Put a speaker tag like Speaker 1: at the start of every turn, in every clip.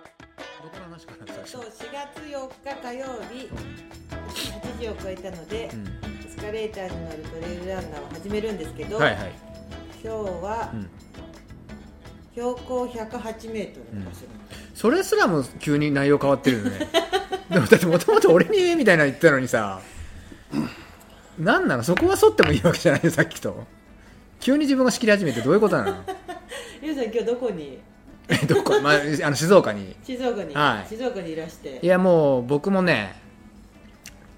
Speaker 1: そこの話から最初
Speaker 2: そう4月4日火曜日8時を超えたので、
Speaker 1: うん
Speaker 2: エスカレーターに乗るトレイルランナーを始めるんですけど、
Speaker 1: はいはい、
Speaker 2: 今日は
Speaker 1: うん、
Speaker 2: 標高108メートルの場所、
Speaker 1: それすらも急に内容変わってるよ ねでもだってもともと俺にみたいなの言ってたのにさなんなのそこは沿ってもいいわけじゃないよさっきと急に自分が仕切り始めてどういうことな の
Speaker 2: ゆうさん今日どこに
Speaker 1: えどこ、まあ、あの静岡に
Speaker 2: 静岡に、
Speaker 1: はい
Speaker 2: 静岡にいらして
Speaker 1: いやもう僕もね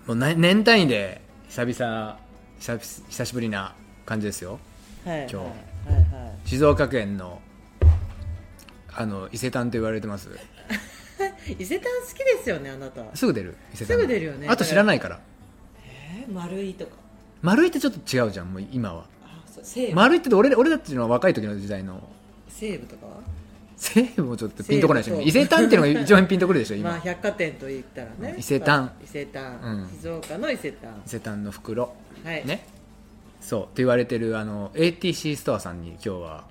Speaker 1: もうな年単位で久々久々久しぶりな感じですよ
Speaker 2: はい
Speaker 1: 今日
Speaker 2: はいは
Speaker 1: 静岡県のあの伊勢丹と言われてます
Speaker 2: い伊勢丹好きですよねあなた
Speaker 1: すぐ出る伊勢丹
Speaker 2: すぐ出るよね
Speaker 1: あと知らないから
Speaker 2: えー、丸いとか
Speaker 1: 丸いってちょっと違うじゃんもう今は
Speaker 2: あそう西武
Speaker 1: 丸いって俺俺たちの若い時の時代の
Speaker 2: 西武とかは
Speaker 1: 西武もちょっとピンとこないでしょ
Speaker 2: 西武と
Speaker 1: 伊勢丹っていうのが一番ピンとくるでしょ今、
Speaker 2: まあ百貨店と言ったらね
Speaker 1: 伊勢丹
Speaker 2: 伊勢丹、
Speaker 1: うん
Speaker 2: 静岡の伊勢丹
Speaker 1: 伊勢丹の袋
Speaker 2: はい
Speaker 1: ねそうって言われてるあの ATC ストアさんに今日は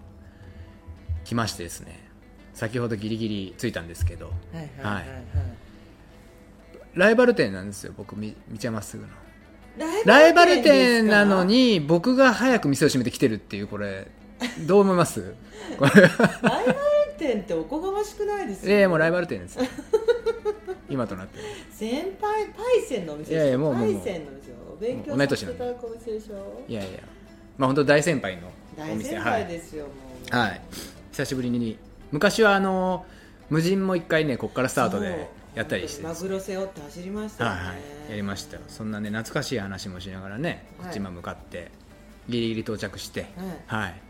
Speaker 1: 来ましてですね先ほどギリギリ着いたんですけど
Speaker 2: はいはいはい、はい
Speaker 1: ライバル店なんですよ僕み道山すぐのラ
Speaker 2: ラ
Speaker 1: イ
Speaker 2: イ
Speaker 1: バ
Speaker 2: バ
Speaker 1: ル
Speaker 2: ル
Speaker 1: 店
Speaker 2: 店
Speaker 1: なの
Speaker 2: に
Speaker 1: に僕が早く店を閉めてきてるっていうこれどう思いますこれ
Speaker 2: ライバル店っておこがましくないです
Speaker 1: いやいやもうライ
Speaker 2: バ
Speaker 1: バル店です今となっては
Speaker 2: 先輩パイセンのお店で
Speaker 1: い
Speaker 2: しょ
Speaker 1: やいやもうも
Speaker 2: パ
Speaker 1: うもう
Speaker 2: イセンのお店お勉強
Speaker 1: 同い
Speaker 2: さ
Speaker 1: 年
Speaker 2: せ
Speaker 1: な
Speaker 2: て
Speaker 1: ん
Speaker 2: い
Speaker 1: で
Speaker 2: ただくお店でしょ
Speaker 1: いやいやまあ本当大先輩のお
Speaker 2: 大
Speaker 1: 店
Speaker 2: 先
Speaker 1: は
Speaker 2: 輩
Speaker 1: い
Speaker 2: ですよ、もう
Speaker 1: はい、久しぶりに昔はあの無人も一回ねこっからスタートでやったりして
Speaker 2: そう
Speaker 1: で
Speaker 2: マ
Speaker 1: す
Speaker 2: グロ背負って走りましたよ
Speaker 1: は
Speaker 2: ね、
Speaker 1: いはい、やりましたよそんなね懐かしい話もしながらねこ
Speaker 2: はい
Speaker 1: っち今向かって、ギリギリ到着してはい、
Speaker 2: はい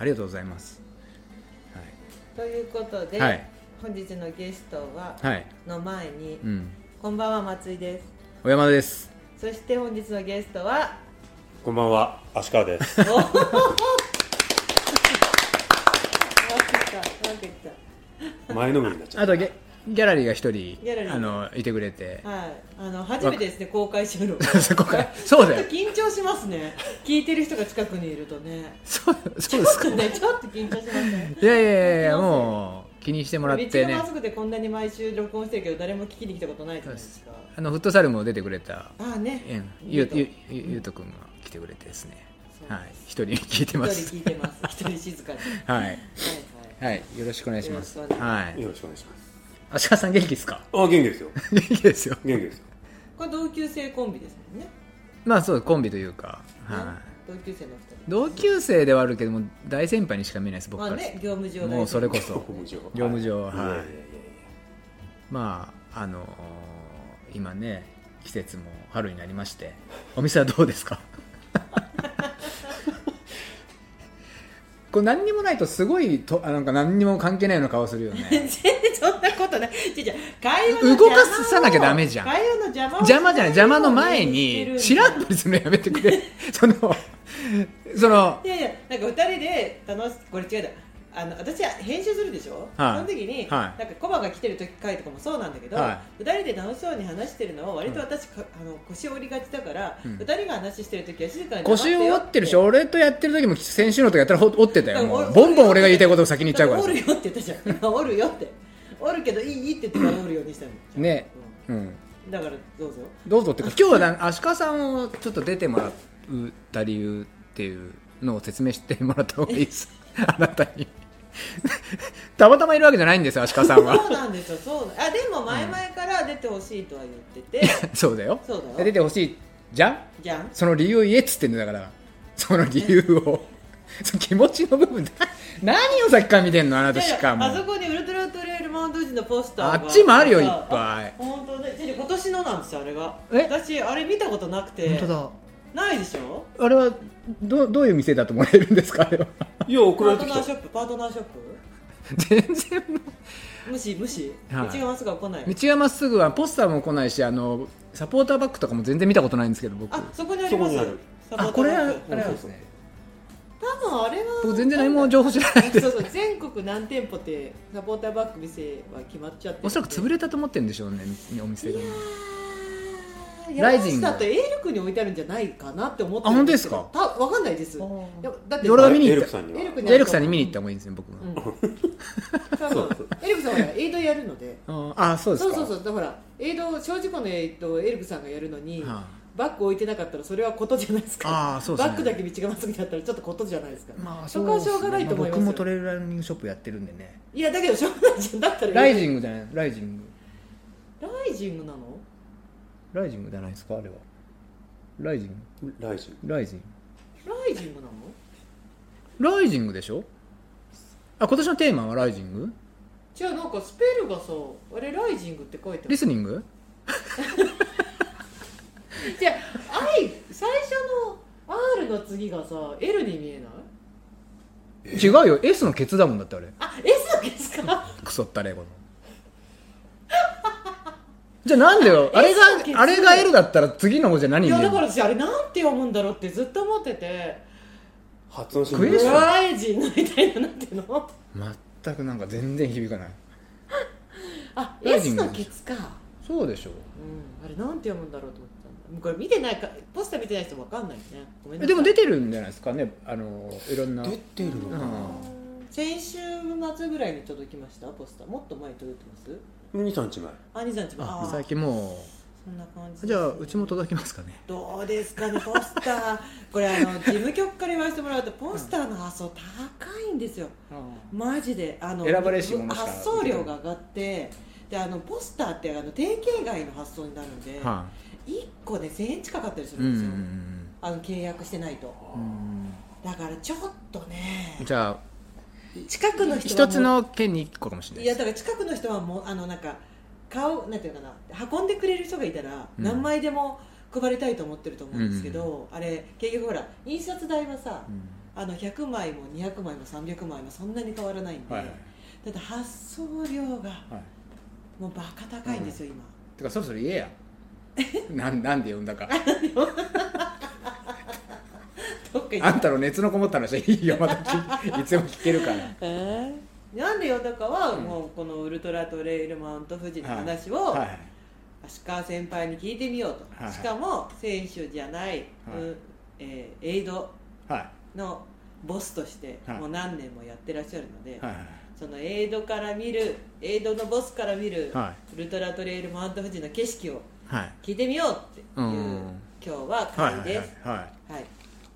Speaker 1: ありがとうございます
Speaker 2: ということで、
Speaker 1: はい
Speaker 2: 本日のゲストは、
Speaker 1: はい、はい、
Speaker 2: の前に、
Speaker 1: うん
Speaker 2: こんばんは松井です
Speaker 1: 小山田です
Speaker 2: そして本日のゲストは
Speaker 3: こんばんは、足川です。
Speaker 2: おうまくいったうまくいった
Speaker 3: 前のめりになっちゃ
Speaker 1: あ
Speaker 3: っ
Speaker 1: とギャギャラリーが一人
Speaker 2: ャラリー
Speaker 1: あのいてくれて
Speaker 2: はい、あの初めてですね、公開収録。
Speaker 1: そこからそうだよ
Speaker 2: 緊張しますね。聞いてる人が近くにいるとね。
Speaker 1: そうそうです か
Speaker 2: ね、ちょっと緊張しますね。
Speaker 1: いやいやいやいやもう気にしてもらっ
Speaker 2: 道
Speaker 1: て
Speaker 2: が
Speaker 1: ね
Speaker 2: まずくてこんなに毎週録音してるけど誰も聞きに来たことないじゃないですか。
Speaker 1: あのフットサルも出てくれた
Speaker 2: ああね
Speaker 1: うん、ゆ
Speaker 2: ゆ
Speaker 1: う
Speaker 2: うと
Speaker 1: ゆゆゆうとくんが来てくれてですね
Speaker 2: そう
Speaker 1: はい一人聞いてま
Speaker 2: 一
Speaker 1: す
Speaker 2: 人聞いてます。一人静かに。はい
Speaker 1: はい
Speaker 2: はい。
Speaker 1: はいよろしくお願いします
Speaker 2: よろしくお
Speaker 1: は
Speaker 3: た。
Speaker 1: い
Speaker 3: よろしくお願いします。
Speaker 1: 足利さん元気ですか
Speaker 3: あ、元気ですよ。
Speaker 1: 元気ですよ
Speaker 3: 元気ですよ。
Speaker 2: これ同級生コンビですもんね。
Speaker 1: まあそうコンビというかは
Speaker 2: ね同級生の二
Speaker 1: い
Speaker 2: 人。
Speaker 1: 同級生ではあるけども大先輩にしか見えないです僕
Speaker 2: まあ
Speaker 1: から
Speaker 2: ね、業務上
Speaker 1: もうそれこ
Speaker 3: 業
Speaker 1: そ
Speaker 3: 務上。
Speaker 1: 業務上
Speaker 3: い
Speaker 1: はい
Speaker 3: やいやいやい
Speaker 1: まああのー今ね季節も春になりましてお店はどうですか これ何にもないとすごいとあなんか何にも関係ないような顔するよね
Speaker 2: 全 然そんなことない。ちいちゃい会話の
Speaker 1: 動かさなきゃダメじゃん
Speaker 2: 会話の邪魔を
Speaker 1: 邪魔じゃない
Speaker 2: し
Speaker 1: 邪魔
Speaker 2: よう
Speaker 1: の前
Speaker 2: してる
Speaker 1: に
Speaker 2: んだ
Speaker 1: 知らんぷりするのやめてくれ そのその
Speaker 2: いやいやなんか二人で楽しこれ違うだあの私は編集するでしょ、
Speaker 1: はい
Speaker 2: その時に、
Speaker 1: はい
Speaker 2: なんかコバが来てる時回とかもそうなんだけど、
Speaker 1: は
Speaker 2: 二人で楽しそうに話してるのを割と私、かあの腰折りがちだから、
Speaker 1: うん
Speaker 2: 二人が話してる時は静かに黙って
Speaker 1: 腰
Speaker 2: よ
Speaker 1: を折ってるし俺とやってる時も先週のとかやったらほ折ってたよも
Speaker 2: だから
Speaker 1: う
Speaker 2: お
Speaker 1: ボンボン俺が言いたいことを先に言っちゃうから
Speaker 2: だ
Speaker 1: さ
Speaker 2: 折るよって言ったじゃん今折るよって折るけどいいいいって言ってから折るようにしたの
Speaker 1: ねうん
Speaker 2: うんだからどうぞ
Speaker 1: どうぞっていうか今日はな足利さんをちょっと出てもらった理由っていうのを説明してもらった方がいいです あなたにたまたまいるわけじゃないんですよ足利さん
Speaker 2: そう
Speaker 1: は
Speaker 2: なんですよそうあでも前々から出てほしいとは言ってて、
Speaker 1: そうだよ
Speaker 2: そうだよ
Speaker 1: 出てほしいじゃん
Speaker 2: じゃん
Speaker 1: その理由を言えっつってんだからその理由を その気持ちの部分だ 何をさっきから見てんのあなた
Speaker 2: い
Speaker 1: し
Speaker 2: やい
Speaker 1: か
Speaker 2: や
Speaker 1: も
Speaker 2: あそこにウルトラトレイルマウント富士のポスターが
Speaker 1: あっちもあるよ
Speaker 2: さ
Speaker 1: いっぱい
Speaker 2: あ本当ねで今年のなんですよあれが
Speaker 1: え
Speaker 2: 私あれ見たことなくて
Speaker 1: 本当だ
Speaker 2: ないでしょ
Speaker 1: あれはどどういう店だともらえるんですかあれは
Speaker 3: やいや、送
Speaker 2: パ
Speaker 3: ら
Speaker 2: ー
Speaker 3: れて
Speaker 2: ト
Speaker 3: き
Speaker 2: ナ
Speaker 3: た
Speaker 2: ー。ショップパートナーショップ
Speaker 1: 全然
Speaker 2: 無視無視
Speaker 1: はいう
Speaker 2: ちがまっすぐは来ない
Speaker 1: 道がまっすぐはポスターも来ないしあのサポーターバッグとかも全然見たことないんですけど僕
Speaker 2: あそこにあります
Speaker 3: そこにある
Speaker 2: サポー
Speaker 1: あ
Speaker 2: ター
Speaker 1: これは
Speaker 2: バッ
Speaker 1: あ
Speaker 2: グ
Speaker 1: れなんですね
Speaker 2: 多分あれは
Speaker 1: 僕全然何も情報知らないで
Speaker 2: そうそう全国何店舗ってサポーターバッグ店は決まっちゃって
Speaker 1: おそらく潰
Speaker 2: れ
Speaker 1: れたと思ってるんでしょうねお店
Speaker 2: い
Speaker 1: が
Speaker 2: やー
Speaker 1: ラ
Speaker 2: ラ
Speaker 1: イ
Speaker 2: イ
Speaker 1: ジ
Speaker 2: ジ
Speaker 1: ン
Speaker 2: ン
Speaker 1: グ
Speaker 2: だとエイル君に置いてあるんじゃないかなって思って
Speaker 1: あ
Speaker 2: る
Speaker 1: 本
Speaker 2: ん
Speaker 1: 当で
Speaker 2: ですす
Speaker 1: か
Speaker 2: けどたわかんないですいやだって
Speaker 1: 俺は見に
Speaker 3: エ
Speaker 1: 行
Speaker 3: ル
Speaker 1: っ
Speaker 3: ク
Speaker 1: た
Speaker 3: さんに
Speaker 2: エル
Speaker 3: は
Speaker 2: 君
Speaker 1: じゃあエルクさんに見に行った方がいいんですね僕は、
Speaker 2: うん 多分エルクさんはエイドやるので
Speaker 1: あーあそうです
Speaker 2: そ
Speaker 1: か
Speaker 2: うそうそうだからほらエイド小事故のエイドをエルクさんがやるのに、
Speaker 1: は
Speaker 2: バッグ置いてなかったらそれはことじゃないですか
Speaker 1: ああーそうですね
Speaker 2: バッグだけ道がまっすぐだったらちょっとことじゃないですか、
Speaker 1: まあ
Speaker 2: そこはしょうがないと思いますよ
Speaker 1: 僕もトレーラーニングショップやってるんでね
Speaker 2: いやだけどしょうがないじゃんだったら
Speaker 1: ライジ
Speaker 2: ン
Speaker 1: ングじゃないライジング
Speaker 2: グライジングなの
Speaker 1: ライジングじゃないですかあれはライジン
Speaker 3: ライジン
Speaker 1: グライジン
Speaker 2: ライジングなの
Speaker 1: グライジングでしょあ今年のテーマはライジング
Speaker 2: じゃあなんかスペルがさあれライジングって書いてあ
Speaker 1: リ
Speaker 2: る
Speaker 1: スニング
Speaker 2: じゃあ I 最初の R の次がさ L に見えない
Speaker 1: 違うよ S のケツだもんだってあれ
Speaker 2: あ S だけですか
Speaker 1: クソったれこのじゃあなんで よあれ
Speaker 2: S のケツ
Speaker 1: があれが L だったら次の方じゃ何に
Speaker 2: いや
Speaker 1: 見え
Speaker 2: だ
Speaker 1: る
Speaker 2: から
Speaker 1: の
Speaker 2: 私あれなんて読むんだろうってずっと思ってて
Speaker 3: 発音し
Speaker 1: クエスチョン
Speaker 2: ライジングみたいななんていうの
Speaker 1: 全くなんか全然響かない
Speaker 2: あ
Speaker 1: ライジン
Speaker 2: S
Speaker 1: グ
Speaker 2: のケツか
Speaker 1: そうでしょ
Speaker 2: うんあれなんて読むんだろうと思ってたんだもうこれ見てないかポスター見てない人わかんないねごめん
Speaker 1: え
Speaker 2: なさい
Speaker 1: でも出てるんじゃないですかねあのいろんな
Speaker 3: 出てるのかな
Speaker 2: 先週末ぐらいに届きましたポスターもっと前に届いてます
Speaker 3: 23日前
Speaker 2: あ兄さんちも
Speaker 1: あ
Speaker 2: ー
Speaker 1: 最近も
Speaker 2: そんな感じです
Speaker 1: うじ
Speaker 2: ね
Speaker 1: ゃあうちも届きますかね
Speaker 2: どうですかねポスター これあの事務局から言わせてもらうとポスターの発送高いんですよマジであの
Speaker 1: 選ばれし者しか
Speaker 2: 発送料が上がってであのポスターってあの定型外の発送になるんで、
Speaker 1: は
Speaker 2: 1個で1000円近かったりす
Speaker 1: い
Speaker 2: る
Speaker 1: うんん
Speaker 2: ですよ、あの契約してないと
Speaker 1: うんうん
Speaker 2: だからちょっとね
Speaker 1: じゃあ
Speaker 2: 近くの人は
Speaker 1: 一
Speaker 2: もう
Speaker 1: つの県に一個かもしれないいで
Speaker 2: や
Speaker 1: す
Speaker 2: だから近くの人はもうあのなんか顔なんていうのかな運んでくれる人がいたら
Speaker 1: うん
Speaker 2: 何枚でも配りたいと思ってると思うんですけど、あれ結局ほら印刷代はさ、
Speaker 1: うん
Speaker 2: あの100枚も200枚も300枚もそんなに変わらないんで、
Speaker 1: はい
Speaker 2: ただ発送料が
Speaker 1: はい
Speaker 2: もうバカ高いんですよ、今
Speaker 1: てかそろそろ 言えやなんなんで呼んだか
Speaker 2: どっか行
Speaker 1: あ
Speaker 2: っ
Speaker 1: んたの熱のこもった話はいいよまた聞いつでも聞けるから
Speaker 2: えーなんでよだかは、
Speaker 1: うん
Speaker 2: もうこのウルトラトレイルマウント富士の話を、
Speaker 1: はい
Speaker 2: 足川先輩に聞いてみようと、
Speaker 1: はい
Speaker 2: しかも選手じゃない、
Speaker 1: はい
Speaker 2: うんえーエイド
Speaker 1: は
Speaker 2: のボスとして
Speaker 1: はい
Speaker 2: もう何年もやってらっしゃるので、
Speaker 1: いはい
Speaker 2: そのエイドから見るエイドのボスから見る、
Speaker 1: は
Speaker 2: ウルトラトレイルマウント富士の景色を
Speaker 1: はい
Speaker 2: 聞いてみようっていう
Speaker 1: うん
Speaker 2: 今日は
Speaker 1: はい
Speaker 2: 会です
Speaker 1: はいは
Speaker 2: はい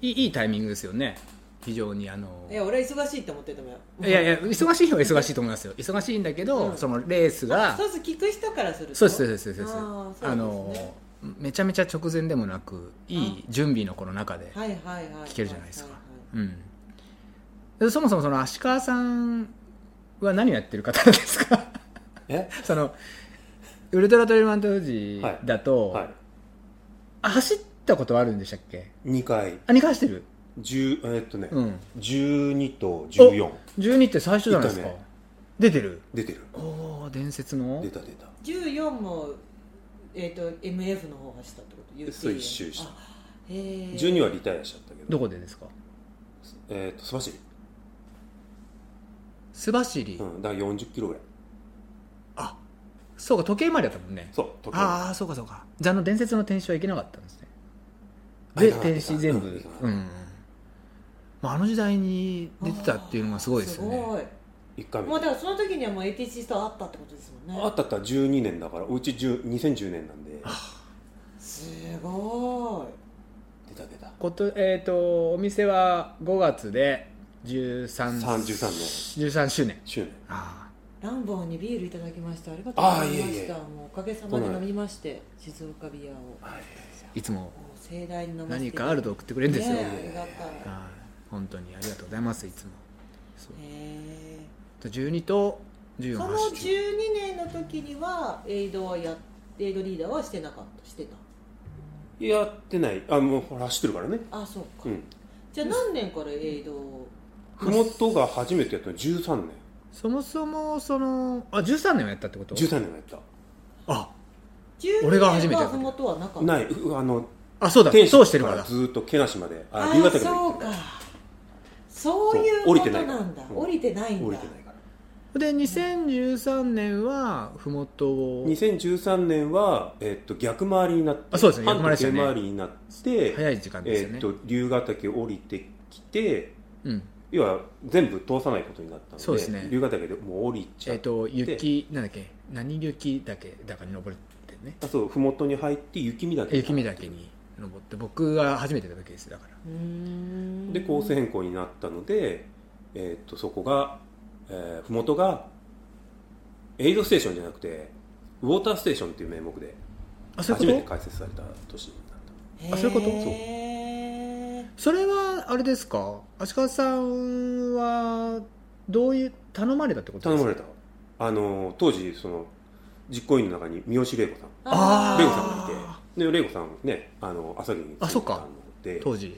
Speaker 1: いいいいいタイミングですよね非常にあの
Speaker 2: いや俺は忙しいと思ってたもんよ
Speaker 1: いやいや忙しいのは忙しいと思いますよ忙しいんだけど、
Speaker 2: うん
Speaker 1: そのレースが
Speaker 2: そうそう聞く人からすると
Speaker 1: そうですそうですそうです
Speaker 2: あーそうですね
Speaker 1: あのめちゃめちゃ直前でもなくいい準備のこの中で
Speaker 2: はいはいはい
Speaker 1: 聞けるじゃないですか
Speaker 2: は
Speaker 1: うんでそもそもその足川さんは何をやってる方なんですか
Speaker 3: え
Speaker 1: そのウルトラトレイルマウント富士だと、
Speaker 3: はい
Speaker 1: あ走ったことはあるんでしたっけ
Speaker 3: 2回
Speaker 1: あ2回走ってる
Speaker 3: 10えーっとね、
Speaker 1: うん
Speaker 3: 12と14
Speaker 1: 12って最初じゃないですか、
Speaker 3: いたね
Speaker 1: 出てる
Speaker 3: 出てる
Speaker 1: おお伝説の
Speaker 3: 出た出た
Speaker 2: い14もえっ、と MF の方走ったってこと UTM
Speaker 3: そう一周し
Speaker 2: あ
Speaker 3: た
Speaker 2: へえ
Speaker 3: 12はリタイアしちゃったけど
Speaker 1: どこでですか
Speaker 3: えーっとすばしり
Speaker 1: 須走り、
Speaker 3: うんだから40キロぐらい
Speaker 1: あそうか時計回りだったもんね
Speaker 3: そう時計
Speaker 1: ああそうかそうかじゃあの伝説の天使はいけなかったんですね
Speaker 3: あ
Speaker 1: で
Speaker 3: いかなかった
Speaker 1: 天使全部
Speaker 3: いかなかっ
Speaker 1: う
Speaker 3: た
Speaker 1: ん、まあ、あの時代に出てたっていうのがすごいですよ
Speaker 2: あー
Speaker 1: ね
Speaker 2: す
Speaker 3: 1回
Speaker 2: ごい
Speaker 3: 目
Speaker 2: もうだからその時にはもう ATC ストアあったってことですもんね
Speaker 3: あったあった12年だからうち10 2010年なんで
Speaker 2: すご
Speaker 3: 出た出た
Speaker 1: ことえっ、とお店は5月で13
Speaker 3: 3 13
Speaker 1: 13周年
Speaker 3: 周年
Speaker 1: あ
Speaker 2: いランボーにビールいただきましたありがとうございました
Speaker 3: あいえいえ
Speaker 2: もうおかげさまで飲みまして静岡ビアをもう
Speaker 3: はい
Speaker 1: あいつも
Speaker 2: 盛大に飲ませて
Speaker 1: 何かあると送ってくれるんですよ、
Speaker 2: ねえありがたいへ
Speaker 1: はい本当にありがとうございますいつも
Speaker 2: え
Speaker 1: 12と14
Speaker 2: そ
Speaker 1: の
Speaker 2: の
Speaker 1: 話
Speaker 2: 12年の時にはエイドはやエイドリーダーはしてなかったしてた
Speaker 3: やってないあもうほら走ってるからね
Speaker 2: あそうか、
Speaker 3: うん
Speaker 2: じゃあ何年からエイドを
Speaker 3: ふもとが初めてやったの13年
Speaker 1: そもそもそのあ13年はやったってこと
Speaker 3: 13年もやっ
Speaker 1: あ
Speaker 2: 12
Speaker 1: 俺が初め
Speaker 2: 年
Speaker 1: てや
Speaker 2: は
Speaker 1: った
Speaker 2: ふもとはなか
Speaker 3: た
Speaker 2: った
Speaker 3: ないふあの
Speaker 1: あそうだ
Speaker 3: 天
Speaker 1: そうし
Speaker 3: 使
Speaker 1: てる
Speaker 3: か
Speaker 1: から
Speaker 3: ら
Speaker 1: だ
Speaker 3: ずっとけなしまで
Speaker 2: あ
Speaker 3: あ
Speaker 2: あ
Speaker 3: 新潟から
Speaker 2: そ
Speaker 3: 行
Speaker 2: う
Speaker 3: って
Speaker 2: かそういう
Speaker 3: 降
Speaker 2: こ
Speaker 3: り
Speaker 2: と
Speaker 3: てない
Speaker 2: なんだ
Speaker 3: うん
Speaker 2: 降りてないんだ
Speaker 3: 降りてないから
Speaker 1: で2013年はふもとを
Speaker 3: 2013年は、えっと、逆回りになって
Speaker 1: あそうですね
Speaker 3: 反時計
Speaker 1: 逆回
Speaker 3: 回
Speaker 1: り
Speaker 3: りになって、
Speaker 1: 早い時間ですよ
Speaker 3: え
Speaker 1: ね、
Speaker 3: っと龍ヶ岳降りてきて
Speaker 1: うん
Speaker 3: 要は全部通さないことになったので
Speaker 1: そうですね
Speaker 3: 龍ヶ岳でもう降りちゃ
Speaker 1: え
Speaker 3: っ
Speaker 1: っと雪なんだっけ何雪だけだから登ってね
Speaker 3: あそう麓に入って雪見岳
Speaker 1: 雪見岳に登って僕が初めてだけですだから
Speaker 2: うん
Speaker 3: でコース変更になったので、えっとそこが、えー、麓がエイドステーションじゃなくてウォーターステーションっていう名目で
Speaker 1: あそう
Speaker 3: 初
Speaker 1: いう
Speaker 3: めて
Speaker 1: こと
Speaker 3: 開設された年になった
Speaker 1: あそういうこと
Speaker 2: へー
Speaker 1: それはあれですか足利さんはどういう頼まれたってことで
Speaker 3: 頼
Speaker 1: す
Speaker 3: ま
Speaker 1: か
Speaker 3: れたあの当時その実行委員の中に三好玲子さん
Speaker 1: あー
Speaker 3: 玲子さんがいてで玲子さんねあの朝霧に
Speaker 1: あそっか
Speaker 3: 住んでたの
Speaker 1: 当時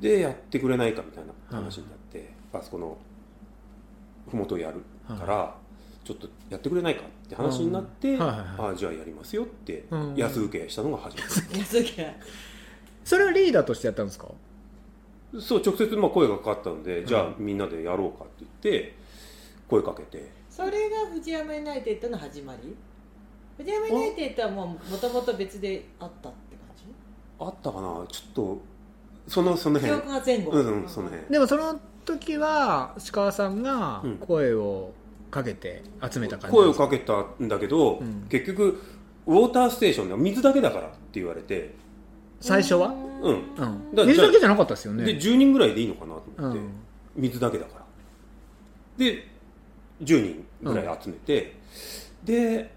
Speaker 3: ででやってくれないかみたいな話になって、あそこの麓をやるから、ちょっとやってくれないかって話になって、
Speaker 1: うんはいはいは
Speaker 3: あじゃあやりますよって
Speaker 1: うん
Speaker 3: 安請けしたのが初めて、
Speaker 2: 安請け
Speaker 1: それはリーダーとしてやったんですか
Speaker 3: そう直接まあ声がかかったので、
Speaker 1: ん
Speaker 3: じゃあみんなでやろうかって言って声かけて
Speaker 2: それが藤山ユナイテッドの始まり藤山ユナイテッドはもうもともと別であったって感じ
Speaker 3: あったかなちょっとそのその
Speaker 2: 記
Speaker 3: 辺
Speaker 2: 憶が前後
Speaker 3: うんうんその辺
Speaker 1: でもその時は石川さんが声をかけて集めた感じ
Speaker 3: 声を
Speaker 1: か
Speaker 3: かけたんだけど、
Speaker 1: うん
Speaker 3: 結局ウォーターステーションでは水だけだからって言われて、
Speaker 1: 最初は
Speaker 3: うん
Speaker 1: うん
Speaker 3: だ
Speaker 1: 水だけじゃなかったですよね
Speaker 3: で10人ぐらいでいいのかなと
Speaker 1: う
Speaker 3: 思って、
Speaker 1: ん
Speaker 3: 水だけだからで10人ぐらい集めて、で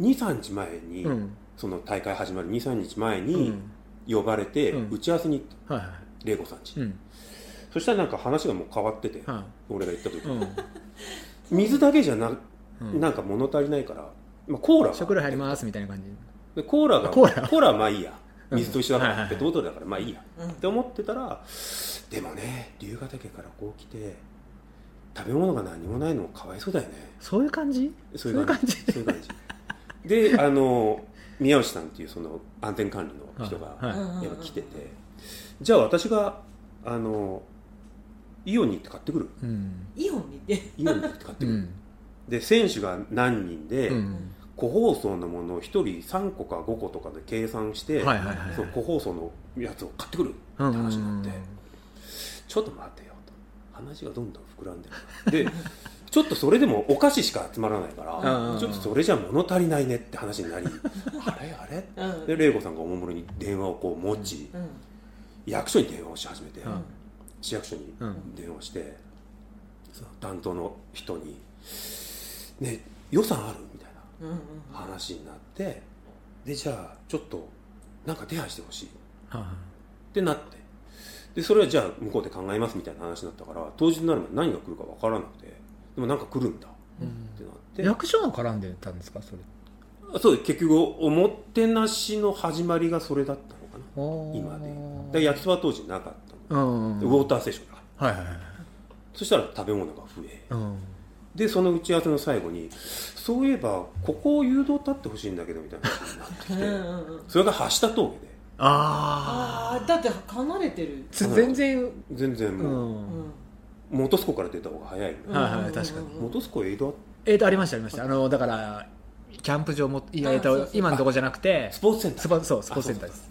Speaker 3: 23日前に、
Speaker 1: うん
Speaker 3: その大会始まる23日前
Speaker 1: う
Speaker 3: に
Speaker 1: ん
Speaker 3: 呼ばれて、
Speaker 1: うん
Speaker 3: 打ち合わせに行っ
Speaker 1: はいは
Speaker 3: た玲子さんち、
Speaker 1: いうん
Speaker 3: そしたらなんか話がもう変わってて、
Speaker 1: は
Speaker 3: 俺が行った時、
Speaker 1: いうん
Speaker 3: 水だけじゃな
Speaker 1: うん
Speaker 3: なんか物足りないから、まあ、コーラが
Speaker 1: 食料入りますみたいな感じ
Speaker 3: でコーラが
Speaker 1: コーラ
Speaker 3: はまあいいや水と一緒だからペットボトルだからまあいいや
Speaker 2: うん
Speaker 3: って思ってたらでもね龍ヶ岳からこう来て食べ物が何もないのもかわいそうだよね
Speaker 1: そういう感じ
Speaker 3: そういう感じ
Speaker 1: そう
Speaker 3: そういう感じであの宮内さんっていうその安全管理の人が
Speaker 1: はい
Speaker 2: うんうんうん
Speaker 3: やっぱ来ててじゃあ私があのイオンに行って買ってくる
Speaker 1: うん
Speaker 2: イオンに行って
Speaker 3: イオンに行って買って
Speaker 1: う
Speaker 3: くる、
Speaker 1: ん
Speaker 3: で選手が何人で、
Speaker 1: うん
Speaker 3: 個包装のものを1人3個か5個とかで計算して、
Speaker 1: はいはいはい
Speaker 3: そう個包装のやつを買ってくるって
Speaker 1: うん
Speaker 3: 話になって、ちょっと待てよと話がどんどん膨らんでるでちょっとそれでもお菓子しか集まらないか
Speaker 1: うんうんう
Speaker 3: ら
Speaker 1: ん
Speaker 3: ちょっとそれじゃ物足りないねって話になりあれあれ
Speaker 2: うん
Speaker 3: で玲子さんがおもむろに電話をこう持ち
Speaker 2: うん
Speaker 3: 役所に電話をし始めて、
Speaker 1: うん
Speaker 3: 市役所に
Speaker 1: うん
Speaker 3: 電話して、その担当の人に「ね予算ある?」みたいな
Speaker 2: うんうん
Speaker 3: 話になってでじゃあちょっとなんか手配してほしいっ
Speaker 1: はいはい
Speaker 3: てなってでそれはじゃあ向こうで考えますみたいな話になったから当日になるまで何が来るか分からなくてでもなんか来るんだっ
Speaker 1: うん
Speaker 3: てなって
Speaker 1: 役所が絡んでたんですかそれ
Speaker 3: あそう結局おもてなしの始まりがそれだったのかな今でだから
Speaker 1: や
Speaker 3: 焼きそばは当時なかったの
Speaker 1: うん
Speaker 3: でウォーターステーションだから
Speaker 1: はいはいはい
Speaker 3: そしたら食べ物が増え
Speaker 1: うん
Speaker 3: でその打ち合わせの最後にそういえばここを誘導立ってほしいんだけどみたいな話になってき
Speaker 2: うんう
Speaker 3: て
Speaker 2: んうん
Speaker 3: それが橋田峠で
Speaker 1: あ
Speaker 2: ああだって離れてる
Speaker 1: あ全然
Speaker 3: 全然
Speaker 1: う
Speaker 3: もう、
Speaker 1: ん
Speaker 3: 本栖湖から出た方が早いの
Speaker 2: うん
Speaker 1: はいはい確かに
Speaker 3: 本栖湖エイド
Speaker 1: えっとありましたありましたあのだからキャンプ場もいや
Speaker 2: あ
Speaker 1: えっ
Speaker 2: そう
Speaker 1: と
Speaker 2: そう
Speaker 1: 今のとこじゃなくて
Speaker 3: スポーツセンター
Speaker 1: スポそうスポーツセンターです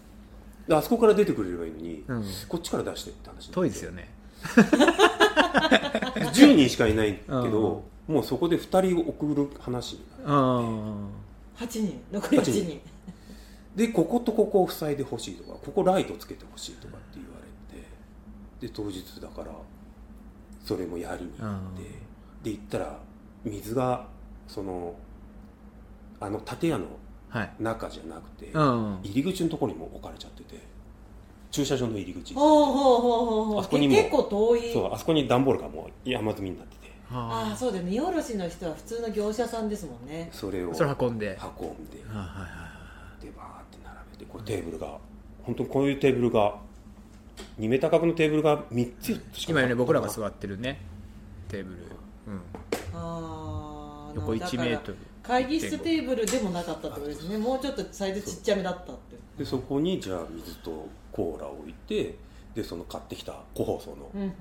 Speaker 3: であそこから出てくれればいいのに、
Speaker 1: うん
Speaker 3: こっちから出してって話
Speaker 1: 遠いですよね
Speaker 3: 10人しかいないけど、もうそこで2人送る話になる
Speaker 1: うん
Speaker 2: 8人残り8人
Speaker 3: でこことここを塞いでほしいとかここライトつけてほしいとかって言われてで当日だからそれもやりに行って、で行ったら水がそのあの建屋の
Speaker 1: はい
Speaker 3: 中じゃなくて、
Speaker 1: うん
Speaker 3: 入り口のところにも置かれちゃってて駐車場の入り口
Speaker 2: ほうほうほうほうほう
Speaker 3: あそこにも
Speaker 2: え結構遠い
Speaker 3: そうあそこに段ボールがもう山積みになってて
Speaker 2: ああ
Speaker 1: あ
Speaker 2: そうだよ見下ろしの人は普通の業者さんですもんね
Speaker 3: それを
Speaker 1: あそれ運んで
Speaker 3: 運んで
Speaker 1: はいはいはい
Speaker 3: でバーって並べてこうテーブルが本当にこういうテーブルが2メーター角のテーブルが3つ4つしか
Speaker 1: 今ね僕らが
Speaker 3: う
Speaker 1: 座ってるねテーブルうん
Speaker 2: ああ
Speaker 1: 横1メートル
Speaker 2: 会議室テーブルでもなかったってことですねもうちょっとサイズちっちゃめだったって
Speaker 3: でそこにじゃあ水とコーラを置いてでその買ってきた個包装の
Speaker 2: うんうんうん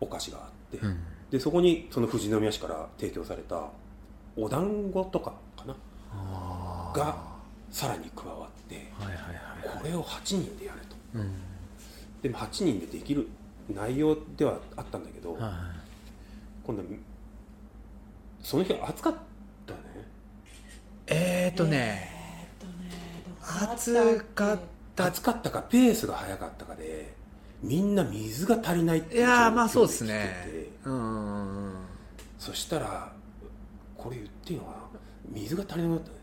Speaker 3: お菓子があって、
Speaker 1: うん
Speaker 3: でそこにその富士宮市から提供されたお団子とかかな
Speaker 1: あ
Speaker 3: がさらに加わって
Speaker 1: ーはいはいはい
Speaker 3: これを8人でやると
Speaker 1: うん
Speaker 3: でも8人でできる内容ではあったんだけど、
Speaker 1: はい
Speaker 3: 今度その日は暑かったね
Speaker 1: えーとね
Speaker 2: えーっとね
Speaker 1: 暑かっ
Speaker 3: 暑かったかペースが速かったかでみんな水が足りないって
Speaker 1: い
Speaker 3: いう状況
Speaker 1: やー
Speaker 3: で
Speaker 1: まあそうです
Speaker 3: 来てて
Speaker 1: ねうん
Speaker 3: そしたらこれ言っていいのかな水が足りなくなったね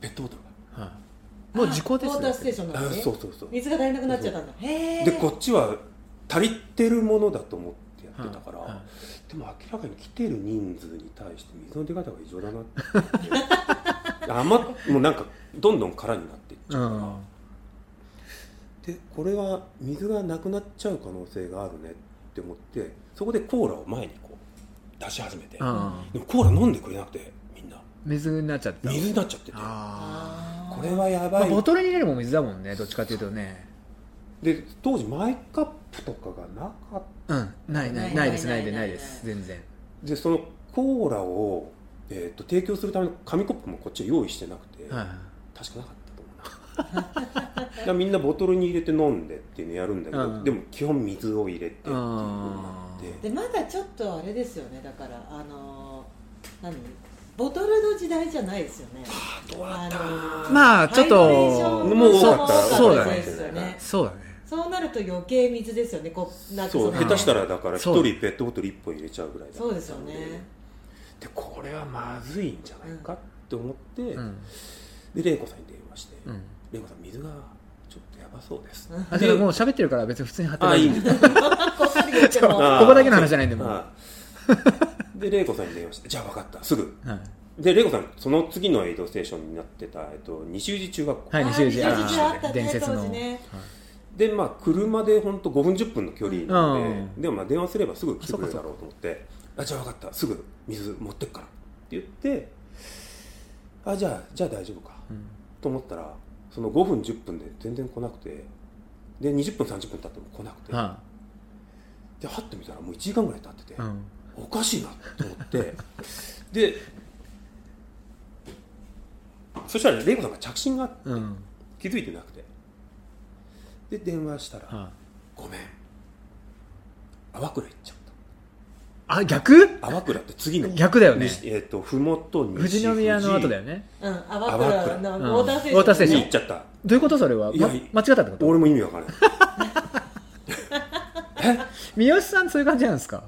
Speaker 3: ペットボト
Speaker 1: はいもう時効で
Speaker 2: ウォータース
Speaker 1: す
Speaker 2: テー
Speaker 1: ね
Speaker 2: ション
Speaker 3: ル
Speaker 2: なん
Speaker 3: が、あ
Speaker 2: で、ね、
Speaker 3: そうそうそう
Speaker 2: 水が足りなくなっちゃったんだへえ
Speaker 3: でこっちは足りてるものだと思ってやってたから、
Speaker 1: はいはい
Speaker 3: でも明らかに来てる人数に対して水の出方が異常だなっ てあまもうなんかどんどん空になっていっちゃうから、
Speaker 1: うん
Speaker 3: でこれは水がなくなっちゃう可能性があるねって思ってそこでコーラを前にこう出し始めて、
Speaker 1: うん
Speaker 3: でもコーラ飲んでくれなくてみんな
Speaker 1: 水になっちゃった
Speaker 3: 水になっちゃってて
Speaker 1: あ
Speaker 2: あー
Speaker 3: これはや
Speaker 1: あ、ま
Speaker 3: ば
Speaker 1: あ、
Speaker 3: い、
Speaker 1: ボトルに入れるもん水だもんねどっちかっていうとね
Speaker 3: で当時マイカップとかがなかった
Speaker 1: うんないない
Speaker 2: な
Speaker 1: ないいですないで
Speaker 2: な
Speaker 1: ないいです全然
Speaker 3: でそのコーラを、えー、と提供するための紙コップもこっちは用意してなくて、
Speaker 1: はい
Speaker 3: 確かなかったと思うな だからみんなボトルに入れて飲んでっていうのやるんだけど、
Speaker 1: うん
Speaker 3: でも基本水を入れてっていう風になっ
Speaker 2: で
Speaker 3: て
Speaker 2: まだちょっとあれですよねだからあのー何ボトルの時代じゃないですよね
Speaker 3: どうだった
Speaker 2: あ
Speaker 1: まあちょっ
Speaker 2: ハイドレーション
Speaker 1: と
Speaker 3: もう多かった
Speaker 1: そそうだ
Speaker 2: 多かったで
Speaker 1: ね
Speaker 2: すよね
Speaker 1: そうだね
Speaker 2: そうなると余計水ですよねこうなんか
Speaker 3: そう
Speaker 2: の
Speaker 3: 下手したらだから一
Speaker 1: そう
Speaker 3: 人ペットボトル1本入れちゃうぐらいだったん
Speaker 2: そうですよね
Speaker 3: でこれはまずいんじゃないかって思って、
Speaker 1: うん
Speaker 3: で玲子さんに電話して
Speaker 1: うん
Speaker 3: 「玲子さん水がちょっとやばそうです」
Speaker 2: うん
Speaker 1: あでももう喋ってるから別に普通に貼って
Speaker 3: あいいん
Speaker 1: で
Speaker 3: ですす
Speaker 2: こっそり言っても
Speaker 1: あーここだけの話じゃないんでもう
Speaker 3: ああで玲子さんに電話して「じゃあ分かったすぐ
Speaker 1: はい」
Speaker 3: で玲子さんその次のエイドステーションになってた、えっと、西宇治中学校、
Speaker 1: はい
Speaker 2: あー
Speaker 1: 西口
Speaker 2: 西口あったね
Speaker 1: 伝説
Speaker 2: 当
Speaker 1: の
Speaker 2: 時ね
Speaker 1: はい
Speaker 3: でまあ車で本当5分10分の距離なので、
Speaker 1: うん
Speaker 3: でもまあ電話すればすぐ来てくれるだろうと思って「あじゃあ分かったすぐ水持ってくから」って言って「あじゃあじゃあ大丈夫か」
Speaker 1: うん
Speaker 3: と思ったらその5分10分で全然来なくてで20分30分経っても来なくて、
Speaker 1: は
Speaker 3: ではって見たらもう1時間ぐらい経ってて、
Speaker 1: いうん
Speaker 3: おかしいなと思って でそしたら玲子さんが着信が
Speaker 1: うん
Speaker 3: 気づいてなくてで電話したら
Speaker 1: はい
Speaker 3: 「ごめん淡倉行っちゃっ
Speaker 1: あ逆
Speaker 3: た」淡倉って次の
Speaker 1: 逆だよね
Speaker 3: 西えっ、と麓に
Speaker 1: 富士宮の後だよね
Speaker 2: うん泡倉の
Speaker 1: うん
Speaker 2: ウォーターステーショ
Speaker 1: ウ
Speaker 2: ン
Speaker 1: ォーターステー
Speaker 3: に
Speaker 1: ション
Speaker 3: 行っちゃった
Speaker 1: どういうことそれは、
Speaker 3: いや
Speaker 1: ま間違ったってこと
Speaker 3: 俺も意味わからない
Speaker 1: 三好さんそういう感じなんですか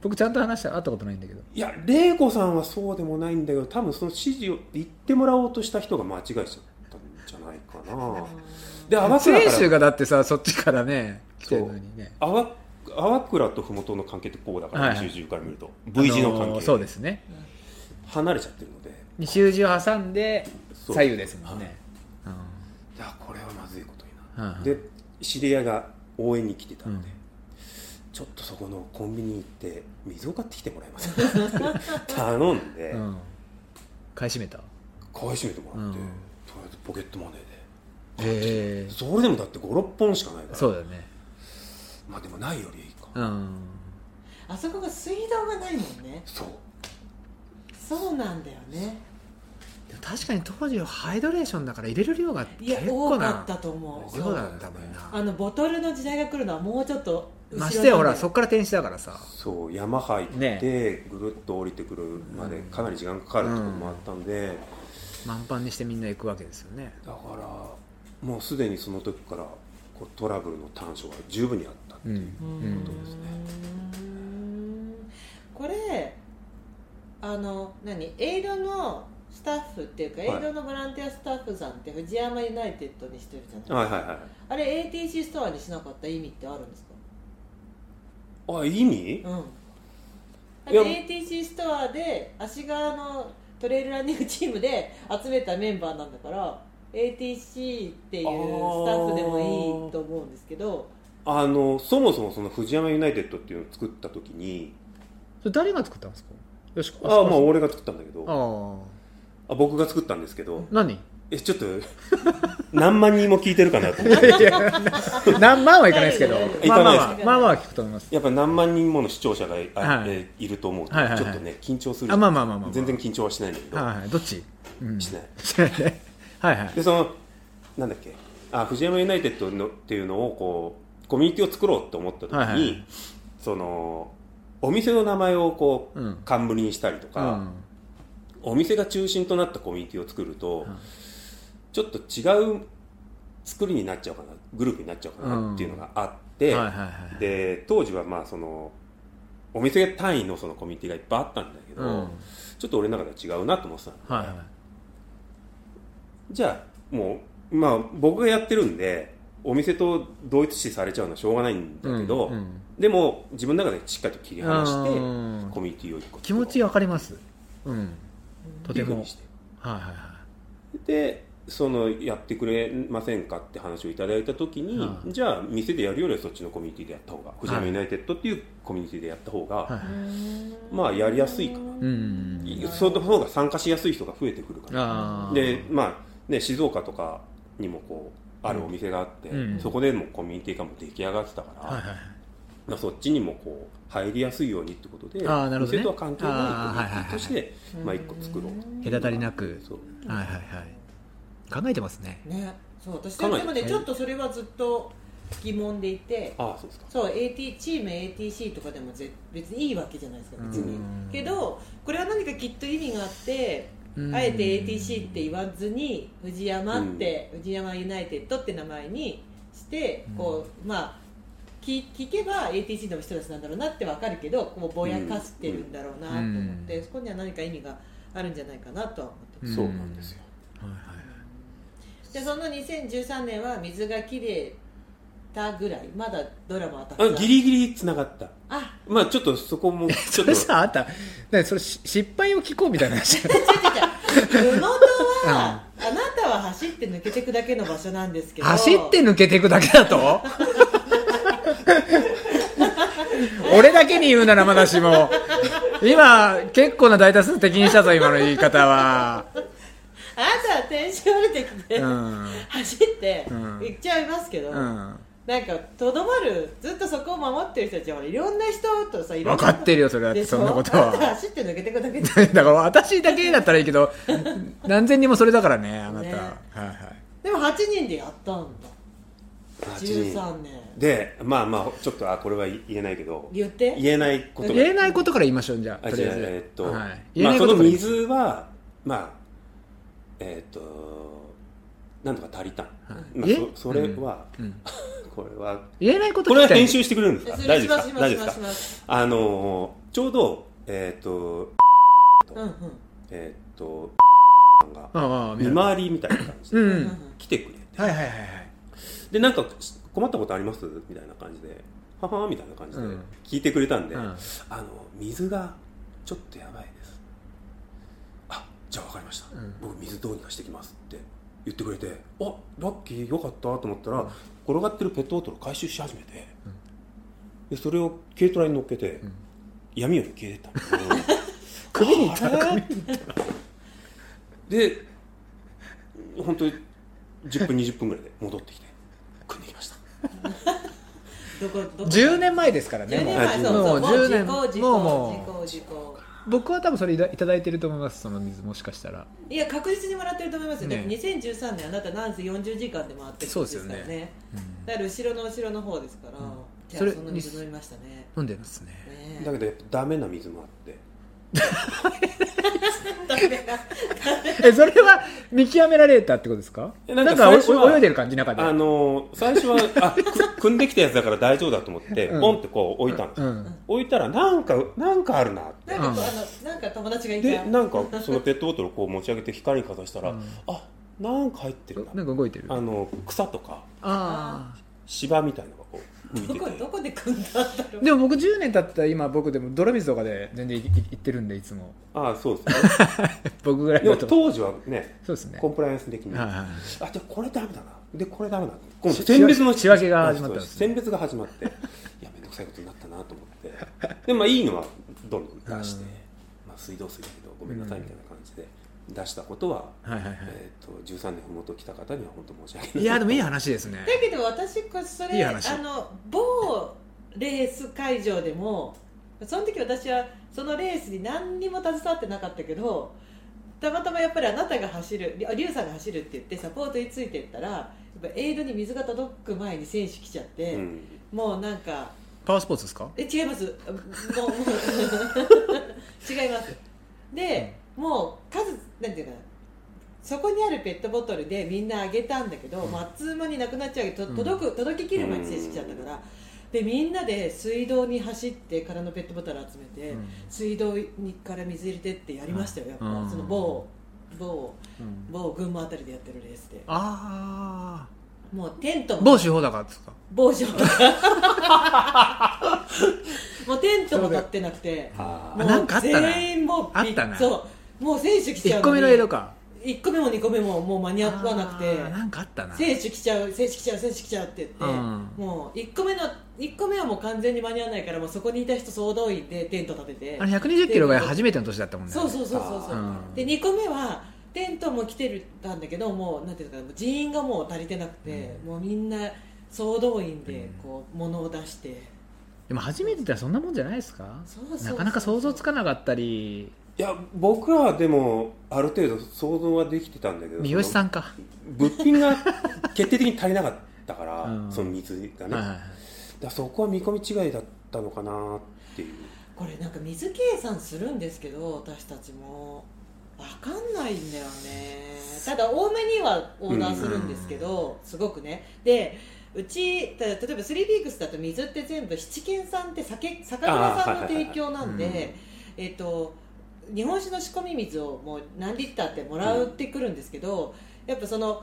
Speaker 1: 僕ちゃんと話した会ったことないんだけど
Speaker 3: いや玲子さんはそうでもないんだけど多分その指示を言ってもらおうとした人が間違えちゃったんじゃないかなで淡倉
Speaker 1: 選
Speaker 3: か
Speaker 1: 手
Speaker 3: ら
Speaker 1: がだってさそっちからね来てるのにね
Speaker 3: 淡淡倉と麓の関係ってこうだから、
Speaker 1: はいはい
Speaker 3: 西宇宙から見ると V 字の関係、
Speaker 1: あのーそうですね
Speaker 3: 離れちゃってるので
Speaker 1: 西宇治を挟んで
Speaker 3: そう
Speaker 1: 左右ですもんねうん
Speaker 3: いやこれはまずいことにな
Speaker 1: はいはい
Speaker 3: で知り合いが応援に来てたんで、
Speaker 1: うん
Speaker 3: ちょっとそこのコンビニ行って水を買ってきてもらえますか 頼んで、
Speaker 1: うん買い占めた
Speaker 3: 買い占めてもらって、
Speaker 1: うん
Speaker 3: とりあえずポケットマネーで
Speaker 1: ええ
Speaker 3: それでもだって56本しかないから
Speaker 1: そうだよね
Speaker 3: まあでもないよりいいか、
Speaker 1: うん
Speaker 2: あそこが水道がないもんね
Speaker 3: そう
Speaker 2: そうなんだよね
Speaker 1: でも確かに当時はハイドレーションだから入れる量が
Speaker 2: いや
Speaker 1: 結
Speaker 2: 多
Speaker 1: 構
Speaker 2: か
Speaker 1: な
Speaker 2: ったと思う
Speaker 1: 量だったもん
Speaker 2: あ
Speaker 1: な
Speaker 2: のボトルの時代が来るのはもうちょっと後ろ
Speaker 1: ましてやほら
Speaker 2: なんだ
Speaker 1: そ
Speaker 2: よ
Speaker 1: っから転止だからさ
Speaker 3: そう山入って、
Speaker 1: ね
Speaker 3: ぐるっと降りてくるまでかなり時間かかるところもあったんで、だ
Speaker 1: 満帆にしてみんな行くわけですよね
Speaker 3: からもうすでにその時からこうトラブルの短所は十分にあった、
Speaker 1: うん
Speaker 2: うー
Speaker 1: うん
Speaker 2: んこれあの何エイドのスタッフっていうか、
Speaker 3: はい
Speaker 2: エイドのボランティアスタッフさんって藤山ユナイテッドにしてるじゃない
Speaker 3: はいはいはい
Speaker 2: あれ ATC ストアにしなかった意味ってあるんですか
Speaker 3: あ意味
Speaker 2: うん
Speaker 3: いや
Speaker 2: ATC ストアで足側のトレイルランニングチームで集めたメンバーなんだから ATC っていうスタッフでもいいと思うんですけど
Speaker 3: あのそもそもその藤山ユナイテッドっていうのを作った時に
Speaker 1: それ誰が作ったんですかよしこ
Speaker 3: ああまあ
Speaker 1: あ
Speaker 3: 俺が作ったんだけどあ
Speaker 1: あ
Speaker 3: 僕が作ったんですけど
Speaker 1: 何
Speaker 3: えちょっと何万人も聞いてるかなと思って
Speaker 1: いや何万はいかないですけど
Speaker 2: いかない
Speaker 3: です
Speaker 1: まあまあまあまあまあ聞くと思います
Speaker 3: やっぱ何万人もの視聴者がい,あ、
Speaker 1: はい
Speaker 3: えいると思うと、
Speaker 1: はいはいはい
Speaker 3: ちょっとね緊張する
Speaker 1: あまあまあまあまあまあ
Speaker 3: 全然緊張はしないんだけど、
Speaker 1: はいはいどっちうん
Speaker 3: しない
Speaker 1: しないね はいはい
Speaker 3: でそのなんだっけあ藤山ユナイテッドのっていうのをこうコミュニティを作ろうと思った時に、
Speaker 1: はいはい
Speaker 3: そのお店の名前をこう、
Speaker 1: うん
Speaker 3: 冠にしたりとか、お店が中心となったコミュニティを作ると、
Speaker 1: ん
Speaker 3: ちょっと違う作りになっちゃうかなグループになっちゃうかなっていうのがあって、
Speaker 1: うんはいはいはい
Speaker 3: で当時はまあそのお店単位のそのコミュニティがいっぱいあったんだけど、
Speaker 1: うん
Speaker 3: ちょっと俺の中では違うなと思ってたの
Speaker 1: はいはい
Speaker 3: じゃあもうまあ僕がやってるんでお店と同一視されちゃうのはしょうがないんだけど、
Speaker 1: うんうん
Speaker 3: でも自分の中でしっかりと切り離して
Speaker 1: うん
Speaker 3: コミュニティを一個
Speaker 1: 気持ちわかりますうんと
Speaker 3: ってい
Speaker 1: て
Speaker 3: うふう
Speaker 1: も
Speaker 3: にして
Speaker 1: はいはいはい
Speaker 3: でそのやってくれませんかって話をいただいた時に、
Speaker 1: はい
Speaker 3: じゃあ店でやるよりはそっちのコミュニティでやった方が藤山ユナイテッドっていうコミュニティでやった方が、
Speaker 1: はいはい
Speaker 3: まあやりやすいかな
Speaker 1: うん
Speaker 3: その方が参加しやすい人が増えてくるから
Speaker 1: あー
Speaker 3: でまあね静岡とかにもこうあるお店があって、
Speaker 1: うん
Speaker 3: そこでもコミュニティがもう出来上がってたから、
Speaker 1: はいはい
Speaker 3: まあそっちにもこう入りやすいようにってことで、
Speaker 1: あーなるほどね
Speaker 3: 店とは関係ないコミュニテ
Speaker 1: あーはいはいはい
Speaker 3: ィとしてまあ一個作ろう
Speaker 1: 隔たりなく
Speaker 3: そう
Speaker 1: はいはいはい考えてますね
Speaker 2: ねそう私
Speaker 3: かなり
Speaker 2: でもね
Speaker 3: うん
Speaker 2: ちょっとそれはずっと疑問でいて
Speaker 3: ああそうですか
Speaker 2: そう AT チーム ATC とかでもぜ別にいいわけじゃないですか別
Speaker 1: う
Speaker 2: に
Speaker 1: ん
Speaker 2: けどこれは何かきっと意味があって
Speaker 1: うん
Speaker 2: あえて ATC って言わずに藤山って、藤山ユナイテッドって名前にしてこう、まあ聞聞けば ATC の人たちなんだろうなってわかるけどこうぼやかしてるんだろうなと思って、
Speaker 1: うん
Speaker 2: そこには何か意味があるんじゃないかなとは思ってます
Speaker 1: うん
Speaker 3: そうなんですよ
Speaker 1: はいはい
Speaker 2: でその2013年は水がきれたぐらいまだドラマはたく
Speaker 3: あ
Speaker 2: さん
Speaker 3: ギリギリつながった
Speaker 2: あ
Speaker 3: まあちょっとそこもちょ
Speaker 1: そ
Speaker 3: っと
Speaker 1: れさあったねそれし失敗を聞こうみたいな 話
Speaker 2: 違う違う違う 宇野とは、あなたは走って抜けていくだけの場所なんですけど
Speaker 1: 走って抜けていくだけだ と俺だけに言うならまだしも今結構な大多数敵にしたぞ今の言い方は
Speaker 2: あなたは天使降りてきて、
Speaker 1: うん
Speaker 2: 走って
Speaker 1: うん
Speaker 2: 行っちゃいますけど、
Speaker 1: うん
Speaker 2: なんかとどまるずっとそこを守ってる人たちはほらいろんな人とさいろん
Speaker 1: 分
Speaker 2: な
Speaker 1: かってるよそれだって
Speaker 2: でしょ
Speaker 1: そんなこと
Speaker 2: あなた
Speaker 1: は
Speaker 2: 走って抜けていくだ けで
Speaker 1: だから私だけだったらいいけど何千人もそれだからねあなた、
Speaker 2: ね
Speaker 1: はいはい
Speaker 2: でも8人でやったんだ
Speaker 3: 8人
Speaker 2: 13年
Speaker 3: でまあまあちょっとあこれは言えないけど
Speaker 2: 言って
Speaker 3: 言えないことが
Speaker 1: 言えないことから言いましょうじゃあ
Speaker 3: あ
Speaker 1: と
Speaker 3: じ
Speaker 1: り
Speaker 3: ゃ
Speaker 1: あ
Speaker 3: あ
Speaker 1: えず
Speaker 3: えーっと、
Speaker 1: はい、言え
Speaker 3: ま
Speaker 1: な
Speaker 3: あ、
Speaker 1: い
Speaker 3: そ
Speaker 1: こと
Speaker 3: の
Speaker 1: から言いまし
Speaker 3: 水はまあえーっとなんとか足りた、まあ
Speaker 1: え、
Speaker 3: そそれは、
Speaker 1: うんうん
Speaker 3: これは
Speaker 1: 言えないこと
Speaker 3: これは
Speaker 1: 聞きたい
Speaker 3: 編集してくれるんですか
Speaker 2: そ
Speaker 3: 大
Speaker 2: れ
Speaker 3: 丈
Speaker 2: し
Speaker 3: 夫
Speaker 2: ま
Speaker 3: です
Speaker 2: し
Speaker 3: か
Speaker 2: ます
Speaker 3: 大丈
Speaker 2: し
Speaker 3: 夫
Speaker 2: ま
Speaker 3: ですす
Speaker 2: します
Speaker 3: かあのーちょうどえーっと
Speaker 2: うんうん
Speaker 3: えーっとが
Speaker 1: ああああ
Speaker 3: 見回りみたいな感じ
Speaker 1: う
Speaker 3: で
Speaker 2: うんうん
Speaker 1: ん
Speaker 3: 来てくれて
Speaker 1: はいはいはいはい
Speaker 3: でなんか困ったことありますみたいな感じでははみたいな感じで
Speaker 1: うん
Speaker 3: 聞いてくれたんで、
Speaker 1: うん
Speaker 3: あの水がちょっとやばいですあじゃあ分かりました、
Speaker 1: うん
Speaker 3: 僕水どうにかしてきますって言ってくれてあラッキーよかったと思ったら転がってるペットボトルを回収し始めて、でそれを軽トラに乗っけて、
Speaker 1: ん
Speaker 3: 闇夜に消えてったんだけど
Speaker 1: 首にいった
Speaker 3: あれで本当に10分20分ぐらいで戻ってきて組んできました
Speaker 2: どこどこ
Speaker 1: 10年前ですからね
Speaker 2: 10
Speaker 1: も
Speaker 2: 年
Speaker 1: う
Speaker 2: 前そうそう
Speaker 1: もう10年
Speaker 2: もう事故事故
Speaker 1: もうも
Speaker 2: 事故事故
Speaker 1: 僕は多分それいたいただいてると思いますその水もしかしたら
Speaker 2: いや確実にもらってると思いますよ、
Speaker 1: ね
Speaker 2: ね、2013年あなたなんせ40時間で回ってるんですか
Speaker 1: そう
Speaker 2: ら
Speaker 1: で
Speaker 2: ね
Speaker 1: すよ
Speaker 2: だから後ろの後ろの方ですから、じゃ
Speaker 1: そ
Speaker 2: あ
Speaker 1: れ
Speaker 2: その水飲みましたね
Speaker 1: 飲んでますね
Speaker 2: ね
Speaker 3: だけどやっぱダメな水もあって
Speaker 2: ダメ だ
Speaker 1: えそれは見極められたってことですか
Speaker 3: え
Speaker 1: な
Speaker 3: なんん
Speaker 1: か
Speaker 3: か
Speaker 1: お
Speaker 3: 最初は
Speaker 1: お泳いでる感じ中で
Speaker 3: あのー最初はあく 組んできたやつだから大丈夫だと思って、
Speaker 1: うん
Speaker 3: ポンってこう置いたんです
Speaker 1: う
Speaker 3: よ、
Speaker 1: ん
Speaker 3: 置いたらなんかなんかあるなって
Speaker 2: なんかこうあのなんか友達がいた
Speaker 3: でなんかそのペットボトルをこう持ち上げて光にかざしたら、
Speaker 1: うん
Speaker 3: あなんか入ってる
Speaker 1: な
Speaker 3: なん
Speaker 1: か動いてる
Speaker 3: あの草とか
Speaker 1: あ
Speaker 3: 芝みたいのがこう浮 い
Speaker 2: ど
Speaker 3: て
Speaker 2: こど
Speaker 3: て
Speaker 2: こで組んだんだろ
Speaker 1: あ
Speaker 2: う
Speaker 1: でも僕10年経った今僕でも泥水とかで全然いい行ってるんでいつも
Speaker 3: ああそうですね
Speaker 1: 僕ぐらい
Speaker 3: でも
Speaker 1: だと
Speaker 3: 当時はね
Speaker 1: そうですね
Speaker 3: コンプライアンス的に、
Speaker 1: はいはい
Speaker 3: あじゃあこれダメだなでこれダメだな今
Speaker 1: し
Speaker 3: 度選別の
Speaker 1: 仕分けが始まったんですね
Speaker 3: そう選別が始まっていやめんどくさいことになったなと思ってでまあいいのはどんどん出して、まあ、水道水だけどごめんなさいみたいな感じで出したことは、
Speaker 1: はいはいはい
Speaker 3: えー、と13年ふもと来た方には本当申し訳ない
Speaker 1: いやでもいい話ですね
Speaker 2: だけど私こそれ
Speaker 1: いい
Speaker 2: あ
Speaker 1: 話
Speaker 2: の某レース会場でもその時私はそのレースに何にも携わってなかったけどたまたまやっぱりあなたが走るりあリュウさんが走るって言ってサポートについてったらやっぱエイドに水が届く前に選手来ちゃって、
Speaker 3: うん
Speaker 2: もうなんか
Speaker 1: パワースポーツですか
Speaker 2: え違いますもうもう 違いますで、もう数なんていうかなそこにあるペットボトルでみんなあげたんだけど、
Speaker 1: うん
Speaker 2: まああっという間になくなっちゃうけどと
Speaker 1: うん
Speaker 2: 届く届ききる前に正式ちゃったから、でみんなで水道に走って空のペットボトル集めて、
Speaker 1: うん
Speaker 2: 水道にから水入れてってやりましたよやっぱ、
Speaker 1: うん
Speaker 2: その某某
Speaker 1: うん
Speaker 2: 某群馬あたりでやってるレースで
Speaker 1: あ
Speaker 2: もうテント
Speaker 1: あ
Speaker 2: も
Speaker 1: 某司法だからですか
Speaker 2: 某所 もうテントも立ってなくて
Speaker 3: あ
Speaker 1: あ
Speaker 3: ー
Speaker 2: もう
Speaker 1: なんかあったな
Speaker 2: 全員もう
Speaker 1: あったな
Speaker 2: そうもう選手来ちゃう
Speaker 1: 1個目のエイド
Speaker 2: か
Speaker 1: か
Speaker 2: 1個目も2個目ももう間に合わなくて
Speaker 1: あーなんかあったな
Speaker 2: 選手来ちゃう選手来ちゃう選手来ちゃうって言って、
Speaker 1: うん
Speaker 2: もう1個目の一個目はもう完全に間に合わないからもうそこにいた人総動員でテント立てて
Speaker 1: あれ120キロが初めての年だったもんね
Speaker 2: そうそうそうそうそう、
Speaker 1: あー
Speaker 2: で2個目はテントも来てるたんだけどもうなんていうのかな人員がもう足りてなくて、もうみんな総動員でこう物を出して、
Speaker 1: でも初めてってそんなもんじゃないですか
Speaker 2: そうそうそう
Speaker 1: なかなか想像つかなかったり
Speaker 3: いや僕らはでもある程度想像はできてたんだけど
Speaker 1: 三好さ
Speaker 3: ん
Speaker 1: んか、
Speaker 3: 物品が決定的に足りなかったから、
Speaker 1: うん
Speaker 3: その水がね、
Speaker 1: はい
Speaker 3: だ
Speaker 1: は
Speaker 3: か
Speaker 1: い
Speaker 3: らそこは見込み違いだったのかなっていう
Speaker 2: これなんか水計算するんですけど私たちもわかんないんだよねただ多めにはオーダーするんですけど、すごくねでうちた例えば3ビークスだと水って全部七軒さんって酒酒蔵さんの提供なん
Speaker 1: あーはいはいはい
Speaker 2: でえっと日本酒の仕込み水をもう何リッターってもらうってくるんですけど、やっぱその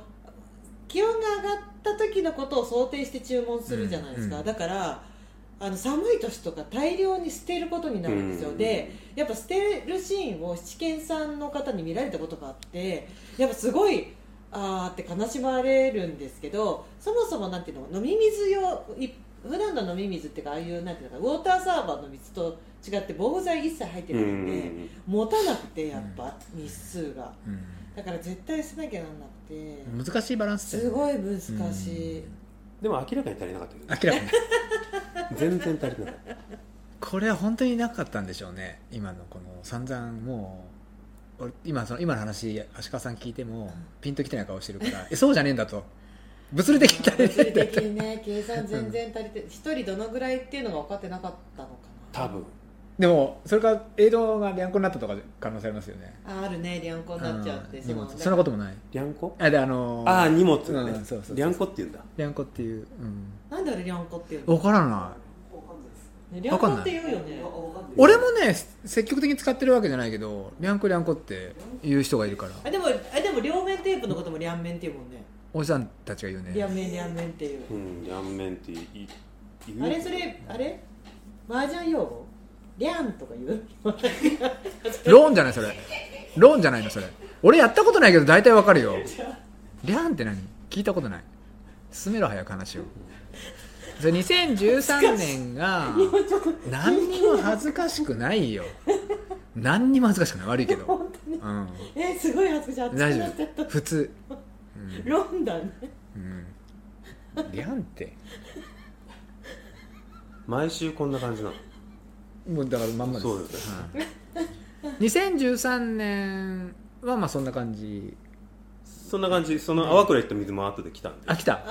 Speaker 2: 気温が上がった時のことを想定して注文するじゃないですか、
Speaker 1: うんうん
Speaker 2: だからあの寒い年とか大量に捨てることになるんですよ、
Speaker 3: うん
Speaker 2: でやっぱ捨てるシーンを七軒さんの方に見られたことがあってやっぱすごいあーって悲しまれるんですけどそもそもなんていうの飲み水用い普段の飲み水っていうかああいうなんていうのかウォーターサーバーの水と違って防腐剤一切入ってないんで、
Speaker 3: うん
Speaker 2: 持たなくてやっぱ日数が
Speaker 1: う
Speaker 2: だから絶対捨てなきゃなんなくて、
Speaker 1: ん、難しいバランス
Speaker 2: すご
Speaker 1: い
Speaker 2: い難しい、
Speaker 3: でも明らかに足りなかったけ ど
Speaker 1: 明らかに
Speaker 3: 全然足りなかった
Speaker 1: これは本当になかったんでしょうね今のこの散々もう俺今その今の話足利さん聞いてもピンときてない顔してるから えそうじゃねえんだと物理的に 足りないん だ
Speaker 2: 物理的にね計算全然足りて一人どのぐらいっていうのが分かってなかったのかな
Speaker 3: 多分
Speaker 1: でもそれから映像が良好になったとか可能性ありますよね
Speaker 2: ああるねリャンコになっちゃうって
Speaker 1: うん
Speaker 2: そ
Speaker 1: で
Speaker 2: の
Speaker 1: もそんなこともない
Speaker 3: リャンコ
Speaker 1: あであの
Speaker 3: ああ荷物
Speaker 1: う
Speaker 3: ね、
Speaker 1: んそうそうそう
Speaker 3: リャンコって言うんだ
Speaker 1: りゃんこっていう、うん、
Speaker 2: なんであれリャンコっていうの
Speaker 1: 分からない
Speaker 2: ねリャンコって言うよね
Speaker 1: 俺もね積極的に使ってるわけじゃないけどりゃんこりゃんこって言う人がいるから
Speaker 2: あでもあでも両面テープのことも両面っていうもんね
Speaker 1: おじさんたちが言う
Speaker 2: 両
Speaker 1: ね
Speaker 2: 面両面っていう
Speaker 3: うんリャンメンって言い言う
Speaker 2: あれそれあれ麻雀用語リャンとか言 う
Speaker 1: ローンじゃないそれローンじゃないのそれ俺やったことないけど大体わかるよりゃんって何聞いたことない進めろ早く話をそれ2013年が何にも恥ずかしくないよ何にも恥ずかしくない悪いけど、
Speaker 2: 本当に
Speaker 1: うん、
Speaker 2: えすごい恥ずかしい
Speaker 1: 大丈
Speaker 2: 熱くなっちゃった
Speaker 1: 夫普通
Speaker 2: ロンだね
Speaker 1: うんりゃんって
Speaker 3: 毎週こんな感じなの
Speaker 1: もうだからまんまです
Speaker 3: そうですね
Speaker 1: はい、2013年はまあそんな感じ
Speaker 3: そんな感じその淡倉行った水も後で来たんで
Speaker 1: あ来た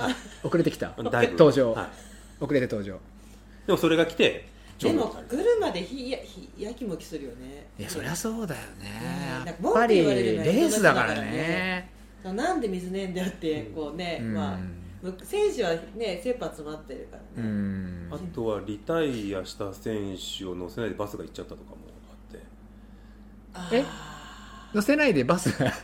Speaker 1: 遅れてきた
Speaker 3: だいぶ
Speaker 1: 登場
Speaker 3: はい、
Speaker 1: 遅れて登場
Speaker 3: でもそれが来て
Speaker 2: で
Speaker 3: 長
Speaker 2: も
Speaker 3: 男
Speaker 2: 来るまでひやひやきもきするよね
Speaker 1: いやそりゃそうだよ
Speaker 2: うん
Speaker 1: ね
Speaker 2: な
Speaker 1: や
Speaker 2: んか
Speaker 1: っぱり
Speaker 2: 文句言われる
Speaker 1: レ
Speaker 2: のは人
Speaker 1: ースだから
Speaker 2: だから
Speaker 1: ね
Speaker 2: ねなんで水ねえんだよってこうね、
Speaker 1: うん
Speaker 2: まあ選手はね切羽詰まってるから
Speaker 1: う
Speaker 2: ね、
Speaker 1: ん
Speaker 3: あとはリタイアした選手を乗せないでバスが行っちゃったとかもあ
Speaker 2: あ
Speaker 1: え
Speaker 2: あ
Speaker 1: 乗せないでバスが
Speaker 3: って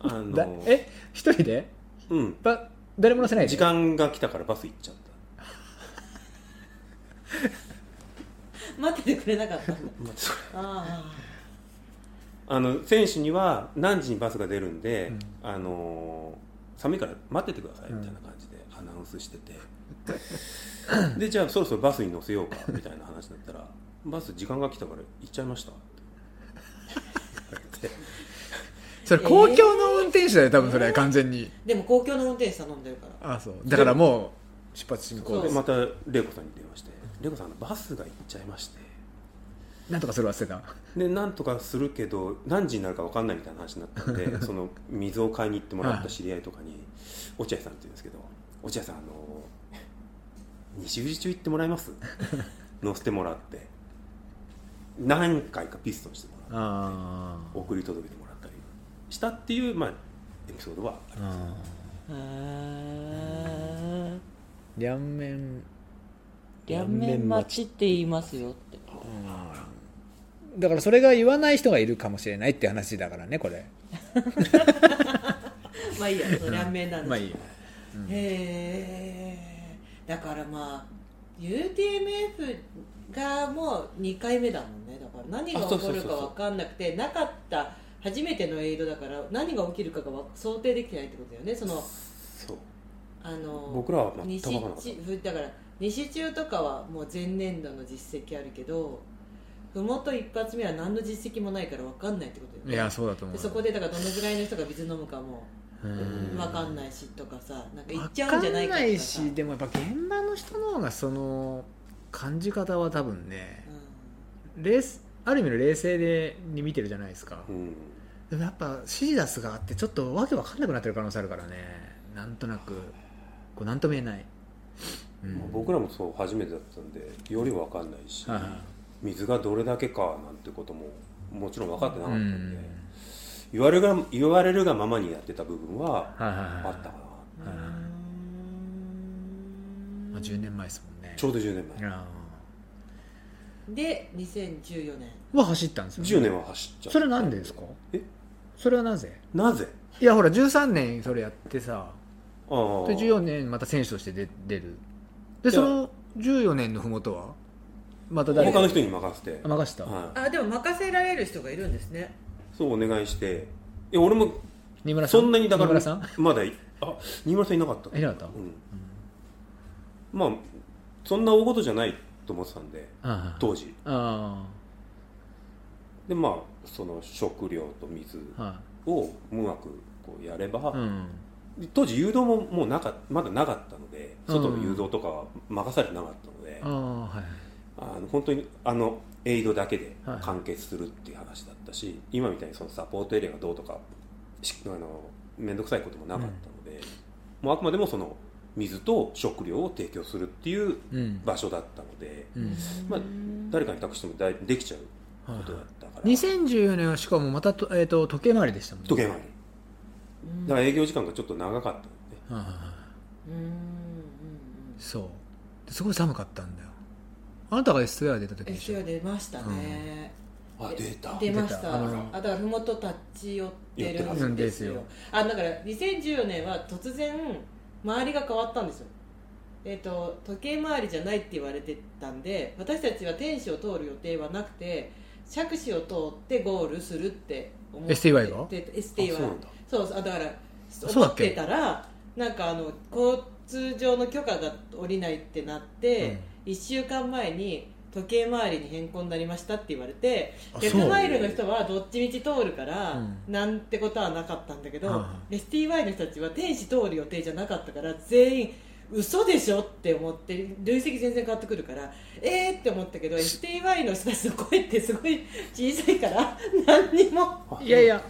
Speaker 3: あの
Speaker 1: だえ一人で
Speaker 3: うん
Speaker 1: ば誰も乗せないで
Speaker 3: 時間が来たからバス行っちゃった
Speaker 2: 待っててくれなかったんだ
Speaker 3: まあそれ
Speaker 2: あ
Speaker 3: あの選手には何時にバスが出るんで、
Speaker 1: うん
Speaker 3: あのー寒いから待っててくださいみたいな感じでアナウンスし てて、でじゃあそろそろバスに乗せようかみたいな話だったらバス時間が来たから行っちゃいましたって言われて
Speaker 1: それ公共の運転手だよ多分それ完全に
Speaker 2: でも公共の運転手さん飲んでるから
Speaker 1: あそうだからもう出発進行
Speaker 2: そ
Speaker 1: で
Speaker 2: う
Speaker 3: ですまた玲子さんに電話して「玲子さんあのバスが行っちゃいまして
Speaker 1: なんとかそれ忘れた
Speaker 3: でなんとかするけど何時になるか分かんないみたいな話になった んでその水を買いに行ってもらった知り合いとかに落合さんって言うんですけど「落合さんあの西富士中行ってもらえます 乗せてもらって何回かピストンしてもらって
Speaker 1: あー
Speaker 3: 送り届けてもらったりしたっていう、まあ、エピソードはあります
Speaker 1: あ
Speaker 2: あー
Speaker 1: ー両面
Speaker 2: 両面待ちって言いますよって
Speaker 1: だからそれが言わない人がいるかもしれないって話だからねこれ
Speaker 2: まあいいや両面なんで
Speaker 1: まあいいよ
Speaker 2: へえだからまあ UTMF がもう2回目だもんねだから何が
Speaker 3: あそう
Speaker 2: 起こ
Speaker 3: そうそう
Speaker 2: る
Speaker 3: そ
Speaker 2: か
Speaker 3: う
Speaker 2: 分かんなくてなかった初めてのエイドだから何が起きるかがわ想定できてないってことだよねその
Speaker 3: そう
Speaker 2: あの
Speaker 3: 僕らは全く
Speaker 2: 西
Speaker 3: 分からなかっ
Speaker 2: 中だから西中とかはもう前年度の実績あるけど麓一発目は何の実績もないから分かんないってことだよ
Speaker 1: い
Speaker 2: ね
Speaker 1: やそうだと思
Speaker 2: で
Speaker 1: う
Speaker 2: そこでだからどのぐらいの人が水飲むかも
Speaker 1: うん
Speaker 2: 分かんないしとかさなんか行
Speaker 1: わ
Speaker 2: っちゃうんじゃないか
Speaker 1: か
Speaker 2: と
Speaker 1: んな
Speaker 2: かさ
Speaker 1: いしでもやっぱ現場の人の方がその感じ方は多分ね
Speaker 2: う
Speaker 1: レースある意味の冷静でに見てるじゃないですか、
Speaker 3: た、うん、
Speaker 1: でもやっぱ指示出すがあってちょっとわけわかんなくなってる可能性あるからねなんとなくこうなんとも言えない、うん
Speaker 3: まあ僕らもそう初めてだったんでより分かんないし、
Speaker 1: はいはい
Speaker 3: 水がどれだけかなんてことももちろん分かってなかったんで、
Speaker 1: うん
Speaker 3: 言われるが言われるがままにやってた部分は
Speaker 1: はいはいはい
Speaker 3: あったかな、
Speaker 2: ん
Speaker 1: はいはいまあ、10年前ですもんね
Speaker 3: ちょうど10年前、
Speaker 1: あ
Speaker 2: で2014年
Speaker 1: ーは走ったんですよ、ね、
Speaker 3: 10年は走っちゃった
Speaker 1: それなんでですか
Speaker 3: え
Speaker 1: それはなぜ
Speaker 3: なぜ
Speaker 1: いやほら13年それやってさ
Speaker 3: ああ
Speaker 1: で14年また選手として出出るで
Speaker 3: いや
Speaker 1: その14年のふもとはまた誰
Speaker 3: 他の人に任せて
Speaker 1: あ、任せた、
Speaker 3: はい、
Speaker 2: あでも任せられる人がいるんですね
Speaker 3: そうお願いしていや俺も
Speaker 1: 二村さん
Speaker 3: そんなにだか
Speaker 1: 二
Speaker 3: ら
Speaker 1: 村さん
Speaker 3: まだいあ新村さんいなかった
Speaker 1: いなかった、
Speaker 3: うん、まあそんな大事じゃないと思ってたんで
Speaker 1: ああ
Speaker 3: 当時
Speaker 1: あ
Speaker 3: でまあその食料と水
Speaker 1: あは
Speaker 3: をうまくこうやれば、
Speaker 1: い、うん、
Speaker 3: 当時誘導ももうなかまだなかったので
Speaker 1: うん
Speaker 3: 外の誘導とかは任されてなかったので、
Speaker 1: ああはい
Speaker 3: あの本当にあのエイドだけで
Speaker 1: はい
Speaker 3: 完結するっていう話だったし、今みたいにそのサポートエリアがどうとかしあの面倒くさいこともなかったので、もうあくまでもその水と食料を提供するっていう
Speaker 1: うん
Speaker 3: 場所だったので、
Speaker 1: うん
Speaker 3: まあ誰かに託してもだいできちゃうことだったから、
Speaker 1: 2014年はしかもまたと、えー、と時計回りでしたもんね
Speaker 3: 時計回り
Speaker 2: うん
Speaker 3: だから営業時間がちょっと長かったので、
Speaker 1: はいはいはい
Speaker 2: うんうん
Speaker 1: そうですごい寒かったんだよあなたが STR 出た時
Speaker 2: うん
Speaker 1: でしょ
Speaker 2: SEO 出ましたね、
Speaker 3: あ出た
Speaker 2: 出まし
Speaker 1: 出
Speaker 2: た
Speaker 1: たあ
Speaker 2: あ
Speaker 1: の
Speaker 2: だからふもと立ち寄ってるんですよ
Speaker 1: うん
Speaker 2: あだから2014年は突然周りが変わったんですよえっ、と時計回りじゃないって言われてたんで私たちは天使を通る予定はなくて釈子を通ってゴールするって思って
Speaker 1: STY が
Speaker 2: で
Speaker 3: あ
Speaker 2: STY
Speaker 3: そうなんだ
Speaker 2: そうそうあだから
Speaker 1: そう
Speaker 2: 思
Speaker 1: だっ
Speaker 2: っ
Speaker 1: け
Speaker 2: てたらなんかあの交通上の許可が下りないってなって、1週間前に時計回りに変更になりましたって言われて
Speaker 1: あ
Speaker 2: 逆
Speaker 1: そう
Speaker 2: マイルの人はどっちみち通るから、
Speaker 1: うん
Speaker 2: なんてことはなかったんだけど、
Speaker 1: はいは
Speaker 2: STY の人たちは天使通る予定じゃなかったから全員嘘でしょって思って累積全然変わってくるからえーって思ったけど STY の人たちの声ってすごい小さいから 何にも
Speaker 1: いやいや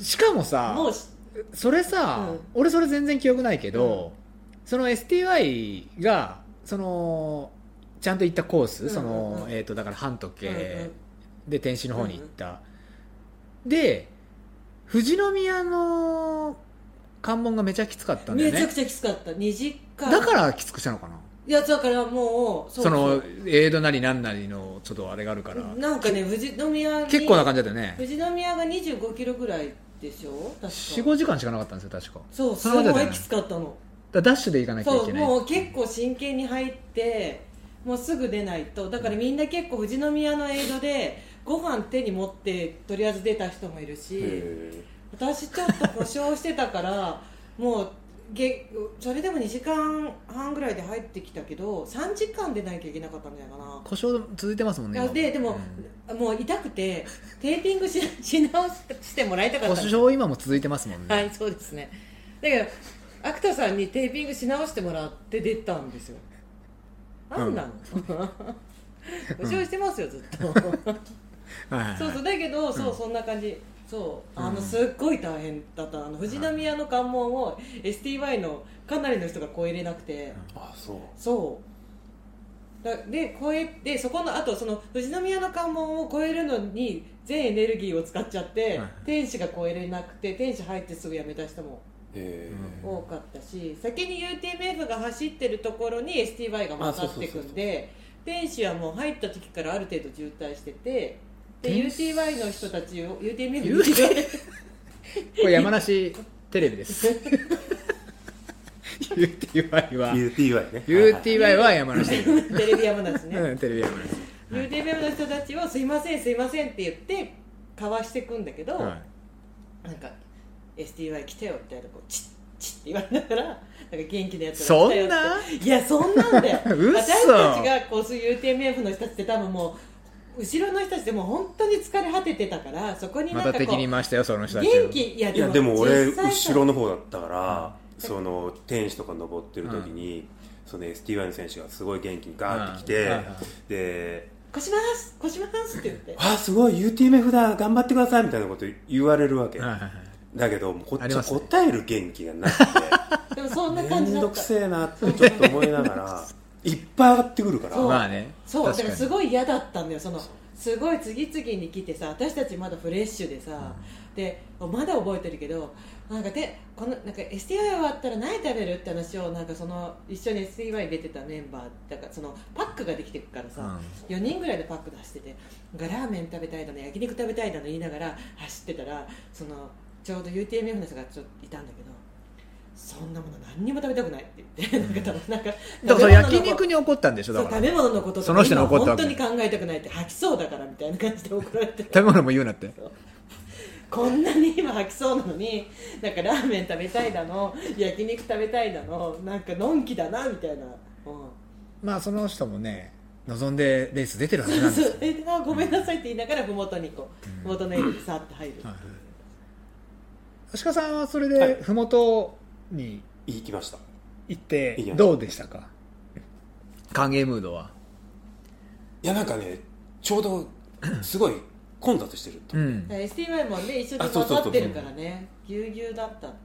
Speaker 1: しかもさ
Speaker 2: もうし
Speaker 1: それさ、
Speaker 2: うん
Speaker 1: 俺それ全然記憶ないけど、その STY がそのちゃんと行ったコース、
Speaker 2: うんうん
Speaker 1: そのえっ、とだから半時計、
Speaker 2: うんうん
Speaker 1: で天使の方に行った、で富士宮の関門がめちゃきつかったんだよ
Speaker 2: めちゃ
Speaker 1: ね
Speaker 2: くちゃきつかった2時間
Speaker 1: だからきつくしたのかない
Speaker 2: やだからもう
Speaker 1: そうのエイドなりなんなりのちょっとあれがあるから
Speaker 2: なんかね富士宮に
Speaker 1: 結構な感じだったよね
Speaker 2: 富士宮が2 5キロぐらいでしょ確か
Speaker 1: 45時間しかなかったんですよ確かだか
Speaker 2: そうす
Speaker 1: それまでだ
Speaker 2: ご
Speaker 1: よ
Speaker 2: い
Speaker 1: ね
Speaker 2: きつかったの
Speaker 1: らダッシュで行かなきゃい
Speaker 2: そ
Speaker 1: け
Speaker 2: う
Speaker 1: ない
Speaker 2: もう結構真剣に入ってもうすぐ出ないとだからみんな結構富士宮のエイドでご飯手に持ってとりあえず出た人もいるし
Speaker 3: へ
Speaker 2: 私ちょっと故障してたからもうげそれでも2時間半ぐらいで入ってきたけど3時間でないきゃいけなかったんじゃないかな
Speaker 1: 故障続いてますもんね
Speaker 2: いや
Speaker 1: 今
Speaker 2: ででも
Speaker 1: うん、
Speaker 2: もう痛くてテーピングしし直してもらいたかっ
Speaker 1: 故
Speaker 2: た
Speaker 1: 障今も続いてますもんね、
Speaker 2: はいそうですねだけどアクタさんにテーピングし直してもらって出たんですよなんなの、 故障してますよずっと
Speaker 1: はいはいはい
Speaker 2: そうそうだけどそう、そんな感じそうあのすっごい大変だったあの富士宮の関門を STY のかなりの人が越えれなくて、
Speaker 3: あそう
Speaker 2: そうだで越えてそこのあとその富士宮の関門を越えるのに全エネルギーを使っちゃって、
Speaker 1: はい
Speaker 2: 天使が越えれなくて天使入ってすぐ辞めた人も
Speaker 3: ええ
Speaker 2: 多かったし先に UTMF が走ってるところに STY が混ざってくんで天使はもう入った時からある程度渋滞しててで
Speaker 1: 天
Speaker 2: UTY の人たちを UTMF
Speaker 1: 言う
Speaker 2: に
Speaker 1: これ山梨テレビです UTY は
Speaker 3: UTY ね
Speaker 1: UTY は山梨テレビ
Speaker 2: テレビ山なんです ね
Speaker 1: うんテレビ山梨
Speaker 2: UTMF の人たちを「すいませんすいません」って言ってかわしていくんだけど、
Speaker 1: はい
Speaker 2: なんか「STY 来てよ」みたいなこうチッチッって言われながらなんか元気なやつが
Speaker 1: そ
Speaker 2: 来たよ
Speaker 1: ん
Speaker 2: って
Speaker 1: ない
Speaker 2: やそんなんだよ
Speaker 1: 嘘
Speaker 2: 私たちがこうそういう UTMF の人たちって多分もう後ろの人たちでもう本当に疲れ果ててたからそこに
Speaker 1: ま
Speaker 2: なん
Speaker 1: た
Speaker 2: かこ
Speaker 1: 敵にいうましたよその人たちを
Speaker 2: 元気いや
Speaker 3: いやでも俺
Speaker 2: 実際さ
Speaker 3: 後ろの方だったから、その天使とか登ってる時に、その STY の選手がすごい元気にガーって来て、
Speaker 1: うんはいはい
Speaker 3: で
Speaker 2: こしますこしますって言って
Speaker 3: あすごい UTMF だ頑張ってくださいみたいなこと言われるわけ、
Speaker 1: はいはいはい
Speaker 3: だけどもうこ
Speaker 1: あ
Speaker 3: っ
Speaker 1: り
Speaker 3: ち
Speaker 1: ま
Speaker 3: は
Speaker 1: すね
Speaker 3: 答える元気がなく
Speaker 2: でも そんな
Speaker 3: てめ
Speaker 2: 感じ
Speaker 3: ん
Speaker 2: だ
Speaker 3: ど
Speaker 2: っ
Speaker 3: く
Speaker 2: た
Speaker 3: せえなってちょっと思いなが らいっぱい上がってくるから
Speaker 2: そう
Speaker 1: まあね
Speaker 2: そう
Speaker 1: 確
Speaker 2: で
Speaker 1: か
Speaker 2: も
Speaker 1: に
Speaker 2: すごい嫌だったんだよそのすごい次々に来てさ私たちまだフレッシュでさ、でまだ覚えてるけどなんかでこのなんか STY 終わったら何食べるって話をなんかその一緒に STY に出てたメンバーだからそのパックができてくからさ、4人ぐらいでパック出しててなんかラーメン食べたいだの焼肉食べたいだの言いながら走ってたらそのちょうど UTMF の人がちょっといたんだけどそんなもの何にも食べたくないって言ってなんか多分なんか
Speaker 1: だからそれ焼肉
Speaker 2: に
Speaker 1: に怒ったんでしょ
Speaker 2: そ
Speaker 1: だ
Speaker 2: う
Speaker 1: から
Speaker 2: 食べ物のこととか
Speaker 1: その人に怒ったわ
Speaker 2: 本
Speaker 1: け
Speaker 2: 当に考えたくないって吐きそうだからみたいな感じで怒られて
Speaker 1: 食べ物も言うなって
Speaker 2: こんなに今吐きそうなのになんかラーメン食べたいだの焼肉食べたいだのなんかのんきだなみたいな。うん
Speaker 1: まあその人もね望んでレース出てるはずなんです
Speaker 2: そ
Speaker 1: よ
Speaker 2: う えあごめんなさいって言いながら麓にこう麓のエリアにさっと入る、
Speaker 1: はい足利さんはそれ
Speaker 3: はい
Speaker 1: で麓に
Speaker 3: 行きました
Speaker 1: 行って
Speaker 3: 行きました
Speaker 1: どうでしたか歓迎ムードはい
Speaker 3: やなんかねちょうどすごい混雑してると
Speaker 1: う、ん
Speaker 2: STY もね一緒に
Speaker 3: あそ
Speaker 2: 混
Speaker 3: うそうそう
Speaker 2: ざ
Speaker 3: そう
Speaker 2: ってるからねぎゅうぎゅうだったんだ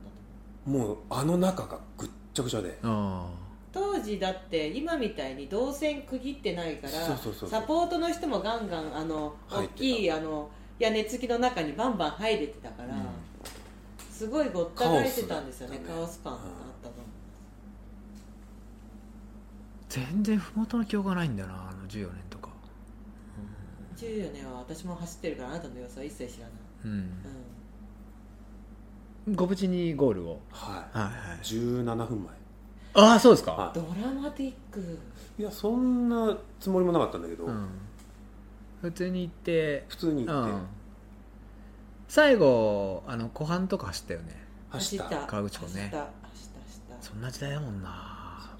Speaker 3: もうあの中がぐっちゃぐちゃで
Speaker 1: あ
Speaker 2: 当時だって今みたいに動線区切ってないから
Speaker 3: そうそうそう
Speaker 2: サポートの人もガンガンあの
Speaker 3: 入
Speaker 2: 大
Speaker 3: ってた
Speaker 2: きいあの屋根付きの中にバンバン入れてたから、
Speaker 1: うん
Speaker 2: すごいごった返してたんですよね
Speaker 3: カ
Speaker 2: カ
Speaker 3: オ
Speaker 2: オ
Speaker 3: ス
Speaker 2: ス
Speaker 3: だ
Speaker 2: 感
Speaker 3: っ
Speaker 2: あ
Speaker 3: た
Speaker 2: っ
Speaker 3: ね
Speaker 2: たの、
Speaker 1: 全然麓の記憶がないんだよなあの14年とか
Speaker 2: 14年は私も走ってるからあなたの様子は一切知らない、
Speaker 1: うん
Speaker 2: うん
Speaker 1: ご無事にゴールを
Speaker 3: はい
Speaker 1: はいはい
Speaker 3: 17分前
Speaker 1: ああそうですか、
Speaker 3: は
Speaker 2: ドラマティック
Speaker 3: いやそんなつもりもなかったんだけど、
Speaker 1: うん、普通に行って
Speaker 3: 普通に行って、
Speaker 1: うん、最後あの湖畔とか走ったよね
Speaker 3: 走った
Speaker 1: 河口湖ね
Speaker 2: 走った走った走っ
Speaker 1: そんな時代だもんな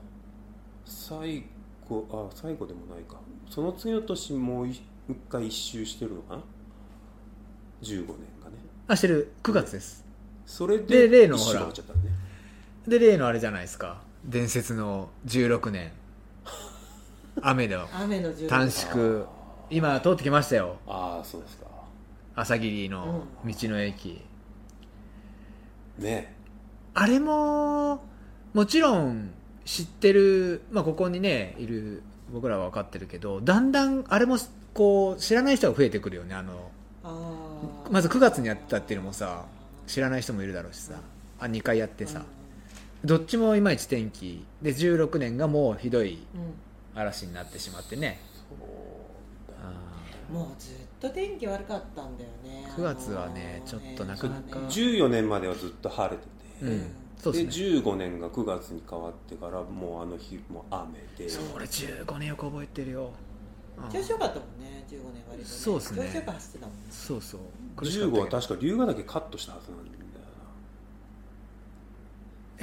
Speaker 3: 最後あ最後でもないかその次の年もういもう一回一周してるのかな15年かね
Speaker 1: あしてる9月です
Speaker 3: それ
Speaker 1: で
Speaker 3: で
Speaker 1: 例の
Speaker 3: 一
Speaker 1: ほ
Speaker 3: 周
Speaker 1: ら
Speaker 3: 回っちゃったのね
Speaker 1: で例のあれじゃないですか伝説の16年雨の
Speaker 2: た雨の重
Speaker 1: 短縮今通ってきましたよ
Speaker 3: ああそうですか
Speaker 1: 朝霧の道の駅、
Speaker 3: ね
Speaker 1: あれももちろん知ってる、まあ、ここにねいる僕らは分かってるけどだんだんあれもこう知らない人が増えてくるよねあの
Speaker 2: あー
Speaker 1: まず9月にやってたっていうのもさ知らない人もいるだろうしさあ2回やってさどっちもいまいち天気で16年がもうひどい
Speaker 2: うんうん
Speaker 1: 嵐になってしまってね
Speaker 3: そうだ
Speaker 1: あ
Speaker 2: もうずっと天気悪かったんだよね
Speaker 1: 9月はね
Speaker 2: あの
Speaker 1: ちょっとなかなか
Speaker 2: 映画ね
Speaker 3: 14年まではずっと晴れて
Speaker 1: ーう
Speaker 3: て、
Speaker 1: んそうですね
Speaker 3: 15年が9月に変わってからもうあの日も雨で
Speaker 1: そう俺15年よく覚えてるようん
Speaker 2: 調子よかったもんね15年割と
Speaker 1: そうっすね
Speaker 2: 調子よく走ってたもんね
Speaker 1: そうそう苦しかっ
Speaker 3: 15
Speaker 1: た
Speaker 3: は
Speaker 1: けど
Speaker 3: 確か龍ヶ岳カットしたはずなんだよ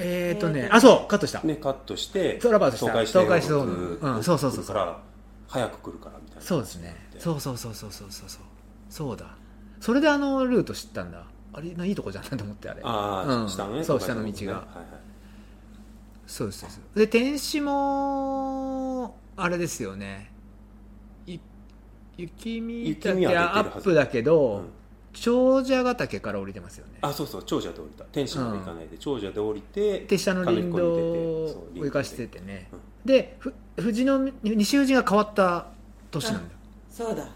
Speaker 1: えっ、ー、とね、あ、そう、カットした。
Speaker 3: ね、カットして、
Speaker 1: トラバースした
Speaker 3: 倒壊して、
Speaker 1: 倒壊して
Speaker 3: ずーっ
Speaker 1: うん
Speaker 3: と
Speaker 1: そうそうそう
Speaker 3: 来るから、早く来るからみたいな。
Speaker 1: そうですね。そうそうそうそうそうそうそう。そうだ。それであのルート知ったんだ。あれ、ないいとこじゃんなと思って、あれ。
Speaker 3: ああ、
Speaker 1: うん
Speaker 3: 下のね。
Speaker 1: そう
Speaker 3: 都
Speaker 1: 下
Speaker 3: 会
Speaker 1: の道が
Speaker 3: はいはい
Speaker 1: そうですそうですで天使もあれですよねい雪見
Speaker 3: 雪見
Speaker 1: 岳
Speaker 3: は出てる
Speaker 1: ア
Speaker 3: はず
Speaker 1: ップだけど、
Speaker 3: うん
Speaker 1: 長者ヶ岳から降りてますよね
Speaker 3: あそうそう長者で降りた天使まで行かないで、長者で降りて
Speaker 1: で下の林道を
Speaker 3: そう林道で
Speaker 1: 追いかしててね
Speaker 3: うん
Speaker 1: でふ富士の西富士が変わった年なんだよ
Speaker 2: そうだ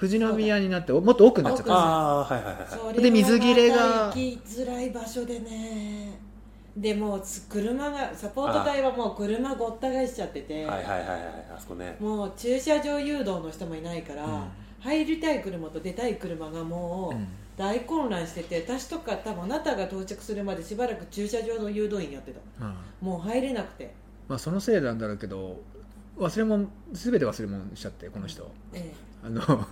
Speaker 1: 富士宮になっておもっと奥になっちゃったんですよ
Speaker 3: ああはいはいはいはい
Speaker 2: それ
Speaker 1: で水切れが
Speaker 2: また行きづらい場所でねでもうつ車がサポート隊はもう車ごった返しちゃってて、
Speaker 3: はいはいはいはいあそこね
Speaker 2: もう駐車場誘導の人もいないから、
Speaker 1: うん
Speaker 2: 入りたい車と出たい車がもう
Speaker 1: うん
Speaker 2: 大混乱してて私とか多分あなたが到着するまでしばらく駐車場の誘導員やってた
Speaker 1: うん
Speaker 2: もう入れなくて、
Speaker 1: まあそのせいなんだろうけど忘れ物全て忘れ物しちゃってこの人
Speaker 2: ええ、
Speaker 1: あの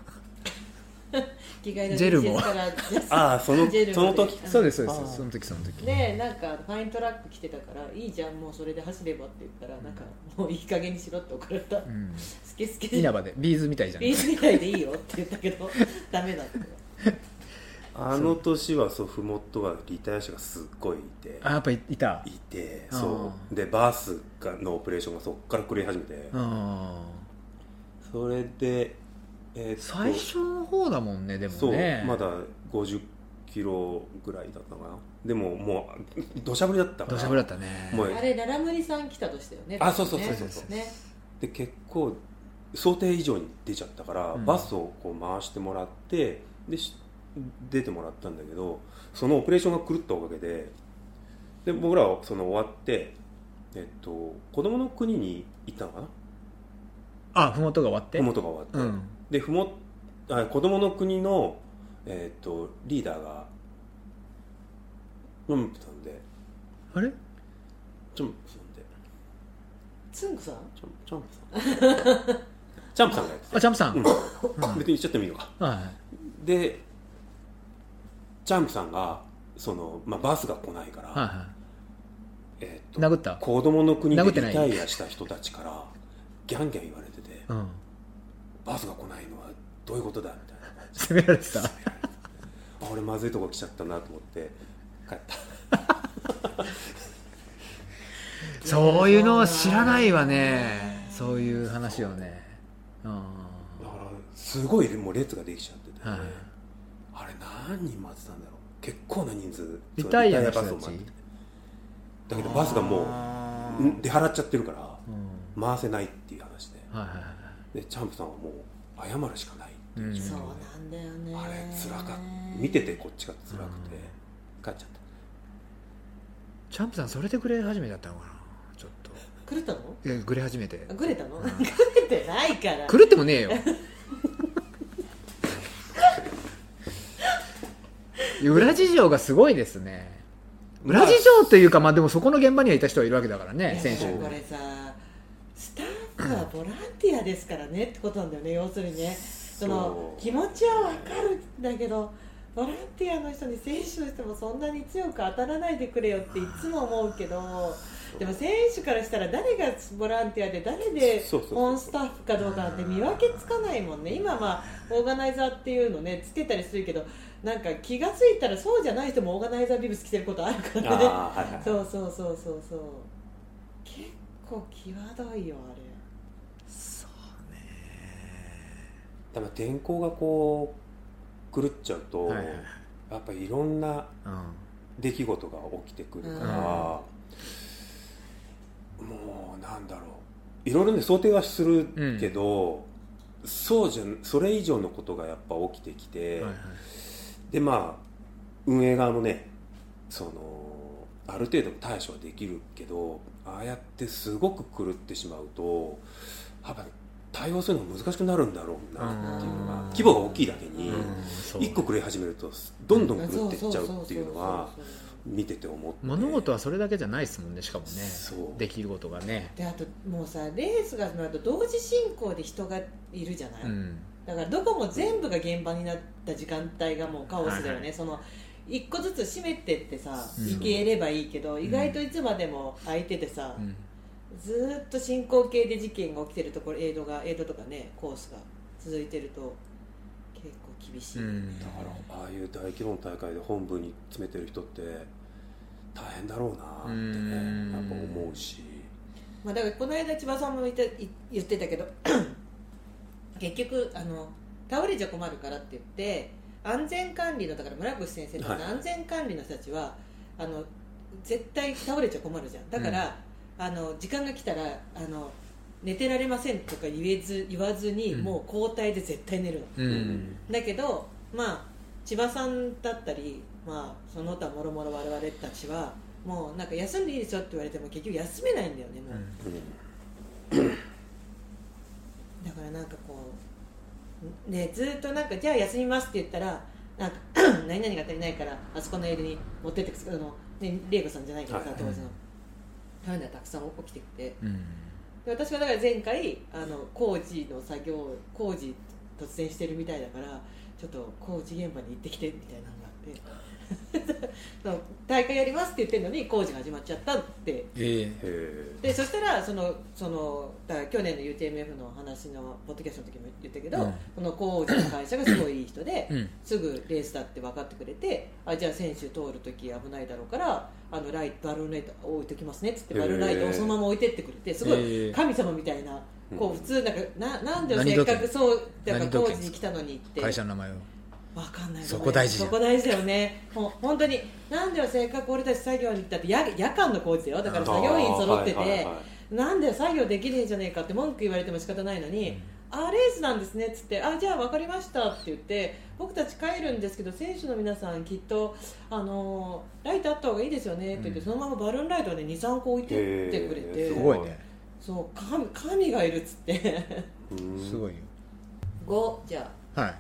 Speaker 2: 着替えの
Speaker 1: ジェルも
Speaker 2: T シャ ツからジャス
Speaker 3: ああその
Speaker 2: ジェル
Speaker 3: そ
Speaker 2: ま
Speaker 3: の
Speaker 2: で
Speaker 3: 時
Speaker 2: うん
Speaker 1: そうですそう
Speaker 3: あ
Speaker 1: で
Speaker 3: ー
Speaker 1: すその時その時
Speaker 2: でなんかファイントラック来てたからいいじゃんもうそれで走ればって言ったらなんかもういい加減にしろって怒られた、
Speaker 1: うん
Speaker 2: スケスケで
Speaker 1: 稲葉でビーズみたいじゃん
Speaker 2: ビーズみたいでいいよって言ったけ どダメだって
Speaker 3: あの年はそうふもとはリタイア者がすっごいいて
Speaker 1: あやっぱいいた
Speaker 3: いて
Speaker 1: あー
Speaker 3: そうでバースがのオペレーションがそっから狂い始めて
Speaker 1: うん
Speaker 3: それでえーっと
Speaker 1: 最初の方だもんねでも
Speaker 3: そう
Speaker 1: ね
Speaker 3: まだ50キロぐらいだったかなでももう土砂降りだったから
Speaker 1: 土砂降りだったね
Speaker 3: もう
Speaker 2: あれララムリさん来たとしたよね
Speaker 3: あそうそうそう
Speaker 1: そうそう
Speaker 2: ね
Speaker 3: で結構想定以上に出ちゃったから、
Speaker 1: うん
Speaker 3: バスをこう回してもらってでし出てもらったんだけどそのオペレーションが狂ったおかげでで僕らはその終わって、えっと、子供の国に行ったのかな
Speaker 1: あふもとが終わって
Speaker 3: ふもとが終わって、
Speaker 1: うん
Speaker 3: でふもあ子供の国の、えっと、リーダーがうんプさんで
Speaker 1: あれ
Speaker 3: チョンプさんで
Speaker 2: つんくさん
Speaker 3: チョンチョンプさんチャンプさんがやって
Speaker 1: あ
Speaker 3: て
Speaker 1: ジャンプさん、
Speaker 3: うん、別に言っちゃってもいいのか
Speaker 1: は
Speaker 3: でチャンプさんがその、まあ、バスが来ないから、
Speaker 1: いはいは
Speaker 3: え
Speaker 1: い
Speaker 3: ーっ
Speaker 1: 殴
Speaker 3: と
Speaker 1: った
Speaker 3: 子供の国で
Speaker 1: 殴っ
Speaker 3: リ
Speaker 1: てない
Speaker 3: タイアした人たちからギャンギャン言われてて
Speaker 1: うん
Speaker 3: バスが来ないのはどういうことだみたいな
Speaker 1: 攻められてた
Speaker 3: あ俺まずいとこ来ちゃったなと思って帰った
Speaker 1: そういうのは知らないわねそういう話をねうん
Speaker 3: だからすごいもう列ができちゃってて、
Speaker 1: はい
Speaker 3: あれ何人待ってたんだろう結構な人数
Speaker 1: リタイアの
Speaker 3: そ
Speaker 1: 人
Speaker 3: の
Speaker 1: たち
Speaker 3: リタイアバスを待っててだけどバスがもううん出払っちゃってるから
Speaker 1: うん
Speaker 3: 回せないっていう話で
Speaker 1: はいはいはい
Speaker 3: でチャンプさんはもう謝るしかない、
Speaker 1: うん
Speaker 2: そうなんだよね
Speaker 3: あれつらかった見ててこっちがつらくて、帰っちゃった
Speaker 1: チャンプさんそれでグレ始めだったのかなちょっ
Speaker 2: 狂ったの
Speaker 1: といやグレ始めて
Speaker 2: あ狂れたの
Speaker 1: うん
Speaker 2: 狂れてないから
Speaker 1: 狂ってもねえよいや裏事情がすごいですね裏事情というかまあでもそこの現場にはいた人はいるわけだから
Speaker 2: い
Speaker 1: ね
Speaker 2: や
Speaker 1: 選手
Speaker 2: もうこれさスタッフはボランティアですからねってことなんだよね要するにねその
Speaker 3: そう
Speaker 2: 気持ちはわかるんだけどボランティアの人に選手の人もそんなに強く当たらないでくれよっていつも思うけどでも選手からしたら誰がボランティアで誰で
Speaker 3: そうそうそう
Speaker 2: オンスタッフかどうかなんて見分けつかないもんね今まあオーガナイザーっていうのねつけたりするけどなんか気が付いたらそうじゃない人もオーガナイザービブス着てることあるからね
Speaker 3: ああはいはい
Speaker 2: そうそうそうそうそう結構際どいよあれ
Speaker 1: そうね
Speaker 3: 多分天候がこう狂っちゃうと、
Speaker 1: はいはい
Speaker 3: やっぱいろんな
Speaker 1: うん
Speaker 3: 出来事が起きてくるから、もうなんだろういろいろね想定はするけど、そうじゃそれ以上のことがやっぱ起きてきて、
Speaker 1: はいはい
Speaker 3: でまあ運営側もねそのある程度の対処はできるけどああやってすごく狂ってしまうとやっぱ対応するのが難しくなるんだろうなっていうのが
Speaker 1: うん
Speaker 3: 規模が大きいだけに
Speaker 1: うんそう
Speaker 3: 一個狂い始めるとどんど
Speaker 2: そ
Speaker 3: ん狂っていっちゃうっていうのは
Speaker 2: そうそうそうそう
Speaker 3: 見てて思って
Speaker 1: 物事はそれだけじゃないですもんねしかもね
Speaker 3: そう
Speaker 1: できることがね
Speaker 2: であともうさレースが始まると同時進行で人がいるじゃない、
Speaker 1: うん
Speaker 2: だからどこも全部が現場になった時間帯がもうカオスだよね、
Speaker 1: はいは
Speaker 2: その一個ずつ閉めてってさ
Speaker 1: うん
Speaker 2: いければいいけど、意外といつまでも空いててさ、
Speaker 1: うん
Speaker 2: ずーっと進行形で事件が起きてるところエイドがエイドとかねコースが続いてると結構厳しい、
Speaker 1: うん
Speaker 3: だからああいう大規模な大会で本部に詰めてる人って大変だろうなって
Speaker 1: うん
Speaker 3: ねやっぱ思うし
Speaker 2: まあ、だからこの間千葉さんも言ってい言ってたけど 結局あの倒れちゃ困るからって言って安全管理のだから村越先生とか
Speaker 3: はい
Speaker 2: の安全管理の人たちは、あの絶対倒れちゃ困るじゃんだから、あの時間が来たらあの寝てられませんとか言えず言わずに、
Speaker 1: うん
Speaker 2: もう交代で絶対寝るの
Speaker 1: う
Speaker 3: うん
Speaker 2: だけど、まあ、千葉さんだったり、まあ、その他もろもろ我々たちはもうなんか休んでいいですよって言われても結局休めないんだよねも
Speaker 1: うん
Speaker 2: う、だからなんかこうねずっとなんかじゃあ休みますって言ったらなんか 何々が足りないからあそこのエールに持ってってくあのね玲子さんじゃないけどさ
Speaker 3: はい
Speaker 2: 当時のそういうのはたくさん起きてきて
Speaker 1: うん
Speaker 2: で私はだから前回あの工事の作業工事突然してるみたいだからちょっと工事現場に行ってきてみたいなのがあって その大会やりますって言ってるのに工事が始まっちゃったって
Speaker 1: ええ
Speaker 3: へえ
Speaker 2: でそしたらそのそのだから去年の UTMF の話のポッドキャストの時も言ったけど、
Speaker 1: うん
Speaker 2: この工事の会社がすごいいい人 で、
Speaker 1: うん
Speaker 2: すぐレースだって分かってくれてあじゃあ選手通る時危ないだろうからあのライトバルーンライト置いときますねっつって
Speaker 3: へー
Speaker 2: バルーンライトをそのまま置いてってくれてすご
Speaker 1: へー
Speaker 2: い神様みたいな。こう普通なんかななんで
Speaker 1: 何
Speaker 2: せ
Speaker 1: 時
Speaker 2: っかくそうだから
Speaker 1: 何時
Speaker 2: 工事に来たのにって
Speaker 1: 会社の名前を
Speaker 2: わかんない
Speaker 1: そこ大事じゃん
Speaker 2: そこ大事だよねほん本当になんでせっかく俺たち作業に行ったって夜夜間の工事だよだから作業員揃ってて、
Speaker 3: あーはいはいはい
Speaker 2: なんで作業できねえじゃねえかって文句言われても仕方ないのに、あレースなんですねっつってあじゃあ分かりましたって言って僕たち帰るんですけど選手の皆さんきっと、あのーライトあった方がいいですよねって言って、
Speaker 1: うん
Speaker 2: そのままバルーンライトを、ね、23個置いてってくれ
Speaker 3: へ
Speaker 2: て
Speaker 1: す
Speaker 3: ー
Speaker 1: ごいね
Speaker 2: そう神神がいるっつって
Speaker 3: うん
Speaker 1: すごいよ
Speaker 2: 5じゃあ
Speaker 1: はい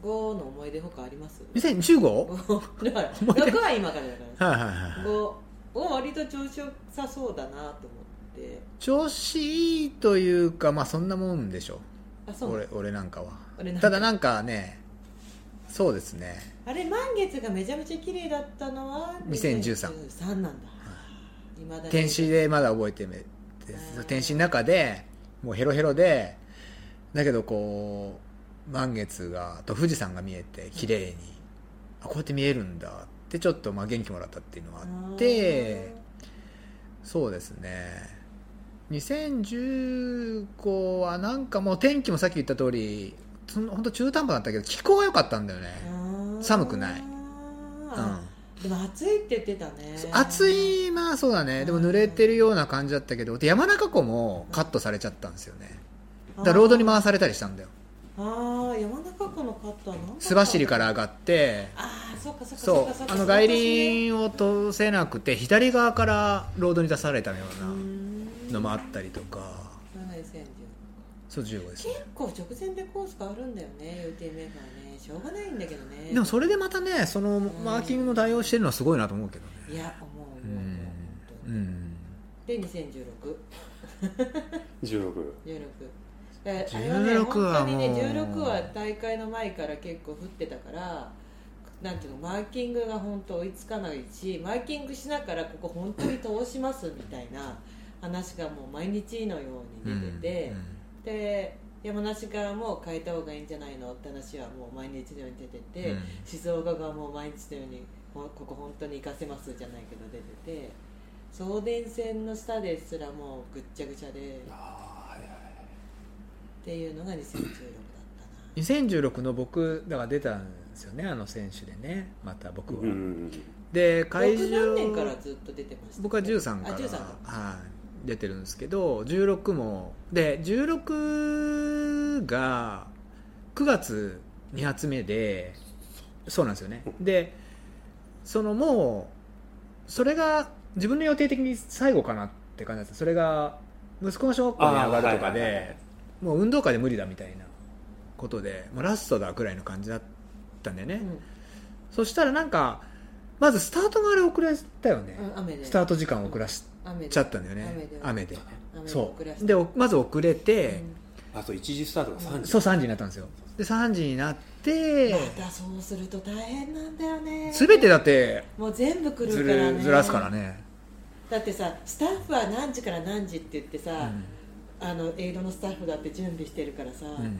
Speaker 2: 5の思い出他あります
Speaker 1: 2015?
Speaker 2: 5だから
Speaker 1: 思い出
Speaker 2: 6は今からだか
Speaker 1: はいはい
Speaker 2: ら
Speaker 1: はい
Speaker 2: 5を割と調子良さそうだなと思って
Speaker 1: 調子いいというかまあそんなもんでしょ
Speaker 2: あそう
Speaker 1: 俺俺なんかは
Speaker 2: 俺なんか
Speaker 1: ただなんかねそうですね
Speaker 2: あれ満月がめちゃめちゃ綺麗だったのは
Speaker 1: 2013
Speaker 2: 2013なんだいまだに
Speaker 1: 天使でまだ覚えてる
Speaker 2: うん
Speaker 1: 天使の中でもうヘロヘロでだけどこう満月がと富士山が見えて綺麗にあこうやって見えるんだってちょっとまあ元気もらったっていうのはあってそうですね2015はなんかもう天気もさっき言った通りその本当中途半端だったけど気候が良かったんだよね、
Speaker 2: あー
Speaker 1: 寒くない
Speaker 2: あ
Speaker 1: うん
Speaker 2: ーでも暑いって言ってたね
Speaker 1: 暑いまあそうだねでも濡れてるような感じだったけどで山中湖もカットされちゃったんですよねだからロードに回されたりしたんだよ
Speaker 2: ああ山中湖のカットは何
Speaker 1: 須走りから上がって
Speaker 2: ああそっかそっ
Speaker 1: そ
Speaker 2: かっかっ
Speaker 1: う
Speaker 2: か
Speaker 1: あの外輪を通せなくて左側からロードに出されたよ
Speaker 2: うー
Speaker 1: うんなのもあったりとか
Speaker 2: 7010
Speaker 1: そう15です
Speaker 2: 結構直前でコース変わるんだよね UTMF はねしょうがないんだけどね
Speaker 1: でもそれでまたねそのマーキングも対応してるのはすごいなと思うけどね
Speaker 2: いや思う思う
Speaker 1: う
Speaker 2: 思う本
Speaker 1: んう
Speaker 2: 当に
Speaker 1: ん
Speaker 2: で2016
Speaker 3: 16
Speaker 2: 16だからあれはね
Speaker 1: 16
Speaker 2: 本当にね
Speaker 1: はもう
Speaker 2: 16は大会の前から結構降ってたからなんていうのマーキングが本当追いつかないしマーキングしながらここ本当に通しますみたいな話がもう毎日のよう
Speaker 1: う
Speaker 2: に
Speaker 1: ん
Speaker 2: 出てて、で山梨側も変えた方がいいんじゃないのって話はもう毎日のように出てて、
Speaker 1: うん
Speaker 2: 静岡側も毎日のようにこここ本当に行かせますじゃないけど出てて送電線の下ですらもうぐっちゃぐちゃで。
Speaker 3: あーはいはい
Speaker 2: っていうのが2016だったな
Speaker 1: 2016の僕だから出たんですよねあの選手でねまた僕は、
Speaker 3: うん
Speaker 1: で会
Speaker 2: 僕
Speaker 1: 場
Speaker 2: 何年からずっと出てました
Speaker 1: 僕は13から
Speaker 2: あ13か
Speaker 1: はい、出てるんですけど16もで16が9月2発目でそうなんですよねでそのもうそれが自分の予定的に最後かなって感じだったそれが息子の小学校に上がるとか
Speaker 3: あーはいはいはいは
Speaker 1: で
Speaker 3: い
Speaker 1: もう運動会で無理だみたいなことで、まあ、ラストだくらいの感じだったんでね、そしたらなんかまずスタートがあれ遅れたよね、
Speaker 2: うん、うん、雨で
Speaker 1: スタート時間を遅らし
Speaker 2: 雨で
Speaker 1: ちゃったんだよね
Speaker 2: 雨で
Speaker 1: 雨で
Speaker 2: 雨で
Speaker 1: そ
Speaker 2: 遅らせ
Speaker 1: う
Speaker 2: た
Speaker 1: でおまず遅れて、
Speaker 2: うん
Speaker 3: あそう1時スタートが3時
Speaker 1: そう3時になったんですよで3時になって
Speaker 2: またそうすると大変なんだよね
Speaker 1: 全てだって
Speaker 2: もう全部来
Speaker 1: ず
Speaker 2: るから
Speaker 1: る
Speaker 2: ね
Speaker 1: ずらすからね
Speaker 2: だってさスタッフは何時から何時って言って
Speaker 1: う
Speaker 2: さ、
Speaker 1: ん
Speaker 2: あのエイドのスタッフだって準備してるからさ、
Speaker 1: うん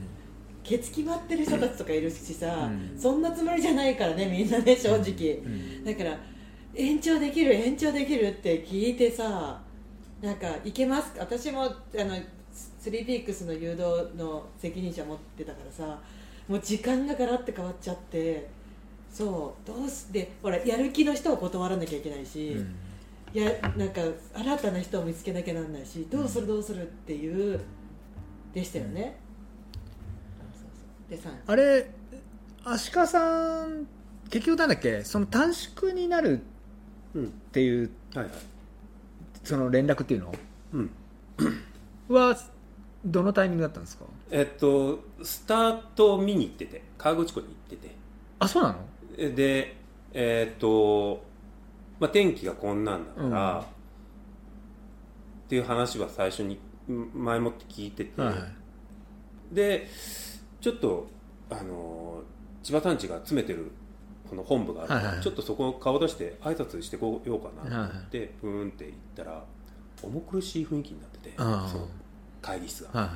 Speaker 2: ケツ決まってる人たちとかいるしさ、
Speaker 1: うん
Speaker 2: そんなつもりじゃないからねみんなね正直、
Speaker 1: うん
Speaker 2: だから延長できる延長できるって聞いてさなんかいけます私もあのスリーピークスの誘導の責任者持ってたからさもう時間がガラッて変わっちゃってそうどうしてほらやる気の人を断らなきゃいけないし、
Speaker 1: うん
Speaker 2: いやなんか新たな人を見つけなきゃなんないしどうするどうするっていうでしたよね、そうそうそうで3
Speaker 1: あれアシカさん結局なんだっけその短縮になる
Speaker 3: うん
Speaker 1: っていう
Speaker 3: はいはい
Speaker 1: その連絡っていうの
Speaker 3: うん
Speaker 1: はどのタイミングだったんですか
Speaker 3: えっとスタートを見に行ってて河口湖に行ってて
Speaker 1: あそうなの
Speaker 3: でえーっと、まあ、天気がこんなんだから、
Speaker 1: うん
Speaker 3: っていう話は最初にん前もって聞いてて、
Speaker 1: はい
Speaker 3: でちょっとあのー千葉探知が詰めてるこの本部があるから、
Speaker 1: はいはい
Speaker 3: ちょっとそこを顔出して挨拶してこようかなと思
Speaker 1: はい
Speaker 3: って、ブーンって行ったら重苦しい雰囲気になってて、
Speaker 1: ああ
Speaker 3: その会議室が、
Speaker 1: は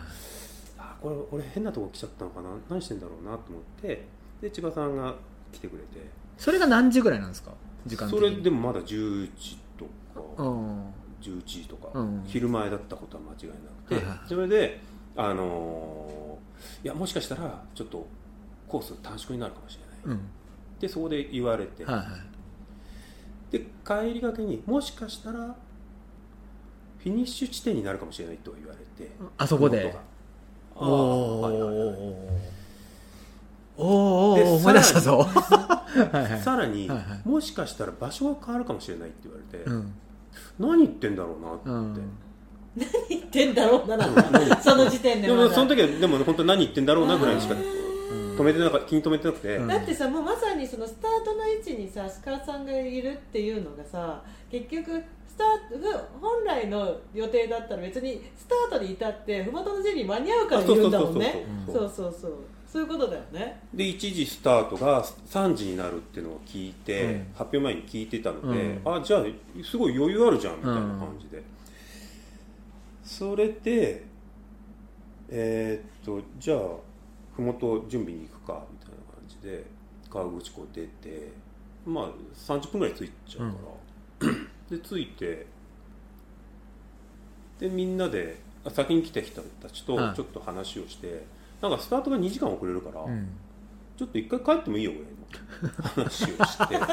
Speaker 3: あこれ俺変なとこ来ちゃったのかな何してんだろうなと思ってで千葉さんが来てくれて。
Speaker 1: いそれが何時ぐらいなんですか時間的
Speaker 3: そ
Speaker 1: に
Speaker 3: れでもまだ10時と
Speaker 1: う
Speaker 3: か
Speaker 1: ん
Speaker 3: 11時とか、
Speaker 1: うん
Speaker 3: 昼前だったことは間違いなくて、
Speaker 1: はいはい
Speaker 3: それであのーいやもしかしたらちょっとコース短縮になるかもしれない、
Speaker 1: うん
Speaker 3: でそこで言われて、
Speaker 1: はいはい
Speaker 3: で帰りがけにもしかしたらフィニッシュ地点になるかもしれないと言われて、
Speaker 1: あそこ
Speaker 3: この
Speaker 1: で
Speaker 3: 音があ
Speaker 1: お
Speaker 3: あ
Speaker 1: ーおーおーおーおーお
Speaker 3: はいはいはい
Speaker 1: ー
Speaker 3: で
Speaker 1: 思い出したぞはいはい
Speaker 3: さらに、
Speaker 1: はいはい
Speaker 3: もしかしたら場所が変わるかもしれないって言われて、
Speaker 1: うん
Speaker 3: 何言ってんだろうなって
Speaker 1: う
Speaker 3: 思って、
Speaker 1: ん
Speaker 2: 言ってんだろうななその時点で
Speaker 3: でも
Speaker 2: まだ
Speaker 3: その時はでも本当何言ってんだろうなぐらいしか
Speaker 2: あー
Speaker 3: 止めてなか気に留めてなくて、
Speaker 1: うん
Speaker 2: だってさもうまさにそのスタートの位置にさスカさんがいるっていうのがさ結局スタートが本来の予定だったら別にスタートに至ってふもとのジェリー間に合うからいるんだもんね
Speaker 1: う
Speaker 2: そうそうそうそういうことだよね
Speaker 3: で1時スタートが3時になるっていうのを聞いて、
Speaker 1: うん
Speaker 3: 発表前に聞いてたので、
Speaker 1: う
Speaker 3: あじゃあすごい余裕あるじゃんみたいな感じで、それでえーっとじゃあ麓準備に行くかみたいな感じで川口湖出てまあ30分ぐらい着いちゃうから、で着いてでみんなであ先に来た人たちと
Speaker 1: はい
Speaker 3: ちょっと話をして、なんかスタートが2時間遅れるから、
Speaker 1: うん
Speaker 3: ちょっと一回帰ってもいいよ俺の話をして いや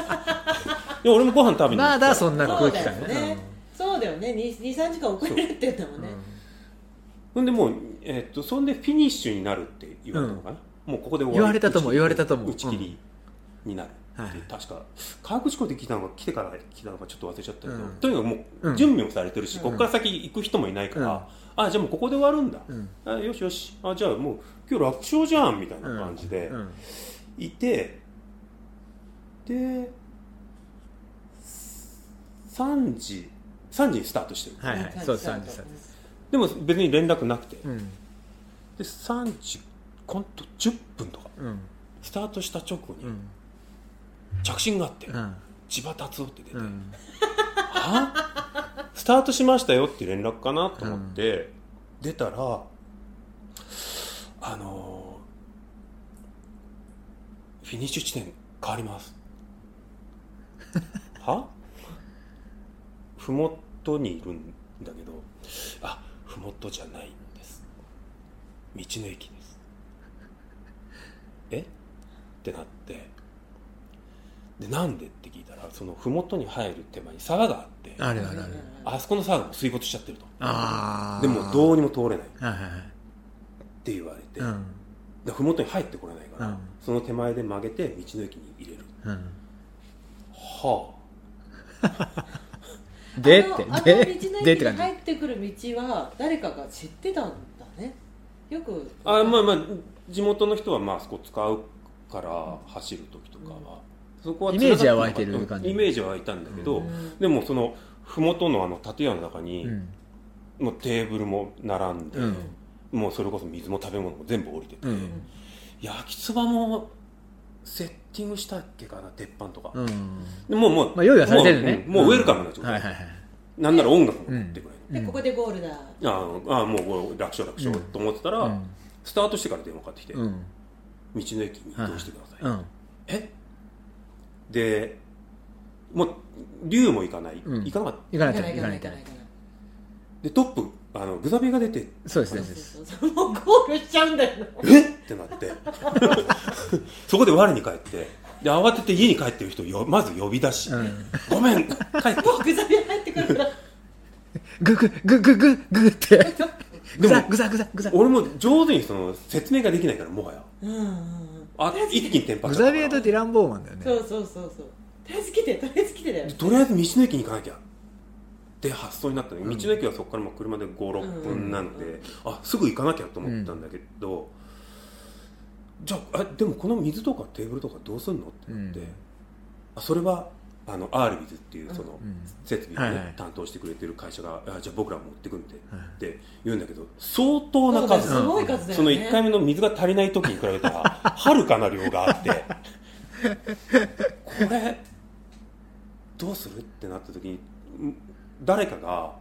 Speaker 3: 俺もご飯食べに行く
Speaker 1: まだそんな
Speaker 2: そ
Speaker 1: 空
Speaker 2: う
Speaker 1: 気
Speaker 2: だよ
Speaker 1: 感
Speaker 2: ねそうだよね23時間遅れるって言うんだもんね
Speaker 3: ほんでもう、えっとそんでフィニッシュになるって言われたのかな、もうここで終わり
Speaker 1: 言われたと思う
Speaker 3: 打ち切り
Speaker 1: 言われたと思う
Speaker 3: 打ち切りになる
Speaker 1: うん
Speaker 3: って、確か河口湖で来たのか来てから来たのかちょっと忘れちゃったけど、
Speaker 1: うん
Speaker 3: とにかくも
Speaker 1: う
Speaker 3: うん準備もされてるし、
Speaker 2: うん
Speaker 3: ここから先行く人もいないから、あじゃあもうここで終わるんだ、
Speaker 1: うん
Speaker 3: あよしよしあじゃあもう今日楽勝じゃんみたいな感じで、
Speaker 1: うん
Speaker 3: いてで3時3時にスタートしてる、
Speaker 1: はいはいそうです3時3時
Speaker 3: でも別に連絡なくて、で
Speaker 1: うん
Speaker 3: 3時ほんと10分とか
Speaker 1: うん
Speaker 3: スタートした直後
Speaker 1: う
Speaker 3: に
Speaker 1: ん
Speaker 3: 着信があって、
Speaker 1: うん
Speaker 3: 千葉達夫って出て、
Speaker 1: うん
Speaker 3: はスタートしましたよって連絡かなと思って、出たらあのーフィニッシュ地点変わります はふもとにいるんだけどあふもとじゃないんです道の駅ですえってなってでなんでって聞いたらそのふもとに入る手前に沢があって
Speaker 1: あるあるある
Speaker 3: あそこの沢がもう水没しちゃってると
Speaker 1: ああ
Speaker 3: でもどうにも通れないっ
Speaker 1: はいはいはい
Speaker 3: て言われて、
Speaker 1: う
Speaker 3: だか
Speaker 1: ん
Speaker 3: ら麓に入ってこれないから、
Speaker 1: うん
Speaker 3: その手前で曲げて道の駅に入れる
Speaker 1: うん
Speaker 3: は
Speaker 1: で
Speaker 2: で
Speaker 1: っ
Speaker 2: ってて
Speaker 1: で
Speaker 2: で
Speaker 1: で
Speaker 2: で
Speaker 1: っ
Speaker 2: っ
Speaker 1: 感じ
Speaker 2: てて感じ入ってくる道は誰かが知ってたんだねよく
Speaker 3: ああまあまあ地元の人はまあそこ使うから走る時とかは、そこは
Speaker 1: イメージは湧い
Speaker 3: 繋がって
Speaker 1: て
Speaker 3: な
Speaker 1: る
Speaker 3: かった
Speaker 1: 感じ
Speaker 3: うんイメージは湧いたんだけど、
Speaker 2: うん
Speaker 3: でもその麓のあの建屋の中に、
Speaker 1: うん
Speaker 3: もうテーブルも並んで、
Speaker 1: うん
Speaker 3: もうそれこそ水も食べ物も全部降りてて、
Speaker 1: うん
Speaker 3: 焼きそばもセッティングしたっけかな鉄板とか、
Speaker 1: うん
Speaker 3: でもうもう、
Speaker 1: まあ用意はされてるね
Speaker 3: もう,、もうウェルカムな状態、
Speaker 1: はいはいはい
Speaker 3: なんなら音楽も鳴ってくれる、
Speaker 1: うん
Speaker 2: でここでゴールだ
Speaker 3: あーあーもうこれ楽勝楽勝と思ってたら、
Speaker 1: うん
Speaker 3: スタートしてから電話かかってきて、
Speaker 1: う
Speaker 3: 道
Speaker 1: ん
Speaker 3: の駅に移動してください、
Speaker 1: うん
Speaker 3: えでもう竜も行かない、
Speaker 1: うん
Speaker 3: 行かなかった
Speaker 1: 行かないと行かないと
Speaker 3: でトップあのグザビエが出て
Speaker 1: そうです
Speaker 2: そう
Speaker 1: ね
Speaker 2: そう
Speaker 1: そうです
Speaker 2: そうそうもうゴールしちゃうんだよ
Speaker 3: えっってなって そこで我に返ってで慌てて家に帰ってる人をよまず呼び出し、
Speaker 1: うん
Speaker 3: ごめん帰って
Speaker 2: もうグザビエ入ってくるから
Speaker 1: ググググググってグザグザグザグザ
Speaker 3: 俺も上手にその説明ができないからもはや
Speaker 2: うんうんうん
Speaker 3: あ一気にテンパっ
Speaker 1: グ
Speaker 3: ちゃっ
Speaker 1: ザ
Speaker 3: た
Speaker 1: ビエ
Speaker 3: から
Speaker 1: とディラン・ボーマンだよね
Speaker 2: そうそうそうそうとりあえず来てとりあえず来てだよ
Speaker 3: でとりあえず道の駅に行かなきゃって発想になったの道の駅はそこからもう車で56分なので、
Speaker 2: うんうんうん
Speaker 3: あすぐ行かなきゃと思ったんだけど、じゃああでもこの水とかテーブルとかどうすんのってなって、
Speaker 1: うん
Speaker 3: あそれはあのアールビズっていうその
Speaker 1: うん
Speaker 3: 設備を、ね
Speaker 1: はいはい
Speaker 3: 担当してくれてる会社があじゃあ僕らも持ってくんで
Speaker 1: はい
Speaker 3: って言うんだけど相当
Speaker 2: そ
Speaker 3: な
Speaker 2: うだよ
Speaker 3: 数
Speaker 2: すごい数だよね
Speaker 3: その1回目の水が足りない時に比べたらはるかな量があってこれどうするってなった時にん誰かが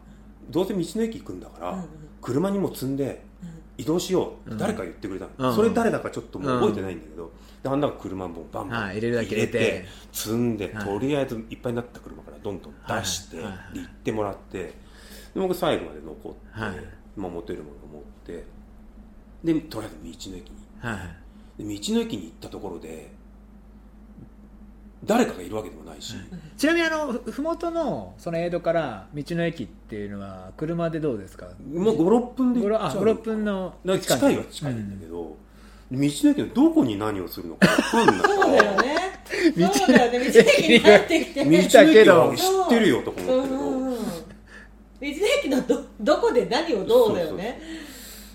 Speaker 3: どうせ道の駅行くんだから、
Speaker 2: うんうん
Speaker 3: 車にも積んで
Speaker 2: う
Speaker 3: 移動しようっ
Speaker 1: う
Speaker 3: て
Speaker 1: ん
Speaker 3: 誰か言ってくれたの、
Speaker 1: うん
Speaker 3: それ誰だかちょっともう覚えてないんだけど、であんな車もバンバン
Speaker 1: はい入れるだけ入れて
Speaker 3: 積んで、
Speaker 1: はい
Speaker 3: とりあえずいっぱいになった車からどんどん出して、
Speaker 1: はいはいはい
Speaker 3: で行ってもらってで僕最後まで残って、
Speaker 1: はい
Speaker 3: まあ、持てるもの持ってでとりあえず道の駅に
Speaker 1: はい
Speaker 3: で道の駅に行ったところで誰かがいるわけでもないし、
Speaker 1: はいちなみにあのふもとのその江戸から道の駅っていうのは車でどうですか
Speaker 3: もう56分で
Speaker 1: 5
Speaker 3: 行っちゃうのか
Speaker 1: 6分の
Speaker 3: だから近いは近いんだけど、道の駅のどこに何をするのか分かんな い
Speaker 2: んそうだよね
Speaker 1: 道
Speaker 2: そうだよね道の駅に入ってきて
Speaker 3: 道
Speaker 1: 見
Speaker 3: の駅は
Speaker 2: そう
Speaker 3: 知ってるよとか
Speaker 2: うん
Speaker 3: 思っ
Speaker 2: う
Speaker 3: たけど、
Speaker 2: んうん道の駅のどどこで何をどうだよね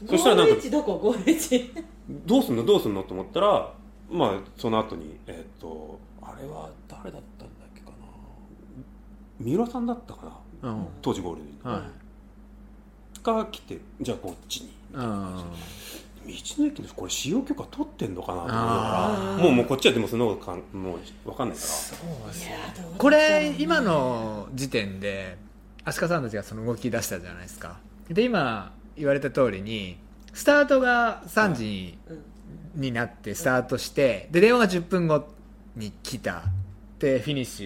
Speaker 3: そうそうそしたらなん
Speaker 2: ゴール位
Speaker 3: か
Speaker 2: 置どこゴール位置
Speaker 3: どうすんのどうすんのと思ったらまあその後にえっ、とあれは誰だったんだっけかな三浦さんだったかな
Speaker 1: うん
Speaker 3: 当時ゴールデン
Speaker 1: は
Speaker 3: が来てじゃあこっちに
Speaker 1: いうん
Speaker 3: 道の駅のこれ使用許可取ってんのかなと思いなが
Speaker 1: あ
Speaker 2: ー
Speaker 3: らもうもうこっちはでもそんなことかんもう分かんないか
Speaker 1: そうです
Speaker 2: い
Speaker 1: ね
Speaker 2: やーどうだろうね
Speaker 1: これ今の時点で飛鳥さんたちがその動き出したじゃないですかで今言われた通りにスタートが3時に,、
Speaker 2: うん
Speaker 1: なってスタートしてで電話が10分後に来たでフィニッシ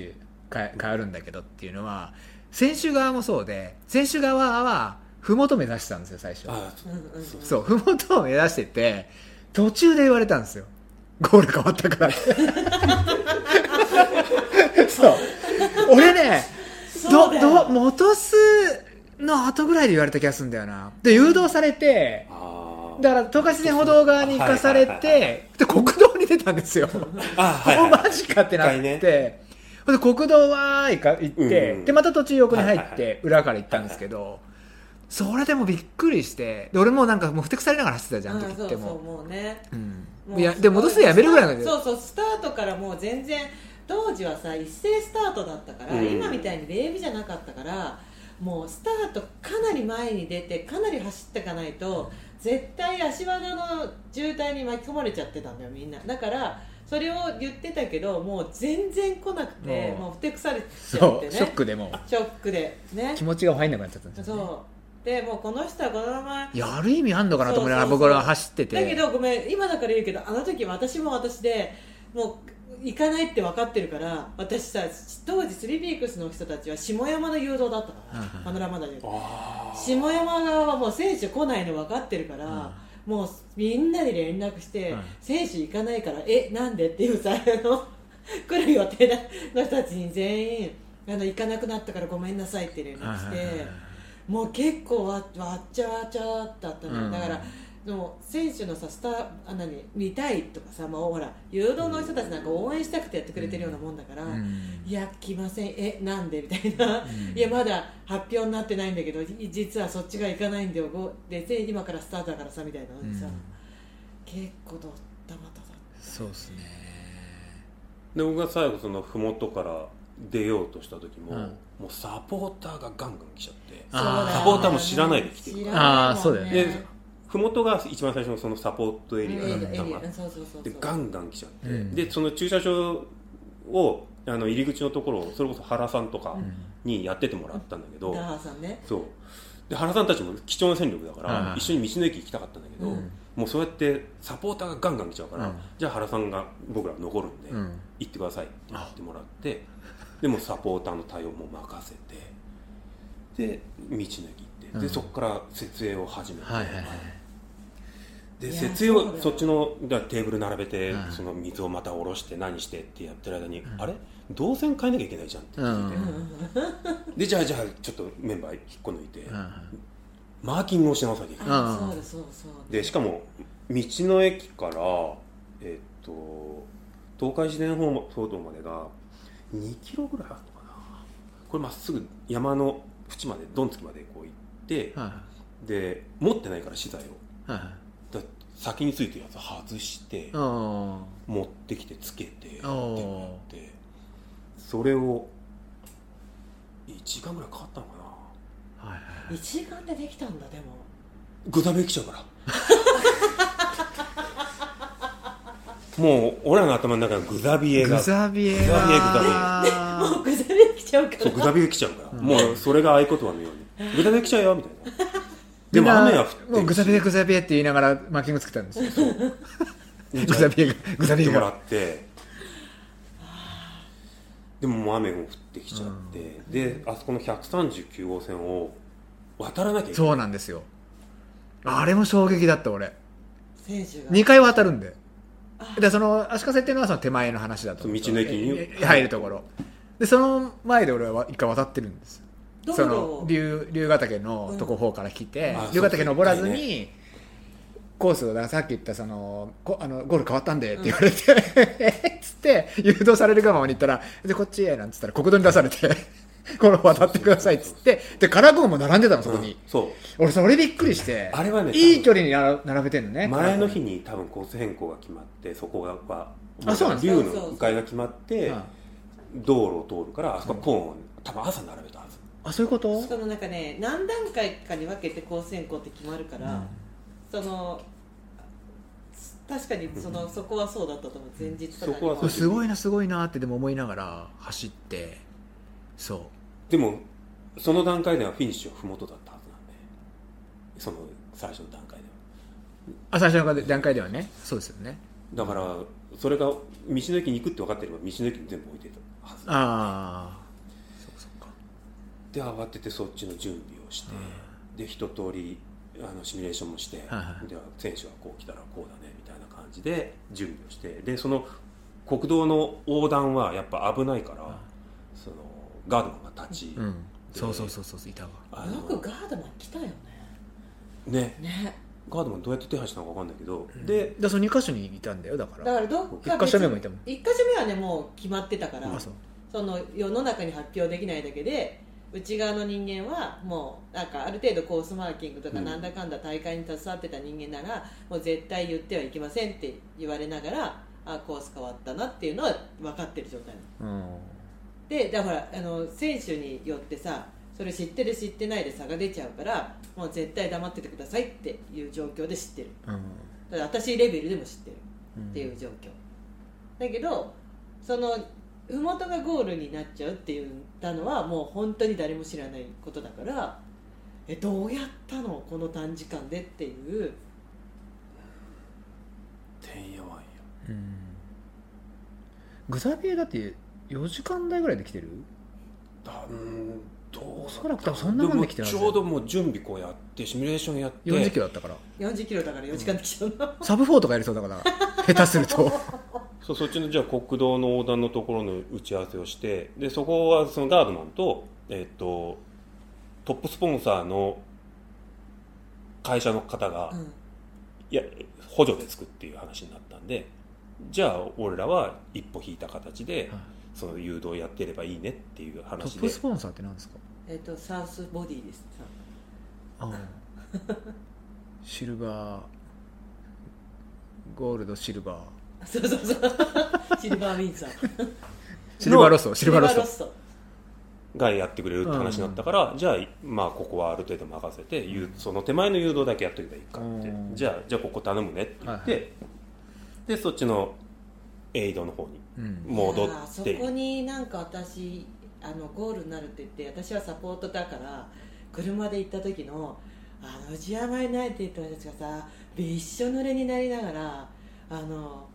Speaker 1: ュか変わるんだけどっていうのは選手側もそうで選手側は麓目指してたんですよ最初
Speaker 3: らあー
Speaker 2: うんうん
Speaker 3: そう
Speaker 1: そう麓を目指してて途中で言われたんですよゴール変わった からってそう俺ね
Speaker 2: そ
Speaker 1: ど
Speaker 2: うだ
Speaker 1: ど
Speaker 2: よ
Speaker 1: 元すの後ぐらいで言われた気がするんだよなで誘導されて
Speaker 3: あー
Speaker 1: だから東海自然歩道側に行かされて、
Speaker 3: はいはいはいは
Speaker 1: で国道に出たんですよ
Speaker 3: あーはい
Speaker 1: もう
Speaker 3: はい
Speaker 1: マジかってなって、
Speaker 3: 一回ね
Speaker 1: ほんで国道は行か行って、
Speaker 3: うん
Speaker 1: でまた途中横に入
Speaker 3: はい
Speaker 1: っ
Speaker 3: はいは
Speaker 1: て裏から行ったんですけど、それでもびっくりしてで俺もうなんかもうふてくされながら走ってたじゃん、
Speaker 2: う
Speaker 1: あの時
Speaker 2: んそ
Speaker 1: っ
Speaker 2: う
Speaker 1: て
Speaker 2: そう
Speaker 1: も
Speaker 2: もうね
Speaker 1: うん
Speaker 2: もう
Speaker 1: いやで戻すのやめるぐらいので
Speaker 2: そうそうスタートからもう全然当時はさ一斉スタートだったから、
Speaker 3: うん
Speaker 2: 今みたいにレーブじゃなかったからもうスタートかなり前に出てかなり走っていかないと絶対足技の渋滞に巻き込まれちゃってたんだよみんなだからそれを言ってたけどもう全然来なくて
Speaker 1: もう
Speaker 2: もうふてくされちゃっ
Speaker 1: そ
Speaker 2: て
Speaker 1: う
Speaker 2: ね
Speaker 1: ショックでも
Speaker 2: ショックでね
Speaker 1: う気持ちが入んなくなっちゃったんですよね
Speaker 2: そうでもうこの人はこのまま
Speaker 1: いやある意味あんのかなと思いながら
Speaker 2: そうそう
Speaker 1: 僕
Speaker 2: そう
Speaker 1: らは走ってて
Speaker 2: だけどごめん今だから言うけどあの時私も私でもう行かないって分かってるから私さ当時スリーピークスの人たちは下山の誘導だったから、
Speaker 1: うんうん
Speaker 2: パノラマだけど
Speaker 3: あー
Speaker 2: 下山側はもう選手来ないの分かってるから、もうみんなに連絡して、
Speaker 1: うん
Speaker 2: 選手行かないからえなんでっていうさあの 来る予定だの人たちに全員あの行かなくなったからごめんなさいって連絡して。
Speaker 1: はいはいはい
Speaker 2: もう結構わわっちゃわっちゃだったのよ、
Speaker 1: うん
Speaker 2: だからでも選手のさスターあ何見たいとかさ、まあ、ほら誘導の人たちなんか応援したくてやってくれてるようなもんだから、
Speaker 1: うん
Speaker 2: いや来ませんえなんでみたいな、
Speaker 1: ん
Speaker 2: いやまだ発表になってないんだけどい実はそっちが行かないんだよごでで今からスタートだからさみたいなのでさ、
Speaker 1: うん
Speaker 2: 結構どったまただっ
Speaker 1: そうですね
Speaker 3: で僕が最後その麓から出ようとした時も、
Speaker 1: うん
Speaker 3: もうサポーターがガンガン来ちゃって
Speaker 2: た
Speaker 1: あーサ
Speaker 2: そうだよね
Speaker 1: ポータ
Speaker 3: ーも知らないで来てる
Speaker 2: 知らないもんね
Speaker 1: あーそうだよね
Speaker 3: で麓が一番最初のそのサポートエリアだ
Speaker 1: う
Speaker 3: っ
Speaker 1: ん
Speaker 3: たのが
Speaker 2: そうそうそうそう
Speaker 3: でガンガン来ちゃって、
Speaker 1: うん
Speaker 3: でその駐車場をあの入り口のところをそれこそ原さんとかにやっててもらったんだけど、
Speaker 2: ダハさんね
Speaker 3: そうで原さんたちも貴重な戦力だか
Speaker 1: う
Speaker 3: ら
Speaker 1: ん
Speaker 3: 一緒に道の駅行きたかったんだけど、
Speaker 2: うん
Speaker 3: もうそうやってサポーターがガンガン来ちゃうから、
Speaker 1: うん
Speaker 3: じゃあ原さんが僕ら残るんで、
Speaker 1: うん
Speaker 3: 行ってくださいって言ってもらってでもうサポーターの対応も任せてで道の駅行って、
Speaker 1: う
Speaker 3: で
Speaker 1: ん
Speaker 3: そこから設営を始めて、
Speaker 1: はいはいはい
Speaker 3: で
Speaker 2: いや
Speaker 3: 設営
Speaker 2: そうだ
Speaker 3: を
Speaker 2: よ
Speaker 3: そっちのだからテーブル並べて、
Speaker 1: うん
Speaker 3: その水をまた下ろして何してってやってる間に、
Speaker 1: ん
Speaker 3: あれ動線変えなきゃいけないじゃんって聞いて、
Speaker 1: うん
Speaker 3: でじゃあじゃあちょっとメンバー引っこ抜いて、
Speaker 1: うん
Speaker 3: マーキングをしなさきゃいけない
Speaker 2: あ
Speaker 1: うん
Speaker 2: そうだそうそう
Speaker 3: でしかも道の駅からえっと東海自然放送道までが2キロぐらいあるのかなこれまっすぐ山の縁までドンつきまでこう行って
Speaker 1: はい
Speaker 3: で持ってないから資材を
Speaker 1: はいはい
Speaker 3: だ先についてるやつ外して
Speaker 1: あ
Speaker 3: 持ってきてつけてってや
Speaker 1: おー
Speaker 3: ってそれを1時間ぐらいかかったのか
Speaker 1: あ
Speaker 3: な
Speaker 1: はいはい
Speaker 2: 一時間でできたんだでも
Speaker 3: グダベきちゃうから もう俺らの頭の中にグダビエが
Speaker 1: グ
Speaker 3: そう
Speaker 1: ザビエ
Speaker 2: も
Speaker 1: は
Speaker 2: うぐざり来ちゃうから
Speaker 3: グダビエ来ちゃうから、
Speaker 1: うん
Speaker 3: もうそれが合言葉のようにグダビエ来ちゃうよみたいなで
Speaker 1: みん
Speaker 3: も
Speaker 1: な
Speaker 3: 雨は降ってるし
Speaker 1: もうグザビエグザビエって言いながらマーキングつけたんですよグザビエがグザビエ
Speaker 3: やってもら
Speaker 1: が
Speaker 3: ってでももう雨も降ってきちゃって、であそこの139号線を渡らなきゃいけない
Speaker 1: そうなんですよあれも衝撃だった俺
Speaker 2: 選手が
Speaker 1: 2回渡るんででその足かせっていうのはその手前の話だと
Speaker 3: そう道の駅に
Speaker 1: ええ入るところでその前で俺は一回渡ってるんです
Speaker 2: 道路
Speaker 1: そ
Speaker 2: を
Speaker 1: の竜竜ヶ岳のとこ方から来て、
Speaker 3: うんあ
Speaker 1: 竜ヶ岳登らず
Speaker 3: そう
Speaker 1: に、コースをだからさっき言ったそのこあのゴール変わったんでって言われて、えっつって 誘導されるがままに行ったらでこっちへなんつったら国道に出されて この渡ってくださいっつってでカラコンも並んでたのそこに
Speaker 3: うん、そう
Speaker 1: 俺それびっくりして
Speaker 3: あれはね
Speaker 1: いい距離になら並べてんのね
Speaker 3: 前の日に多分コース変更が決まってそこが
Speaker 1: あそうなん
Speaker 3: 竜
Speaker 2: だ
Speaker 3: の迂回が決まって
Speaker 1: うん
Speaker 3: 道路を通るからあそこはコーンを多分朝並べたはず
Speaker 1: あそういうこと
Speaker 2: そのなんかね何段階かに分けて高専校って決まるから、
Speaker 1: うん
Speaker 2: その確かにそのそこはそうだったと思う前日とかに
Speaker 3: そこは
Speaker 1: これすごいなすごいなってでも思いながら走ってそ
Speaker 3: でもその段階ではフィニッシュは麓だったはずなんでその最初の段階で
Speaker 1: うあ最初の段階ではねそうですよね
Speaker 3: はだからそれが道の駅に行くって分かってれば道の駅に全部置いてたはず
Speaker 1: ああそうかそうか
Speaker 3: で慌ててそっちの準備をして、で一通りあのシミュレーションもして、
Speaker 1: はいはい
Speaker 3: では選手はこう来たらこうだねみたいな感じで準備をしてでその国道の横断はやっぱ危ないから、
Speaker 1: はい
Speaker 3: そのガードマンが立ち、
Speaker 1: うんそうそうそうそうそういたわ
Speaker 3: あ
Speaker 2: よ
Speaker 3: の
Speaker 2: くガードマン来たよね
Speaker 3: ね
Speaker 2: ね
Speaker 3: ガードマンどうやって手配したのか分かんないけど、で
Speaker 1: でその2箇所にいたんだよだか
Speaker 2: だ
Speaker 1: ら
Speaker 2: からどっか
Speaker 1: 一箇所目もいたもん
Speaker 2: 一箇所目はねもう決まってたから
Speaker 1: あそ
Speaker 2: そうの世の中に発表できないだけで内側の人間はもうなんかある程度コースマーキングとか
Speaker 3: うん
Speaker 2: なんだかんだ大会に携わってた人間なら、もう絶対言ってはいけませんって言われながらあコース変わったなっていうのは分かってる状態なの
Speaker 1: うん
Speaker 2: でだからあの選手によってさそれ知ってる知ってないで差が出ちゃうからもう絶対黙っててくださいっていう状況で知ってる
Speaker 1: うん
Speaker 2: ただ私レベルでも知ってる
Speaker 1: うん
Speaker 2: っていう状況、だけどその麓がゴールになっちゃうって言ったのはもう本当に誰も知らないことだからえどうやったのこの短時間でっていう
Speaker 3: てんやわんや
Speaker 1: うんグザビエだって4時間台ぐらいで来てる
Speaker 3: だうんどう
Speaker 1: 少なくともそんなもんで来てるはず
Speaker 3: もちょうどもう準備こうやってシミュレーションやって
Speaker 1: 40キロだったから
Speaker 2: 40キロだから4時間で来ちゃうの、
Speaker 1: サブ4とかやりそうだから 下手すると
Speaker 3: そうそっちのじゃあ国道の横断のところの打ち合わせをしてでそこはそのガードマンと,、えっとトップスポンサーの会社の方が、
Speaker 2: う
Speaker 3: い
Speaker 2: ん
Speaker 3: や補助でつくっていう話になったんでじゃあ俺らは一歩引いた形で、その誘導やってればいいねっていう
Speaker 1: ト
Speaker 3: 話
Speaker 1: ップ
Speaker 3: で
Speaker 1: スポンサーって何ですか
Speaker 2: えっとサウスボディです
Speaker 1: ああシルバーゴールドシルバー
Speaker 2: そうそうそうシルバーウィンザー
Speaker 1: シルバーロストシルバーロスト
Speaker 2: ソ
Speaker 3: がやってくれるって話になったから、じゃあ、まあ、ここはある程度任せて、ゆその手前の誘導だけやっとけばいいかって、
Speaker 1: うん
Speaker 3: じゃあじゃあここ頼むねって言って、
Speaker 1: はい
Speaker 3: でそっちのエイドの方に
Speaker 1: うん
Speaker 3: 戻
Speaker 2: あーそ
Speaker 3: って
Speaker 2: こになんか私あのゴールになるって言って私はサポートだから車で行った時の「あの字余りない」って言った私がさびっしょ濡れになりながらあの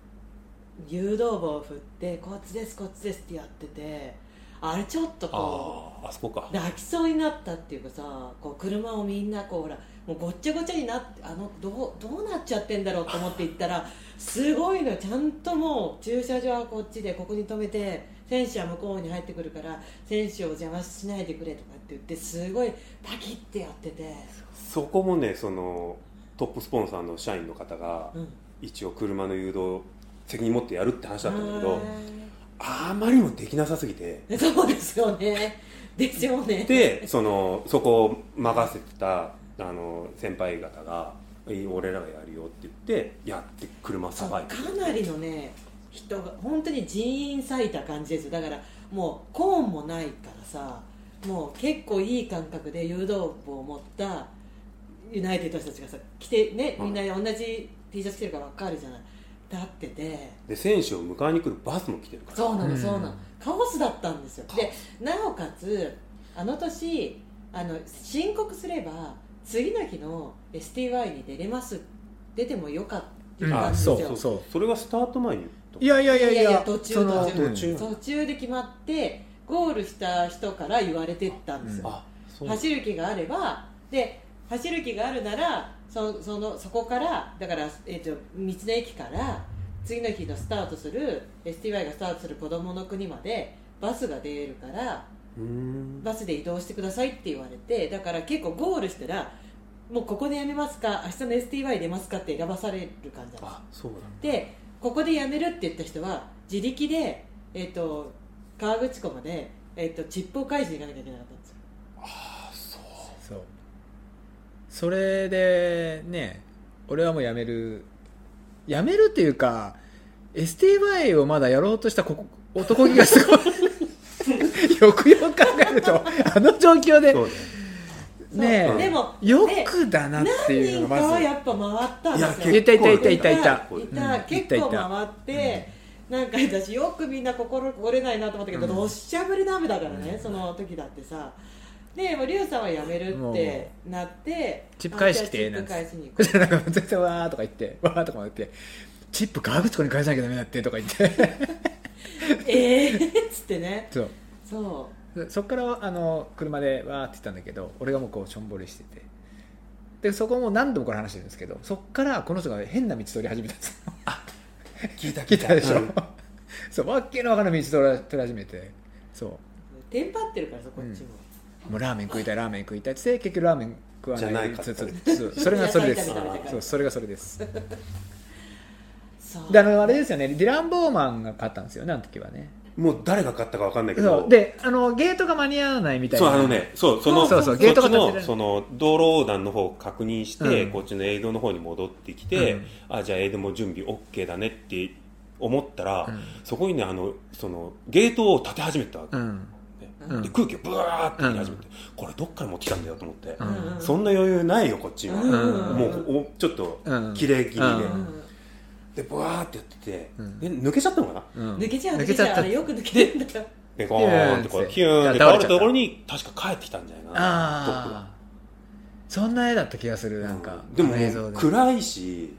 Speaker 2: 誘導棒を振って「こっちですこっちです」ってやっててあれちょっとこう。
Speaker 3: あああそこか
Speaker 2: 泣きそうになったっていうかさこう車をみんなこうほらもうごっちゃごちゃになってあのどうどうなっちゃってんだろうと思って行ったらすごいのちゃんともう駐車場はこっちでここに止めて選手は向こうに入ってくるから選手を邪魔しないでくれとかって言ってすごいパキってやってて、
Speaker 3: そこもねそのトップスポンサーの社員の方が
Speaker 2: うん、
Speaker 3: 一応車の誘導責任持ってやるって話だったんだけど、
Speaker 2: は
Speaker 3: あまりにもできなさすぎて
Speaker 2: ーいそうですよねですよね
Speaker 3: でそのそこを任せてたあの先輩方が「いい俺らがやるよ」って言ってやって車
Speaker 2: そ
Speaker 3: さ
Speaker 2: う
Speaker 3: ば
Speaker 2: か
Speaker 3: いて
Speaker 2: なりのね人が本当に人員割いた感じですよだからもうコーンもないからさもう結構いい感覚で誘導棒を持ったユナイテッドの人たちがさ着てね
Speaker 3: うん
Speaker 2: みんな同じ T シャツ着てるから分かるじゃない立ってて
Speaker 3: で選手を迎えに来るバスも来てるから
Speaker 2: そうなの、
Speaker 1: うん
Speaker 2: そうなのカオスだったんですよ
Speaker 3: カオ
Speaker 2: でなおかつあの年あの申告すれば次の日の STY に出れます出てもよかったん
Speaker 1: あ
Speaker 2: ですよ、
Speaker 1: そうそうそ
Speaker 3: それはスタート前に言った
Speaker 1: ういやいやいやいや
Speaker 2: いやいや途中
Speaker 1: その
Speaker 2: 途中
Speaker 1: うん
Speaker 3: 途中
Speaker 2: 途中で決まってゴールした人から言われてったんですよ、
Speaker 3: あそう
Speaker 2: 走る気があればで走る気があるならそそのそこからだから、えー、と道の駅から次の日のスタートする STY がスタートする子どもの国までバスが出るから
Speaker 3: うーん
Speaker 2: バスで移動してくださいって言われてだから結構ゴールしたらもうここでやめますか明日の STY 出ますかって選ばされる感じだった
Speaker 3: あそうだ
Speaker 2: でここで辞めるって言った人は自力で、えっと川口湖まで、えっとチップを返しに行かなきゃいけなかったんですよ
Speaker 3: あそう
Speaker 1: そうそれでね俺はもうやめるやめるっていうか STY をまだやろうとしたここ男気がすご いよくよく考えるとあの状況で
Speaker 3: そうだ
Speaker 2: そう
Speaker 1: ね
Speaker 3: うん
Speaker 2: でも
Speaker 1: えよ
Speaker 2: で
Speaker 1: くだなっ
Speaker 2: 何
Speaker 1: ていうの
Speaker 2: 人か
Speaker 1: がま
Speaker 2: は
Speaker 1: ず
Speaker 2: やっぱ回ったんですよ
Speaker 3: いや
Speaker 1: いたいたいたいたい
Speaker 2: い
Speaker 1: た
Speaker 2: た、
Speaker 3: うん
Speaker 1: いた
Speaker 2: 結
Speaker 1: い
Speaker 2: 構
Speaker 1: た
Speaker 2: 回って、なんか私よくみんな心折れないなと思ったけど、
Speaker 1: うん
Speaker 2: どっしゃぶりの雨だからね、
Speaker 1: うん
Speaker 2: その時だってさでもうリュウさんは辞めるってなって
Speaker 1: チップ返し来て
Speaker 2: あじゃあチップ返しに行こ
Speaker 1: そしたら なんか全然わーとか言ってわーとか言ってチップガーブチコに返さなきゃダメだってとか言って
Speaker 2: うええっつってね
Speaker 1: そう
Speaker 2: そう
Speaker 1: そこからあの車でわーって言ったんだけど俺がもうこうしょんぼりしててでそこも何度もこれ話してるんですけどそこからこの人が変な道通り始めたんですよ
Speaker 3: 聞いた
Speaker 1: 聞いたでしょ、
Speaker 3: うん
Speaker 1: そうわっけのわからない道通り始めてそ
Speaker 2: テンパってるからさこっちも、
Speaker 1: うもうラーメン食いたいラーメン食いたいって結局ラーメン食わない
Speaker 3: じゃないかった
Speaker 1: そうそうそうそれがそれです
Speaker 2: 野
Speaker 3: 菜炒め食べてから
Speaker 1: そうそれがそれです
Speaker 2: そう
Speaker 1: であのあれですよねディラン・ボーマンが勝ったんですよねあの時はね
Speaker 3: もう誰が勝ったか分かんないけど
Speaker 1: そうであのゲートが間に合わないみたい
Speaker 3: そう
Speaker 1: な
Speaker 3: あのねそうその
Speaker 1: そうそうゲートが立てられ
Speaker 3: こっ
Speaker 1: る
Speaker 3: ちのその道路横断の方を確認して、
Speaker 1: うん
Speaker 3: こっちのエイドの方に戻ってきて、
Speaker 1: うん
Speaker 3: あじゃあエイドも準備 OK だねって思ったら、
Speaker 1: うん
Speaker 3: そこにねあのそのゲートを立て始めたわけ、
Speaker 1: うんうん
Speaker 3: で空気をブワーって入れ始めて、これどっから持ってきたんだよと思って、
Speaker 1: うん
Speaker 3: そんな余裕ないよこっちは、
Speaker 2: うん
Speaker 3: もうおちょっと
Speaker 1: うん
Speaker 3: キレイ切りで、
Speaker 1: うん
Speaker 3: でブワーってやってて、
Speaker 1: うん
Speaker 3: で抜けちゃったのかな
Speaker 1: うん
Speaker 2: 抜けちゃう
Speaker 1: 抜
Speaker 2: 抜
Speaker 1: け
Speaker 2: け
Speaker 1: ち
Speaker 2: ち
Speaker 1: ゃ
Speaker 2: ゃ
Speaker 1: った
Speaker 2: うあれよく抜けて んだよ
Speaker 3: でゴーンってこう
Speaker 1: キ
Speaker 3: キ
Speaker 1: ュ
Speaker 3: ュ
Speaker 1: ー
Speaker 3: ー
Speaker 1: ン
Speaker 3: ン
Speaker 1: っ
Speaker 3: っ
Speaker 1: 倒れ
Speaker 3: てて倒れ
Speaker 1: ちゃった
Speaker 3: たところに確か帰ってきたんじゃないかなトップ
Speaker 1: あ
Speaker 3: が
Speaker 1: あそんな絵だった気がするなんか、
Speaker 3: うんでも
Speaker 1: あの映像で
Speaker 3: 暗いし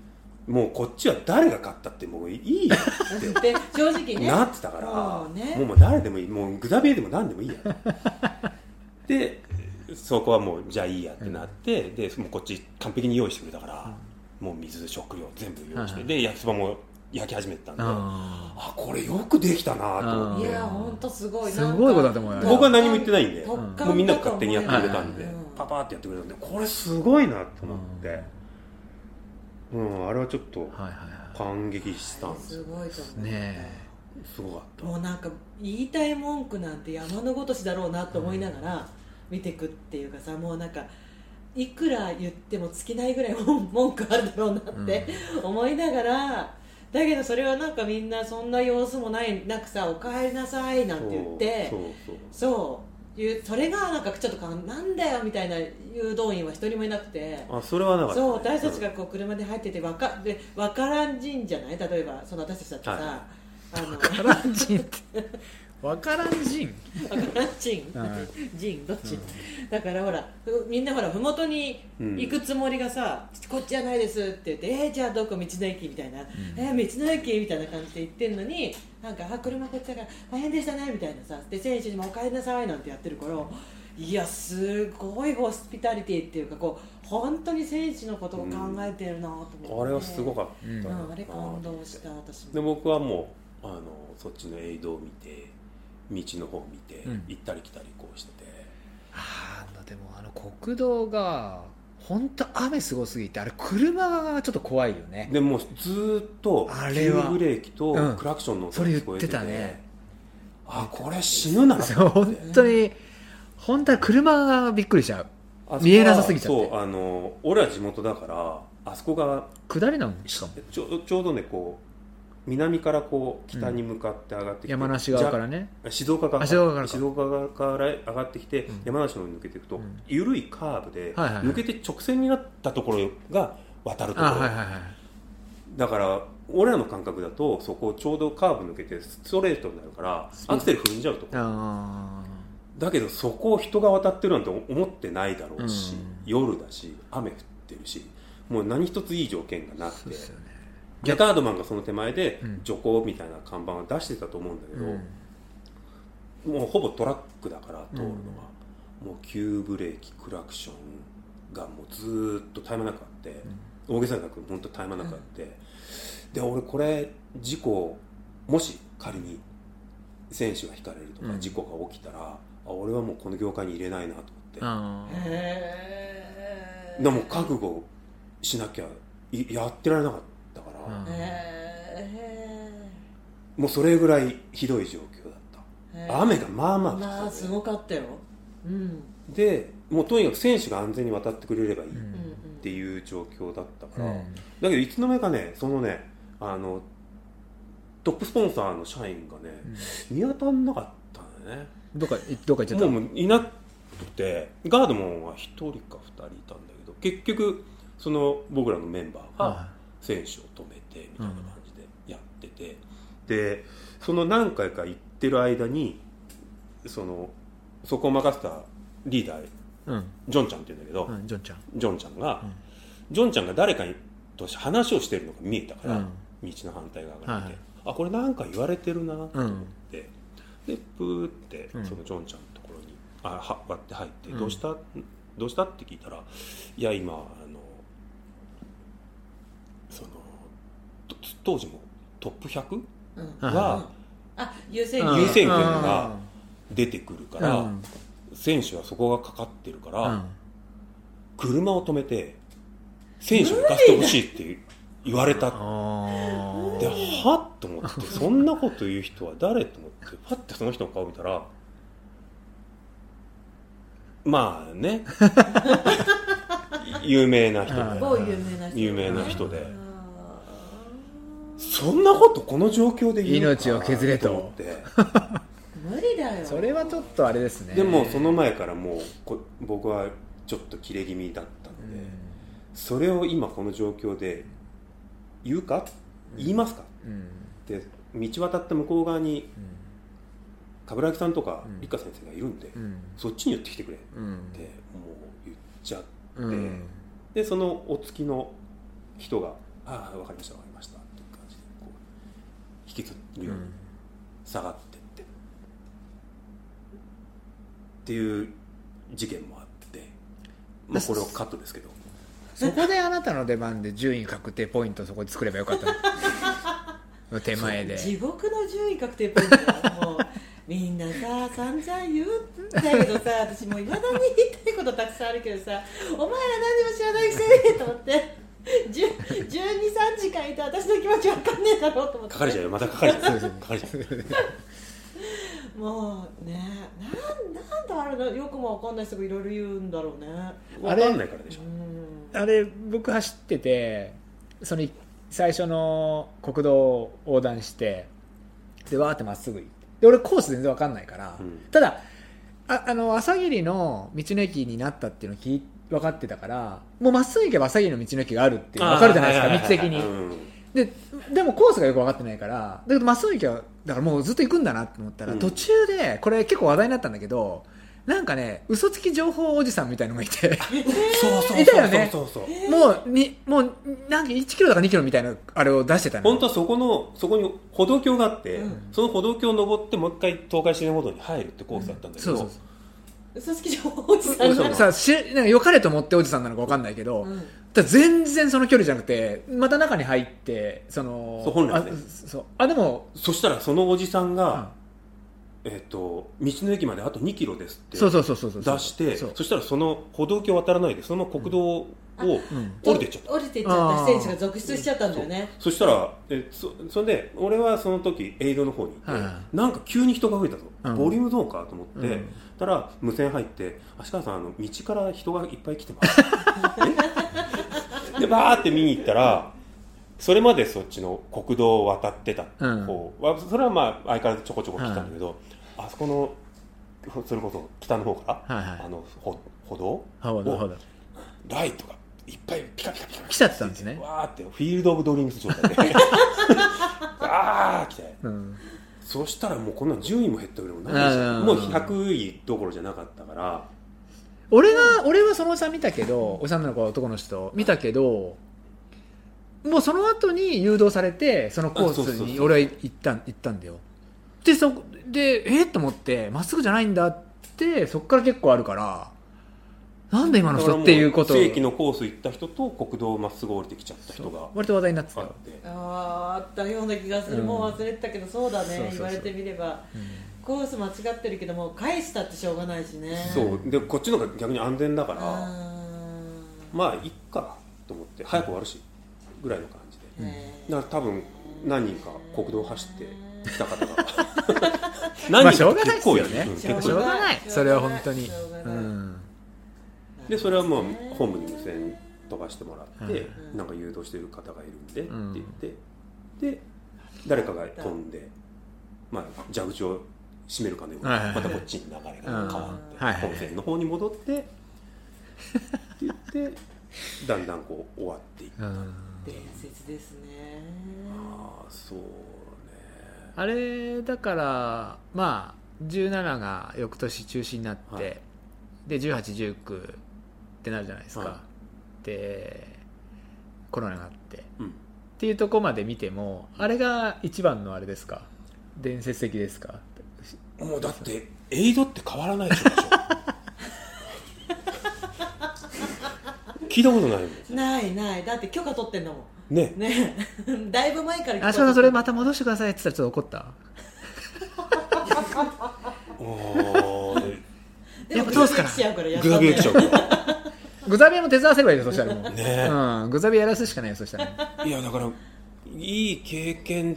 Speaker 3: もうこっちは誰が勝ったってもういいやっ
Speaker 2: で正直
Speaker 3: て
Speaker 2: ね
Speaker 3: なってたから
Speaker 2: そうね
Speaker 3: もうもう誰でもいいもうグダビエでも何で もいいやでそこはもうじゃあいいやってなって、でもうこっち完璧に用意してくれたから、もう水食料全部用意して、
Speaker 1: うん
Speaker 3: で焼きそばも焼き始めてたんで、
Speaker 1: あ
Speaker 3: あこれよくできたなと思っ
Speaker 2: い
Speaker 3: て
Speaker 2: や本当すごい
Speaker 1: すごいことだと思うよ
Speaker 3: 僕は何も言ってないんで
Speaker 1: ん
Speaker 3: もうみんなが勝手にやってくれたんで、
Speaker 1: う
Speaker 3: パパーってやってくれたんでこれすごいなと思って、うんあれはちょっと
Speaker 1: あはいはいは
Speaker 3: 感激したんです
Speaker 2: す
Speaker 3: よ
Speaker 2: ごいと
Speaker 1: い
Speaker 2: 思う
Speaker 1: ね
Speaker 3: すごかった
Speaker 2: もうなんか言いたい文句なんて山のごとしだろうなと思いながら見てくっていうかさもうなんかいくら言っても尽きないぐらい文文句あるだろうなって、思いながらだけどそれはなんかみんなそんな様子もないなくさ「おかえりなさい」なんて言って
Speaker 3: そうそう
Speaker 2: そういうそれがなんかちょっとかなんだよみたいな誘導員は一人もいなくて
Speaker 3: あそれはなかった、
Speaker 2: そう私たちがこう車で入っててわかでわからん人じゃない例えばその私たちだってさ、
Speaker 3: は
Speaker 2: あのわ
Speaker 1: わからん人ってわからん人
Speaker 2: から ん人
Speaker 1: はい
Speaker 2: 人どっち、だからほらみんなほら麓に行くつもりがさ、こっちじゃないですって言ってえー、じゃあどこ道の駅みたいな、えー、道の駅みたいな感じで行ってんのになんかあ車こっちだから大変でしたねみたいなさで選手にもお帰りなさいなんてやってるからいやすごいホスピタリティっていうかこう本当に選手のことを考えてるなと思って、
Speaker 3: あれはすごかった
Speaker 1: うん
Speaker 3: な、
Speaker 2: うんあれ感動した私も
Speaker 3: で僕はもうあのそっちの映像を見て道の方を見て、
Speaker 1: うん
Speaker 3: 行ったり来たりこうしてて
Speaker 1: あーでもあの国道が本当雨すごすぎてあれ車がちょっと怖いよね
Speaker 3: でもうずーっと
Speaker 1: あれ
Speaker 3: 急
Speaker 1: は
Speaker 3: ブレーキと
Speaker 1: うん
Speaker 3: クラクションの音
Speaker 1: そ
Speaker 3: が
Speaker 1: れ
Speaker 3: 聞
Speaker 1: 言
Speaker 3: こ
Speaker 1: っ
Speaker 3: えて
Speaker 1: て
Speaker 3: て,、
Speaker 1: たね
Speaker 3: あこれ死ぬなって
Speaker 1: そう本当に本当は車がびっくりしちゃう
Speaker 3: あそこは
Speaker 1: 見えなさすぎちゃって
Speaker 3: そうあの俺ら地元だからあそこが
Speaker 1: 下りなんしかも
Speaker 3: ちょちょうどねこう南からこう北に向かって上がってきて、
Speaker 1: 山梨側か
Speaker 3: じ
Speaker 1: らね
Speaker 3: ゃ静岡側
Speaker 1: あ静岡からか
Speaker 3: 静岡側から上がってきて、
Speaker 1: うん
Speaker 3: 山梨の方に抜けていくと、
Speaker 1: うん
Speaker 3: 緩いカーブで、
Speaker 1: はいはいはい
Speaker 3: 抜けて直線になったところが渡るとこ
Speaker 1: あ
Speaker 3: ろ、
Speaker 1: はいはいはい
Speaker 3: だから俺らの感覚だとそこをちょうどカーブ抜けてストレートになるから
Speaker 1: スピード
Speaker 3: アクセル踏んじゃうとこ
Speaker 1: あ
Speaker 3: だけどそこを人が渡ってるなんて思ってないだろう
Speaker 1: う
Speaker 3: し、
Speaker 1: ん
Speaker 3: 夜だし雨降ってるしもう何一ついい条件がな
Speaker 1: あ
Speaker 3: く
Speaker 1: そう
Speaker 3: て
Speaker 1: ですよね
Speaker 3: でガードマンがその手前で
Speaker 1: うん
Speaker 3: 徐行みたいな看板を出してたと思うんだけ
Speaker 1: う
Speaker 3: ど、
Speaker 1: ん
Speaker 3: もうほぼトラックだから通るのは、もう急ブレーキクラクションがもうずーっと絶え間なくあって、大げさなく本当絶え間なくあって、で俺これ事故もし仮に選手がひかれるとか
Speaker 1: うん
Speaker 3: 事故が起きたら、あ俺はもうこの業界に入れないなと思って、
Speaker 1: あー
Speaker 2: へー
Speaker 3: でも覚悟しなきゃいやってられなかったから、
Speaker 1: うん
Speaker 2: へ
Speaker 3: もうそれぐらいひどい状況だった。
Speaker 2: ーへー
Speaker 3: 雨がまあまあ降ってたね
Speaker 2: まあすごかったよ、うん、
Speaker 3: でもうとにかく選手が安全に渡ってくれればいいっ
Speaker 2: うんうん
Speaker 3: ていう状況だったか
Speaker 1: う
Speaker 3: ら、
Speaker 1: ん
Speaker 3: だけどいつの間にかねそのねあのトップスポンサーの社員がね見当たんなかったんだよね
Speaker 1: どっかどっか行っちゃった
Speaker 3: もうもういなくてガードマンは1人か2人いたんだけど結局その僕らのメンバーが
Speaker 1: あ
Speaker 3: 選手を止めてみたいな感じでやってて、でその何回か行ってる間にそのそこを任せたリーダー
Speaker 1: うん
Speaker 3: ジョンちゃんって言うんだけど、
Speaker 1: うんジョンちゃん
Speaker 3: ジョンちゃんが、
Speaker 1: うん
Speaker 3: ジョンちゃんが誰かにと話をしてるのが見えたから、
Speaker 1: うん
Speaker 3: 道の反対側から見て、
Speaker 1: はい
Speaker 3: あこれなんか言われてるなと
Speaker 1: う
Speaker 3: 思っ
Speaker 1: ん
Speaker 3: て、でプーって
Speaker 1: うん
Speaker 3: そのジョンちゃんのところに、あは割って入って、
Speaker 1: うん
Speaker 3: どうしたどうしたって聞いたらいや今あのそのと当時もトップ 100?
Speaker 2: うん
Speaker 1: はい
Speaker 3: は
Speaker 2: あ優先
Speaker 1: うん
Speaker 3: 優
Speaker 2: 権
Speaker 3: 先権が出てくるから、
Speaker 1: うん
Speaker 3: 選手はそこがかかってるから、
Speaker 1: うん
Speaker 3: 車を止めて選手に行かせてほしいって言われたって
Speaker 1: あ
Speaker 3: ではっと 思ってそんなこと言う人は誰と思ってパッてその人の顔見たらま あね有名な人
Speaker 1: はい
Speaker 3: で
Speaker 2: 某有名な人
Speaker 3: 有名な人で
Speaker 2: あ
Speaker 3: そんなことこの状況で言うのか
Speaker 1: 命を削れと
Speaker 3: 思って
Speaker 2: ー無理だ
Speaker 1: ー
Speaker 2: よ
Speaker 1: それはちょっとあれですね
Speaker 3: でもその前からもうこ僕はちょっと切れ気味だった
Speaker 1: う
Speaker 3: ので、
Speaker 1: ん
Speaker 3: それを今この状況で言うか言いますか
Speaker 1: うん
Speaker 3: で道渡った向こう側に
Speaker 1: うん
Speaker 3: 冠城さんとか
Speaker 1: うん
Speaker 3: 理科先生がいるんで、
Speaker 1: うん
Speaker 3: そっちに寄ってきてくれって
Speaker 1: うん
Speaker 3: もう言っちゃって、
Speaker 1: うん
Speaker 3: でそのお付きの人が「ああ分かりました分かりました」っていう感じでこう引きずるように下がってって、っていう事件もあって、まあ、これをカットですけど
Speaker 1: そこであなたの出番で順位確定ポイントそこで作ればよかった の手前で
Speaker 2: 地獄の順位確定ポイントだよ もうみんなさ散々言うんだけどさ私もういまだに言いたいことたくさんあるけどさお前ら何にも知らないくせにと思って12、3時間いて私の気持ちわかんねえだろうと思って
Speaker 3: かかれちゃうよまたかかれちゃうかかれちゃう
Speaker 2: もうねなんなんであれだよくもわかんない人がいろいろ言うんだろうね
Speaker 1: あ
Speaker 3: 分
Speaker 1: れ
Speaker 3: かんないからでしょ
Speaker 2: うん
Speaker 1: あれ僕走っててその最初の国道を横断してでわーってまっすぐ行ってで俺コース全然わかんないから、
Speaker 3: うん
Speaker 1: ただああの朝霧の道の駅になったっていうのを聞い分かってたからもうまっすぐ行けば朝霧の道の駅があるっていうの分かるじゃないですか道的に、ででもコースがよく分かってないからだけどまっすぐ行けばだからもうずっと行くんだなと思ったら、
Speaker 3: うん
Speaker 1: 途中でこれ結構話題になったんだけどなんかね嘘つき情報おじさんみたいのがいて
Speaker 3: そうそう
Speaker 1: いたよね
Speaker 3: そうそうそうそ
Speaker 1: も
Speaker 3: う
Speaker 1: うにもうなんか1キロだか2キロみたいなあれを出してたの
Speaker 3: 本当はそこのそこに歩道橋があって、
Speaker 2: うん
Speaker 3: その歩道橋を登ってもう一回東海自然歩道に入るってコースだったんだけど、
Speaker 1: そうそうそう
Speaker 2: 嘘つき情報おじさん
Speaker 3: 嘘
Speaker 2: が
Speaker 3: の
Speaker 1: さあしなんか良かれと思っておじさんなのか分かんないけど、
Speaker 2: うん
Speaker 1: ただ全然その距離じゃなくてまた中に入ってその
Speaker 3: そう本来はね
Speaker 1: あそうあでも、
Speaker 3: そしたらそのおじさん
Speaker 1: う
Speaker 3: が
Speaker 1: ん、
Speaker 3: えっと道の駅まであと2キロですって
Speaker 1: そうそうそうそうそう
Speaker 3: 出して
Speaker 1: そう
Speaker 3: そしたらその歩道橋を渡らないでそのまま国道を、
Speaker 1: うん
Speaker 3: 降りてっちゃった
Speaker 2: 降りてっちゃった選手が続出しちゃったんだよね
Speaker 3: そしたらえそそれで俺はその時営業の方に行って、
Speaker 1: はいは
Speaker 3: なんか急に人が増えた
Speaker 1: う
Speaker 3: ぞ、
Speaker 1: ん
Speaker 3: ボリュームゾーンかと思っ
Speaker 1: う
Speaker 3: て、
Speaker 1: ん
Speaker 3: たら無線入って足川さんあの道から人がいっぱい来てます えでバーって見に行ったらそれまでそっちの国道を渡ってた
Speaker 1: うん
Speaker 3: 方は、それはまあ相変わらずちょこちょこ来たんだけど、あそこのほそれこそ北の方から、
Speaker 1: はいはい
Speaker 3: あのほ歩道
Speaker 1: はわだはわだ
Speaker 3: ライトがいっぱいピカピカピカピカ
Speaker 1: 来ちゃってたんですね
Speaker 3: わーってフィールド・オブ・ドリームス状態 で あー来て
Speaker 1: うん
Speaker 3: そしたらもうこんなん10位も減ったぐらいもないじゃ
Speaker 1: うん
Speaker 3: んもう100位どころじゃなかったから
Speaker 1: 俺が俺はそのおじさん見たけどおじさんなのか男の人見たけどもうその後に誘導されてそのコース
Speaker 3: あそうそう
Speaker 1: に
Speaker 3: そう
Speaker 1: 俺は行った行ったんだよでそこでえっと思ってまっすぐじゃないんだってそこから結構あるからなんで今の
Speaker 3: だから
Speaker 1: 人
Speaker 3: も
Speaker 1: っていうこと
Speaker 3: 正規のコース行った人と国道をまっすぐ降りてきちゃった人が
Speaker 1: 割と話題になってた
Speaker 3: あっ
Speaker 1: よ、
Speaker 3: て
Speaker 2: あーあったような気がする、
Speaker 1: うん
Speaker 2: もう忘れてたけどそうだね
Speaker 1: そうそうそう
Speaker 2: 言われてみればコース間違ってるけどもう返したってしょうがないしね
Speaker 3: そうでこっちの方が逆に安全だから
Speaker 2: あ
Speaker 3: まあいっかと思って早く終わるしぐらいの感じで
Speaker 2: ーねえ
Speaker 3: だから多分何人か国道を走ってきた方が
Speaker 1: まあ
Speaker 3: 何
Speaker 1: し
Speaker 3: 人
Speaker 1: ょ
Speaker 3: か
Speaker 1: うが
Speaker 3: って
Speaker 1: ないで
Speaker 3: 結
Speaker 1: すよ
Speaker 3: 構い
Speaker 1: ね
Speaker 3: る、うん結構い
Speaker 1: し
Speaker 3: る
Speaker 1: ょうがないそれは本当に
Speaker 2: しょうが
Speaker 1: う
Speaker 2: ない
Speaker 1: ん
Speaker 3: でそれはもう本部に無線飛ばしてもらって、
Speaker 2: うん
Speaker 3: なんか誘導してる方がいるんでって
Speaker 1: うん
Speaker 3: 言って、で誰かが飛んで、まあ、蛇口を閉めるかのように
Speaker 1: はいはいはい
Speaker 3: またこっちに流れが変わって、
Speaker 1: うんはいはいはい
Speaker 3: 本線の方に戻ってって言って だんだんこう終わっていく、
Speaker 1: うん
Speaker 2: 伝説ですね
Speaker 3: ああそうね
Speaker 1: あれだからまあ17が翌年中止になって、
Speaker 3: はい
Speaker 1: で1819ってなるじゃないですか、
Speaker 3: は
Speaker 1: でコロナがあってっ
Speaker 3: うん
Speaker 1: ていうとこまで見てもあれが一番のあれですか伝説的ですか
Speaker 3: もうだってエイドって変わ らないでしょ場所聞いたことないもん
Speaker 2: ないないだって許可取ってんだも
Speaker 3: ね
Speaker 2: んねだいぶ前から許可
Speaker 1: あそうだそれ
Speaker 2: 取ってんだ
Speaker 1: また戻してくださいって言ったらちょっと怒った
Speaker 3: あ ー
Speaker 1: や
Speaker 2: でも
Speaker 1: っぱ通すから
Speaker 2: グラビエ来ちゃうからやっ
Speaker 3: グラビエ来ちゃうから
Speaker 1: グザビエも手伝わせればいいよそしたらもう、
Speaker 3: ね
Speaker 1: うん、グザビエやらすしかないよそしたらも
Speaker 3: いやだからいい経験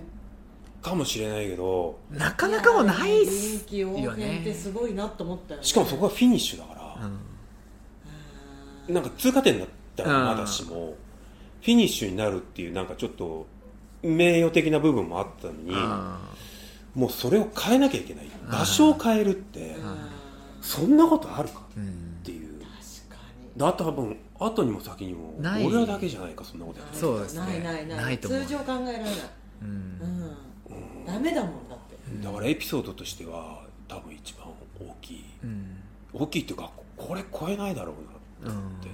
Speaker 3: かもしれないけど
Speaker 1: うなかなかもうないっす
Speaker 2: いやー臨機
Speaker 1: よ
Speaker 2: 応変って
Speaker 1: ね、
Speaker 2: すごいなと思ったよ、ね、
Speaker 3: しかもそこがフィニッシュだか
Speaker 1: う
Speaker 3: ら、
Speaker 1: ん、
Speaker 2: うん
Speaker 3: なんか通過点だったらまだしも、フィニッシュになるっていうなんかちょっと名誉的な部分もあったのに、
Speaker 1: うん
Speaker 3: もうそれを変えなきゃいけない場所を変えるって、
Speaker 2: うん
Speaker 3: そんなことあるか
Speaker 1: うん
Speaker 3: っ、ていう
Speaker 2: 確かに
Speaker 3: だ多分後にも先にも
Speaker 1: ない
Speaker 3: 俺らだけじゃないかそんなことやってる
Speaker 1: そうですね
Speaker 2: ないないない
Speaker 1: ないと思う
Speaker 2: 通常考えられない、
Speaker 1: うん
Speaker 2: うん
Speaker 3: うん
Speaker 2: ダメだもんだって
Speaker 3: だからエピソードとしては多分一番大きい
Speaker 1: うん
Speaker 3: 大きいっていうかこれ超えないだろうなと思って、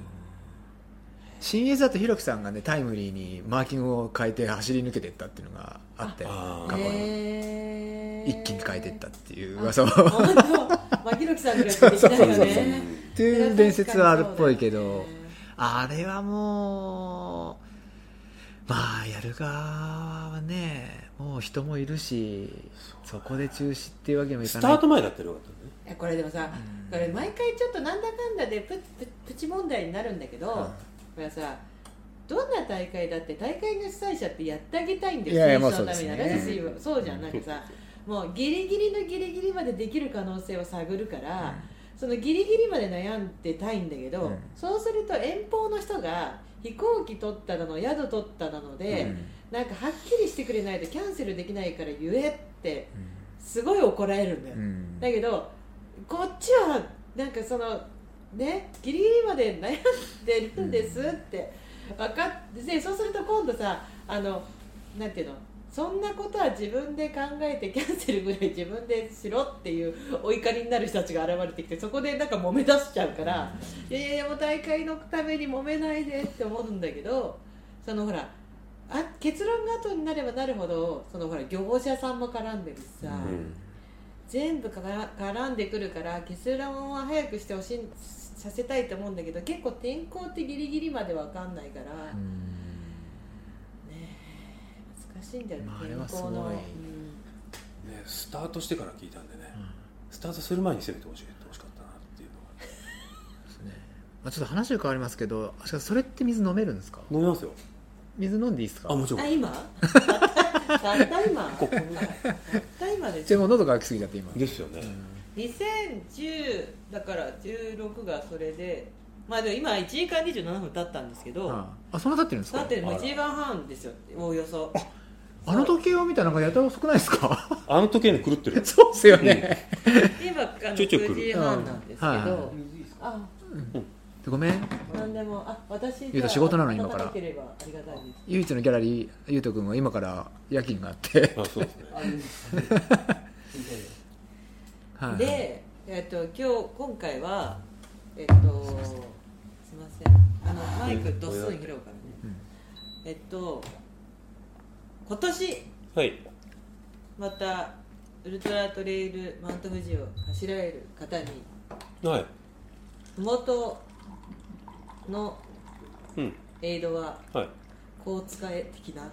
Speaker 1: CS だとひろきさんがねタイムリーにマーキングを変えて走り抜けていったっていうのがあって
Speaker 3: あ
Speaker 1: 過去に、
Speaker 2: へー
Speaker 1: 一気に変えていったっていう噂をっ
Speaker 2: あ本当 まあひろきさんぐらいしかできないよ
Speaker 1: そうそうそう
Speaker 2: ね
Speaker 1: ていう伝説はあるっぽいけど、
Speaker 2: 確かにそうだよね
Speaker 1: あれはもうまあやる側はねもう人もいるしそこで中止っていうわけにもい
Speaker 3: ス
Speaker 1: か
Speaker 3: タ
Speaker 1: ない
Speaker 3: ート前だったらよかったね
Speaker 2: いやこれでもさ
Speaker 1: うん
Speaker 2: これ毎回ちょっとなんだかんだでプププチ問題になるんだけど、
Speaker 1: うん
Speaker 2: これはさどんな大会だって大会の主催者ってやってあげたいんだ
Speaker 1: い
Speaker 2: よ
Speaker 1: やいや
Speaker 2: 選手の
Speaker 1: まあ
Speaker 2: た
Speaker 1: そ
Speaker 2: め
Speaker 1: う
Speaker 2: に
Speaker 1: です
Speaker 2: は
Speaker 1: ね
Speaker 2: ね水分そうじゃんなんかさもうギリギリのギリギリまでできる可能性を探るから、そのギリギリまで悩んでたいんだけど、
Speaker 1: うん
Speaker 2: そうすると遠方の人が飛行機取ったなの宿取ったなので、
Speaker 1: うん
Speaker 2: なんかはっきりしてくれないとキャンセルできないから言えってすごい怒られるんだよ、
Speaker 1: うん
Speaker 2: だけどこっちはなんかそのねギリギリまで悩んでるんですって分かってでそうすると今度さあのなんていうのそんなことは自分で考えてキャンセルぐらい自分でしろっていうお怒りになる人たちが現れてきてそこでなんか揉め出しちゃうから、いやいやもう大会のために揉めないでって思うんだけどそのほらあ結論が後になればなるほどそのほら業者さんも絡んでるし
Speaker 1: う
Speaker 2: さ、
Speaker 1: ん
Speaker 2: 全部から絡んでくるから結論は早くしてほしいさせたいと思うんだけど結構天候ってギリギリまで分かんないから、ねえ難しいんだよね、
Speaker 1: まああれ
Speaker 2: 天
Speaker 1: はすごい
Speaker 2: 候の、うん
Speaker 3: ね、スタートしてから聞いたんでね、スタートする前に攻めてほしいほしかったなっていうのが
Speaker 1: あちょっと話は変わりますけどあしかしそれって水飲めるんですか
Speaker 3: 飲みますよ
Speaker 1: 水飲んでいいですか
Speaker 3: あもちろん
Speaker 2: あ今 たった今た
Speaker 3: こ
Speaker 2: っ
Speaker 3: こぐらい
Speaker 2: た今です
Speaker 1: でも喉が開きすぎちゃって今、
Speaker 3: ですよね、
Speaker 2: 2010だから16がそれでまあでも今1時間27分経ったんですけど、
Speaker 1: ああそんな経ってるんです
Speaker 2: だ
Speaker 1: か
Speaker 2: ってもう1時間半ですよおおよそ
Speaker 1: あの時計を見たらなんかやたら遅くないですか
Speaker 3: あの時計に狂って る
Speaker 1: そうっすよね、
Speaker 2: 今あの
Speaker 3: ちょいちょい来る
Speaker 2: 9時半なんですけ
Speaker 1: う
Speaker 2: ど、
Speaker 1: んは
Speaker 2: あ
Speaker 1: ごめん
Speaker 2: なんでもあ私
Speaker 1: ゆうた仕事なの今から
Speaker 2: 働ければありがたいです
Speaker 1: 唯一のギャラリーゆうとくんは今から夜勤があって、
Speaker 3: あそうですね
Speaker 4: あいいですね
Speaker 1: はい、
Speaker 2: で、えっと今日今回はえっとすみませんあのマイクドスン拾うからね、
Speaker 1: うん
Speaker 2: えっと今年
Speaker 3: はい
Speaker 2: またウルトラトレイルマウント富士を走られる方に
Speaker 3: はい
Speaker 2: 麓の
Speaker 3: うん
Speaker 2: エイドは
Speaker 3: はい
Speaker 2: こう使え的な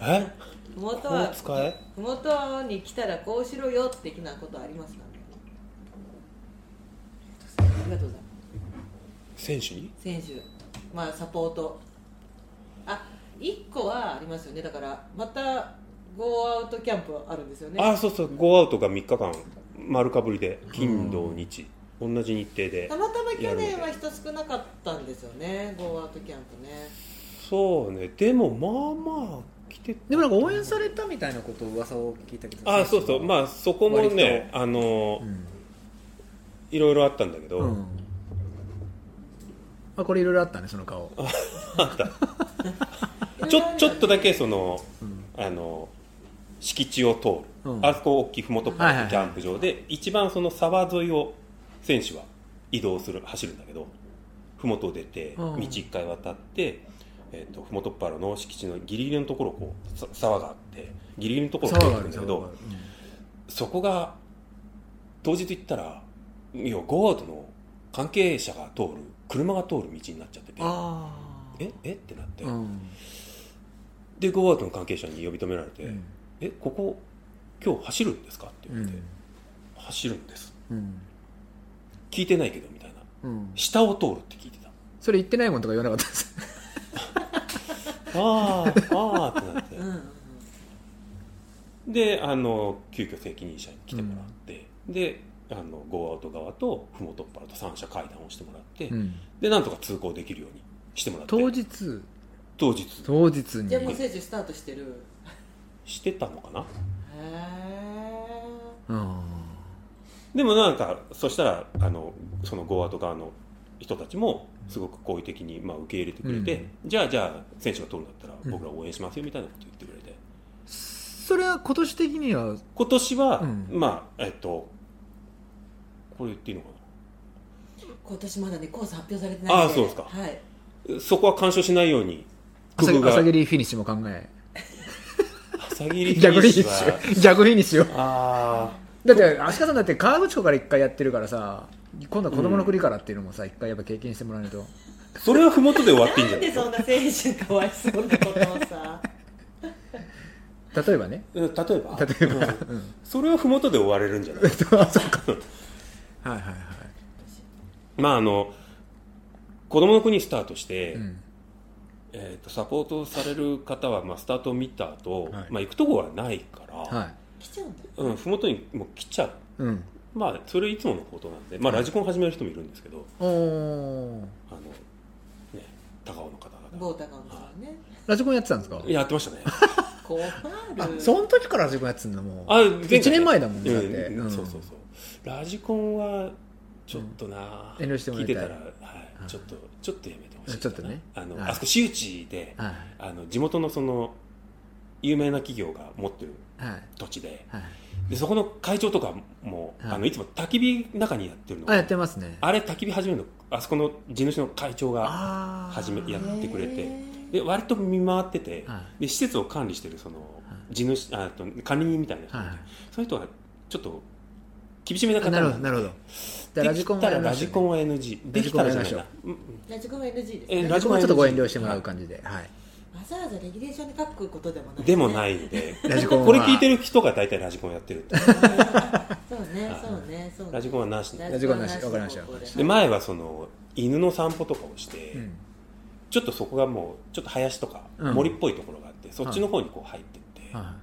Speaker 3: え
Speaker 2: 麓
Speaker 3: こ
Speaker 2: は
Speaker 3: う使え
Speaker 2: 麓に来たらこうしろよ的なことありますかねありがとうございます
Speaker 3: 選手に
Speaker 2: 選手まあサポートあ一1個はありますよねだからまたゴーアウトキャンプあるんですよね
Speaker 3: あそうそうゴーアウトが3日間丸かぶりで金土日同じ日程で
Speaker 2: たまたま去年は人少なかったんですよねゴーアウトキャンプね
Speaker 3: そうねでもまあまあ来てた
Speaker 1: でもなんか応援されたみたいなこと噂を聞いたけど
Speaker 3: あそうそうまあそこもね
Speaker 1: 割
Speaker 3: あの
Speaker 1: うん
Speaker 3: いろいろあったんだけど、
Speaker 1: うんあこれいろいろあったねその顔
Speaker 3: ちょちょっとだけその
Speaker 1: うん
Speaker 3: あの敷地を通る、
Speaker 1: うん
Speaker 3: あそこ大きいふもと
Speaker 1: は
Speaker 3: っ
Speaker 1: い
Speaker 3: ぱ
Speaker 1: はい
Speaker 3: い
Speaker 1: はい
Speaker 3: キャンプ場で、一番その沢沿いを選手は移動する走るんだけどふもとを出て
Speaker 1: う
Speaker 3: 道
Speaker 1: ん
Speaker 3: 一回渡って、えっとふもとっぱらの敷地のギリギリのところをこうさ沢があってギリギリのところを通
Speaker 1: 騒が
Speaker 3: る
Speaker 1: る
Speaker 3: んだ
Speaker 1: 騒
Speaker 3: け
Speaker 1: が
Speaker 3: ど
Speaker 1: る
Speaker 3: そこが当日行ったらいやゴーアウトの関係者が通る車が通る道になっちゃってて
Speaker 1: ああ
Speaker 3: ええってなって、
Speaker 1: うん
Speaker 3: でゴーアウトの関係者に呼び止められて、
Speaker 1: うん
Speaker 3: えここ今日走るんですかって
Speaker 1: う
Speaker 3: 言って、
Speaker 1: ん
Speaker 3: 走るんです
Speaker 1: うん
Speaker 3: 聞いてないけどみたいな
Speaker 1: うん
Speaker 3: 下を通るって聞いてた
Speaker 1: それ言ってないもんとか言わなかったです
Speaker 3: ああああってなっ
Speaker 2: うんうんう
Speaker 3: て
Speaker 2: ん
Speaker 3: であの急遽責任者に来てもらって、であのゴーアウト側とふもとっぱらと三者会談をしてもらって、
Speaker 1: うん
Speaker 3: でなんとか通行できるようにしてもらって
Speaker 1: 当日
Speaker 3: 当日
Speaker 1: 当日に
Speaker 2: じゃあもう選手スタートしてる
Speaker 3: してたのかな
Speaker 2: へえ
Speaker 1: うん
Speaker 3: でもなんかそしたらあのそのゴーアウト側の人たちもすごく好意的に、まあ、受け入れてくれて、じゃあじゃあ選手が取るんだったら
Speaker 1: うん
Speaker 3: 僕ら応援しますよみたいなこと言ってくれて、
Speaker 1: それは今年的には
Speaker 3: 今年は、
Speaker 1: うん
Speaker 3: まあえっとこれ言っていいのか
Speaker 2: 今年まだねコース発表されてないん
Speaker 3: あそうですか
Speaker 2: はい
Speaker 3: なそこは干渉しないように
Speaker 1: 朝
Speaker 3: 工夫が
Speaker 1: 朝霧フィニッシュも考え
Speaker 3: 朝霧フィニ
Speaker 1: 逆フ
Speaker 3: ッ
Speaker 1: ィニ
Speaker 3: シ
Speaker 1: ッ
Speaker 3: ュ
Speaker 1: シ
Speaker 3: は
Speaker 1: ュ 逆フィニッシュよ
Speaker 3: あ
Speaker 1: だって足利さんだって河口湖から一回やってるからさ今度は子供の国からっていうのもさ一回やっぱ経験してもらわないと
Speaker 3: あそれは麓で終わっていいんじ
Speaker 2: な
Speaker 3: ゃ
Speaker 2: ん
Speaker 3: な
Speaker 2: で
Speaker 3: い
Speaker 2: そんな選手かわいそうなことをさ
Speaker 1: 例えば ね
Speaker 3: うん例えば
Speaker 1: 例えば
Speaker 3: うん
Speaker 1: うん
Speaker 3: それは麓で終われるんじゃない
Speaker 1: あそっかはいはいは
Speaker 3: まああの子供の国スタートして、
Speaker 1: い、うん、
Speaker 3: えー、とサポートされる方は、まあ、スタートを見た後、
Speaker 1: はい
Speaker 3: まあ行くとこはないから、
Speaker 1: はい
Speaker 2: 来ちゃうんだ
Speaker 3: うん、麓にもう来ちゃう、
Speaker 1: うん
Speaker 3: まあ、それいつものことなんで、まあ、ラジコン始める人もいるんですけど、
Speaker 1: おー
Speaker 3: あのね、高尾の方々
Speaker 2: 某高尾さんね
Speaker 1: ラジコンやってたんですか
Speaker 3: やってましたね
Speaker 2: 困
Speaker 1: あ
Speaker 2: る
Speaker 1: その時から自分やってんのもう
Speaker 3: あ前
Speaker 1: 1
Speaker 3: 回
Speaker 1: 年前だもんねだって、
Speaker 3: うん
Speaker 1: ん
Speaker 3: そうそうそうラジコンはちょっとな、
Speaker 1: うん遠慮してもらいたい
Speaker 3: 聞いてたら、は
Speaker 1: うん
Speaker 3: い、ちょっとちょっとやめてほしい
Speaker 1: ちょっとね
Speaker 3: あの、
Speaker 1: はい
Speaker 3: あそこ私有地で
Speaker 1: は
Speaker 3: あの地元のその有名な企業が持ってる
Speaker 1: いはい
Speaker 3: 土地で
Speaker 1: はい
Speaker 3: でそこの会長とかも、
Speaker 1: はい
Speaker 3: あのいつも焚き火の中にやってるの
Speaker 1: あやってますね
Speaker 3: あれ焚き火始めるのあそこの地主の会長が
Speaker 1: あー
Speaker 3: 始めやってくれて
Speaker 2: へ
Speaker 3: で割と見回ってて、
Speaker 1: は
Speaker 3: で施設を管理してるその地主あと管理人みたいな人がいて、
Speaker 1: はい
Speaker 3: そういう人はちょっと厳しめな方
Speaker 1: あなるほど
Speaker 3: ん
Speaker 1: な
Speaker 3: で
Speaker 1: るほどで
Speaker 3: できたらラジコン
Speaker 1: は
Speaker 3: は NG で
Speaker 1: ラジ
Speaker 3: き
Speaker 1: コン
Speaker 3: た
Speaker 1: は
Speaker 3: ら
Speaker 1: やりま
Speaker 3: じゃない
Speaker 1: しょう
Speaker 3: な、うんうん
Speaker 2: ラジコンは NG ですね
Speaker 3: え
Speaker 1: ラ
Speaker 3: ラ
Speaker 1: ジ
Speaker 3: ジ
Speaker 1: コンは
Speaker 3: コンは
Speaker 1: ちょっとご遠慮してもらう感じで、はい、
Speaker 2: わざわざレギュレーションに書くことでもない、
Speaker 3: でもないの で
Speaker 1: ラジコンは
Speaker 3: これ聞いてる人が大体ラジコンやってるって
Speaker 2: そうねそう
Speaker 3: はい
Speaker 2: ねそうね
Speaker 3: ラジコンはなしで
Speaker 1: ラジコンはなしわかりました
Speaker 2: ここで
Speaker 3: で前はその犬の散歩とかをして、
Speaker 1: うん、
Speaker 3: ちょっとそこがもうちょっと林とか
Speaker 1: うん
Speaker 3: 森っぽいところがあって、そっちの方にこう入ってって、
Speaker 1: は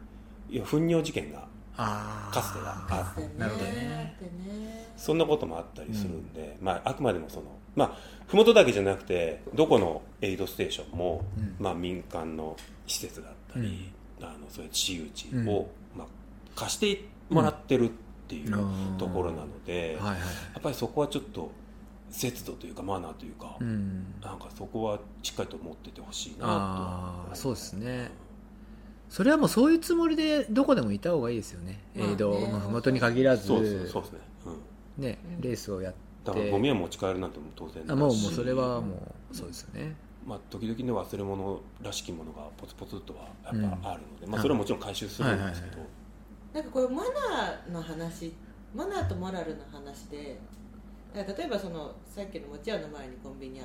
Speaker 1: い
Speaker 3: い、や糞尿事件が
Speaker 1: あー
Speaker 3: かつては
Speaker 1: あ
Speaker 2: そうね
Speaker 1: なるほど
Speaker 2: だ
Speaker 1: ね
Speaker 2: ってね
Speaker 3: そんなこともあったりするんで、まあ、あくまでもその、まあ、ふもとだけじゃなくて、どこのエイドステーションも、
Speaker 1: うん
Speaker 3: まあ、民間の施設だったり、あのそういう私有地を、まあ、貸してもらってるっていう
Speaker 1: うん
Speaker 3: ところなので、や
Speaker 1: はいはい
Speaker 3: っぱりそこはちょっと節度というか、マナーというか、
Speaker 1: うん
Speaker 3: なんかそこはしっかりと持っててほしいなと
Speaker 1: ああそうですすねそれはもうそういうつもりでどこでもいた方がいいですよね、
Speaker 2: まあね
Speaker 1: エイドのふもとに限らず
Speaker 3: そうですね、そうですね。うん
Speaker 1: ね
Speaker 2: うん
Speaker 1: レースをやって
Speaker 3: だからゴミは持ち帰るなんても当然だ
Speaker 1: あ
Speaker 3: し
Speaker 1: もうもうそれはもうそうですよね
Speaker 3: まあ、時々ね忘れ物らしきものがポツポツとはやっぱ
Speaker 1: うん
Speaker 3: あるので、まあ、それはもちろん回収するんですけど、
Speaker 2: なんかこれマナーの話マナーとモラルの話でだから例えばそのさっきの持ち屋の前にコンビニあ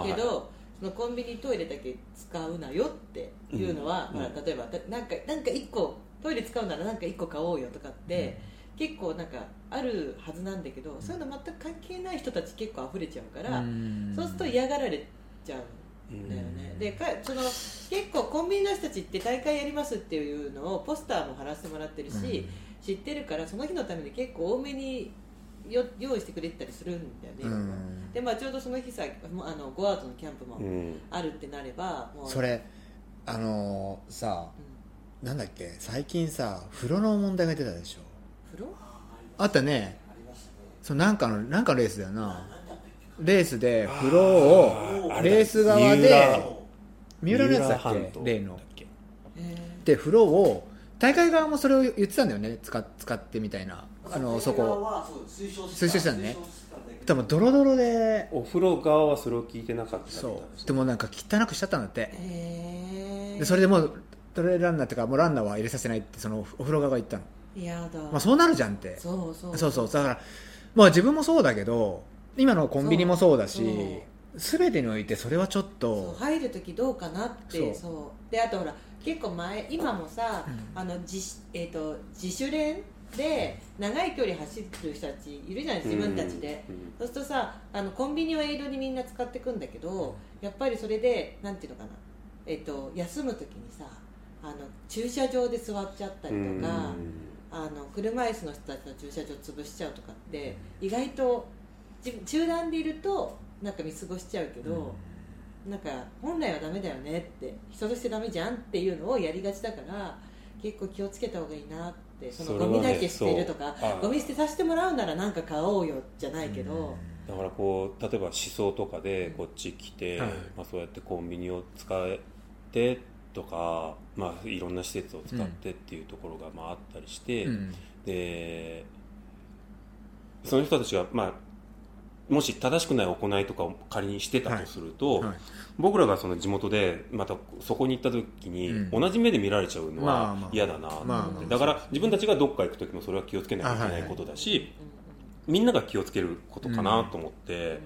Speaker 3: あー
Speaker 2: るけど、そのコンビニトイレだけ使うなよっていうのは、
Speaker 3: うん
Speaker 2: まあ
Speaker 3: う、
Speaker 2: 例えばたなんかなんか1個トイレ使うならなんか1個買おうよとかって、結構なんかあるはずなんだけどそういうの全く関係ない人たち結構溢れちゃうから、
Speaker 1: ん
Speaker 2: そうすると嫌がられちゃう
Speaker 3: うん
Speaker 2: だよね、でかその結構コンビニの人たちって大会やりますっていうのをポスターも貼らせてもらってるし、知ってるからその日のために結構多めによ用意してくれてたりするんだよね、
Speaker 1: うんうん
Speaker 2: でまあ、ちょうどその日さもうあのゴアウトのキャンプも
Speaker 3: うん
Speaker 2: あるってなれば、もう
Speaker 1: それあのーさ
Speaker 2: うん
Speaker 1: なんだっけ最近さ風呂の問題が出たでしょ
Speaker 2: 風呂
Speaker 1: あったねそのなんかのなんかのレースだよなレースで風呂
Speaker 3: あー
Speaker 1: を
Speaker 3: あれだ
Speaker 1: レース側
Speaker 3: 三
Speaker 1: で
Speaker 3: 浦
Speaker 1: 三浦のやつだ
Speaker 3: 三浦半
Speaker 1: っけ
Speaker 3: 島
Speaker 1: 例の
Speaker 3: だっけ
Speaker 2: え
Speaker 1: で風呂を大会側もそれを言ってたんだよね使っ使ってみたいなあのそこ
Speaker 4: はそう推奨
Speaker 1: 推奨してたのね
Speaker 4: 推奨してたんだけど
Speaker 1: 多分ドロドロで
Speaker 3: お風呂側はそれを聞いてなかったみたいな
Speaker 1: そうでもなんか汚くしちゃったんだって
Speaker 2: ーえー
Speaker 1: でそれでもうトレランナーっていうかもうランナーは入れさせないってそのお風呂側が言ったの、
Speaker 2: やだ、
Speaker 1: まあ、そうなるじゃんってそ
Speaker 2: そうそうう
Speaker 1: そうだから、まあ、自分もそうだけど今のコンビニもそうだし全てにおいてそれはちょっ
Speaker 2: そう
Speaker 1: と
Speaker 2: 入る時どうかなってそう
Speaker 1: そ
Speaker 2: であとほら結構前今もさ、
Speaker 1: うん
Speaker 2: あの自主えー、と自主練で長い距離走ってる人たちいるじゃない自分たちで、
Speaker 3: うん
Speaker 2: そうするとさあのコンビニはエイドにみんな使ってくんだけどやっぱりそれでなんていうのかな、えっと休む時にさあの駐車場で座っちゃったりと
Speaker 3: うん
Speaker 2: か、あの車椅子の人たちの駐車場潰しちゃうとかって意外と自分中断でいるとなんか見過ごしちゃうけど、なんか本来はダメだよねって人としてダメじゃんっていうのをやりがちだから結構気をつけた方がいいなってその
Speaker 3: それは
Speaker 2: ゴ
Speaker 3: ね
Speaker 2: ミだけ捨てるとか、
Speaker 3: そうあー
Speaker 2: ゴミ捨てさせてもらうならなんか買おうよじゃないけど。
Speaker 3: だからこう例えば思想とかでこっち来て、
Speaker 1: はい
Speaker 3: まあ、そうやってコンビニを使ってとか、まあ、いろんな施設を使ってっていうところがまああったりして、
Speaker 1: うん
Speaker 3: でその人たちが、まあ、もし正しくない行いとかを仮にしてたとすると、
Speaker 1: はい
Speaker 3: 僕らがその地元でまたそこに行った時に、
Speaker 1: うん
Speaker 3: 同じ目で見られちゃうの
Speaker 1: まあまあ
Speaker 3: は嫌だなって、
Speaker 1: まあ
Speaker 2: うん
Speaker 3: だから自分たちがどっか行く時もそれは気をつけなきゃいけないことだし、みんなが気をつけることかなと思って、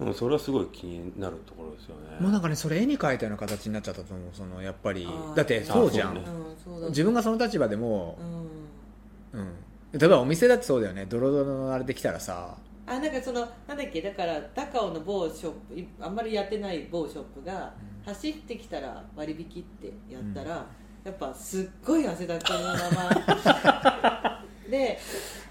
Speaker 3: うんそれはすごい気になるところですよね。
Speaker 1: もうなんかねそれ絵に描いたような形になっちゃったと思うそのやっぱり
Speaker 2: あー
Speaker 1: だってそうじゃ
Speaker 3: あ
Speaker 1: ん、
Speaker 3: そね
Speaker 2: うんそうだ
Speaker 1: 自分がその立場でも
Speaker 2: う、ん
Speaker 1: うん例えばお店だってそうだよねドロドロのあれできたらさ
Speaker 2: あなんかそのなんだっけだから高尾の某ショップいあんまりやってない某ショップが走ってきたら割引ってやったら、やっぱすっごい汗だくのままで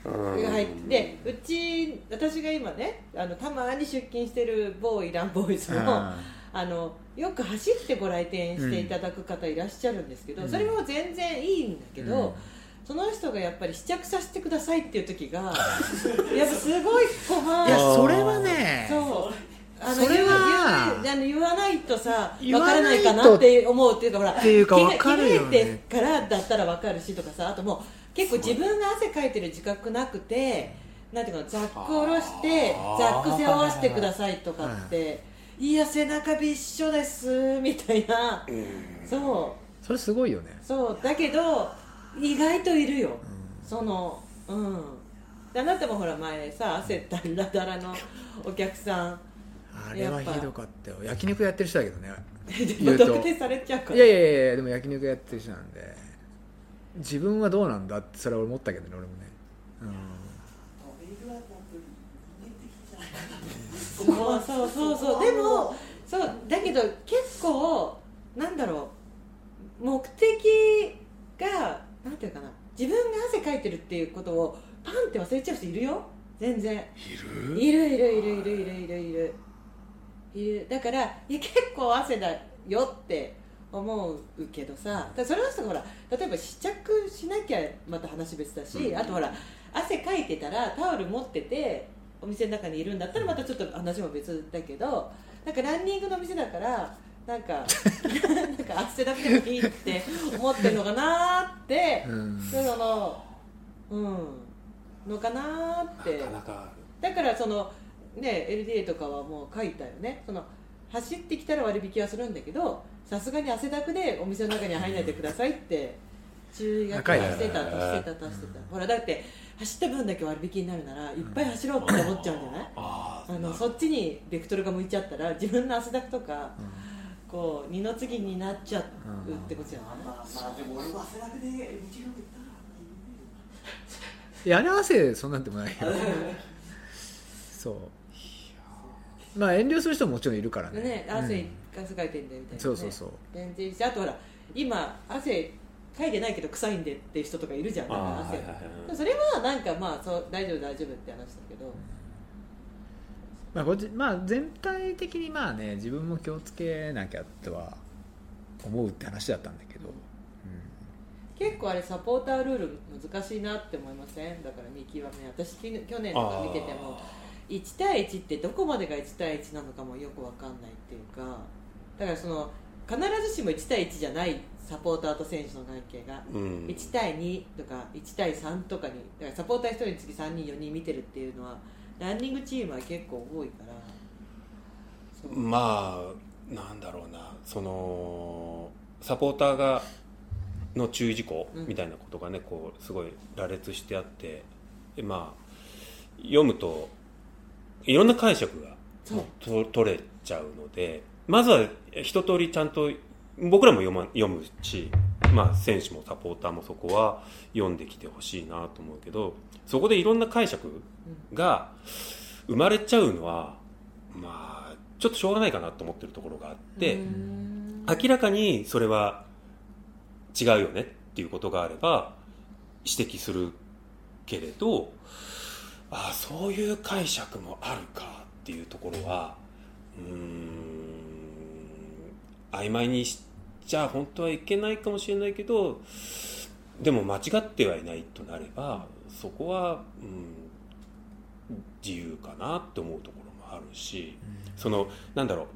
Speaker 3: うん
Speaker 2: 入ってでうち私が今ねあのたまに出勤してる某イランボーイズの
Speaker 1: あ
Speaker 2: あのよく走ってご来店していただく方いらっしゃるんですけど、
Speaker 1: うん
Speaker 2: それも全然いいんだけど、その人がやっぱり試着させてくださいっていう 時がやっぱすごい困
Speaker 1: いや
Speaker 2: る
Speaker 1: それはね
Speaker 2: そうあの
Speaker 1: それは
Speaker 2: 言う言うあの言わないとさ
Speaker 1: 言
Speaker 2: 分
Speaker 1: わな
Speaker 2: から
Speaker 1: いと
Speaker 2: ないかなって思うっていうかほら
Speaker 1: っていうか
Speaker 2: 着替
Speaker 1: わかるよね
Speaker 2: 着替えてからだったら分かるしとかさあともう結構自分が汗かいてる自覚なくてなんていうかなザック下ろして
Speaker 3: あー
Speaker 2: ザック背負わせてくださいとかって、い、や背中びっしょですみたいなそう
Speaker 1: それすごいよね
Speaker 2: そうだけど意外といるよ、そのうんであなたもほら前さ汗だらだらのお客さん
Speaker 1: あれはひどかったよ焼肉やってる人だけどね 言うと
Speaker 2: 特定されちゃうから
Speaker 1: いやいやいやいやでも焼肉やってる人なんで自分はどうなんだってそれは俺思ったけどね俺もね、
Speaker 2: そうそうそうそうでもそうだけど結構なんだろう目的がなんていうかな自分が汗かいてるっていうことをパンって忘れちゃう人いるよ全然
Speaker 3: いる
Speaker 2: いるいるいるいるいるいるいるいるだからいや結構汗だよって思うけどさだからそれはさほら例えば試着しなきゃまた話別だし、
Speaker 3: うん
Speaker 2: あとほら汗かいてたらタオル持っててお店の中にいるんだったらまたちょっと話も別だけどなんかランニングの店だからなんかなんか汗だけでもいいって思ってるのかなーって
Speaker 1: う、んうん
Speaker 2: そのうんのかなーって
Speaker 3: なかなか
Speaker 2: だからそのね LDA とかはもう書いたよねその走ってきたら割引はするんだけどさすがに汗だくでお店の中には入らないでくださいって注意書きをしてたとしてたとしてたほらだって走った分だけ割引になるならいっぱい走ろうって思っちゃうんじゃない
Speaker 3: あ
Speaker 2: あのそっちにベクトルが向いちゃったら自分の汗だくとかこう二の次になっちゃうってことじゃない
Speaker 4: まあまあでも俺は汗だくで道のく行ったら
Speaker 1: いやあれは汗そんなんでも ないよそうまあ遠慮する人ももちろんいるからね
Speaker 2: ね、汗汗かいてんだよみた
Speaker 1: う
Speaker 2: いな、ね
Speaker 1: ん、そうそうそう
Speaker 2: 全然いいしあとほら今汗かいてないけど臭いんでっていう人とかいるじゃんなんか
Speaker 3: あ
Speaker 2: 汗、
Speaker 3: はいはいはい
Speaker 2: それはなんかまあそう大丈夫大丈夫って話だけど、
Speaker 1: まあ、こっちまあ全体的にまあね自分も気をつけなきゃとは思うって話だったんだけど、
Speaker 2: 結構あれサポータールール難しいなって思いませんだから見極め私き去年とか見てても1対1ってどこまでが1対1なのかもよくわかんないっていうかだからその必ずしも1対1じゃないサポーターと選手の関係が
Speaker 3: うん
Speaker 2: 1対2とか1対3とかにだからサポーター1人につき3人4人見てるっていうのはランニングチームは結構多いからそう
Speaker 3: まあなんだろうなそのサポーターがの注意事項
Speaker 2: うん
Speaker 3: みたいなことがね、こうすごい羅列してあってでまあ読むといろんな解釈が
Speaker 2: そう
Speaker 3: と取れちゃうのでまずは一通りちゃんと僕らも読,、ま、読むし、まあ、選手もサポーターもそこは読んできてほしいなと思うけどそこでいろんな解釈が生まれちゃうのはまあちょっとしょうがないかなと思ってるところがあって、
Speaker 2: うーん
Speaker 3: 明らかにそれは違うよねっていうことがあれば指摘するけれどああそういう解釈もあるかっていうところはうーん曖昧にしちゃ本当はいけないかもしれないけどでも間違ってはいないとなればそこは、うん、自由かなって思うところもあるし。そのなんだろう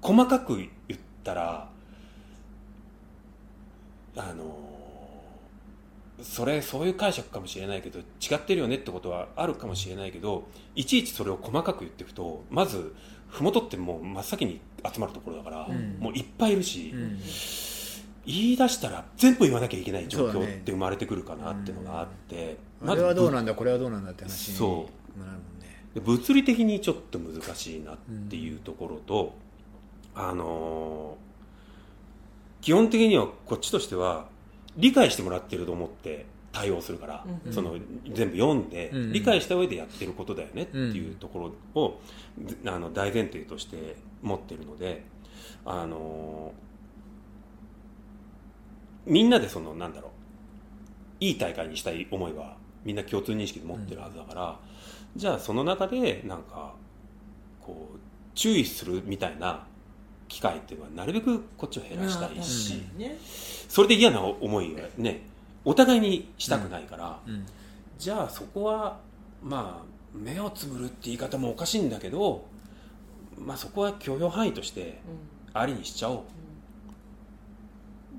Speaker 3: 細かく言ったらあのそれそういう解釈かもしれないけど違ってるよねってことはあるかもしれないけどいちいちそれを細かく言っていくとまず麓ってもう真っ先に集まるところだから、
Speaker 1: うん
Speaker 3: もういっぱいいるし、
Speaker 1: うん
Speaker 3: 言い出したら全部言わなきゃいけない
Speaker 1: そ
Speaker 3: 状
Speaker 1: うだ
Speaker 3: 況
Speaker 1: ね
Speaker 3: って生まれてくるかなっていうのがあって、
Speaker 1: あれはどう
Speaker 3: ま
Speaker 1: なんだこれはどうなんだって話に
Speaker 3: そ
Speaker 1: なるもんね
Speaker 3: で物理的にちょっと難しいなっていうところと、あのー基本的にはこっちとしては理解してもらってると思って対応するから、
Speaker 2: うん
Speaker 3: その全部読んで、
Speaker 1: うん
Speaker 3: 理解した上でやってることだよねっていうところを、ずあの大前提として持ってるので、あのーみんなでそのなんだろういい大会にしたい思いはみんな共通認識で持ってるはずだから、じゃあその中でなんかこう注意するみたいな機会っていうのはなるべくこっちを減らしたいし、
Speaker 2: うんね
Speaker 3: それで嫌な思いはねお互いにしたくないから、
Speaker 1: うん
Speaker 3: じゃあそこはまあ目をつぶるって言い方もおかしいんだけど、まあ、そこは許容範囲として
Speaker 2: うん
Speaker 3: ありにしちゃおう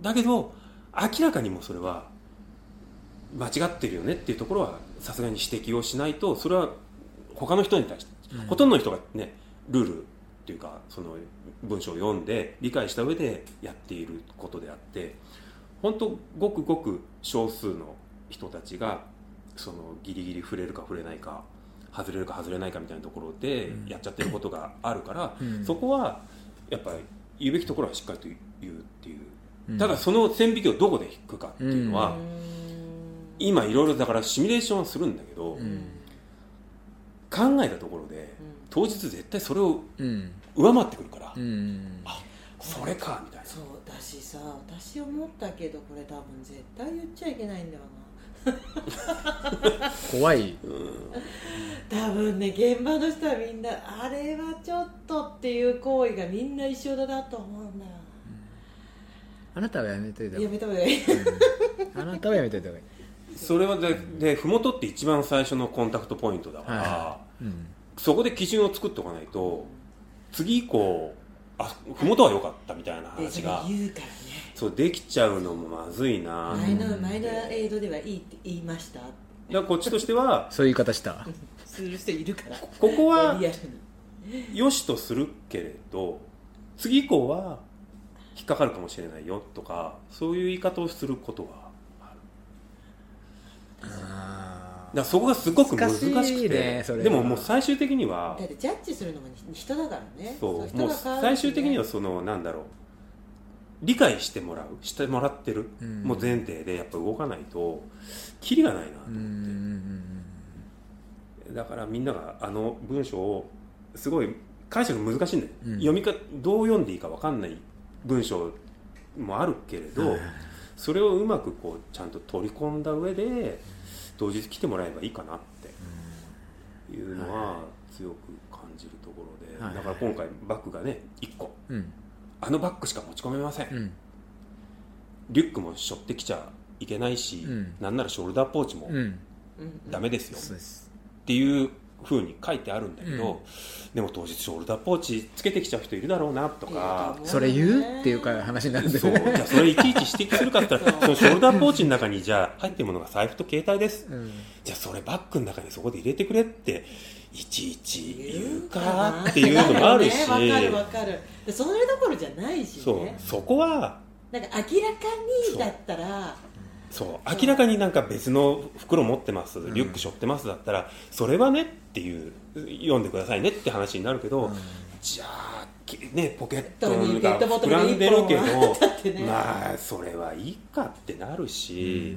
Speaker 3: だけど明らかにもうそれは間違ってるよねっていうところはさすがに指摘をしないとそれは他の人に対して、
Speaker 1: うん
Speaker 3: ほとんどの人がねルールっていうかその文章を読んで理解した上でやっていることであって本当ごくごく少数の人たちがそのギリギリ触れるか触れないか外れるか外れないかみたいなところで
Speaker 1: うん
Speaker 3: やっちゃってることがあるから、
Speaker 1: うん
Speaker 3: そこはやっぱり言うべきところはしっかりと言うっていう
Speaker 1: うん
Speaker 3: ただその線引きをどこで引くかっていうのは、
Speaker 2: うん
Speaker 3: 今いろいろだからシミュレーションはするんだけど、
Speaker 1: う
Speaker 2: うんん
Speaker 3: 考えたところで当日絶対それを
Speaker 1: うん
Speaker 3: 上回ってくるから、
Speaker 1: うん
Speaker 3: それかみたいな
Speaker 2: そうだしさ私思ったけどこれ多分絶対言っちゃいけないんだよ
Speaker 1: 怖い、
Speaker 2: な多分ね現場の人はみんなあれはちょっとっていう行為がみんな一緒だなと思うんだ
Speaker 1: あなたはやめといた方がい
Speaker 2: やめ
Speaker 1: い
Speaker 2: た方がいい
Speaker 1: あなたはやめといた方がいい、
Speaker 3: それはでで麓って一番最初のコンタクトポイントだから、
Speaker 1: はうん、
Speaker 3: そこで基準を作っておかないと次以降あ麓は良かったみたいな
Speaker 2: で
Speaker 3: 話
Speaker 2: それ
Speaker 3: が
Speaker 2: 言うからね
Speaker 3: そうできちゃうのもまずいな、
Speaker 2: 前の
Speaker 1: うん
Speaker 2: 前のエイドではいいって言いました
Speaker 3: だからこっちとしては
Speaker 1: そういう言い方した
Speaker 2: する人いるから
Speaker 3: ここは
Speaker 2: リアル
Speaker 3: よしとするけれど次以降は引っかかるかもしれないよとかそういう言い方をすることがあるだからそこがすごく難しくて
Speaker 1: 難しいねそれは
Speaker 3: でももう最終的には
Speaker 2: にだってジャッジするのも人だからね
Speaker 3: そう
Speaker 2: 人
Speaker 3: もう
Speaker 2: が変わるしね
Speaker 3: 最終的にはそのなんだろう理解してもらうしてもらってる、
Speaker 1: うん
Speaker 3: もう前提でやっぱ動かないとキリがないなと
Speaker 1: うんうん
Speaker 3: 思って。だからみんながあの文章をすごい解釈難しいんだよ、
Speaker 1: うん
Speaker 3: 読みかどう読んでいいか分かんない文章もあるけれ
Speaker 1: うんうん
Speaker 3: どそれをうまくこうちゃんと取り込んだ上で当日来てもらえばいいかなっていうのは強く感じるところで、
Speaker 1: はい
Speaker 3: だから今回バッグがね1個
Speaker 1: うん
Speaker 3: あのバッグしか持ち込めません、
Speaker 1: うん
Speaker 3: リュックも背負ってきちゃいけないし、
Speaker 1: うん
Speaker 3: なんならショルダーポーチも
Speaker 1: うん
Speaker 2: うん
Speaker 3: ダメですよ、
Speaker 1: そうです
Speaker 3: っていう風に書いてあるんだけど、
Speaker 1: うん
Speaker 3: でも当日ショルダーポーチつけてきちゃう人いるだろうなとか
Speaker 2: いると思
Speaker 1: それ言うっていうか話になるんで
Speaker 3: そ
Speaker 1: す
Speaker 3: うじゃ
Speaker 1: ね
Speaker 3: あそれいちいち指摘するかって言ったらそのショルダーポーチの中にじゃあ入ってるものが財布と携帯です
Speaker 1: うん
Speaker 3: じゃあそれバッグの中にそこで入れてくれっていちいち言うか
Speaker 2: な
Speaker 3: っていうのもあるし
Speaker 2: わかるわかるでそれどころじゃないし
Speaker 3: そう
Speaker 2: ね
Speaker 3: そこは
Speaker 2: なんか明らかにだったら
Speaker 3: そう明らかになんか別の袋持ってます
Speaker 1: ん
Speaker 3: リュック背負ってますだったらそれはねっていう読んでくださいねって話になるけど、じゃあ、きね、ポケット
Speaker 2: にペ
Speaker 3: が
Speaker 2: ットボト
Speaker 3: 膨
Speaker 2: ル
Speaker 3: ら
Speaker 2: が
Speaker 3: んでるけ
Speaker 2: 一
Speaker 3: ど
Speaker 2: 本はだってね
Speaker 3: まあそれはいいかってなるし、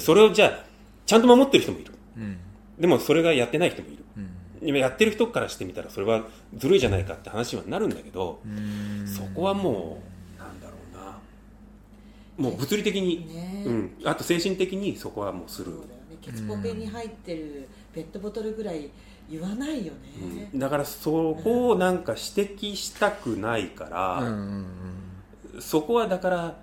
Speaker 3: それをじゃあちゃんと守ってる人もいる
Speaker 1: うん
Speaker 3: でもそれがやってない人もいる
Speaker 1: うん
Speaker 3: 今やってる人からしてみたらそれはずるいじゃないかって話にはなるんだけど、
Speaker 1: うん
Speaker 3: そこはもうなんだろうなもう物理的に、
Speaker 2: ね
Speaker 3: うん、あと精神的にそこはもうす
Speaker 2: そう
Speaker 3: る
Speaker 2: だよねケツポケに入ってるペットボトルぐらい言わないよね、
Speaker 3: だからそこをなんか指摘したくないか
Speaker 1: う
Speaker 3: ら、
Speaker 1: んうん
Speaker 3: そこはだから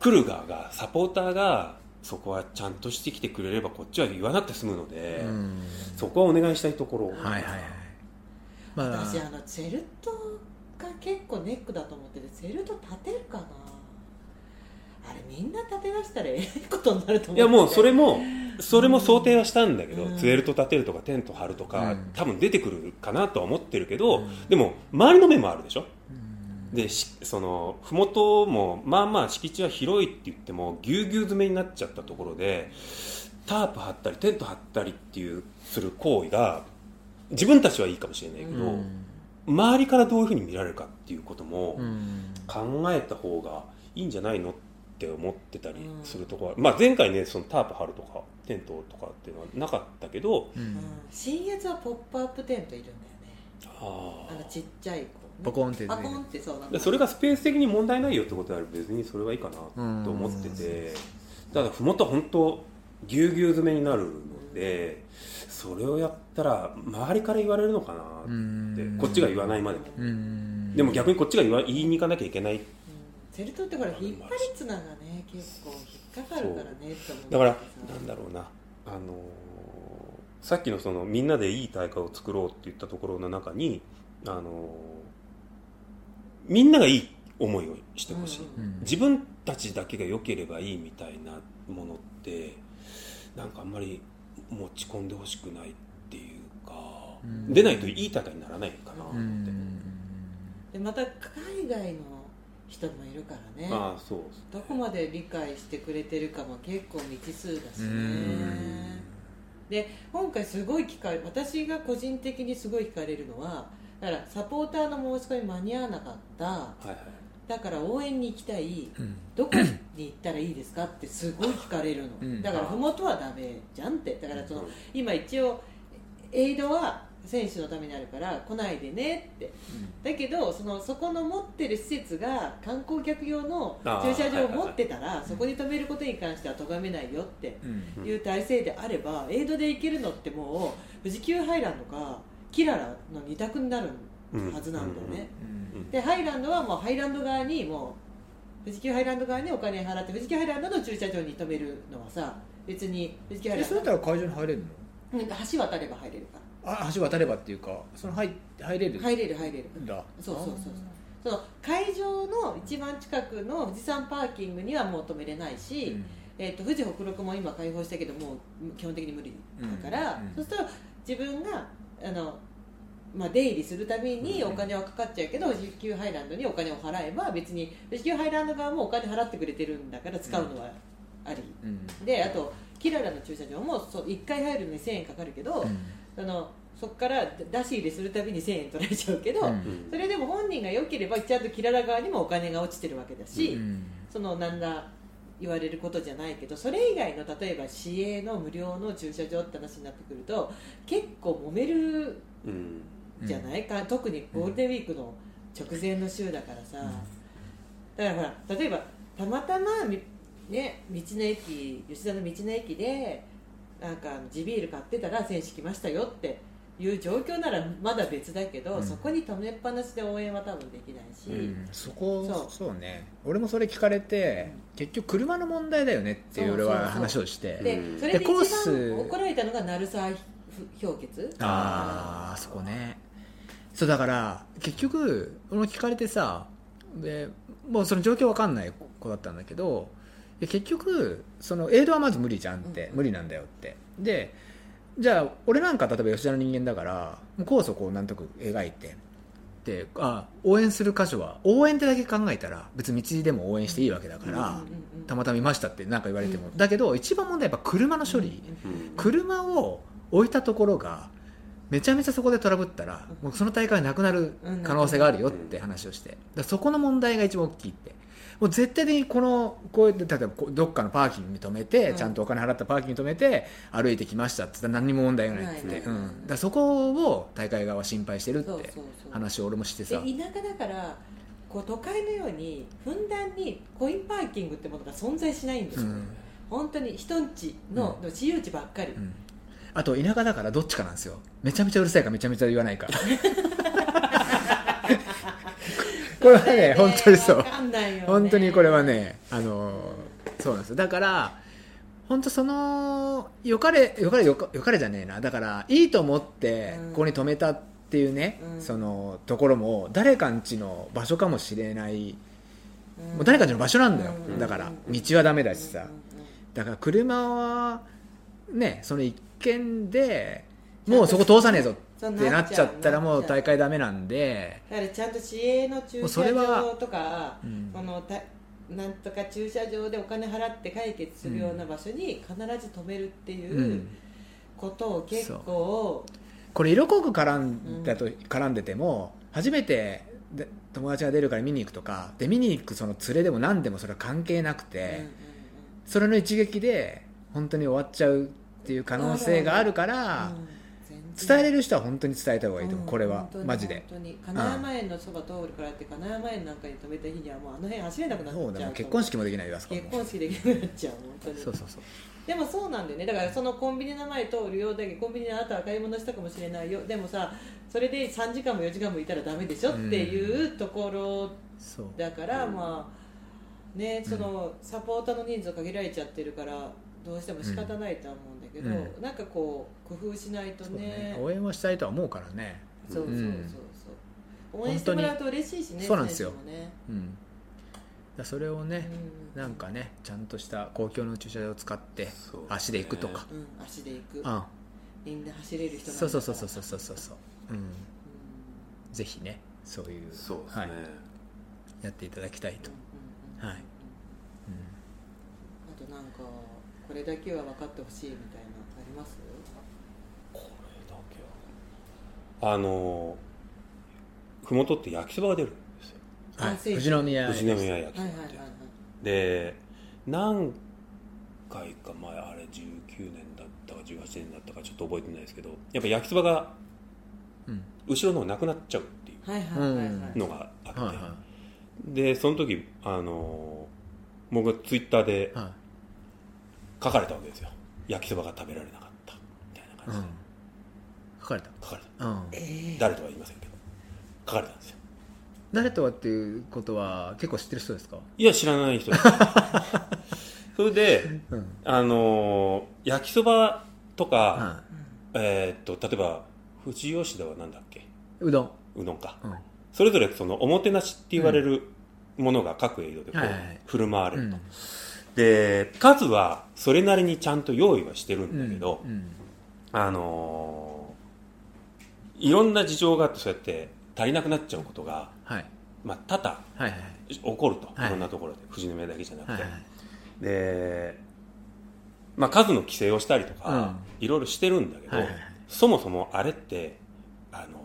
Speaker 3: 来る側がサポーターがそこはちゃんとしてきてくれればこっちは言わなくて済むので、
Speaker 1: うんうん
Speaker 3: そこはお願いしたいところ
Speaker 1: はいはいはいまあ
Speaker 2: 私あのセルトが結構ネックだと思っててセルト立てるかなあれみんな立て出したらえらいことになると思う
Speaker 3: い
Speaker 2: い
Speaker 3: やもうそれもそれも想定はしたんだけど、
Speaker 2: うん
Speaker 3: ツエルト立てるとかテント張るとか、
Speaker 1: うん
Speaker 3: 多分出てくるかなとは思ってるけど、
Speaker 1: うん
Speaker 3: でも周りの目もあるでしょ
Speaker 1: うん
Speaker 3: でしその麓もまあまあ敷地は広いって言ってもぎゅうぎゅう詰めになっちゃったところでタープ張ったりテント張ったりっていうする行為が自分たちはいいかもしれないけど、
Speaker 1: うん
Speaker 3: 周りからどういうふうに見られるかっていうことも
Speaker 1: うん
Speaker 3: 考えた方がいいんじゃないのって思ってたりするとこは、まあ、前回ねそのタープ張るとかテントとかっていうのはなかったけど
Speaker 1: うん
Speaker 2: 新月はポップアップテントいるんだよね
Speaker 3: あ
Speaker 2: あのちっちゃい子、ね、
Speaker 1: ポコンってね
Speaker 2: パコンってそうなん
Speaker 3: でそれがスペース的に問題ないよってことであれば別にそれはいいかなと思っててただ麓は本当ぎゅうぎゅう詰めになるのでそれをやったら周りから言われるのかなってこっちが言わないまでも
Speaker 1: うんん
Speaker 3: でも逆にこっちが言わ言いに行かなきゃいけない
Speaker 2: セルトってほら引っ張り綱がね結構引っかかるからねって思う
Speaker 3: だからなんだろうなあのーさっきのそのみんなでいい大会を作ろうって言ったところの中にあのーみんながいい思いをしてほしい、
Speaker 2: うん
Speaker 1: うん
Speaker 3: 自分たちだけが良ければいいみたいなものってなんかあんまり持ち込んでほしくないっていうか、
Speaker 1: うん
Speaker 3: 出ないといい大会にならないかなと
Speaker 1: う
Speaker 3: 思って、
Speaker 1: ん
Speaker 2: でまた海外の人もいるからね
Speaker 3: ああそう
Speaker 2: どこまで理解してくれてるかも結構未知数だし
Speaker 1: う
Speaker 2: ね
Speaker 1: ん
Speaker 2: 今回すごい聞かれ私が個人的にすごい聞かれるのはだからサポーターの申し込み間に合わなかった
Speaker 3: はいはい
Speaker 2: だから応援に行きたい
Speaker 1: うん
Speaker 2: どこに行ったらいいですかってすごい聞かれるの、
Speaker 1: うん
Speaker 2: だから麓はダメじゃんってだからその今一応エイドは選手のためにあるから来ないでねってだけどそのそこの持ってる施設が観光客用の駐車場を持ってたらそこに止めることに関しては咎めないよって
Speaker 1: うん
Speaker 2: いう体制であればエイドで行けるのってもう富士急ハイランドかキララの2択になるはずなんだよね。
Speaker 3: うんうんうん
Speaker 1: うん
Speaker 2: でハイランドはもうハイランド側にもう富士急ハイランド側にお金払って富士急ハイランドの駐車場に止めるのはさ別に富士急ハイ
Speaker 1: え
Speaker 2: ラン
Speaker 1: そ
Speaker 2: ド
Speaker 1: れだったら会場に入れるの
Speaker 2: なんか橋渡れば入れるか
Speaker 1: あ橋渡ればっていうかその入入れる
Speaker 2: ら入れる入れる
Speaker 1: んだ
Speaker 2: そうそうそうそうその会場の一番近くの富士山パーキングにはもう止めれないし、
Speaker 1: うん
Speaker 2: えー、と富士北陸も今開放したけどもう基本的に無理だから、
Speaker 1: うんうん
Speaker 2: そうすると自分があの、まあ、出入りするたびに
Speaker 3: う
Speaker 2: お
Speaker 3: ん
Speaker 2: 金はかかっちゃうけど、富士急ハイランドにお金を払えば別に富士急ハイランド側もお金払ってくれてるんだから使うのはあり、
Speaker 1: うん
Speaker 2: であとキララの駐車場もそう1回入るのに1000円かかるけど、あのそこから出し入れするたびに1000円取られちゃうけど、
Speaker 1: うん
Speaker 3: うん
Speaker 2: それでも本人が良ければちゃんとキララ側にもお金が落ちてるわけだし。
Speaker 1: うん
Speaker 2: そのなんだ言われることじゃないけどそれ以外の例えば市営の無料の駐車場って話になってくると結構揉める
Speaker 3: うん
Speaker 2: じゃないか、特にゴールデンウィークの直前の週だからさ、だからほら例えばたまたまみ、ね、道の駅吉田の道の駅でなんか地ビール買ってたら選手来ましたよっていう状況ならまだ別だけど、
Speaker 1: うん
Speaker 2: そこに止めっぱなしで応援は多分できないし。
Speaker 1: うんそこ
Speaker 2: そ
Speaker 1: そう
Speaker 2: う
Speaker 1: ね俺もそれ聞かれて、結局車の問題だよねっていう俺
Speaker 2: そうそう
Speaker 1: は
Speaker 2: そう
Speaker 1: 話をして
Speaker 2: で、
Speaker 3: うん
Speaker 2: それで
Speaker 1: で
Speaker 2: 一
Speaker 1: コース
Speaker 2: 番怒られたのが鳴沢氷結
Speaker 1: あーあそこねそうだから結局俺も聞かれてさでもうその状況わかんない子だったんだけどいや結局そのエイドはまず無理じゃんって、
Speaker 2: うん
Speaker 1: 無理なんだよってでじゃあ俺なんか例えば吉田の人間だからもうコースをこうなんとなく描いてであ応援する箇所は応援ってだけ考えたら別に道でも応援していいわけだから、
Speaker 2: うんうんうん
Speaker 1: たまたま見ましたってなんか言われても、
Speaker 2: うん
Speaker 1: だけど一番問題はやっぱ車の処理、
Speaker 3: うん
Speaker 1: 車を置いたところがめちゃめちゃそこでトラブったらもうその大会なくなる可能性があるよって話をしてだからそこの問題が一番大きいってもう絶対的にこのこうやって例えばこうどっかのパーキングに止めて
Speaker 2: うん
Speaker 1: ちゃんとお金払ったパーキングに止めて歩いてきましたって言ったら何にも問題がないって言って、
Speaker 2: な
Speaker 1: う
Speaker 2: い
Speaker 1: ん
Speaker 2: ない、
Speaker 1: だからそこを大会側は心配してる
Speaker 2: そう
Speaker 1: っ
Speaker 2: そ
Speaker 1: て
Speaker 2: うそう
Speaker 1: 話を俺もして
Speaker 2: で
Speaker 1: さ
Speaker 2: 田舎だからこう都会のようにふんだんにコインパーキングってものが存在しないんですよ、
Speaker 1: うん
Speaker 2: 本当に人んちの
Speaker 1: う
Speaker 2: 自由地ばっかり、
Speaker 1: うんあと田舎だからどっちかなんですよめちゃめちゃうるさいかめちゃめちゃ言わないか これはね本当にそう
Speaker 2: わかんないよね
Speaker 1: 本当にこれはねあのーそうなんですよだから本当そのよかれよかれよかよかれじゃねえなだからいいと思って
Speaker 2: うん
Speaker 1: ここに止めたっていうね、
Speaker 2: うん
Speaker 1: そのところも誰かんちの場所かもしれない、
Speaker 2: うん
Speaker 1: もう誰かんちの場所なんだよ、
Speaker 2: うん
Speaker 1: だから
Speaker 2: うん
Speaker 1: 道はダメだしさ、
Speaker 2: うんうん
Speaker 1: だから車はねその一件でもうそこ通さねえぞってなっちゃったらもう大会ダメなんで、
Speaker 2: だからちゃんと市営の駐
Speaker 1: もうそ
Speaker 2: 車
Speaker 1: れは
Speaker 2: 場とか
Speaker 1: うん
Speaker 2: このたなんとか駐車場でお金払って解決するような場所に必ず止めるって
Speaker 1: う、
Speaker 2: いうんことを結構、
Speaker 1: これ色濃く絡んだと絡んでても初めてで友達が出るから見に行くとかで見に行くその連れでも何でもそれは関係なく
Speaker 2: うん
Speaker 1: て、それの一撃で本当に終わっちゃうっていう可能性があるから、伝えれ
Speaker 2: る
Speaker 1: る人は本当に伝えた方がいいと思う、これは
Speaker 2: 本当に
Speaker 1: マジで
Speaker 2: 本当に金山園のそば通るからって金山園なんかに止めた日にはもうあの辺走れなくなっちゃ
Speaker 1: そううだも
Speaker 2: と思
Speaker 1: う
Speaker 2: う
Speaker 1: 結婚式もできないよあそこは
Speaker 2: 結
Speaker 1: もう
Speaker 2: 婚式できなくなっちゃう本当に
Speaker 1: そうそうそう
Speaker 2: でもそうなんだよねだからそのコンビニの前通るよだけどコンビニであなたは買い物したかもしれないよでもさそれで3時間も4時間もいたらダメでしょっていうところ
Speaker 1: そう
Speaker 2: だから、
Speaker 3: うん
Speaker 2: まあねそのサポーターの人数限られちゃってるからどうしても仕方ないとは思うんだけど、
Speaker 1: う
Speaker 2: なんかこう工夫しないと
Speaker 1: そうね
Speaker 2: ね
Speaker 1: 応援はしたいとは思うからね、
Speaker 2: そうそうそうそう、応援してもらうと嬉しいしね
Speaker 1: そうなんですよ
Speaker 2: 選手もね
Speaker 1: うん、だからそれをね、
Speaker 2: うん
Speaker 1: なんかねちゃんとした公共の駐車場を使って
Speaker 3: そうね
Speaker 1: 足で行くとか、
Speaker 2: うん、足で行く
Speaker 1: うん、
Speaker 2: みんな走れる人なんだか
Speaker 1: そう
Speaker 2: ら
Speaker 1: そうそうそうそうそうそうそう、うん、
Speaker 2: う
Speaker 1: ぜひねそういう
Speaker 3: そうです
Speaker 1: は
Speaker 3: ね
Speaker 1: い、やっていただきたいと、
Speaker 2: んうんうんうん
Speaker 1: はい
Speaker 2: あとなんかこれだけは分かってほしいみたいなのあります
Speaker 3: これだけはあのふもとって焼きそばが出るんですよ
Speaker 1: うんはい、
Speaker 2: 男性
Speaker 1: 富士宮
Speaker 3: 富士宮焼きそ
Speaker 2: は
Speaker 3: ば
Speaker 2: いはい
Speaker 3: っ
Speaker 2: はい
Speaker 3: て
Speaker 2: はい
Speaker 3: で何回か前あれ19年だったか18年だったかちょっと覚えてないですけどやっぱ焼きそばが
Speaker 1: うん
Speaker 3: 後ろの方なくなっちゃうってい
Speaker 2: はいはいはいはい、
Speaker 3: うのがあって、
Speaker 1: はいは
Speaker 3: でその時あの僕がツイッターで
Speaker 1: いは、
Speaker 3: 書かれたわけですよ焼きそばが食べられなかったみたいない
Speaker 1: う
Speaker 3: 感じ
Speaker 1: ん
Speaker 3: で、
Speaker 1: 書かれた、
Speaker 3: 書かれた
Speaker 1: うん、
Speaker 2: え
Speaker 3: 誰とは言いませんけど書かれたんですよ
Speaker 1: 誰とはっていうことは結構知ってる人ですか、
Speaker 3: いや知らない人です それで
Speaker 1: うん
Speaker 3: あの焼きそばとか、
Speaker 1: は
Speaker 3: えーっと例えば富士吉田は何だっけ
Speaker 1: い、うどん、
Speaker 3: うどんか
Speaker 1: うん
Speaker 3: それぞれそのおもてなしって言われるものが各エイドでこ
Speaker 1: はいはいはいう
Speaker 3: 振る舞われ
Speaker 1: う
Speaker 3: る
Speaker 1: ん
Speaker 3: と、で数はそれなりにちゃんと用意はしてる
Speaker 1: うん
Speaker 3: だ
Speaker 1: ん
Speaker 3: けど、
Speaker 1: うん
Speaker 3: あのーいろんな事情があってそうやって足りなくなっちゃうことが、
Speaker 1: はい
Speaker 3: まあ、多々
Speaker 1: はいはい
Speaker 3: 起こると、
Speaker 1: はい
Speaker 3: い、ろんなところで富士宮だけじゃなく
Speaker 1: はい
Speaker 3: て、
Speaker 1: はい
Speaker 3: で、まあ、数の規制をしたりとか、いろいろしてるんだけど、
Speaker 1: はいはい
Speaker 3: そもそもあれって、あの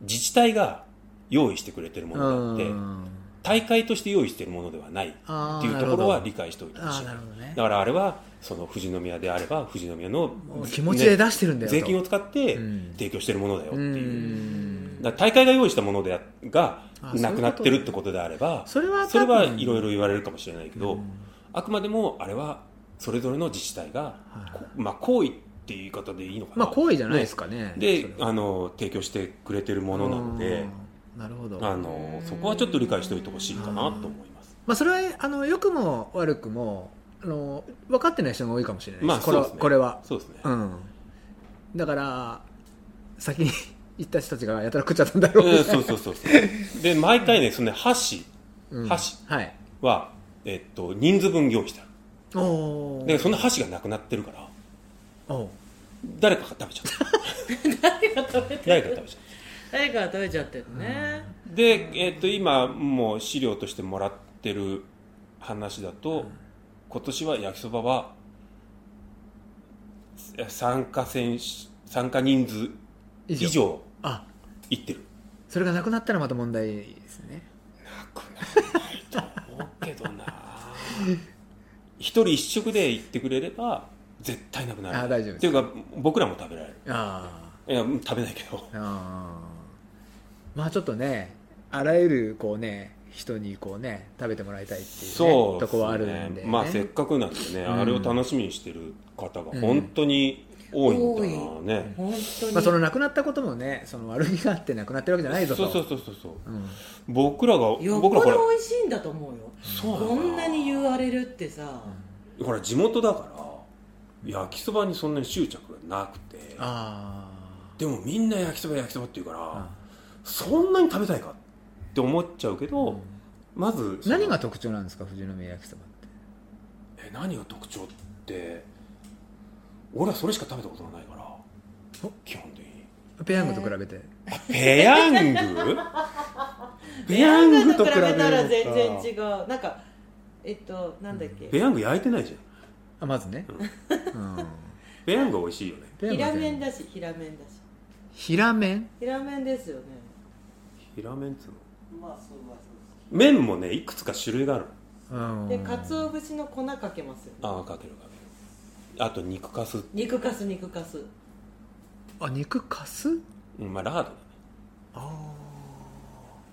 Speaker 3: 自治体が用意してくれてるものであって、
Speaker 1: うん
Speaker 3: 大会として用意してるものではないっ
Speaker 1: あー
Speaker 3: ていうところは
Speaker 1: な
Speaker 3: 理
Speaker 1: る
Speaker 3: 解しておいて
Speaker 1: ほど
Speaker 3: ほ
Speaker 1: あー
Speaker 3: しい。
Speaker 1: な
Speaker 3: だ
Speaker 1: るほどね
Speaker 3: からあれは、その富士宮であれば、富士宮の、
Speaker 1: もう気持ちで
Speaker 3: ね
Speaker 1: 出してるんだよと、
Speaker 3: 税金を使って
Speaker 1: うん
Speaker 3: 提供してるものだよっていう。
Speaker 1: ん
Speaker 3: だから大会が用意したものであが
Speaker 1: あ
Speaker 3: なくなってるってことであれば、
Speaker 1: それは多分
Speaker 3: それはいろいろ言われるかもしれないけど、
Speaker 1: うん
Speaker 3: あくまでもあれはそれぞれの自治体が、
Speaker 1: はい
Speaker 3: こまあ、行為っていう言い方でいいのかな、
Speaker 1: まあ行為じゃないですかね
Speaker 3: で
Speaker 1: それは
Speaker 3: あの提供してくれてるものなので、
Speaker 1: うんなるほど
Speaker 3: あのそこはちょっと理解しておいてほしいかな
Speaker 1: うん
Speaker 3: と思います。
Speaker 1: まあそれはあの良くも悪くもあの分かってない人が多いかもしれない
Speaker 3: まあ
Speaker 1: これは
Speaker 3: そうですね
Speaker 1: これは
Speaker 3: そうですね、
Speaker 1: うんだから先に 行った人たちがやたら食っちゃったんだろう
Speaker 3: うんそうそうそうそうで毎回ねそのね箸
Speaker 1: うん
Speaker 3: 箸
Speaker 1: はい
Speaker 3: は、えっと、人数分用意してある
Speaker 1: おお
Speaker 3: でその箸がなくなってるから
Speaker 1: おう
Speaker 3: 誰かが食べちゃっ た
Speaker 2: 誰が食べて
Speaker 3: 誰か
Speaker 2: る
Speaker 3: が食べちゃった
Speaker 2: 誰かが食べちゃってるね、
Speaker 3: で、えっと今もう資料としてもらってる話だと、今年は焼きそばはえ参加選手参加人数
Speaker 1: 以
Speaker 3: 以
Speaker 1: 上
Speaker 3: 上
Speaker 1: あ
Speaker 3: いってる
Speaker 1: それがなくなったらまた問題ですね
Speaker 3: なくならないと思うけどな一人一食で行ってくれれば絶対なくなる
Speaker 1: あ大丈夫です
Speaker 3: っていうか僕らも食べられる
Speaker 1: ああ
Speaker 3: いや食べないけど
Speaker 1: あーまあちょっとねあらゆるこうね人にこうね食べてもらいたいっていう,、ね
Speaker 3: そう
Speaker 1: と
Speaker 3: です
Speaker 1: こ
Speaker 3: ね
Speaker 1: はあるんで、ね
Speaker 3: まあせっかくなんでね、
Speaker 1: うん
Speaker 3: あれを楽しみにしてる方が
Speaker 1: うん
Speaker 3: 本当に多いんだなね、
Speaker 2: 本当に、
Speaker 1: まあ、その亡くなったこともねその悪気があって亡くなってるわけじゃないぞ
Speaker 3: そ
Speaker 1: と
Speaker 3: うそうそうそうそう
Speaker 1: うん
Speaker 3: 僕らが
Speaker 2: よっ
Speaker 3: 僕
Speaker 2: ぽ
Speaker 3: らほら
Speaker 2: ど美味しいんだと思うよ
Speaker 3: そうなの
Speaker 2: こんなに言われるってさ、
Speaker 3: ほら地元だから焼きそばにそんなに執着がなくて
Speaker 1: あ
Speaker 3: でもみんな焼きそば焼きそばって言うから、
Speaker 1: あ
Speaker 3: そんなに食べたいかって思っちゃうけど、まずその
Speaker 1: 何が特徴なんですか富士宮焼きそばって
Speaker 3: え何が特徴って俺はそれしか食べたことがないから
Speaker 1: お
Speaker 3: 基本的に
Speaker 1: ペヤングと比べて、
Speaker 3: ペヤングペヤングと比べ
Speaker 2: ペ
Speaker 3: る
Speaker 2: ヤングたら全然
Speaker 3: う
Speaker 2: 違うなんかえっとなんだっけ
Speaker 3: ペヤング焼いてないじゃん
Speaker 1: あまずね、うん、
Speaker 3: ペヤングは美味しいよね
Speaker 1: ペヤング
Speaker 2: 平
Speaker 1: は全
Speaker 2: 麺
Speaker 1: 部
Speaker 2: だし平麺だし
Speaker 1: 平麺
Speaker 2: 平麺ですよね
Speaker 3: 平麺っつうの
Speaker 4: まあそうはそう
Speaker 3: 麺もねいくつか種類がある
Speaker 1: うん
Speaker 2: で鰹節の粉かけますよね
Speaker 3: ああかけるかけるあと肉かす、
Speaker 2: 肉かす肉かす
Speaker 1: あ肉かす
Speaker 3: うんまあラードだね
Speaker 1: あ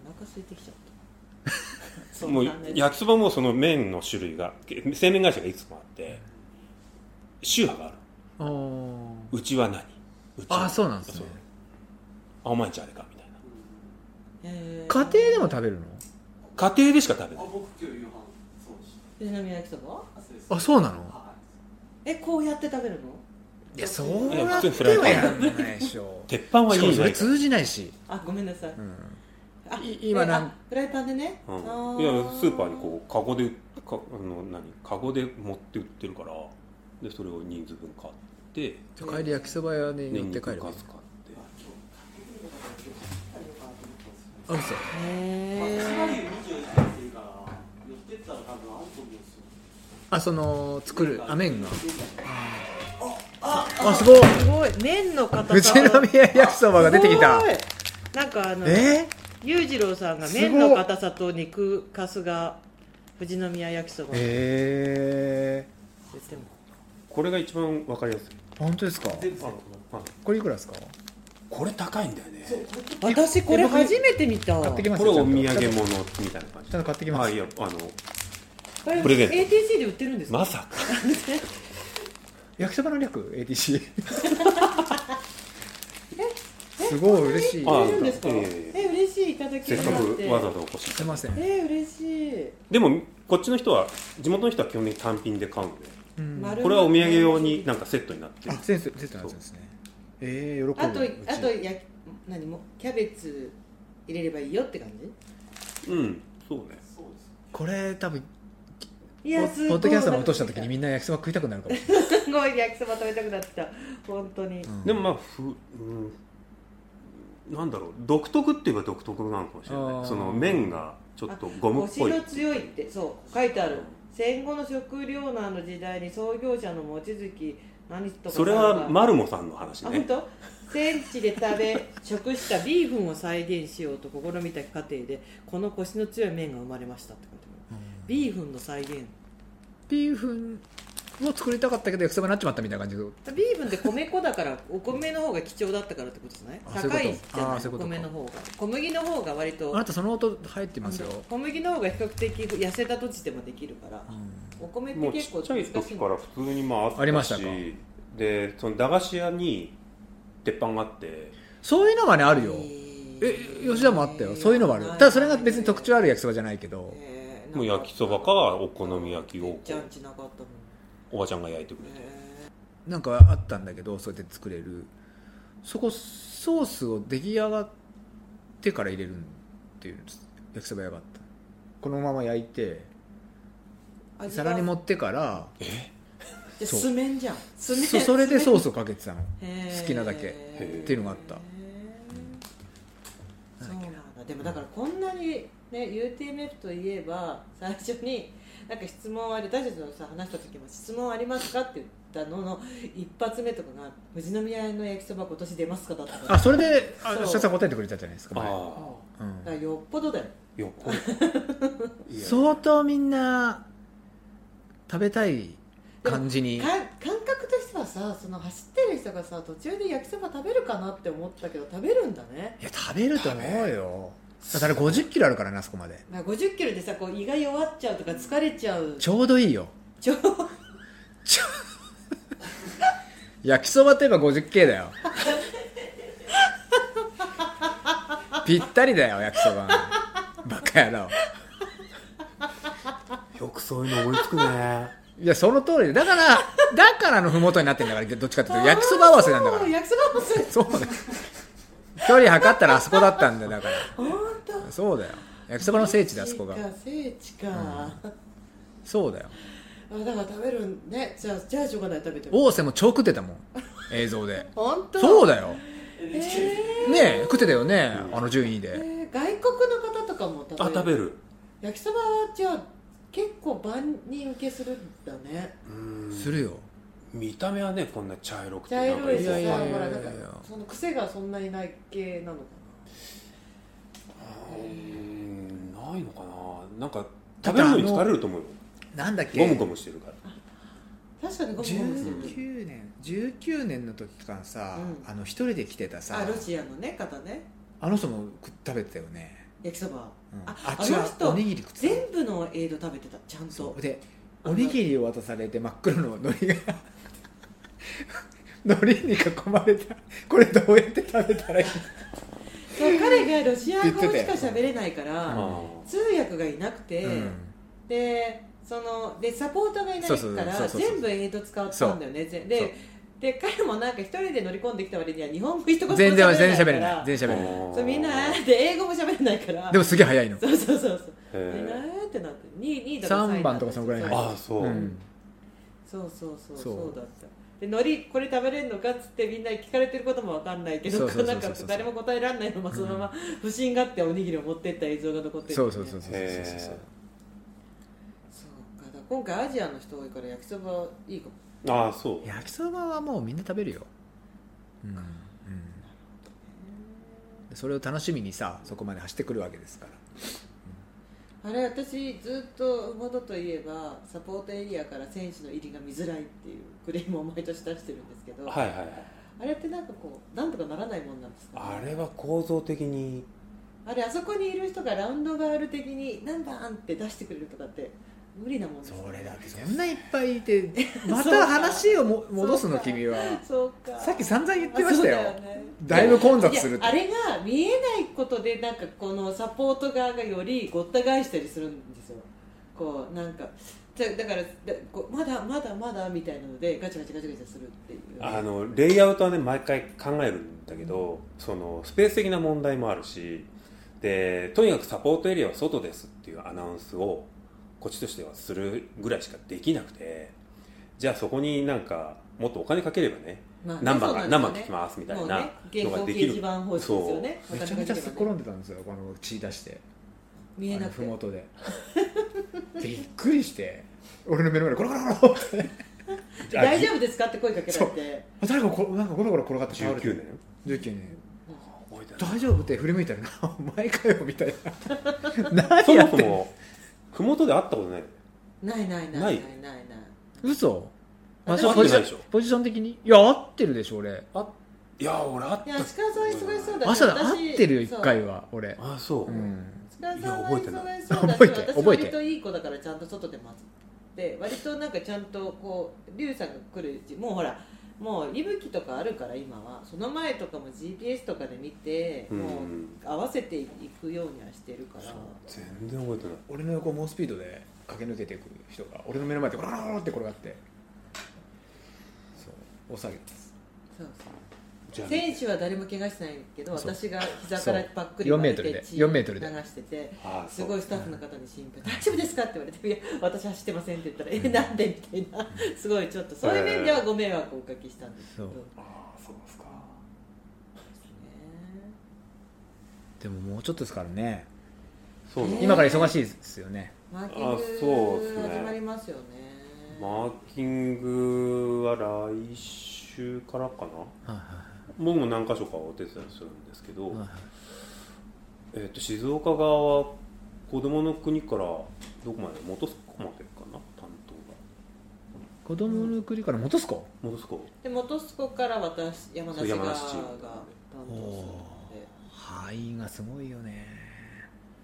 Speaker 2: お腹空いてきちゃったそん
Speaker 3: もう
Speaker 2: なね
Speaker 3: 焼きそばもその麺の種類がけ製麺会社がいくつもあって宗派がある
Speaker 1: あー
Speaker 3: うちは何うちは
Speaker 1: あそうなんですね
Speaker 3: あお前んちあれかみたいな
Speaker 2: へー
Speaker 1: 家庭でも食べるの
Speaker 3: 家庭でしか食べない
Speaker 4: あ僕今日夕飯そうでし
Speaker 2: 藤波焼きそば
Speaker 4: たそうです
Speaker 1: あそうなの
Speaker 4: は
Speaker 2: えこうやって食べるの
Speaker 1: いやそう
Speaker 3: や
Speaker 1: や
Speaker 3: 普
Speaker 1: って
Speaker 3: 通にフライパ
Speaker 1: は
Speaker 3: ン
Speaker 1: やんないでしょ
Speaker 3: 鉄板は
Speaker 1: し
Speaker 3: 家
Speaker 1: かも
Speaker 3: に
Speaker 1: そ
Speaker 3: な
Speaker 1: れ
Speaker 3: いから
Speaker 1: 通じないし、
Speaker 2: あごめんなさい
Speaker 1: うん、
Speaker 2: あ
Speaker 1: い今
Speaker 2: え
Speaker 1: なん
Speaker 2: あフライパンでね、
Speaker 3: うん
Speaker 2: あ
Speaker 3: いやスーパーにこうカゴでかあの何カゴで持って売ってるからでそれを人数分買って
Speaker 1: じゃあ帰り焼きそば屋に持っ
Speaker 3: 年
Speaker 1: て
Speaker 3: 肉
Speaker 1: 帰
Speaker 3: カ
Speaker 1: ればいい
Speaker 3: ツ買って
Speaker 1: あ嘘
Speaker 2: う
Speaker 4: いまあ
Speaker 2: へ
Speaker 4: 一番いい
Speaker 2: え
Speaker 4: よ21回っていうから寄ってったら多分合うと思うんですよ
Speaker 1: あその作るあ麺が
Speaker 2: あ
Speaker 1: あすごい
Speaker 2: すごい麺の硬
Speaker 1: うち
Speaker 2: さ
Speaker 1: の宮焼きそばが出てきた
Speaker 2: すごいなんかあの
Speaker 1: え
Speaker 2: 裕次郎さんが
Speaker 1: すごい
Speaker 2: 麺の硬さと肉かすが富士宮焼きそばって
Speaker 1: え
Speaker 2: 言っても
Speaker 3: これが一番わかりやすい
Speaker 1: ー、本当ですか
Speaker 4: 全部セット
Speaker 1: これいくらですか
Speaker 3: これ高いんだよね
Speaker 2: 私これ初めて見た
Speaker 1: 買ってき
Speaker 2: こ
Speaker 1: ます
Speaker 3: これお土産
Speaker 1: ちゃんと
Speaker 3: 物みたいな感じ
Speaker 1: ちゃんと買ってきます
Speaker 3: あいやあの
Speaker 2: れ
Speaker 3: プレゼント
Speaker 2: ATC で売ってるんですか、
Speaker 3: まさか
Speaker 1: 焼きそばの略 ATC すごい嬉しい
Speaker 2: 売ってるんですか
Speaker 3: あ
Speaker 2: え
Speaker 3: ええ
Speaker 2: 嬉しいいただき
Speaker 3: せ
Speaker 2: ま
Speaker 3: っ
Speaker 2: し
Speaker 3: か
Speaker 2: た
Speaker 3: くわざわざお越しい
Speaker 1: す
Speaker 3: た
Speaker 1: い
Speaker 3: だい
Speaker 1: ま
Speaker 3: て
Speaker 1: せん、
Speaker 2: え嬉しい、
Speaker 3: でもこっちの人は地元の人は基本的に単品で買うので
Speaker 1: うん
Speaker 2: 丸
Speaker 3: これはお土産用になんかセットになってる
Speaker 1: あセンスセットなんですねえー、喜ぶ
Speaker 2: あと
Speaker 1: うち
Speaker 2: あとや何もキャベツ入れればいいよって感
Speaker 3: うんそうね
Speaker 4: そうです
Speaker 1: これ多分
Speaker 2: じい
Speaker 1: ポ
Speaker 2: やすご
Speaker 1: ッポッ
Speaker 2: い
Speaker 1: ドキャストの落とした時にみんな焼きそば食いたくなるかもしれない、
Speaker 2: すごい焼きそば食べたくなってきた本当に、
Speaker 1: うん
Speaker 3: でもまあふ、うん、なんだろう独特って言えば独特なのかもしれ
Speaker 1: あ
Speaker 3: な
Speaker 1: ー
Speaker 3: いその麺がちょっとゴムっぽい
Speaker 2: の強いってそう書いてある戦後の食糧難の時代に創業者の望月何とかさんが
Speaker 3: それは
Speaker 2: あ
Speaker 3: マルモさんの話
Speaker 2: 本
Speaker 3: ね
Speaker 2: 当戦地で食べ食したビーフンを再現しようと試みた過程でこの腰の強い麺が生まれましたって書いてあるビーフンの再現
Speaker 1: ビーフンを作りたかったけど焼きそばになっちまったみたいな感じで
Speaker 2: ビーフンって米粉だからお米の方が貴重だったからってことじゃない
Speaker 1: あそう
Speaker 2: 高
Speaker 1: い
Speaker 2: いうじ
Speaker 1: こと
Speaker 2: ゃな
Speaker 1: あ
Speaker 2: い
Speaker 1: そういうことか
Speaker 2: 米の方が小麦の方が割と
Speaker 1: あなたその音入ってますよ、
Speaker 2: 小麦の方が比較的痩せた土地でもできるから、
Speaker 1: う
Speaker 2: お米っ
Speaker 3: も
Speaker 2: て
Speaker 3: うち
Speaker 2: 結構
Speaker 3: っちゃい
Speaker 2: 難し
Speaker 3: 時
Speaker 2: い
Speaker 3: から普通にまああったし
Speaker 1: ありましたか
Speaker 3: でその駄菓子屋に鉄板があって
Speaker 1: んそういうのがねあ
Speaker 2: あ
Speaker 1: るよえ吉田もあったよそういうのもあるよただそれが別に特徴ある焼きそばじゃないけど
Speaker 3: もう焼きそばかお好み焼きを
Speaker 2: じゃんちなかったもん
Speaker 3: おばちゃんが焼いてくれて
Speaker 2: へ
Speaker 1: なんかあったんだけどそうやって作れるそこソースを出来上がってから入れるっていう焼きそば屋があったこのまま焼いて
Speaker 2: ー
Speaker 1: 皿に
Speaker 2: 味が
Speaker 1: 盛ってから
Speaker 2: じゃあ
Speaker 1: そう
Speaker 2: 酢麺じゃん酢麺
Speaker 1: そそれでソー
Speaker 2: ス
Speaker 1: スをかけてたの好きなだけっていうのがあった
Speaker 2: そうなんだでもだからこんなにね UTMF といえば最初になんか質問あり私たちのさ話した時も質問ありますかって言ったのの一発目とかが富士宮の焼きそば今年出ますかだったから
Speaker 1: あそれであ
Speaker 2: そう
Speaker 1: 設楽さん答えてくれたじゃないですか前
Speaker 2: あ
Speaker 3: あ
Speaker 1: う
Speaker 2: だから
Speaker 1: ん、
Speaker 2: よっぽどだよ
Speaker 3: あよっこいいや
Speaker 1: 相当みんな食べたい感じに
Speaker 2: か感覚としてはさその走ってる人がさ途中で焼きそば食べるかなって思ったけど食べるんだね
Speaker 1: いや食べると思うよだから5 0キロあるからなあそこまで
Speaker 2: 5 0キロでさこう胃が弱っちゃうとか疲れちゃう
Speaker 1: ちょうどいいよ
Speaker 2: ちょ
Speaker 1: 焼きそばといえば 50K だよぴったりだよ焼きそばバカ野郎
Speaker 3: よくそういうの思いつくね
Speaker 1: いやその通りでだからだからのふもとになってんだからどっちかっていうと焼きそば合わせなんだから
Speaker 2: 焼きそば合わせ
Speaker 1: そうだよ距離測ったらあそこだったんだよだか
Speaker 2: 本当
Speaker 1: らそうだよ焼きそばの聖地だあそこが
Speaker 2: 聖地か、
Speaker 1: そうだよ
Speaker 2: あだから食べるんねじゃあじゃあしょうがない食べても
Speaker 1: 大瀬も超食ってたもん映像で
Speaker 2: 本当
Speaker 1: そう
Speaker 2: だ
Speaker 1: だよ
Speaker 2: えー
Speaker 1: ねえ食ってたよねあの順位で
Speaker 2: えー外国の方とかも食べる
Speaker 3: あ食べる
Speaker 2: 焼きそばはじゃあ結構万人受けするんだね
Speaker 3: うん
Speaker 1: するよ
Speaker 3: 見た目はねこんな茶色くて
Speaker 2: 茶色いし
Speaker 1: い
Speaker 2: さ
Speaker 1: やいやいやいや
Speaker 2: ほらなんかその癖がそんなにない系なのか
Speaker 3: うーんないのかななんか食べるのに疲れると思うよ
Speaker 1: なんだっけ
Speaker 3: ゴムゴムしてるから
Speaker 2: な確かにゴムゴムしてる
Speaker 1: 19年19年の時間さ、
Speaker 2: うん
Speaker 1: あの一人で来てたさ
Speaker 2: あロシアのね方ね
Speaker 1: あの人も食食べてたよね、
Speaker 2: 焼きそば、
Speaker 1: うん
Speaker 2: あ
Speaker 1: あ
Speaker 2: あ
Speaker 1: 違
Speaker 2: の
Speaker 1: うお
Speaker 2: 人
Speaker 1: にぎり食って
Speaker 2: 全部のエイド食べてたちゃん
Speaker 1: たそ
Speaker 2: と
Speaker 1: うでおにぎりを渡されて真っ黒の海苔が海苔に囲まれた これどうやって食べたらいい
Speaker 2: そう彼がロシア語
Speaker 1: 言って
Speaker 2: したか
Speaker 1: よ
Speaker 2: 喋れないか
Speaker 3: あ
Speaker 2: ら
Speaker 3: ー
Speaker 2: 通訳がいなくて、
Speaker 1: うん
Speaker 2: でそのでサポートがいない
Speaker 1: そうそう
Speaker 2: か
Speaker 1: そう
Speaker 2: ら
Speaker 1: そうそう
Speaker 2: 全部英語使ったんだよねぜ
Speaker 1: そう
Speaker 2: でで彼もなんか一人で乗り込んできた割には日本語一言も
Speaker 1: 全然全然
Speaker 2: 喋
Speaker 1: 喋
Speaker 2: れ
Speaker 1: れ
Speaker 2: ない
Speaker 1: な
Speaker 2: か
Speaker 1: い
Speaker 2: ら
Speaker 1: 全然喋れない
Speaker 2: そうみんなあーって英語も喋れないから
Speaker 1: でもすげえ早いの
Speaker 2: そうそうそうそう
Speaker 3: へー
Speaker 2: みんなあーってなって2位とか
Speaker 1: 3番とかその
Speaker 2: の
Speaker 1: ぐらいに
Speaker 3: ああそう
Speaker 1: うん
Speaker 2: そうそうそう
Speaker 1: そう
Speaker 2: そうだったで海苔これ食べれるのかっつってみんな聞かれてることもわかんないけ
Speaker 1: そ
Speaker 2: ど
Speaker 1: うそうそうそう
Speaker 2: なんか誰も答えられないままそのまま不審がっておにぎりを持ってった映像が残ってる
Speaker 1: そうそうそう
Speaker 2: そう
Speaker 1: そうそうそうそう
Speaker 3: へ
Speaker 2: そうかだから今回アジアの人多いから焼きそばいいかも
Speaker 3: えああそう
Speaker 1: 焼きそばはもうみんな食べるようん、うん、それを楽しみにさそこまで走ってくるわけですから
Speaker 2: あれ私ずっと元といえばサポートエリアから選手の入りが見づらいっていうクレームを毎年出してるんですけど、
Speaker 3: はいはいはい
Speaker 2: あれってなんかこうなんとかならないもんなんですか、
Speaker 3: あれは構造的に
Speaker 2: あれあそこにいる人がラウンドガール的に何番って出してくれるとかって無理なもんですか
Speaker 1: それだけそんないっぱいい てまた話をも戻すの君は
Speaker 2: そうか
Speaker 1: さっき散々言ってましたよ
Speaker 2: あそうだね
Speaker 1: だいぶ混雑する
Speaker 2: いやあれが見えないことでなんかこのサポート側がよりごった返したりするんですよこうなんかじゃだからだこうまだまだまだみたいなのでガチャガチャガチャガチャするっていう
Speaker 3: あのレイアウトはね毎回考えるんだけどそのスペース的な問題もあるしでとにかくサポートエリアは外ですっていうアナウンスをこっちとしてはするぐらいしかできなくてじゃあそこになんかもっとお金かければね
Speaker 2: まあね
Speaker 3: 何番
Speaker 2: そう
Speaker 3: が何
Speaker 2: な
Speaker 3: 番
Speaker 2: んで
Speaker 3: 聞
Speaker 2: す
Speaker 3: き
Speaker 2: よね
Speaker 3: ますみた
Speaker 2: も
Speaker 3: いうな
Speaker 2: ね原
Speaker 3: の
Speaker 2: 稿
Speaker 3: がで
Speaker 2: 掲
Speaker 3: き
Speaker 2: 示
Speaker 3: る
Speaker 2: 板方式ですよね
Speaker 1: めちゃめちゃすっ転
Speaker 2: ね
Speaker 1: んでたんですよこの血出して
Speaker 2: 見え
Speaker 1: あ
Speaker 2: な
Speaker 1: の
Speaker 2: くて
Speaker 1: ふもと でびっくりして俺の目の前でコロコロコロって
Speaker 2: 大丈夫ですかって声かけら
Speaker 1: そ
Speaker 2: れ
Speaker 1: う
Speaker 2: て
Speaker 1: あ誰かこなんかゴロゴロ転がって倒れて
Speaker 3: 19年
Speaker 1: 19年
Speaker 3: 覚えてない
Speaker 1: 大丈夫って振り向いたらな お前かよみたい な何
Speaker 3: そ
Speaker 1: や
Speaker 3: も
Speaker 1: っ
Speaker 3: そ
Speaker 1: てんの
Speaker 3: も麓で会ったことない
Speaker 2: ないないないな
Speaker 3: ないい
Speaker 2: ないない
Speaker 1: 嘘
Speaker 2: あ
Speaker 1: マ
Speaker 2: で
Speaker 1: ジ
Speaker 2: も
Speaker 1: ポジション
Speaker 3: 合ってないでしょ
Speaker 1: ポジション的にいや合ってるでしょ俺
Speaker 3: あいや俺会っ
Speaker 2: い
Speaker 3: た
Speaker 2: や足利さん忙しそうだし
Speaker 1: 朝だ合
Speaker 2: 私
Speaker 1: ってるよ
Speaker 2: そう
Speaker 1: 一回は俺
Speaker 3: あそう、
Speaker 1: うん
Speaker 2: 塚田さんはい
Speaker 3: や覚えてな
Speaker 2: 忙しそうだし
Speaker 1: 覚えてない
Speaker 2: 私
Speaker 1: 覚えて
Speaker 2: 割といい子だからちゃんと外で待つで割となんかちゃんとこう龍さんが来るうちもうほらもう息吹とかあるから今はその前とかも GPS とかで見て
Speaker 3: うん
Speaker 2: もう合わせていくようにはしてるから
Speaker 3: 全然覚えてない
Speaker 1: 俺の横を猛スピードで駆け抜けていく人が俺の目の前でゴロゴロゴロって転がってそうお下げです
Speaker 2: そう
Speaker 3: じ
Speaker 2: そ
Speaker 3: ゃ
Speaker 2: う
Speaker 3: あ
Speaker 2: 選手は誰も怪我してないけど
Speaker 1: そう
Speaker 2: 私が膝からパックリ
Speaker 1: そう
Speaker 2: 割れ
Speaker 1: 4メートルで
Speaker 2: て血
Speaker 1: 4メートルで
Speaker 2: 流してて
Speaker 3: あ
Speaker 2: す
Speaker 3: そう
Speaker 2: ごいスタッフの方に心配「大丈夫ですか?」って言われて「いや私走ってません」って言ったら「えなんで?」みたいなすごいちょっとそういう面ではご迷惑をおかけしたんですけど
Speaker 1: そう
Speaker 2: ね
Speaker 3: あそうですか
Speaker 1: でももうちょっとですからね
Speaker 3: そうなの
Speaker 2: ね
Speaker 1: 今から忙しいですよね
Speaker 2: マーキ
Speaker 3: あそうっ
Speaker 2: ン
Speaker 3: す
Speaker 2: グ
Speaker 3: ね
Speaker 2: 始まりますよね
Speaker 3: マーキングは来週からかな
Speaker 1: はい
Speaker 3: 僕も何箇所かお手伝いするんですけど、
Speaker 1: はいはい
Speaker 3: えー、と静岡側は子供の国からどこまで元栖湖までかな担当
Speaker 1: 子供の国から戻すか
Speaker 3: が元栖湖
Speaker 2: で元栖湖から私山
Speaker 3: そう
Speaker 2: 梨
Speaker 3: 山
Speaker 2: 側が担
Speaker 3: 梨チーム
Speaker 2: 当するので
Speaker 1: 範囲がすごいよね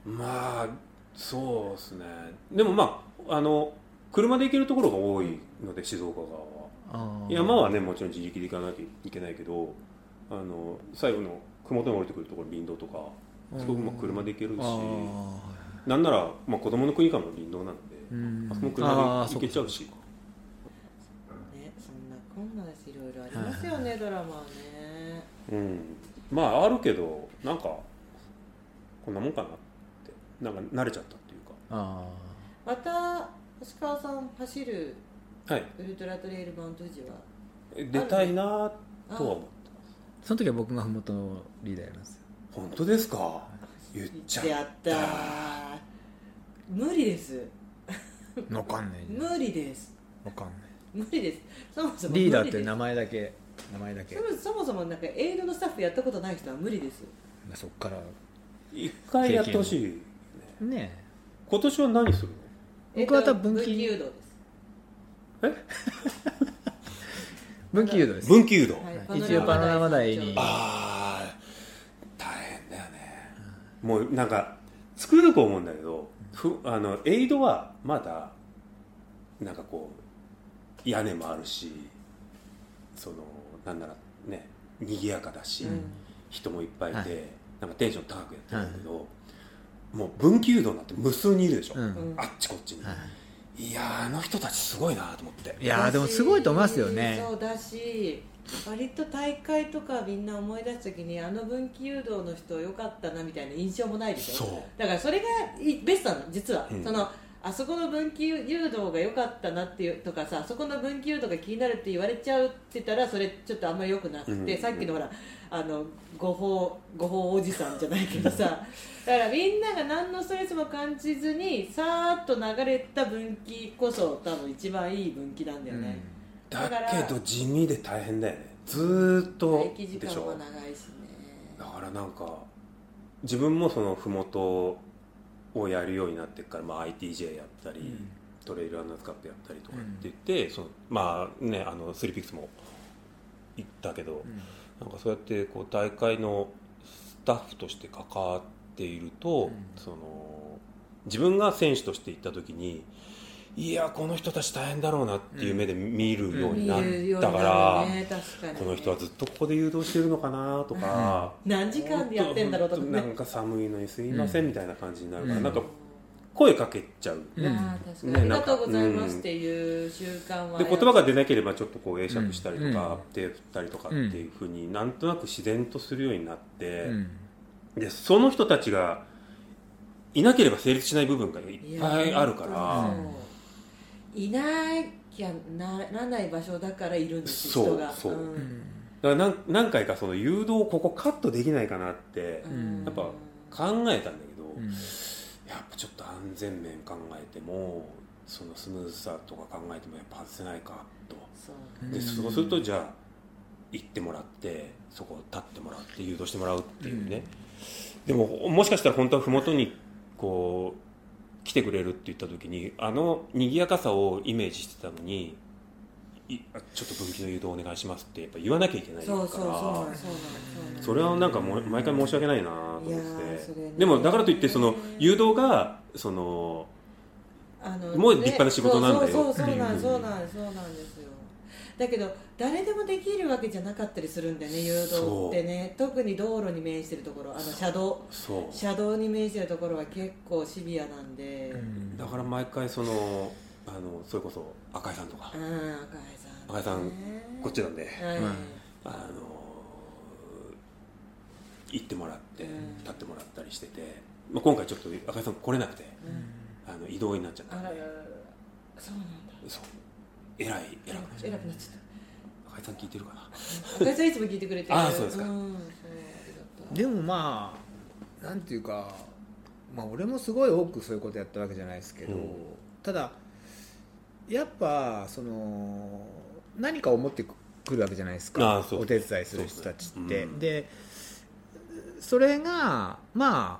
Speaker 3: まあそうですねでもまああの車で行けるところが多いので静岡側は
Speaker 1: あー
Speaker 3: 山はねもちろん自力で行かなきゃいけないけどあの最後の麓に降りてくるところ林道とかすごくまあ車で行けるし
Speaker 1: あー
Speaker 3: なんなら、まあ、子供の国からの林道なので、
Speaker 1: うん
Speaker 3: あそこも車で
Speaker 1: あー
Speaker 3: 行けちゃうし
Speaker 2: ねそんなこんなですいろいろありますよねドラマはね
Speaker 3: うんまああるけどなんかこんなもんかなってなんか慣れちゃったっていう
Speaker 1: あ
Speaker 2: また星川さん走る
Speaker 3: かはい
Speaker 2: ウルトラトレイルマウント富士は
Speaker 3: え出たいな
Speaker 2: あ
Speaker 3: とは思う
Speaker 1: ーその時は僕が麓のリーダーやりますよ
Speaker 3: 本当ですか言っちゃ
Speaker 2: や
Speaker 3: っ
Speaker 2: ったー無理です
Speaker 1: わかんないじゃん
Speaker 2: 無理です
Speaker 1: わかんない
Speaker 2: 無理ですそもそも無理
Speaker 1: リ
Speaker 2: です
Speaker 1: ーダーって名前だけ名前だけ
Speaker 2: そもそもそもなんか営業のスタッフやったことない人は無理です
Speaker 1: まあそっから
Speaker 3: 一回やってほしいね
Speaker 1: ね
Speaker 3: 今年は何するの
Speaker 1: 僕は多分
Speaker 2: え
Speaker 1: 分
Speaker 2: っと
Speaker 1: 岐
Speaker 2: 分岐誘導です
Speaker 1: 分岐誘導です
Speaker 3: 分岐うどん、
Speaker 2: は
Speaker 1: は
Speaker 2: い
Speaker 1: い一応パノラマ台に
Speaker 3: ああ大変だよね、もうなんか作ると思うんだけどふあのエイドはまだなんかこう屋根もあるしそのなんならね賑やかだし、
Speaker 1: うん
Speaker 3: 人もいっぱいいて、
Speaker 1: はい
Speaker 3: なんかテンション高くやってるんだけど、もう分岐うどんなんて無数にいるでしょ、
Speaker 1: うん
Speaker 2: うん
Speaker 3: あっちこっちに、、
Speaker 1: はい
Speaker 3: やーあの人たちすごいなと思って
Speaker 1: いやーでもすごいと思いますよね
Speaker 2: そうだし割と大会とかみんな思い出す時にあの分岐誘導の人良かったなみたいな印象もないでしょ
Speaker 3: そう
Speaker 2: だからそれがいいベストなの実は、
Speaker 3: うん
Speaker 2: そのあそこの分岐誘導が良かったなっていうとかさあそこの分岐誘導が気になるって言われちゃうって言ったらそれちょっとあんまり良くなくて、
Speaker 3: うん
Speaker 2: さっきのほらあの誤報誤報おじさんじゃないけどさ だからみんなが何のストレスも感じずにさーっと流れた分岐こそ多分一番いい分岐なんだよね、
Speaker 3: だ
Speaker 2: だから
Speaker 3: けど地味で大変だよねずーっと
Speaker 2: 待機時
Speaker 3: で
Speaker 2: 間
Speaker 3: し
Speaker 2: も
Speaker 3: ょ
Speaker 2: 長いし
Speaker 3: だ
Speaker 2: ね
Speaker 3: からなんか自分もその麓をやるようになってから、まあ、ITJ やったり、
Speaker 1: うん
Speaker 3: トレイルランナーズカップやったりとかって言って、そのまあねあのスリーピックスも行ったけど、なんかそうやってこう大会のスタッフとして関わっていると、
Speaker 1: うん
Speaker 3: その自分が選手として行った時にいやこの人たち大変だろうなっていう目で見るようにな
Speaker 2: 見るよ
Speaker 3: っ
Speaker 2: うに
Speaker 3: た
Speaker 2: な
Speaker 3: から、
Speaker 2: るね確かに
Speaker 3: この人はずっとここで誘導してるのかなとか、
Speaker 2: 何時間でやってんだろうとか
Speaker 3: 本
Speaker 2: ね
Speaker 3: 当なんか寒いのにすいませんみたいな感じになるから、
Speaker 1: うん
Speaker 3: なんか声かけちゃう、
Speaker 1: うん
Speaker 2: ああ確かに、
Speaker 3: ね
Speaker 2: ありがとうございま
Speaker 3: なんかう
Speaker 2: す
Speaker 3: ん
Speaker 2: っていう習慣は
Speaker 3: で言葉が出なければちょっとこう会釈したりと
Speaker 1: うん
Speaker 3: か、手振ったりとかっていうふうになんとなく自然とするようになって、
Speaker 1: うん
Speaker 3: でその人たちがいなければ成立しない部分がいっぱいあるか
Speaker 1: や
Speaker 3: ら
Speaker 2: そういなきゃならない場所だからいるんです
Speaker 3: そう
Speaker 2: 人が
Speaker 3: そう
Speaker 2: うん
Speaker 1: うん
Speaker 3: だから何何回かその誘導をここカットできないかなって
Speaker 1: ん
Speaker 3: やっぱ考えたんだけど、
Speaker 1: うん
Speaker 3: やっぱちょっと安全面考えてもそのスムーズさとか考えてもやっぱ外せないかと
Speaker 2: そう
Speaker 1: う
Speaker 3: で
Speaker 1: ん
Speaker 3: そうするとじゃあ行ってもらってそこを立ってもらって誘導してもらうっていうね、でももしかしたら本当は麓にこう来てくれるって言った時にあの賑やかさをイメージしてたのにいあちょっと分岐の誘導お願いしますってやっぱ言わなきゃいけないか
Speaker 2: そうそう
Speaker 3: ら
Speaker 2: そうそうなんそうなん
Speaker 3: それはなんかもう毎回申し訳ないなと思っ
Speaker 2: いやー
Speaker 3: て
Speaker 2: それね
Speaker 3: でもだからといってその誘導がその
Speaker 2: あの
Speaker 3: もう立派な仕事なんだよ
Speaker 2: そうそうそうそうな
Speaker 1: うんん
Speaker 2: そうなんそうなんですよだけど誰でもできるわけじゃなかったりするんだよね誘導ってね特に道路に面してるところあの車道
Speaker 3: そう
Speaker 2: 車道に面してるところは結構シビアなんで、
Speaker 1: うん
Speaker 3: だから毎回そのあのそれこそ赤井さんとか、
Speaker 2: うん、赤
Speaker 3: 赤
Speaker 2: 井
Speaker 3: 井
Speaker 2: さ
Speaker 3: さ
Speaker 2: ん、
Speaker 3: んこっちなんで、
Speaker 2: はい、
Speaker 1: うん
Speaker 3: あのー行ってもらって
Speaker 2: うん
Speaker 3: 立ってもらったりしてて、まあ、今回ちょっと赤井さん来れなくて
Speaker 2: うん
Speaker 3: あの移動になっちゃっ
Speaker 2: あ
Speaker 3: た
Speaker 2: ら
Speaker 3: ん
Speaker 2: ららら
Speaker 3: で
Speaker 2: そうなんだ
Speaker 3: そうえらいえらくなっちゃ
Speaker 2: 偉
Speaker 3: っ
Speaker 2: くなっちゃった
Speaker 3: 赤井さん聞いてるかな
Speaker 2: た赤井さんいつも聞いてくれてる
Speaker 3: あーそうですか
Speaker 2: んそうありがとう
Speaker 1: でもまあなんていうか、まあ、俺もすごい多くそういうことやったわけじゃないですけど、
Speaker 3: うん
Speaker 1: ただやっぱその何かを持ってくるわけじゃないです
Speaker 3: あ
Speaker 1: か
Speaker 3: あそう
Speaker 1: お手伝いする人たち
Speaker 3: そう
Speaker 1: って。
Speaker 3: ですねうん
Speaker 1: でそれがまあ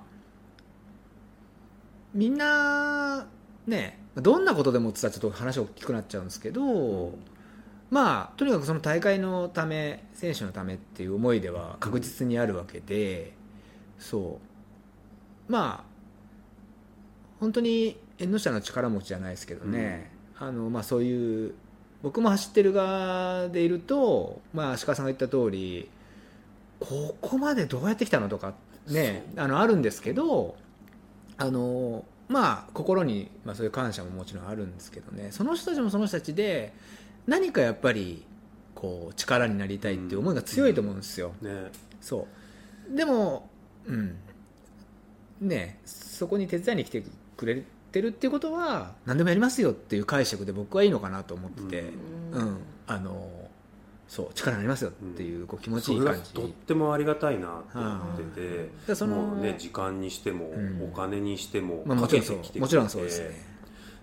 Speaker 1: みんなねどんなことでもって言ったらちょっと話大きくなっちゃうんですけど、まあとにかくその大会のため選手のためっていう思いでは確実にあるわけで、そうまあ本当に縁の下の力持ちじゃないですけどね、あのまあ、そういう僕も走ってる側でいると、まあ、石川さんが言った通りここまでどうやってきたのとかねあのあるんですけどあのまあ心に、まあ、そういう感謝ももちろんあるんですけどねその人たちもその人たちで何かやっぱりこう力になりたいっていう思いが強いと思うんですよ。
Speaker 3: ね
Speaker 1: そうでもうんねえそこに手伝いに来てくれてるっていうことは何でもやりますよっていう解釈で僕はいいのかなと思ってて、うん
Speaker 2: うん
Speaker 1: あのそう力になりますよっていうこう気持ち
Speaker 3: そ
Speaker 1: いい
Speaker 3: れが
Speaker 1: 感じ、
Speaker 3: とってもありがたいなと思ってて、
Speaker 1: でその
Speaker 3: もうね時間にしても、
Speaker 1: ん
Speaker 3: お金にしても、
Speaker 1: まあ、もちろんそう
Speaker 3: かけてきてくれて
Speaker 1: もちろんそうですね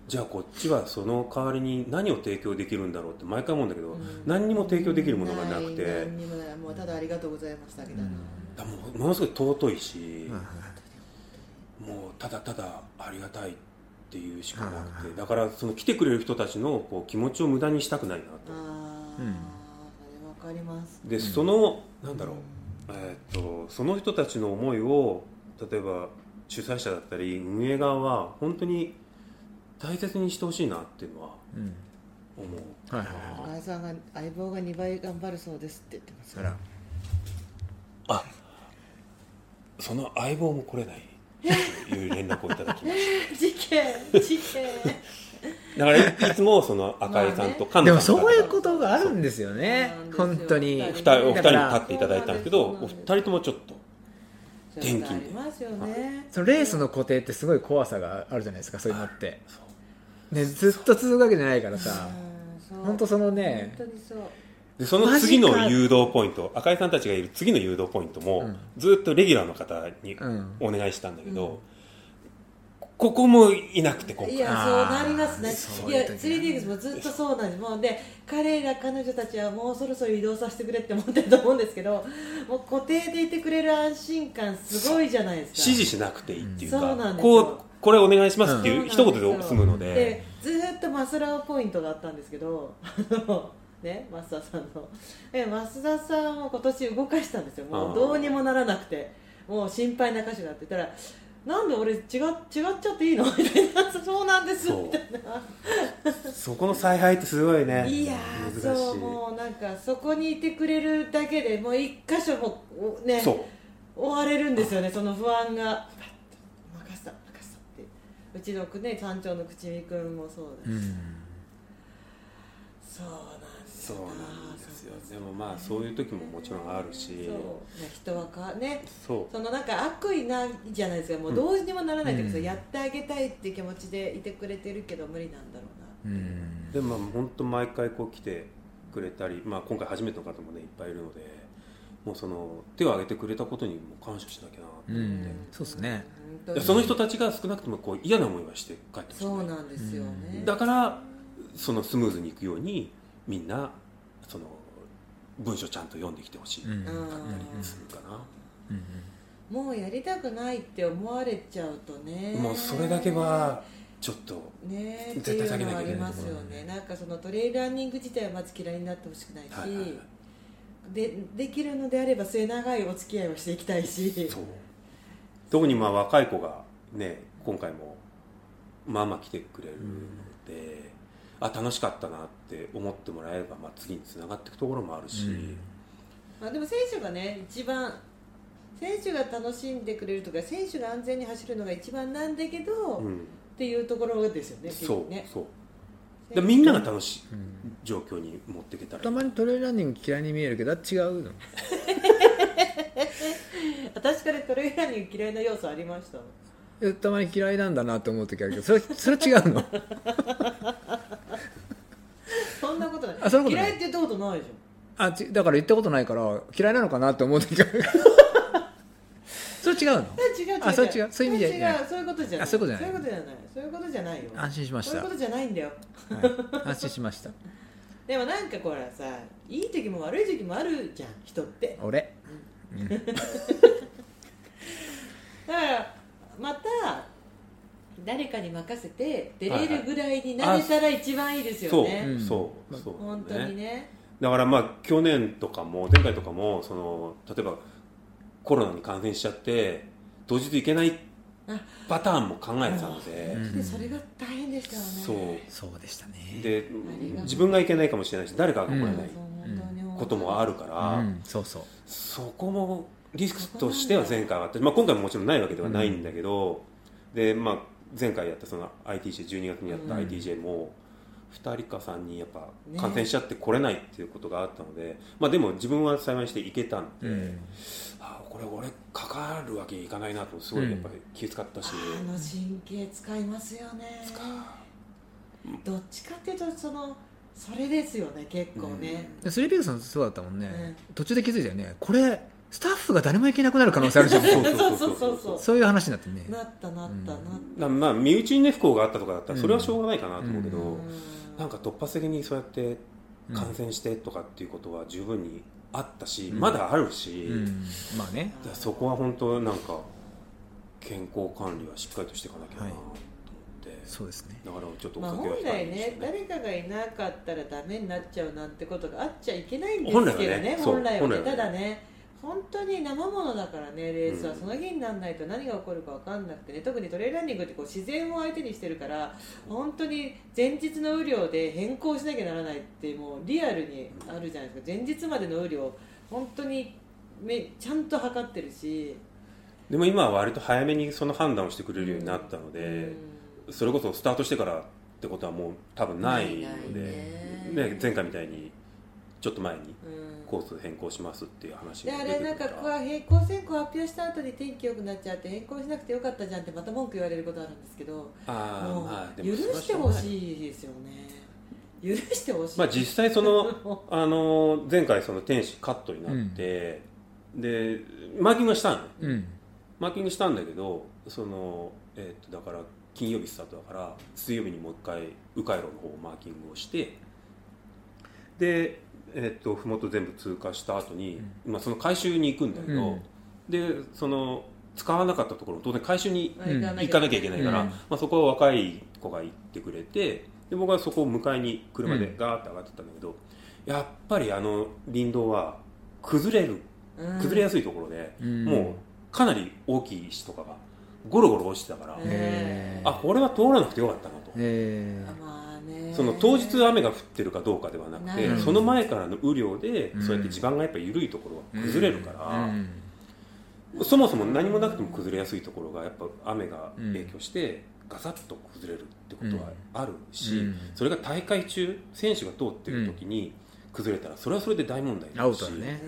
Speaker 3: じゃあこっちはその代わりに何を提供できるんだろうって毎回思うんだけど、
Speaker 2: うん
Speaker 3: 何にも提供できるものがなくて、
Speaker 2: い何にもないもうただありがとうございましただけだな、
Speaker 3: だからもうものすごい尊いし、
Speaker 1: うん
Speaker 3: もうただただありがたいっていうしかな
Speaker 1: はい
Speaker 3: く
Speaker 1: はい
Speaker 3: てだからその来てくれる人たちのこう気持ちを無駄にしたくないな
Speaker 2: あ
Speaker 3: と
Speaker 2: あ、
Speaker 1: うん
Speaker 2: それわかります
Speaker 3: でその、なんだろう、えーっとその人たちの思いを例えば主催者だったり運営側は本当に大切にしてほしいなっていうのは
Speaker 1: うん
Speaker 3: 思う
Speaker 1: はいはいはい
Speaker 2: 前さんが相棒が2倍頑張るそうですって言ってます
Speaker 1: あら
Speaker 3: あその相棒も来れないという連絡をいただきまし
Speaker 2: 事件事件
Speaker 3: ただからいつもその赤井さんと菅
Speaker 1: で
Speaker 3: 野
Speaker 1: も
Speaker 3: さん
Speaker 1: そう
Speaker 3: と
Speaker 1: いうことがあるんですよね
Speaker 2: そうそうな
Speaker 1: 本
Speaker 2: んですよ
Speaker 1: 当に
Speaker 2: 二人
Speaker 3: 二人お二
Speaker 1: だ
Speaker 3: 人
Speaker 1: か
Speaker 3: に
Speaker 1: ら
Speaker 3: 立っていただいたんですけ
Speaker 2: そう
Speaker 3: ど
Speaker 2: なん
Speaker 3: お
Speaker 2: です
Speaker 3: 二人ともちょっと現金で
Speaker 2: そういうことありますよね
Speaker 1: そのレースの固定ってすごい怖さがあるじゃないですかそういうのって、ね、ずっと続くわけじゃないからさ本当そのね
Speaker 2: 本当にそう
Speaker 3: でその次の誘導ポイント赤井さんたちがいる次の誘導ポイントも、
Speaker 1: うん
Speaker 3: ずっとレギュラーの方に
Speaker 1: うん
Speaker 3: お願いしたんだけど、ここもいなくて今
Speaker 2: い
Speaker 3: 回
Speaker 2: やそうなりますね
Speaker 1: そう
Speaker 2: い
Speaker 1: いう
Speaker 2: や
Speaker 1: 時ね
Speaker 2: 3D もずっとそうなんですもうで彼ら彼女たちはもうそろそろ移動させてくれって思ってると思うんですけどもう固定でいてくれる安心感すごいじゃないですか
Speaker 3: 指示しなくていいっていうか、
Speaker 2: うんそうなんです
Speaker 3: こ
Speaker 2: よ
Speaker 3: うこれお願いしますっていう
Speaker 2: そ
Speaker 3: 一
Speaker 2: うな
Speaker 3: 言
Speaker 2: んですよ
Speaker 3: で済むので
Speaker 2: でずーっとマスラオポイントがあったんですけどあのね増田さんのえ増田さんを今年動かしたんですよも
Speaker 3: あー
Speaker 2: うどうにもならなくてもう心配な歌手だって言ったらなんで俺違っ違っちゃっていいのみたいなそうなんです
Speaker 3: そう
Speaker 2: みたいな
Speaker 3: そこの采配ってすごいね
Speaker 2: いやーそうもうなんかそこにいてくれるだけでもう一箇所もおね
Speaker 3: そう
Speaker 2: 追われるんですよねその不安が任せた任せたってうちのくね山頂の口見くんもそうだし、
Speaker 1: うん
Speaker 2: そうなんです
Speaker 3: そ
Speaker 2: よ
Speaker 3: うなんですよでもまあそういう時ももちろんあるし
Speaker 2: そうね人はかね
Speaker 3: そう
Speaker 2: そのなんか悪意ないじゃないですかもうどうにもならないというか、
Speaker 1: うん
Speaker 2: やってあげたいって気持ちでいてくれてるけど無理なんだろうな
Speaker 1: うん
Speaker 3: でも本当毎回こう来てくれたり、まあ、今回初めての方もねいっぱいいるのでもうその手を挙げてくれたことにも感謝しなきゃなと
Speaker 1: う
Speaker 3: 思っ
Speaker 1: ん
Speaker 3: て、
Speaker 1: そうですね
Speaker 2: 本当
Speaker 3: いや
Speaker 2: に
Speaker 3: その人たちが少なくともこう嫌な思いはして帰ってほし
Speaker 2: そう
Speaker 3: い
Speaker 2: なんですよね、
Speaker 1: うん
Speaker 3: だからそのスムーズにいくようにみんなその文章ちゃんと読んできてほしい
Speaker 1: うんうんうん
Speaker 3: だったりするかな、
Speaker 2: もうやりたくないって思われちゃうとね
Speaker 3: もうそれだけはちょっと
Speaker 2: ね
Speaker 3: 絶対避けなきゃ
Speaker 2: っ
Speaker 3: い
Speaker 2: て
Speaker 3: け
Speaker 2: いうの
Speaker 3: ない
Speaker 2: はありま
Speaker 3: と
Speaker 2: す
Speaker 3: ころ
Speaker 2: よ
Speaker 3: だね
Speaker 2: ねなんかそのトレイルランニング自体はまず嫌いになってほしくないし、
Speaker 3: はいはいはい
Speaker 2: でできるのであれば末永いお付き合いをしていきたいし
Speaker 3: そう特にまあ若い子がね今回もまあまあ来てくれるので、あ楽しかったなって思ってもらえれば、まあ、次につながっていくところもあるし、
Speaker 1: うん
Speaker 2: まあ、でも選手がね一番選手が楽しんでくれるとか選手が安全に走るのが一番なんだけど、
Speaker 3: う
Speaker 2: っ
Speaker 3: ん
Speaker 2: ていうところですよね結
Speaker 3: そ
Speaker 2: 局
Speaker 3: う、
Speaker 2: ね
Speaker 3: そう
Speaker 2: ね
Speaker 3: でみんなが楽しい
Speaker 1: うん
Speaker 3: 状況に持っていけたら
Speaker 1: たまにトレイルランニング嫌いに見えるけどあ違うの
Speaker 2: 私からトレイルランニング嫌いな要素ありました
Speaker 1: えたまに嫌いなんだなと思う時あるけどそれそれ違うの
Speaker 2: そんなことない
Speaker 1: あそんなことない
Speaker 2: 嫌いって言ったことないじゃん
Speaker 1: あちだから言ったことないから嫌いなのかなって思う時あ るそれ違うの
Speaker 2: 違う違う違う
Speaker 1: あそれ違うそういう意味じゃない
Speaker 2: 違うそういうことじゃない
Speaker 1: あそういうことじゃない
Speaker 2: そういうことじゃないそういうことじゃないよ
Speaker 1: 安心しまし
Speaker 2: そう
Speaker 1: た
Speaker 2: いうことじゃないんだよ
Speaker 1: はい、安心しました
Speaker 2: でもなんかこれさいい時も悪い時もあるじゃん人って
Speaker 1: 俺
Speaker 2: だからまた誰かに任せて出れるぐらいに
Speaker 3: は
Speaker 2: ないれ
Speaker 3: はい
Speaker 2: たら一番いいです
Speaker 3: そ
Speaker 2: よ
Speaker 3: う、
Speaker 2: ね、
Speaker 1: ん
Speaker 3: そう、
Speaker 1: まあ
Speaker 3: そう
Speaker 2: 本当にね
Speaker 3: だからまあ去年とかも前回とかもその例えばコロナに感染しちゃって当日行けないパターンも考えてたので、
Speaker 1: うん
Speaker 2: でそれが大変でしたよね
Speaker 3: そう
Speaker 1: そうでしたね
Speaker 3: で
Speaker 2: ありがとう
Speaker 3: 自分がいけないかもしれないし誰かが来れ
Speaker 2: そう
Speaker 3: な
Speaker 2: そう
Speaker 3: い
Speaker 2: 本当に
Speaker 3: こともあるから、
Speaker 1: うん、そうそう
Speaker 3: そこもリスクとしては前回はあって、まあ、今回ももちろんないわけではないんだけど、でまあ、前回やったその ITJ12 月にやった
Speaker 2: うん
Speaker 3: ITJ も2人か3人やっぱ
Speaker 2: ね
Speaker 3: 感染しちゃって来れないっていうことがあったので、まあ、でも自分は幸いにして行けたんで、
Speaker 1: うん
Speaker 3: ああこれ俺かかるわけにいかないなとすごいやっぱり気遣ったし、
Speaker 2: あの神経使いますよねどっちかっていうとそのそれですよね結構ね、
Speaker 1: でスリーピークさんそうだったもんね、
Speaker 2: うん
Speaker 1: 途中で気づいたよねこれスタッフが誰も行けなくなる可能性あ るじゃん
Speaker 3: そ
Speaker 2: そ
Speaker 3: う
Speaker 2: うそうそう
Speaker 1: そういう話になってね
Speaker 2: なったなったなっ
Speaker 3: なまあ身内にね不幸があったとかだったら
Speaker 1: うん
Speaker 3: それはしょうがないかなと思うけ
Speaker 2: た、
Speaker 3: ど、
Speaker 2: うん
Speaker 3: なんか突発的にそうやって
Speaker 1: うん
Speaker 3: 感染してとかっていうことは十分にあったし、
Speaker 1: うん
Speaker 3: まだあるし、
Speaker 1: うん、まあね
Speaker 3: だからそこは本当なんか健康管理はしっかりとしていかなきゃなと
Speaker 1: はい
Speaker 3: 思って、
Speaker 1: そうですね
Speaker 3: だからちょっとお
Speaker 2: まあ、
Speaker 3: 酒は
Speaker 2: 本
Speaker 3: 控
Speaker 2: 来
Speaker 3: えめにして
Speaker 2: ね誰かがいなかったらダメになっちゃうなんてことがあっちゃいけないんです
Speaker 3: 本来は
Speaker 2: けど
Speaker 3: ね
Speaker 2: ね
Speaker 3: そう
Speaker 2: 本来はね
Speaker 3: 本来はね
Speaker 2: ただね本当に生ものだからねレースは
Speaker 3: うん
Speaker 2: その日にならないと何が起こるか分かんなくてね特にトレイルランニングってこう自然を相手にしてるから本当に前日の雨量で変更しなきゃならないってもうリアルにあるじゃないですか前日までの雨量本当にめちゃんと測ってるし、
Speaker 3: でも今は割と早めにその判断をしてくれるようになったので、それこそスタートしてからってことはもう多分ないの
Speaker 2: ない
Speaker 3: で
Speaker 2: ないね
Speaker 3: ね前回みたいにちょっと前に
Speaker 2: うんうん
Speaker 3: コース変更しますっていう話
Speaker 2: で
Speaker 3: が
Speaker 2: あ
Speaker 3: 出
Speaker 2: れ
Speaker 3: て
Speaker 2: なん
Speaker 3: く
Speaker 2: か
Speaker 3: る
Speaker 2: こ
Speaker 3: から
Speaker 2: う平行線こう発表した後に天気良くなっちゃって変更しなくてよかったじゃんってまた文句言われることあるんですけどもう
Speaker 3: あーまあ
Speaker 2: 許してほ
Speaker 3: い
Speaker 2: しいですよね許してほしい、
Speaker 3: まあ実 際そのあの前回その天使カットになって、でマーキングはしたのね
Speaker 1: うん
Speaker 3: マーキングしたんだけどそのえーっとだから金曜日スタートだから水曜日にもう一回迂回路の方をマーキングをしてでえーっと麓全部通過した後に、まあその回収に行くんだけど、でその使わなかったところも当然回収に
Speaker 2: まあ行
Speaker 3: 行かなきゃいけないから、
Speaker 1: うん
Speaker 3: まあ、そこは若い子が行ってくれてで僕はそこを迎えに車でガーッて上がってったんだけど、やっぱりあの林道は崩れる
Speaker 2: うん
Speaker 3: 崩れやすいところで、
Speaker 1: うん
Speaker 3: もうかなり大きい石とかがゴロゴロ落ちてたから、
Speaker 2: うん
Speaker 1: えー
Speaker 3: あこれは通らなくてよかったなと、
Speaker 1: えー
Speaker 2: まあね
Speaker 3: その当日雨が降ってるかどうかではなくて、
Speaker 2: うん
Speaker 3: その前からの雨量で、
Speaker 1: うん
Speaker 3: そうやって地盤がやっぱ緩いところは崩れるから。
Speaker 1: うん
Speaker 3: そもそも何もなくても崩れやすいところがやっぱ雨が影響してガサッと崩れるってことはあるし、
Speaker 1: うん
Speaker 3: それが大会中選手が通ってる時に崩れたらそれはそれで大問題
Speaker 1: ア
Speaker 3: だ
Speaker 1: ウ
Speaker 3: し
Speaker 1: トだね
Speaker 2: う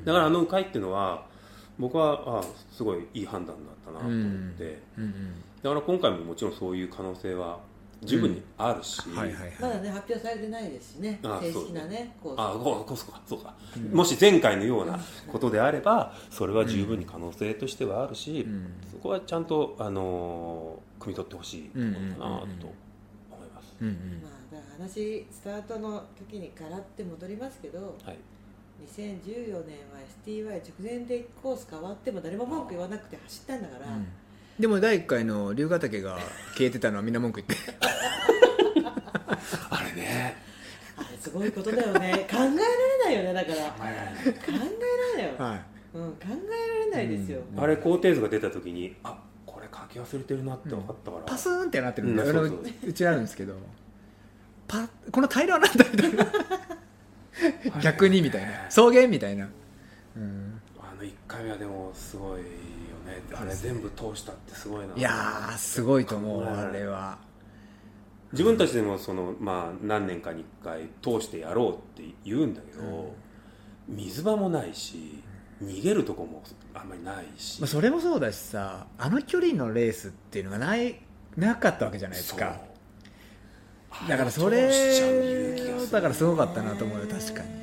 Speaker 2: ん
Speaker 3: だからあの迂回っていうのは僕はあすごいいい判断だったなと思って、
Speaker 1: うんうん
Speaker 3: だから今回ももちろんそういう可能性は十分にあるし、
Speaker 1: うんはいはい
Speaker 2: ま
Speaker 1: は
Speaker 2: だ
Speaker 1: い
Speaker 2: ね発表されてないですしね
Speaker 3: あ
Speaker 2: 正式なねコ
Speaker 3: あ
Speaker 2: ー
Speaker 3: ここそうかそうか、
Speaker 1: うん
Speaker 3: もし前回のようなことであればそれは十分に可能性としてはあるし、
Speaker 1: うん
Speaker 3: そこはちゃんと、あのー汲み取ってほしいところかなと思います。
Speaker 1: うんうん
Speaker 2: スまあだから話スタートの時にガラって戻りますけど
Speaker 3: はい、
Speaker 2: 2014年は STY 直前でコース変わっても誰も文句言わなくて走ったんだから、
Speaker 1: うんでも第1回の龍ヶ岳が消えてたのはみんな文句言って
Speaker 3: あれね、
Speaker 2: あれすごいことだよ ね考えられないよねだから考えられないよ、
Speaker 1: はい
Speaker 2: うん、考えられないですよ、
Speaker 3: あれ高低図が出た時にあこれ書き忘れてるなって分かったから、
Speaker 1: パスーンってなってるんで、
Speaker 3: うん
Speaker 1: あの
Speaker 3: そうそう
Speaker 1: うちあるんですけどパこの平らなんだみたいな逆にみたいな草原みたいな、うん、
Speaker 3: あの1回目はでもすごいよねあれ全部通したってすごいない
Speaker 1: やーすごいと思うあれは
Speaker 3: 自分たちでもその、まあ、何年かに1回通してやろうって言うんだけど、水場もないし逃げるとこもあんまりないし、
Speaker 1: まあ、それもそうだしさあの距離のレースっていうのがないなかったわけじゃないですか
Speaker 3: そう
Speaker 1: だからそ
Speaker 3: あ
Speaker 1: れ
Speaker 3: 通しちゃう勇気がする
Speaker 1: だからすごかったなと思うよ確かに、
Speaker 2: ね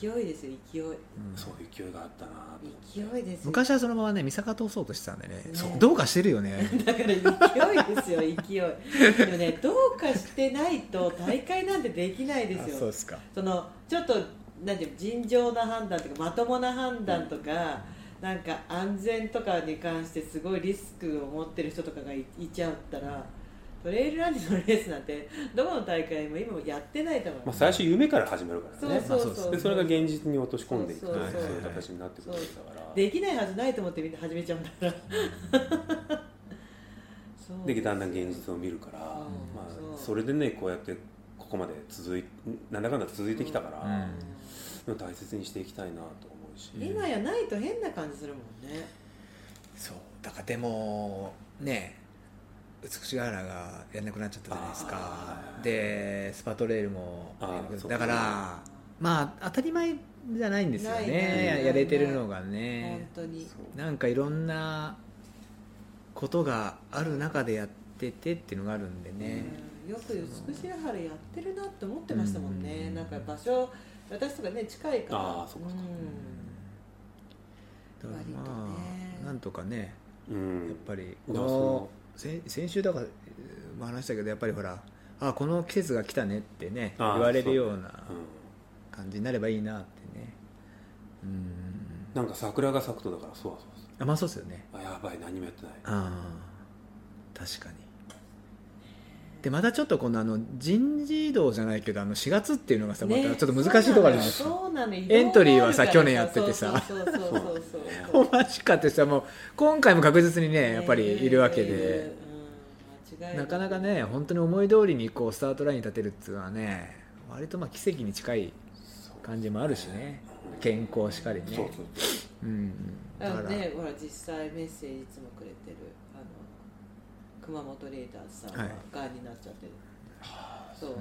Speaker 2: 勢いですよ勢い
Speaker 1: うん
Speaker 3: そういう勢いがあったなと思っ
Speaker 2: 勢
Speaker 3: て
Speaker 2: いですよ
Speaker 1: 昔はそのままね三坂通そうとしてたんでね
Speaker 2: そう
Speaker 1: どうかしてるよね
Speaker 2: だから勢いですよ勢いでもねどうかしてないと大会なんてできないです
Speaker 1: あ
Speaker 2: よ
Speaker 1: そう ですか
Speaker 2: そのちょっとなんていうの尋常な判断とかまともな判断とか、なんか安全とかに関してすごいリスクを持ってる人とかがいいちゃったらトレイルランニングのレースなんてどこの大会も今もやってないと思う、
Speaker 3: まあ、最初夢から始まるから
Speaker 2: そう
Speaker 3: ね
Speaker 2: そうそう
Speaker 1: まあそう
Speaker 3: でそれが現実に落とし込んでいく
Speaker 2: そ
Speaker 3: と
Speaker 2: う
Speaker 1: そう
Speaker 3: そ
Speaker 1: そうう
Speaker 3: いう形になってくるんだから
Speaker 2: できないはずないと思ってみんな始めちゃうんだからそう
Speaker 3: でだんだん現実を見るから、
Speaker 2: ん
Speaker 3: まあ、
Speaker 2: そう
Speaker 3: それでねこうやってここまで続いなんだかんだ続いてきたから、
Speaker 1: うん
Speaker 3: でも大切にしていきたいなと思うし、
Speaker 2: 今やないと変な感じするもんね
Speaker 1: そうだからでもね美しが原がやんなくなっちゃったじゃないですか
Speaker 3: あー
Speaker 1: でスパトレールも
Speaker 3: あーそう
Speaker 1: だからまあ当たり前じゃないんですよね
Speaker 2: ないね
Speaker 1: ややれてるのが
Speaker 2: 本
Speaker 1: ね
Speaker 2: 当に
Speaker 3: そう
Speaker 1: なんかいろんなことがある中でやっててっていうのがあるんでね、
Speaker 2: うんよく美しい原やってるなって思ってましたもんね、
Speaker 1: うん
Speaker 2: なんか場所私とかね近いから
Speaker 3: あーそっかそっ
Speaker 1: だか
Speaker 3: か
Speaker 1: ら
Speaker 2: 割と
Speaker 1: ま
Speaker 2: ね
Speaker 1: あなんとかね
Speaker 3: うん
Speaker 1: やっぱりこ
Speaker 3: いやそ
Speaker 1: の先先週だからえーまあ話したけどやっぱりほらあこの季節が来たねってね言
Speaker 3: あー
Speaker 1: われるよう
Speaker 3: う
Speaker 1: なん感じになればいいなってねうん
Speaker 3: なんか桜が咲くとだからそわそわす
Speaker 1: あまあそうですよね
Speaker 3: るあやばい何もやってない
Speaker 1: ああ確かに
Speaker 2: う
Speaker 1: でまたちょっとこのあの人事異動じゃないけどあの4月っていうのがさま
Speaker 2: ね
Speaker 1: たちょっと難しいところあるじゃないですか、
Speaker 2: そうなのよ
Speaker 1: エントリーはさ
Speaker 2: いろいろ
Speaker 1: 去年やっててさ
Speaker 2: そうそうそうそうそうそう
Speaker 1: おマジかってさもう今回も確実にねやっぱりいるわけ
Speaker 2: え
Speaker 1: で、
Speaker 2: ーうん間違いい
Speaker 1: なかなかね本当に思い通りにこうスタートラインに立てるっていうのはね割とまあ奇跡に近い感じもあるしね健康しかりね
Speaker 3: そうそう
Speaker 1: うん
Speaker 2: あ
Speaker 1: だか
Speaker 2: の
Speaker 1: ら、
Speaker 2: ねほら実際メッセージいつもくれてるあの熊本レーダーズさん
Speaker 1: は
Speaker 2: が
Speaker 1: い
Speaker 2: がんになっちゃってる、そうそうそう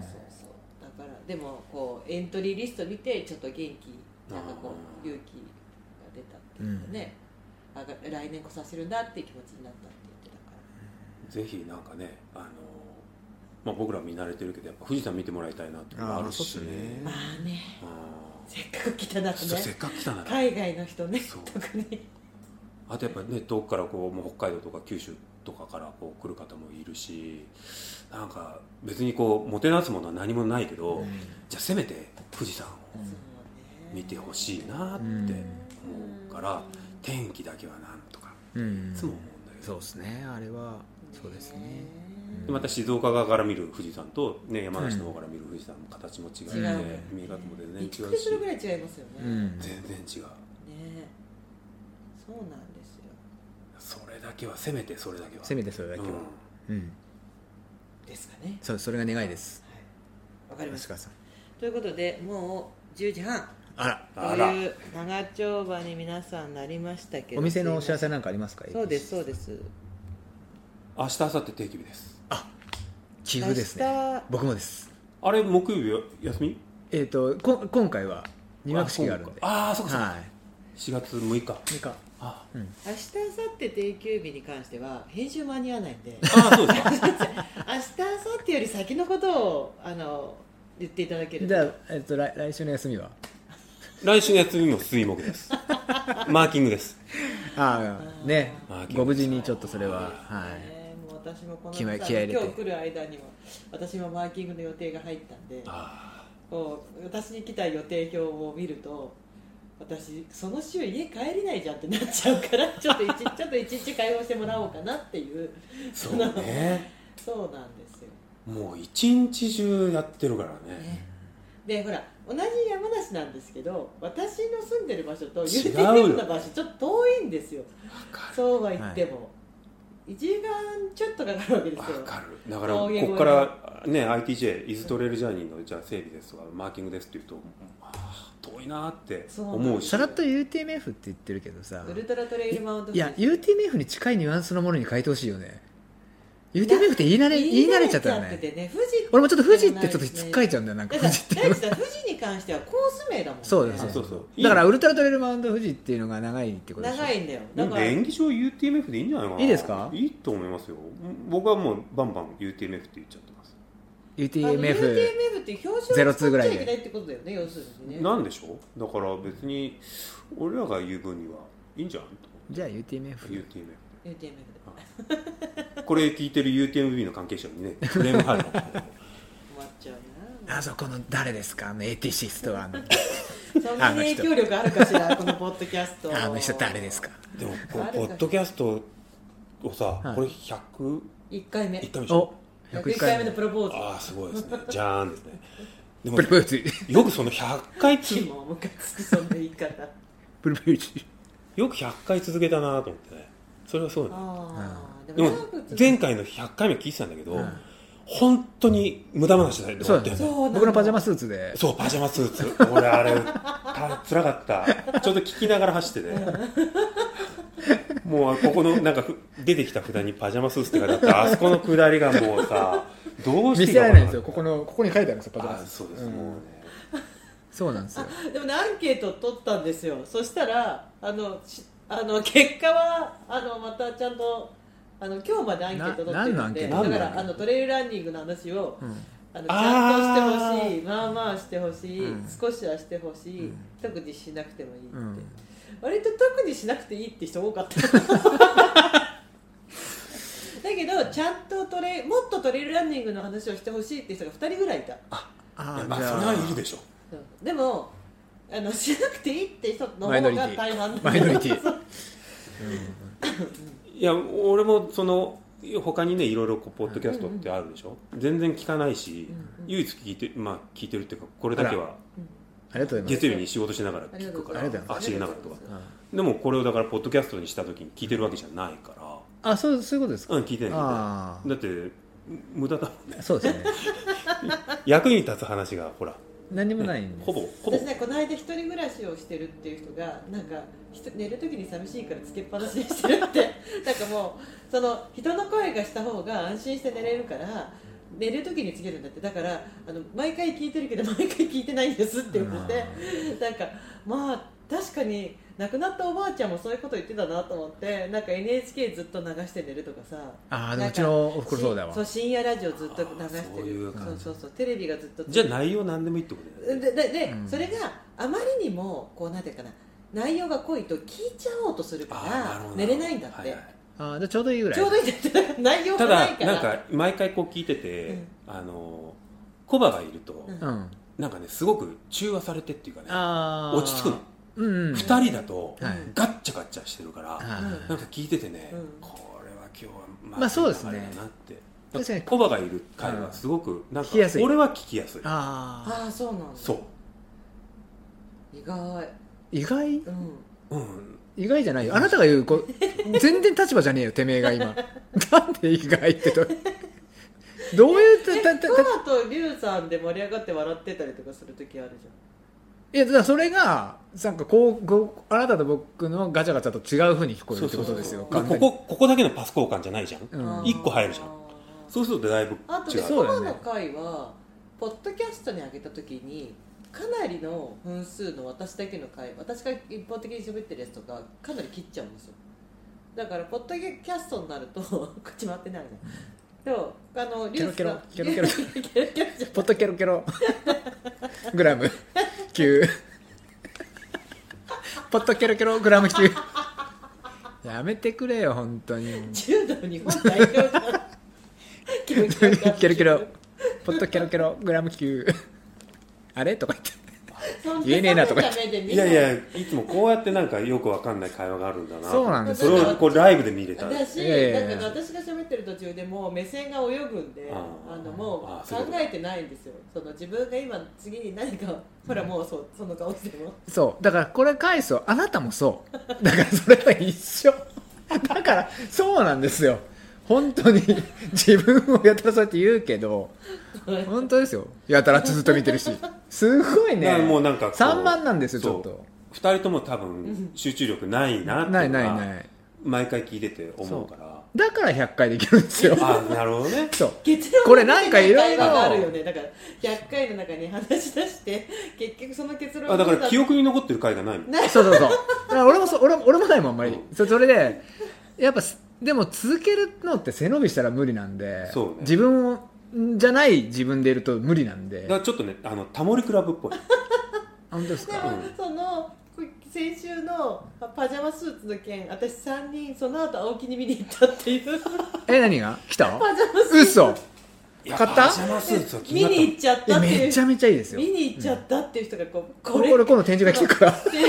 Speaker 2: だからでもこうエントリーリスト見てちょっと元気なんかこ
Speaker 3: あ
Speaker 2: う
Speaker 3: ー
Speaker 2: 勇気が出たっていうかね、あが来年こそさせるんだっていう気持ちになったって言ってたから
Speaker 3: ぜひなんかねあの、まあ、僕ら見慣れてるけどやっぱ富士山見てもらいたいなっていうのもあるしね
Speaker 1: あ
Speaker 2: まあね
Speaker 3: あ
Speaker 2: せっかく来たな
Speaker 3: ー
Speaker 2: と
Speaker 3: そうせっ
Speaker 2: ね
Speaker 3: かく来たなら
Speaker 2: 海外の人ね
Speaker 3: そう
Speaker 2: 特に
Speaker 3: あとやっぱりね遠くからこうもう北海道とか九州とかからこう来る方もいるしなんか別にこうもてなすものは何もないけど、
Speaker 1: うん
Speaker 3: じゃあせめて富士山を
Speaker 2: そうね
Speaker 3: 見てほしいなって
Speaker 1: うん
Speaker 3: 思うから、天気だけはなんとか
Speaker 1: うん
Speaker 3: いつも思うんだけど、
Speaker 1: そうですねあれはそうですね
Speaker 2: え
Speaker 3: でまた静岡側から見る富士山と、ね、山梨の方から見る富士山も形も違って、
Speaker 2: 違う
Speaker 3: 見え方も全然
Speaker 2: び
Speaker 3: 違う
Speaker 2: っ
Speaker 3: し
Speaker 2: くりするぐらい違いますよね、
Speaker 1: う
Speaker 2: ね
Speaker 1: ん
Speaker 3: 全
Speaker 2: え
Speaker 3: 然違う
Speaker 2: そうなんですよ
Speaker 3: それだけはせめてそれだけは
Speaker 1: せめてそれだけは
Speaker 3: うん
Speaker 1: うん
Speaker 2: ですかね
Speaker 1: そうそれが願いです
Speaker 2: わかりまし
Speaker 1: 吉
Speaker 2: た
Speaker 1: 川さん
Speaker 2: ということでもう10時半
Speaker 1: あら
Speaker 2: と
Speaker 3: あら
Speaker 2: いう長丁場に皆さんなりましたけど
Speaker 1: お店のお知ら
Speaker 2: せ
Speaker 1: せなんかありますか
Speaker 2: そうですそうです
Speaker 3: 明日明後日定休日です
Speaker 1: 寄付です
Speaker 2: 明
Speaker 1: ね
Speaker 2: 日
Speaker 1: 僕もです
Speaker 3: あれ木曜日休み
Speaker 1: えっ、とこ今回は入学式があるんでは
Speaker 3: あそうかあーそっかそっか、
Speaker 1: い
Speaker 3: 4月6日
Speaker 1: なんか
Speaker 3: あ
Speaker 2: 明日明後日定休日に関しては編集間に合わないんで
Speaker 3: あーそうですか
Speaker 2: 明日明後日より先のことをあの言っていただける
Speaker 1: じゃあ、えっと来来週の休みは
Speaker 3: 来週の休みも水木ですマーキングです
Speaker 1: ああね
Speaker 3: あー
Speaker 1: ご無事にちょっとそれはは
Speaker 2: ねもう私もこの
Speaker 1: 気合い
Speaker 2: さ
Speaker 1: 気合い入れ
Speaker 2: 今
Speaker 1: て
Speaker 2: 日来る間にも私もマーキングの予定が入ったんで
Speaker 3: あ
Speaker 2: こう私に来た予定表を見ると私その週家帰れないじゃんってなっちゃうから ちょっと一日ちょっと一日解放してもらおうかなっていう
Speaker 3: ーそうね
Speaker 2: そうなんですよ、
Speaker 3: もう一日中やってるからね
Speaker 2: ね、でほら同じ山梨なんですけど私の住んでる場所と
Speaker 3: 違うよ
Speaker 2: UTM の場所ちょっと遠いんですよそうは言っても、1時間ちょっとかかるわけで
Speaker 3: わ
Speaker 2: すよ
Speaker 3: かるだから
Speaker 2: 大
Speaker 3: こ
Speaker 2: げ声
Speaker 3: こからね ITJ イズトレールジャーニーのじゃあ整備ですとかマーキングですって言うとあー遠いなーって思う
Speaker 1: い
Speaker 3: し
Speaker 1: さらっと UTMF って言ってるけどさ
Speaker 2: ウルトラトレイルマウント
Speaker 1: い
Speaker 2: 富士
Speaker 1: や UTMF に近いニュアンスのものに変えてほしいよね UTMF って言い慣れ言い慣れちゃったよ
Speaker 2: 言い慣れちゃって
Speaker 1: ね
Speaker 2: てね富士
Speaker 1: 俺もちょっと富士ってちょっとつっかえちゃうんだよなんか
Speaker 2: だから
Speaker 1: 富士って
Speaker 2: 大地さん富士に関してはコース名だもんね
Speaker 1: そうです
Speaker 3: あそうそう
Speaker 1: だからウルトラトレイルマウント富士っていうのが長いってことでしょ
Speaker 2: 長いんだよ
Speaker 3: で
Speaker 2: だ
Speaker 3: も
Speaker 2: から
Speaker 3: 演技上 UTMF でいいんじゃないかない
Speaker 1: いですか
Speaker 3: いいと思いますよ僕はもうバンバン UTMF って言っちゃってます、
Speaker 2: あの
Speaker 1: UTMF
Speaker 2: UTMF って表彰を使
Speaker 1: 02ぐ
Speaker 2: っち
Speaker 1: ら
Speaker 2: ゃ
Speaker 1: い
Speaker 2: い
Speaker 1: で
Speaker 2: けないってことだよね要するにね
Speaker 3: なんでしょうだから別に俺らが言う分にはいいんじゃんと
Speaker 1: じゃあ UTMF
Speaker 3: UTMF
Speaker 2: UTMF で
Speaker 3: これ聞いてる UTMB の関係者にねクレーム入る かもしれない
Speaker 2: 困っちゃう
Speaker 1: あそこの誰ですかあの86ストアの
Speaker 2: なそんなに影響力あるか しらこのポッドキャスト
Speaker 1: あの人誰ですか
Speaker 3: でも
Speaker 2: あるか
Speaker 3: こうポッドキャストをさ、
Speaker 1: はい
Speaker 3: これ101
Speaker 2: 1回目
Speaker 3: 回目でし
Speaker 1: お
Speaker 3: ょ
Speaker 2: 101回目のプロポーズ
Speaker 3: ああすごいですねじゃーんですねでも
Speaker 1: プルプルチ
Speaker 3: よくその100回つ
Speaker 2: キモムカつくそんな言い方
Speaker 1: プルプルチ
Speaker 3: よく100回続けたなと思ってねそれはそうね
Speaker 2: ああ
Speaker 3: で
Speaker 2: で
Speaker 3: も
Speaker 2: も長く続く
Speaker 3: 前回の100回目聞いてたんだけど、
Speaker 1: うん
Speaker 3: 本当に無駄話だよね
Speaker 1: そうなんです
Speaker 2: そうな
Speaker 1: よ
Speaker 2: の
Speaker 1: 僕のパジャマスーツで
Speaker 3: そうパジャマスーツ俺あれた辛かったちょうど聞きながら走ってねもうここのなんかふ出てきた札にパジャマスーツって書いてあったあそこの下りがもうさどうして
Speaker 1: 見
Speaker 3: い
Speaker 1: せ
Speaker 3: いから
Speaker 1: れないん
Speaker 3: わかな
Speaker 1: ですよここのここに書いてあるんですよパジャマ
Speaker 3: あ
Speaker 1: スーツ
Speaker 3: そうです、
Speaker 1: ん
Speaker 3: もうね
Speaker 1: そうなんですよ
Speaker 2: でもねアンケート取ったんですよそしたらあのしあの結果はあのまたちゃんとあの今日までアンケート取
Speaker 1: な
Speaker 2: ってるん
Speaker 1: 何
Speaker 2: で
Speaker 1: のアンケート
Speaker 2: だか
Speaker 3: 何
Speaker 2: ら
Speaker 3: の
Speaker 2: あのトレイルランニングの話を、
Speaker 1: ん
Speaker 2: あのち
Speaker 3: あ
Speaker 2: ゃんと
Speaker 3: ー
Speaker 2: してほしいまあまあしてほしい、
Speaker 1: うん
Speaker 2: 少しはしてほしい、特にしなくてもいいって、
Speaker 1: うん
Speaker 2: 割と特にしなくていいって人多かった だけどちゃんとトレイもっとトレイルランニングの話をしてほしいって人が2人ぐらいいた
Speaker 1: あ
Speaker 3: い
Speaker 1: ー
Speaker 3: やまあ
Speaker 1: じゃ
Speaker 3: それはいるでしょ
Speaker 2: うんでもあのしなくていいって人の
Speaker 1: マイノ
Speaker 2: 方
Speaker 1: リテ
Speaker 2: が
Speaker 1: ィ
Speaker 2: 大半
Speaker 1: マイノリティ
Speaker 3: いや俺もその他にねいろいろこうポッドキャストってあるでしょ、全然聞かないし、
Speaker 2: うんうん
Speaker 3: 唯一聞いてまあ聞いてるっていうかこれだけは
Speaker 1: ありがとうございます
Speaker 3: 月曜日に仕事しながら聞くから
Speaker 1: ありがとうござい
Speaker 3: 走りながらとか
Speaker 2: ありがとうござい
Speaker 1: あ
Speaker 3: でもこれをだからポッドキャストにした時に聞いてるわけじゃないか
Speaker 1: あそうそういうことですから
Speaker 3: うん聞いてない聞
Speaker 1: あ
Speaker 3: いてないだって無駄だもんね
Speaker 1: あそうですね
Speaker 3: 役に立つ話がほら
Speaker 1: 何もないんです
Speaker 3: ほぼほぼ
Speaker 2: 私ねこの間一人暮らしをしてるっていう人がなんかひと寝る時に寂しいからつけっぱなしにしてるって なんかもうその人の声がした方が安心して寝れるから寝る時につけるんだってだからあの毎回聞いてるけど毎回聞いてないんですって言っててなんかまあ確かに亡くなったおばあちゃんもそういうこと言ってたなと思ってなんか NHK ずっと流して寝るとかさ
Speaker 1: ああでもうちのおふくろそうだわ
Speaker 2: しそう深夜ラジオずっと流
Speaker 3: あー
Speaker 2: して
Speaker 3: そ
Speaker 2: る
Speaker 3: ういう感じ
Speaker 2: そうそうそうテレビがずっと
Speaker 3: じゃあ内容何でもいいってことだよね
Speaker 2: ででで、
Speaker 1: うん
Speaker 2: それがあまりにもこうなんていうかな内容が濃いと聞いちゃおうとするか
Speaker 3: ーなるほ
Speaker 2: ら
Speaker 3: ど
Speaker 2: 寝れないんだって、
Speaker 3: はいはい
Speaker 1: ああじゃあちょうどいいぐらい
Speaker 2: ちょうどいいんだってだから内容
Speaker 3: た
Speaker 2: がない
Speaker 3: だ
Speaker 2: から
Speaker 3: なんか毎回こう聞いてて、
Speaker 2: うん
Speaker 3: あのコバがいると、
Speaker 2: うん
Speaker 1: うん
Speaker 3: なんかねすごく中和されてっていうかね
Speaker 1: ああ
Speaker 3: 落ち着くの
Speaker 1: うんうん
Speaker 3: 2人だと、
Speaker 1: はい
Speaker 3: ガッチャガッチャしてるから、
Speaker 1: は
Speaker 2: うん
Speaker 1: い
Speaker 3: なんか聞いててね、
Speaker 2: うん
Speaker 3: これは今日はま
Speaker 1: まあそうですね
Speaker 3: 流れだなって
Speaker 1: 確かに
Speaker 3: コバがいる回はすごくなんか
Speaker 1: 聞きやすい
Speaker 3: 俺は聞きやすい
Speaker 1: ああ
Speaker 2: ああそうなんだ
Speaker 3: そう
Speaker 2: 意外
Speaker 1: 意外
Speaker 2: うん
Speaker 3: うん
Speaker 1: 意外じゃないよあなたが言うこ全然立場じゃねえよてめえが今 なんで意外ってどうどういうた
Speaker 2: え
Speaker 1: たたた
Speaker 2: コアとリュウさんで盛り上がって笑ってたりとかする時あるじ
Speaker 1: いやだからそれがなんかこうこうあなたと僕のガチャガチャと違うふうに聞こえるってことですよ
Speaker 2: そう
Speaker 1: 完
Speaker 3: こ
Speaker 1: 全に
Speaker 3: こここだけのパス交換じゃないじゃん、
Speaker 1: う
Speaker 2: ゃん、あ
Speaker 1: ん
Speaker 2: ー
Speaker 3: 一個入るじゃんそうするとだいぶ違う
Speaker 2: あとね
Speaker 1: そうだ
Speaker 2: コア
Speaker 1: よね
Speaker 2: の回はポッドキャストに上げた時にかなりの分数の私だけの回私が一方的に喋ってるやつとかかなり切っちゃうんですよだからポッドキャストになると こっち回ってないじゃんでもあのリュウスが
Speaker 1: ケロケロケ
Speaker 2: ケロケロケロじゃ
Speaker 1: ポットケロケログラム9ポットケロケログラム9やめてくれよ本当に
Speaker 2: ん 柔道日本代表じゃん ケロケロ
Speaker 1: ケロケロポットケロケログラム9あれとか言って
Speaker 2: そん
Speaker 1: 言えねえなとか言っ
Speaker 2: 冷めた目で見
Speaker 3: い
Speaker 2: な
Speaker 3: やいやいつもこうやってなんかよくわかんない会話があるんだな
Speaker 1: そうなんです
Speaker 3: そ
Speaker 1: よ
Speaker 3: れをこうライブで見れた
Speaker 2: だし、
Speaker 1: いやいやいや
Speaker 2: だから私が喋ってる途中でもう目線が泳ぐんで、
Speaker 3: あ
Speaker 2: あ
Speaker 3: あ
Speaker 2: のも
Speaker 3: ああ
Speaker 2: う
Speaker 3: そういう
Speaker 2: 考
Speaker 3: こと
Speaker 2: えてないんですよ。その自分が今次に何かほらもうそうその顔しても。
Speaker 1: そうだからこれ返すよあなたもそうだからそれは一緒だからそうなんですよ本当に自分をやたらそうやって言うけど本当ですよやたらずっと見てるしすごい
Speaker 3: だ
Speaker 1: ね
Speaker 3: からもうなんかこう
Speaker 1: 散漫なんですよち
Speaker 3: そう
Speaker 1: ょっと
Speaker 3: 2人とも多分集中力ないなって
Speaker 1: ないいう
Speaker 3: の
Speaker 1: ない
Speaker 3: が
Speaker 1: ない
Speaker 3: 毎回聞いてて思うから
Speaker 1: だから100回できるんですよ
Speaker 3: あなるほどね
Speaker 1: そう
Speaker 2: 結論
Speaker 1: これなんかいろいろ
Speaker 2: があるよね。だから100回の中に話し出して結局その結論
Speaker 3: あだから記
Speaker 2: に
Speaker 3: 憶に残ってる回がないもん
Speaker 1: そう そうそうだから俺もそう俺も俺もないもんあんまり、
Speaker 3: う
Speaker 1: そそれでやっぱすでも続けるのって背伸びしたら無理なんで、
Speaker 3: そうね
Speaker 1: 自分をじゃない自分でいると無理なんで
Speaker 3: だからちょっとねあのタモリクラブっ ぽい
Speaker 1: あ本当です
Speaker 2: で
Speaker 1: か
Speaker 2: も、その先週のパジャマスーツの件私3人その後青木に見に行ったっていう
Speaker 1: え何が来 た
Speaker 2: パジャマスーツ
Speaker 1: 嘘
Speaker 3: いや
Speaker 1: 買った
Speaker 3: パジャマスーツは気
Speaker 2: 見
Speaker 3: になった
Speaker 2: に行っちゃっ
Speaker 1: い
Speaker 2: た
Speaker 1: や
Speaker 2: っていう
Speaker 1: めちゃめちゃいいですよ
Speaker 2: 見に行っちゃったっていう人がこうこ
Speaker 1: こ
Speaker 2: れ
Speaker 1: れこれ今度展示が来てから
Speaker 2: で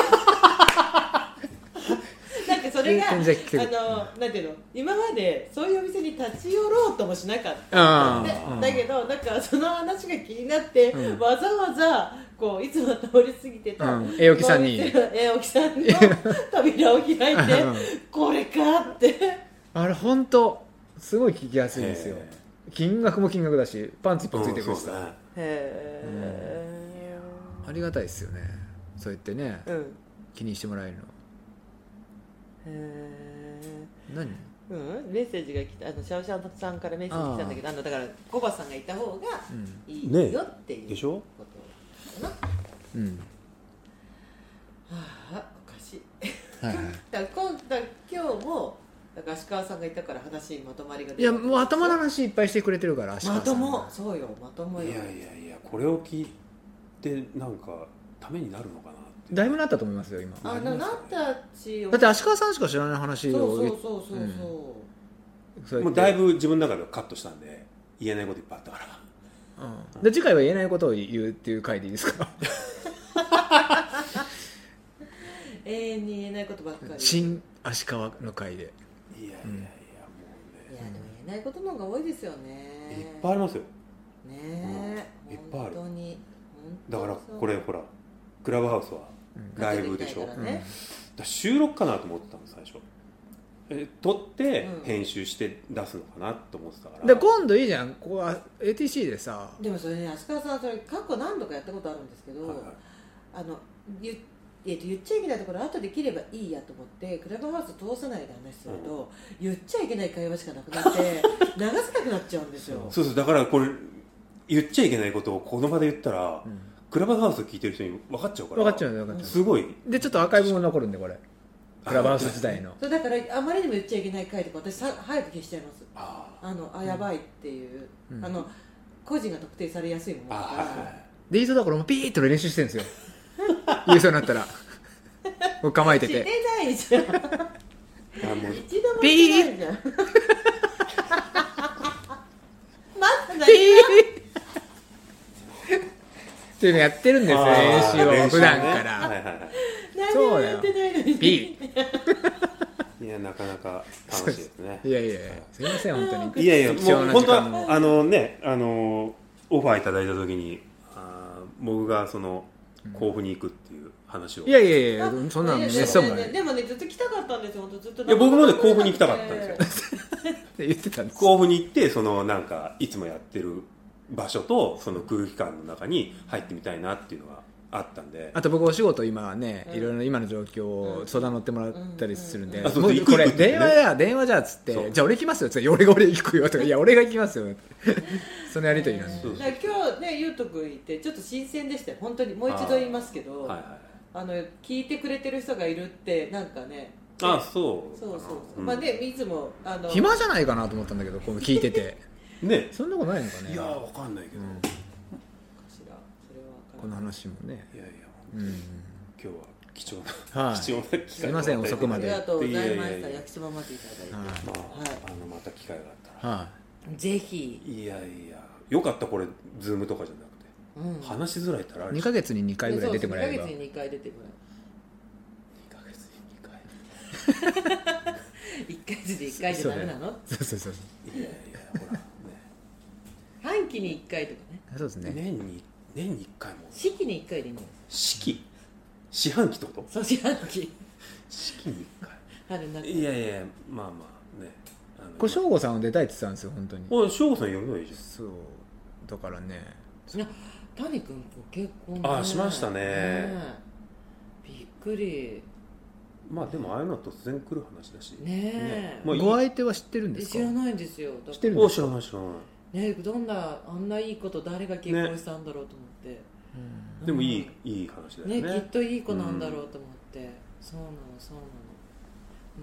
Speaker 2: なんかそれがあ
Speaker 1: 全然来てる
Speaker 2: のなんていうの今までそういうお店に立ち寄ろうともしなかった
Speaker 1: あ
Speaker 2: で
Speaker 1: あ
Speaker 2: だけどなんかその話が気になって、
Speaker 1: うん
Speaker 2: わざわざこういつも通り過ぎてた、
Speaker 1: うんえおきさんに
Speaker 2: えおきさんの扉を開いて
Speaker 1: うん
Speaker 2: これかって
Speaker 1: あれ本当すごい聞きやすいんですよ
Speaker 3: え
Speaker 1: 金額も金額だしパンツ一本ついてく
Speaker 3: う
Speaker 1: る
Speaker 3: ん
Speaker 1: し
Speaker 3: そう
Speaker 1: さ、
Speaker 3: ね
Speaker 2: へ
Speaker 1: ありがたいですよねそうやってね
Speaker 2: ーうん
Speaker 1: 気にしてもらえるの
Speaker 2: へー
Speaker 1: 何
Speaker 2: うん、メッセージが来たあのシャオシャオさんからメッセージ来たんだけどあのだからコバさんがいた方が
Speaker 1: うん
Speaker 2: い
Speaker 3: ね
Speaker 2: いよっていう
Speaker 3: でしょ
Speaker 2: ことかな、は
Speaker 1: うん
Speaker 2: あおかしい
Speaker 1: はいはい
Speaker 2: だから今だから今日もだから足川さんがいたから話にまとまりが出
Speaker 1: いやもう頭の
Speaker 2: な
Speaker 1: 話いっぱいしてくれてるから
Speaker 2: まとも
Speaker 1: 足利さん
Speaker 2: そうよまとも
Speaker 3: い
Speaker 2: よ
Speaker 3: やいやいやこれを聞いてなんかためになるのかなって
Speaker 1: だいぶなったと思いますよ今
Speaker 2: あななったち
Speaker 1: だって足利さんしか知らない話
Speaker 2: そう
Speaker 1: を
Speaker 2: そうそうそうそう、
Speaker 1: うんそうや
Speaker 3: も
Speaker 1: っ
Speaker 3: う
Speaker 1: て
Speaker 3: だいぶ自分の中ではカットしたんで言えないこといっぱいあったから
Speaker 1: うん、で次回は言えないことを言うっていう回でいいですか
Speaker 2: 永遠に言えないことばっかり
Speaker 1: 新足利の回で
Speaker 3: いやいやいやもう
Speaker 2: いや
Speaker 3: ね
Speaker 2: でもいないことの方が多いですよね
Speaker 3: いっぱいありますよ
Speaker 2: いねえ、
Speaker 3: うんいっぱいある
Speaker 2: 本当に
Speaker 3: だから
Speaker 2: 本当そう
Speaker 3: これほらクラブハウスは
Speaker 1: うん
Speaker 3: ライブでしょ
Speaker 2: 勝てるみたいからね
Speaker 3: だから収録かなと思ってたの最初え撮って
Speaker 2: うん
Speaker 3: 編集して出すのかなと思ってたから、
Speaker 1: で今度いいじゃんここは ATC でさ
Speaker 2: でもそれね足利さんそれ過去何度かやったことあるんですけど、
Speaker 3: はいはい
Speaker 2: あのゆえっと言っちゃいけないところ後で切ればいいやと思ってクラブハウス通さないで話すると、言っちゃいけない会話しかなくなって 流せなくなっちゃうんですよ
Speaker 3: そうそうだからこれ言っちゃいけないことをこの場で言ったら、
Speaker 1: うん
Speaker 3: クラブハウス聞いてる人に分かっちゃうから
Speaker 1: 分かっちゃうよ分かっちゃ
Speaker 3: すごい、
Speaker 1: うでちょっとアーカイブも残るんでこれクラブハウス時代の
Speaker 2: それだからあまりにも言っちゃいけない回とか私さ早く消しちゃいます
Speaker 3: ああ
Speaker 2: あのあやばいっていう、
Speaker 1: うん
Speaker 2: あの個人が特定されやすいものだか
Speaker 3: あはいはいはい
Speaker 1: でいつだからもうピーッと練習してるんですよ言いそうになったらもう構え
Speaker 2: ら
Speaker 1: て
Speaker 2: して
Speaker 1: て
Speaker 2: ないじゃん
Speaker 3: あもう
Speaker 2: 一度もしてないじゃ ん まだ何が
Speaker 1: っていうのやってるんですよ
Speaker 3: あー
Speaker 1: 練習を
Speaker 3: 練
Speaker 1: 普段か
Speaker 3: ねは
Speaker 1: ら
Speaker 3: いはいは
Speaker 2: 何もやってないのに
Speaker 1: ピ
Speaker 3: い、いやなかなか楽しいですね
Speaker 1: ーいやいやいやすいません本当に
Speaker 3: いやいや
Speaker 1: 貴重
Speaker 3: もう
Speaker 1: な
Speaker 3: 本
Speaker 1: 時
Speaker 3: 当
Speaker 1: 間も
Speaker 3: はあのねあのオファーいただいた時にあー僕がその甲府に行くっていう話を、
Speaker 1: いやいやいや
Speaker 2: あ
Speaker 1: そんなのめっ
Speaker 2: いやいや
Speaker 1: そうも
Speaker 2: い
Speaker 1: な
Speaker 2: や
Speaker 1: い
Speaker 2: でもねずっと来たかったんですよ本当ずっと
Speaker 3: いや僕もね甲府に行きたかったんですよ
Speaker 1: って言ってたんです
Speaker 3: 甲府に行ってそのなんかいつもやってる場所とその空気感の中に入ってみたいなっていうのがあったんで
Speaker 1: あと僕お仕事今ね、
Speaker 2: うん
Speaker 1: いろいろ今の状況
Speaker 2: う
Speaker 1: を
Speaker 2: ん
Speaker 1: 相談乗ってもらったりするんで、
Speaker 2: うんあ
Speaker 3: そう
Speaker 1: も
Speaker 3: 行く
Speaker 1: これ
Speaker 3: 行くってね
Speaker 1: 電話や電話じゃっつっ
Speaker 3: そう
Speaker 1: てじゃあ俺行きますよっつっていや俺が俺行くよとかいや俺が行きますよって そのやりとりなんで
Speaker 3: そう
Speaker 2: だから今日ねゆうとくんいてちょっと新鮮でしたよ本当にもう一度言いますけど
Speaker 3: はい
Speaker 2: あ
Speaker 3: はい
Speaker 2: の聞いてくれてる人がいるってなんかね
Speaker 3: あそう
Speaker 2: そうそうそう、
Speaker 3: ん
Speaker 2: まあねいつもあの
Speaker 1: 暇じゃないかなと思ったんだけどこの聞いて て
Speaker 3: ね
Speaker 1: そんなことないのかね
Speaker 3: いやわかんないけど、
Speaker 1: うん
Speaker 2: かしらそれはわか
Speaker 1: この
Speaker 2: らない
Speaker 1: 話もね、
Speaker 3: いやいや
Speaker 1: うん、
Speaker 3: 今日は貴重な、
Speaker 1: はい
Speaker 3: 貴重な機会
Speaker 1: すいません遅くま
Speaker 2: あ
Speaker 1: で
Speaker 2: りがとうございま
Speaker 3: いやい
Speaker 2: した
Speaker 3: やいや
Speaker 2: 焼きそばまでいただい
Speaker 1: はい
Speaker 3: ま
Speaker 2: は
Speaker 3: あ、
Speaker 2: い
Speaker 3: あのまた機会があったら、
Speaker 1: はい
Speaker 2: ぜひ、
Speaker 3: いやいやよかったこれズームとかじゃなくて、
Speaker 2: うん、
Speaker 3: 話しづらいったらある
Speaker 1: 2
Speaker 3: し
Speaker 1: ヶ月に2回ぐらい出てもらえれば
Speaker 2: そうそう二ヶ月に2回出てもら
Speaker 3: 二ヶ月に2回
Speaker 2: え1ヶ月で1回じゃダメなの
Speaker 1: そうそうそう
Speaker 3: いやいやほらね
Speaker 2: 半期に1回とかね
Speaker 1: そうですね
Speaker 3: 年に年に1回も
Speaker 2: 四季に1回でいいんじゃない
Speaker 3: 四季四半期ってこと
Speaker 2: そう四半期
Speaker 3: 四季に1
Speaker 2: 春になっ
Speaker 3: 回
Speaker 2: て
Speaker 3: いやいやまあまあねあの
Speaker 1: これ省吾さんを出たいって言ってたんですよ本当に
Speaker 3: おい省吾さん呼ぶのいいじ
Speaker 1: そうだからね
Speaker 2: いや谷君ご結婚ね
Speaker 3: あしましたね
Speaker 2: えびっくり
Speaker 3: ゃんまあでもああいうのは突然来る話だし
Speaker 2: ねえ
Speaker 3: まあいい
Speaker 1: ご相手は知ってるんですか
Speaker 2: 知らないんですよだ
Speaker 1: 知ってる
Speaker 3: お知らない知らな
Speaker 2: ねどんなあんないいこと誰が結婚したんだろうと思って、
Speaker 3: いでもいい、いい話だ
Speaker 2: ね
Speaker 3: よね
Speaker 2: きっといい子なんだろうと思って、そうなのそうな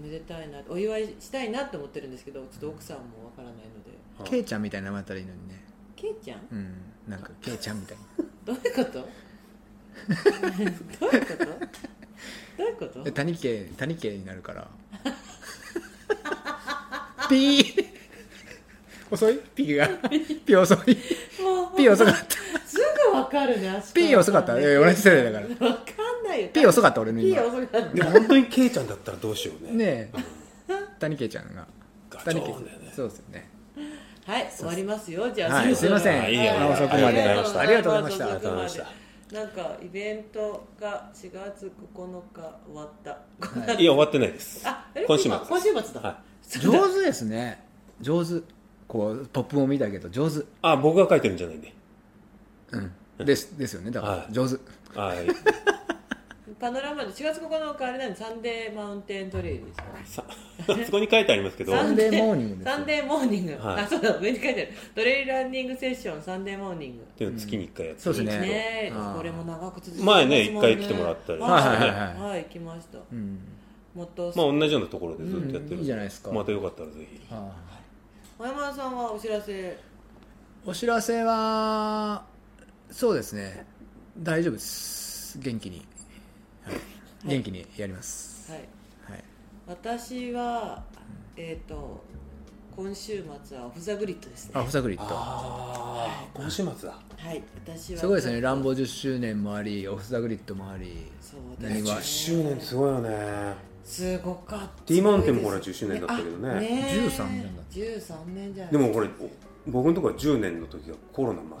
Speaker 2: のおめでたいなお祝いしたいなと思ってるんですけどちょっと奥さんもわからないので
Speaker 3: はい
Speaker 1: ケイちゃんみたいな名前だったらいいのにね
Speaker 2: ケイちゃん
Speaker 1: うんなんかケイちゃんみたいな
Speaker 2: どういうことどういうことどういうこと
Speaker 1: で谷家谷家になるからピー遅いピーがピー遅い
Speaker 2: もう
Speaker 1: ピー遅かった
Speaker 2: すぐわかるね足利さん
Speaker 1: ピー遅かったいや同じ世代だから
Speaker 2: わかんないよ
Speaker 1: ピー遅かった俺の
Speaker 2: ピ
Speaker 1: 今
Speaker 2: ー遅かった
Speaker 3: でも本当にケイちゃんだったらどうしようね
Speaker 1: ねえ谷家ちゃんが
Speaker 3: ガチ
Speaker 1: 谷
Speaker 3: ョ
Speaker 1: 家
Speaker 3: ーンだよね
Speaker 1: そうですよね
Speaker 2: はい終わりますよじゃあ、
Speaker 1: はいす
Speaker 2: そろそろ
Speaker 1: いません
Speaker 2: はい
Speaker 3: あ
Speaker 1: 遅く
Speaker 3: まで
Speaker 1: ありがとうございました
Speaker 2: ありがとうございまし
Speaker 3: ありがとうございま
Speaker 2: たなんかイベントが4月9日終わった
Speaker 3: いや終わってないです
Speaker 2: あえ
Speaker 3: 今週末
Speaker 2: 今今週末だ、
Speaker 3: はい
Speaker 2: そうだ
Speaker 1: 上手ですね上手こうポップも見たけど上手
Speaker 3: あ僕が書いてるんじゃないんで
Speaker 1: うんですですよねだから、
Speaker 3: はい
Speaker 1: 上手
Speaker 3: はい
Speaker 2: パノラマの4月9日あれなんでサンデーマウンテントレイルですよね
Speaker 3: さそこに書いてありますけど
Speaker 1: サンデーモーニングですよ
Speaker 2: サンデーモーニング、
Speaker 3: はい
Speaker 2: あそうだ上に書いてあるトレイルランニングセッションサンデーモーニング
Speaker 3: っていうのを月に1回やって
Speaker 1: そうですね
Speaker 2: いいね
Speaker 1: あー
Speaker 2: これも長く続き
Speaker 3: 前ね一回来てもらったり
Speaker 2: は
Speaker 3: はい
Speaker 1: はいい
Speaker 2: は
Speaker 1: はいい
Speaker 2: はい、はい、来ました
Speaker 1: うん
Speaker 2: もっと、
Speaker 3: まあ同じようなところでずっとやってるんで、
Speaker 1: うんいいじゃないですか
Speaker 3: またよかったらぜひ
Speaker 1: は
Speaker 2: 小山田さんはお知らせ
Speaker 1: いお知らせはそうですね大丈夫です元気に、はい元気にやります
Speaker 2: はい
Speaker 1: はい
Speaker 2: 私はえっ、と今週末はオフ・ザ・グリッドですね
Speaker 1: あ、フサグリッド。
Speaker 3: ああ今週末だ
Speaker 2: はい私は
Speaker 1: すごいですね、乱暴10周年もあり、オフザグリッドもあり、
Speaker 2: そう
Speaker 1: ね
Speaker 2: 私は
Speaker 3: 10周年すごいよね
Speaker 2: すごかった
Speaker 3: ティーマウンテンもほら10周年だったけどね
Speaker 2: あねえ
Speaker 1: 13年だ
Speaker 2: 13年じゃない
Speaker 3: でもこれ僕のところは10年の時がコロナまっ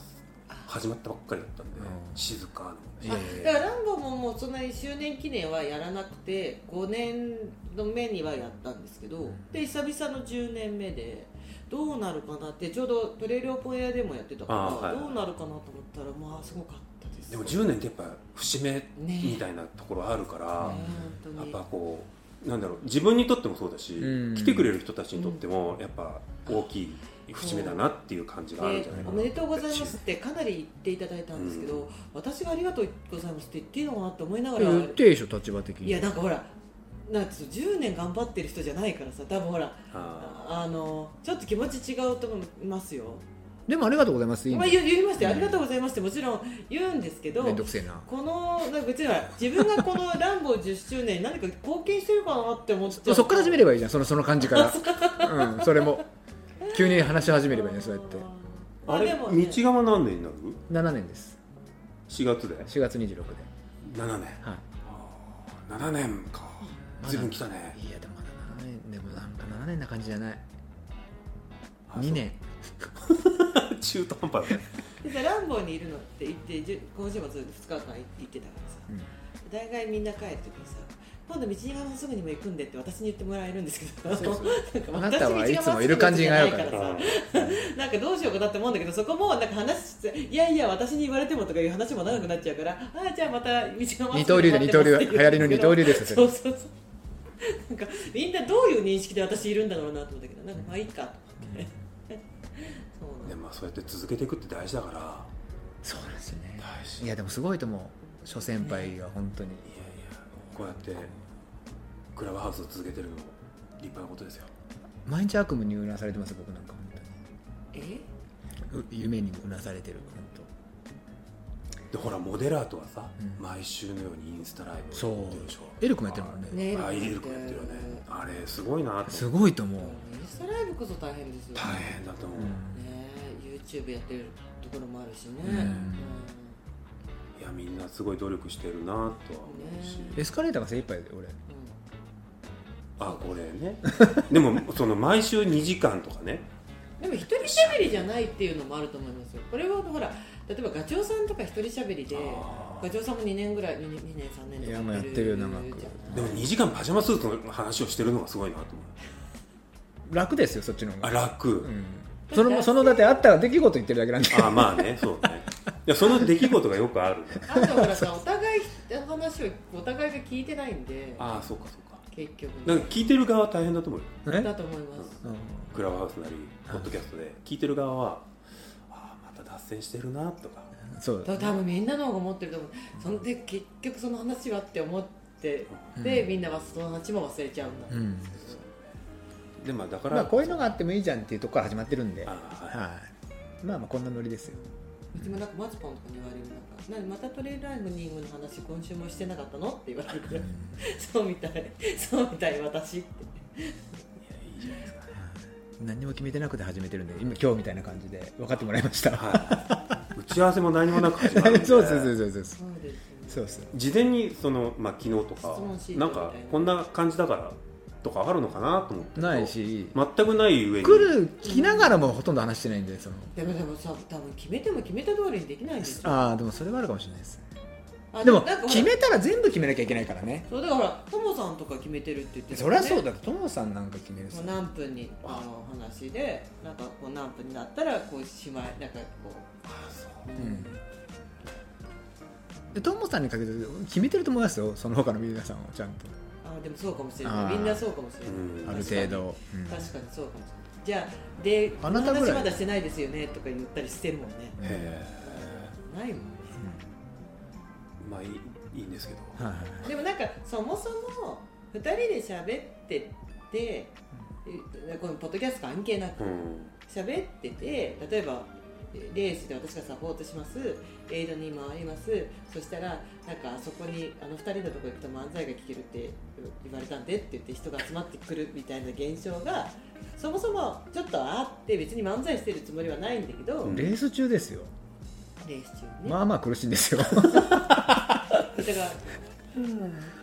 Speaker 3: 始まったばっかりだったんで、
Speaker 1: うん
Speaker 3: 静かなの
Speaker 1: いや
Speaker 2: あ
Speaker 1: いやい
Speaker 2: だ
Speaker 1: や
Speaker 2: からランボーももうそんなに周年記念はやらなくて5年の目にはやったんですけど、で久々の10年目でどうなるかなってちょうどプレイルオポエアでもやってたから、
Speaker 3: あーはい
Speaker 2: どうなるかなと思ったらまあすごかったです
Speaker 3: でも10年ってやっぱ節目みたいなところあるから、
Speaker 2: ね本当
Speaker 3: やっ
Speaker 2: に
Speaker 3: ぱこうなんだろう自分にとってもそうだし、
Speaker 1: うん
Speaker 3: 来てくれる人たちにとってもやっぱ大きい節目だなっていう感じがあるんじゃない
Speaker 2: で
Speaker 3: か
Speaker 2: お
Speaker 3: な、
Speaker 2: めでとうございますってかなり言っていただいたんですけど、
Speaker 3: うん
Speaker 2: 私がありがとうございますって言っていいのかなって思いながら
Speaker 1: 言っていいでしょ、立場的に。
Speaker 2: いやなんかほらなんか10年頑張ってる人じゃないからさ多分ほら
Speaker 3: あ
Speaker 2: あのちょっと気持ち違うと思いますよ。
Speaker 1: でもありがとうございます、いいん
Speaker 2: ま
Speaker 1: だ
Speaker 2: あ、
Speaker 1: よ
Speaker 2: 言う言いましたよありがとうございますってもちろん言うんですけど
Speaker 1: めんどくせえな。
Speaker 2: このなんか別にほら自分が この「ランボー10周年に何か貢献してるかなって思っちゃ
Speaker 1: そうそっから始めればいいじゃん、そのその感じから。うん、それも。急に話し始めればいいね、そうやって。
Speaker 2: まあ
Speaker 3: れ
Speaker 2: でもね
Speaker 3: 道側何年になる
Speaker 1: 7年です。
Speaker 3: 4月で
Speaker 1: 4月26で。
Speaker 3: 7年
Speaker 1: は
Speaker 3: 7年か
Speaker 1: まだ
Speaker 3: 随分来たね
Speaker 1: い。いや、でもまだ7年、でもなんか7年な感じじゃない。
Speaker 3: あそう
Speaker 1: 2年。
Speaker 3: 中途半端だね
Speaker 2: でさランボーにいるのって言ってじゅ今週末2日間行ってたからさ
Speaker 1: うん
Speaker 2: 大概みんな帰る時にさ今度道にまっすぐにも行くんでって私に言ってもらえるんですけど
Speaker 1: そうそう
Speaker 2: な
Speaker 1: あ
Speaker 2: ん
Speaker 1: な
Speaker 2: か
Speaker 1: た
Speaker 2: 私
Speaker 1: はい
Speaker 2: 道
Speaker 1: つもい
Speaker 2: 真っ直ぐ
Speaker 1: る感じがよか
Speaker 2: じ
Speaker 1: ら
Speaker 2: ゃない
Speaker 3: うん
Speaker 2: なんかどうしようかなって思うんだけどそこもなんか話していやいや私に言われてもとかいう話も長くなっちゃうからああじゃあまた道が
Speaker 1: 二刀流で、二刀流、流行りの二刀
Speaker 2: 流
Speaker 1: 流ですよそれ
Speaker 2: そうそうそうなんかみんなどういう認識で私いるんだろうなと思ったけどなんかまあいいかと思ってそう
Speaker 3: で
Speaker 2: なん
Speaker 3: もまあそうやって続けていくって大事だから
Speaker 1: そうなんですよね
Speaker 3: 大事
Speaker 1: いやでもすごいと思う諸先輩が本当に
Speaker 3: いやいやこうやってクラブハウスを続けてるのも立派なことですよ
Speaker 1: 毎日悪夢にうなされてます僕なんか本
Speaker 2: え
Speaker 1: 当にう夢にもうなされてる本
Speaker 3: でほらモデラートはさ、
Speaker 1: うん
Speaker 3: 毎週のようにインスタライブ
Speaker 1: そう
Speaker 3: をやってるでしょ
Speaker 1: エルクもやってるもんね
Speaker 2: ね
Speaker 3: ああイルクもやってるよねあれすごいなと
Speaker 1: すごいと思う、
Speaker 2: インスタライブこそ大変ですよね
Speaker 3: 大変だと思う、
Speaker 1: うん
Speaker 2: ね YouTube やってるところもあるしね、
Speaker 1: うん
Speaker 3: いやみんなすごい努力してるなとは思うし、
Speaker 2: ね
Speaker 1: エスカレーターが精一杯で俺
Speaker 2: う
Speaker 3: あこれねでもその毎週2時間とかね
Speaker 2: んでも一人しゃべりじゃないっていうのもあると思いますよこれはほら例えばガチョウさんとか一人しゃべりで
Speaker 3: あー
Speaker 2: ガチョウさんも2年ぐらい 2, 年3年
Speaker 1: いやもうやってるよ長く
Speaker 2: じゃん
Speaker 3: でも2時間パジャマスーツの話をしてるのがすごいなと思う
Speaker 1: 楽ですよそっちの方
Speaker 3: あ
Speaker 1: が
Speaker 3: 楽、
Speaker 1: うんそのそのだってあった出来事言ってるだけなんで
Speaker 3: あまあねそうねいやその出来事がよくあるね
Speaker 2: あとほらさお互い話をお互いが聞いてないんで
Speaker 3: ああそうかそうか
Speaker 2: 結局
Speaker 3: なんか聞いてる側は大変だと思うよ
Speaker 1: ね
Speaker 2: だと思います
Speaker 1: うん
Speaker 3: クラブハウスなりポッドキャストで聞いてる側はああまた脱線してるなとか
Speaker 1: そう
Speaker 2: だ多分みんなの方が思ってると思うそんで結局その話はって思ってで、
Speaker 1: うん
Speaker 2: みんなはその話も忘れちゃうんだ、
Speaker 1: うん
Speaker 3: でまあだから、
Speaker 1: まあこういうのがあってもいいじゃんっていうとこから始まってるんで
Speaker 3: あ
Speaker 1: は
Speaker 3: あはい
Speaker 1: いまあまあこんなノリですよ
Speaker 2: うちもなんかマツポンとかに言われるなんか「何またトレーラーニングの話今週もしてなかったの?」って言われるから そうみたいそうみたい私って
Speaker 3: いいじゃないですか
Speaker 1: 何にも決めてなくて始めてるんで今今日みたいな感じで分かってもらいました
Speaker 3: はい、打ち合わせも何もなく始まるんで
Speaker 1: そうそうそうそうそう
Speaker 2: そうですね
Speaker 1: そうそう
Speaker 3: 事前にその、まあ、昨日とか
Speaker 2: 質問シートみたいな
Speaker 3: なんかこんな感じだからとかあるのかなと思って
Speaker 1: ないし
Speaker 3: 全くない上に
Speaker 1: 来る来ながらもほとんど話してないんでその
Speaker 2: でもでもさ多分決めても決めた通りにできないんですよ
Speaker 1: ああでもそれはあるかもしれないです
Speaker 2: あ
Speaker 1: でも
Speaker 2: なんかほら
Speaker 1: 決めたら全部決めなきゃいけないからね
Speaker 2: そうだからほらトモさんとか決めてるって言ってた
Speaker 1: そ
Speaker 2: よ
Speaker 1: り
Speaker 2: ね
Speaker 1: ゃそうだトモさんなんか決めるさ
Speaker 2: もう何分にあの話でなんかこう何分になったらこうしまいなんかこう
Speaker 3: あそう
Speaker 1: うんでトモさんにかけて決めてると思いますよその他の皆さんをちゃんと
Speaker 2: あでもそうかもしれ
Speaker 1: あ
Speaker 2: な
Speaker 1: ー
Speaker 2: いみんなそうかもしれない、
Speaker 3: うん
Speaker 1: ある程度うん
Speaker 2: 確かにそうかもしれないじゃあで
Speaker 1: あなたぐらい
Speaker 2: この話まだしてないですよねとか言ったりしてるもんね
Speaker 1: うん
Speaker 3: へ
Speaker 2: ないもんね
Speaker 3: えまあいいいいんですけど
Speaker 1: はいはいはい
Speaker 2: でもなんかそもそも2人で喋っててえこのポッドキャスト関係なく
Speaker 3: うん
Speaker 2: 喋ってて例えばレースで私がサポートしますエイドに回りますそしたらなんかあそこにあの2人のとこ行くと漫才が聞けるって言われたんでって言って人が集まってくるみたいな現象がそもそもちょっとあって別に漫才してるつもりはないんだけど、
Speaker 3: うん
Speaker 1: レース中ですよ
Speaker 2: レース中にね、
Speaker 1: まあまあ苦しいんですよ
Speaker 2: だから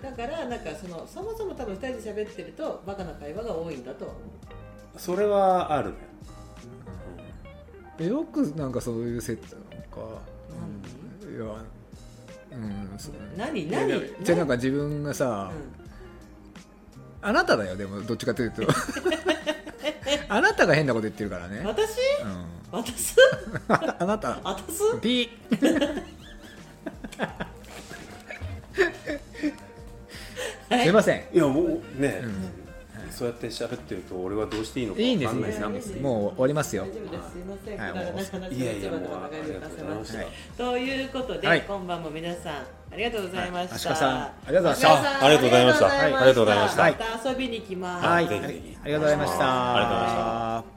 Speaker 2: だからなんかそのそもそも多分2人で喋ってるとバカな会話が多いんだとは思う
Speaker 3: それはあるね、
Speaker 1: よくなんかそういうセットなのか
Speaker 2: う
Speaker 1: いやうんそう
Speaker 2: 何
Speaker 1: いや
Speaker 2: 何
Speaker 1: でもじゃあなんか自分がさ、あなただよでもどっちかという とあなたが変なこと言ってるから
Speaker 2: う
Speaker 1: ね
Speaker 2: ん、私
Speaker 1: うん、
Speaker 2: 私
Speaker 1: ああなた
Speaker 2: 私
Speaker 1: ピー
Speaker 2: はい
Speaker 1: すいません
Speaker 3: いやもうね、
Speaker 1: う
Speaker 3: そうやって喋ってると俺はどうしていいのか
Speaker 1: いいんです
Speaker 3: わかんない
Speaker 1: いいん
Speaker 3: な
Speaker 1: で
Speaker 3: ん
Speaker 1: で
Speaker 3: ですす
Speaker 1: ねもう終わりますよ
Speaker 2: 大丈夫です。すいません。
Speaker 1: はい
Speaker 2: くだらない話
Speaker 3: いやい
Speaker 2: ち
Speaker 3: や
Speaker 2: ま
Speaker 3: も
Speaker 2: で
Speaker 3: う
Speaker 2: お
Speaker 3: あ
Speaker 2: 互い
Speaker 3: り
Speaker 2: に
Speaker 3: がとうございました、
Speaker 1: はい
Speaker 2: ということで、
Speaker 1: はい
Speaker 2: 今晩も皆さんありがとうございまし
Speaker 1: はい
Speaker 2: た。
Speaker 1: アシカさんありがとうございました
Speaker 2: 皆さん
Speaker 5: ありがとうございました
Speaker 2: ありがとうございましたまた遊びに来ます。
Speaker 1: はい、
Speaker 5: ぜひ
Speaker 1: あ
Speaker 5: ぜ
Speaker 1: り
Speaker 5: ひ
Speaker 1: がとうございました
Speaker 5: ありがとうございま
Speaker 1: した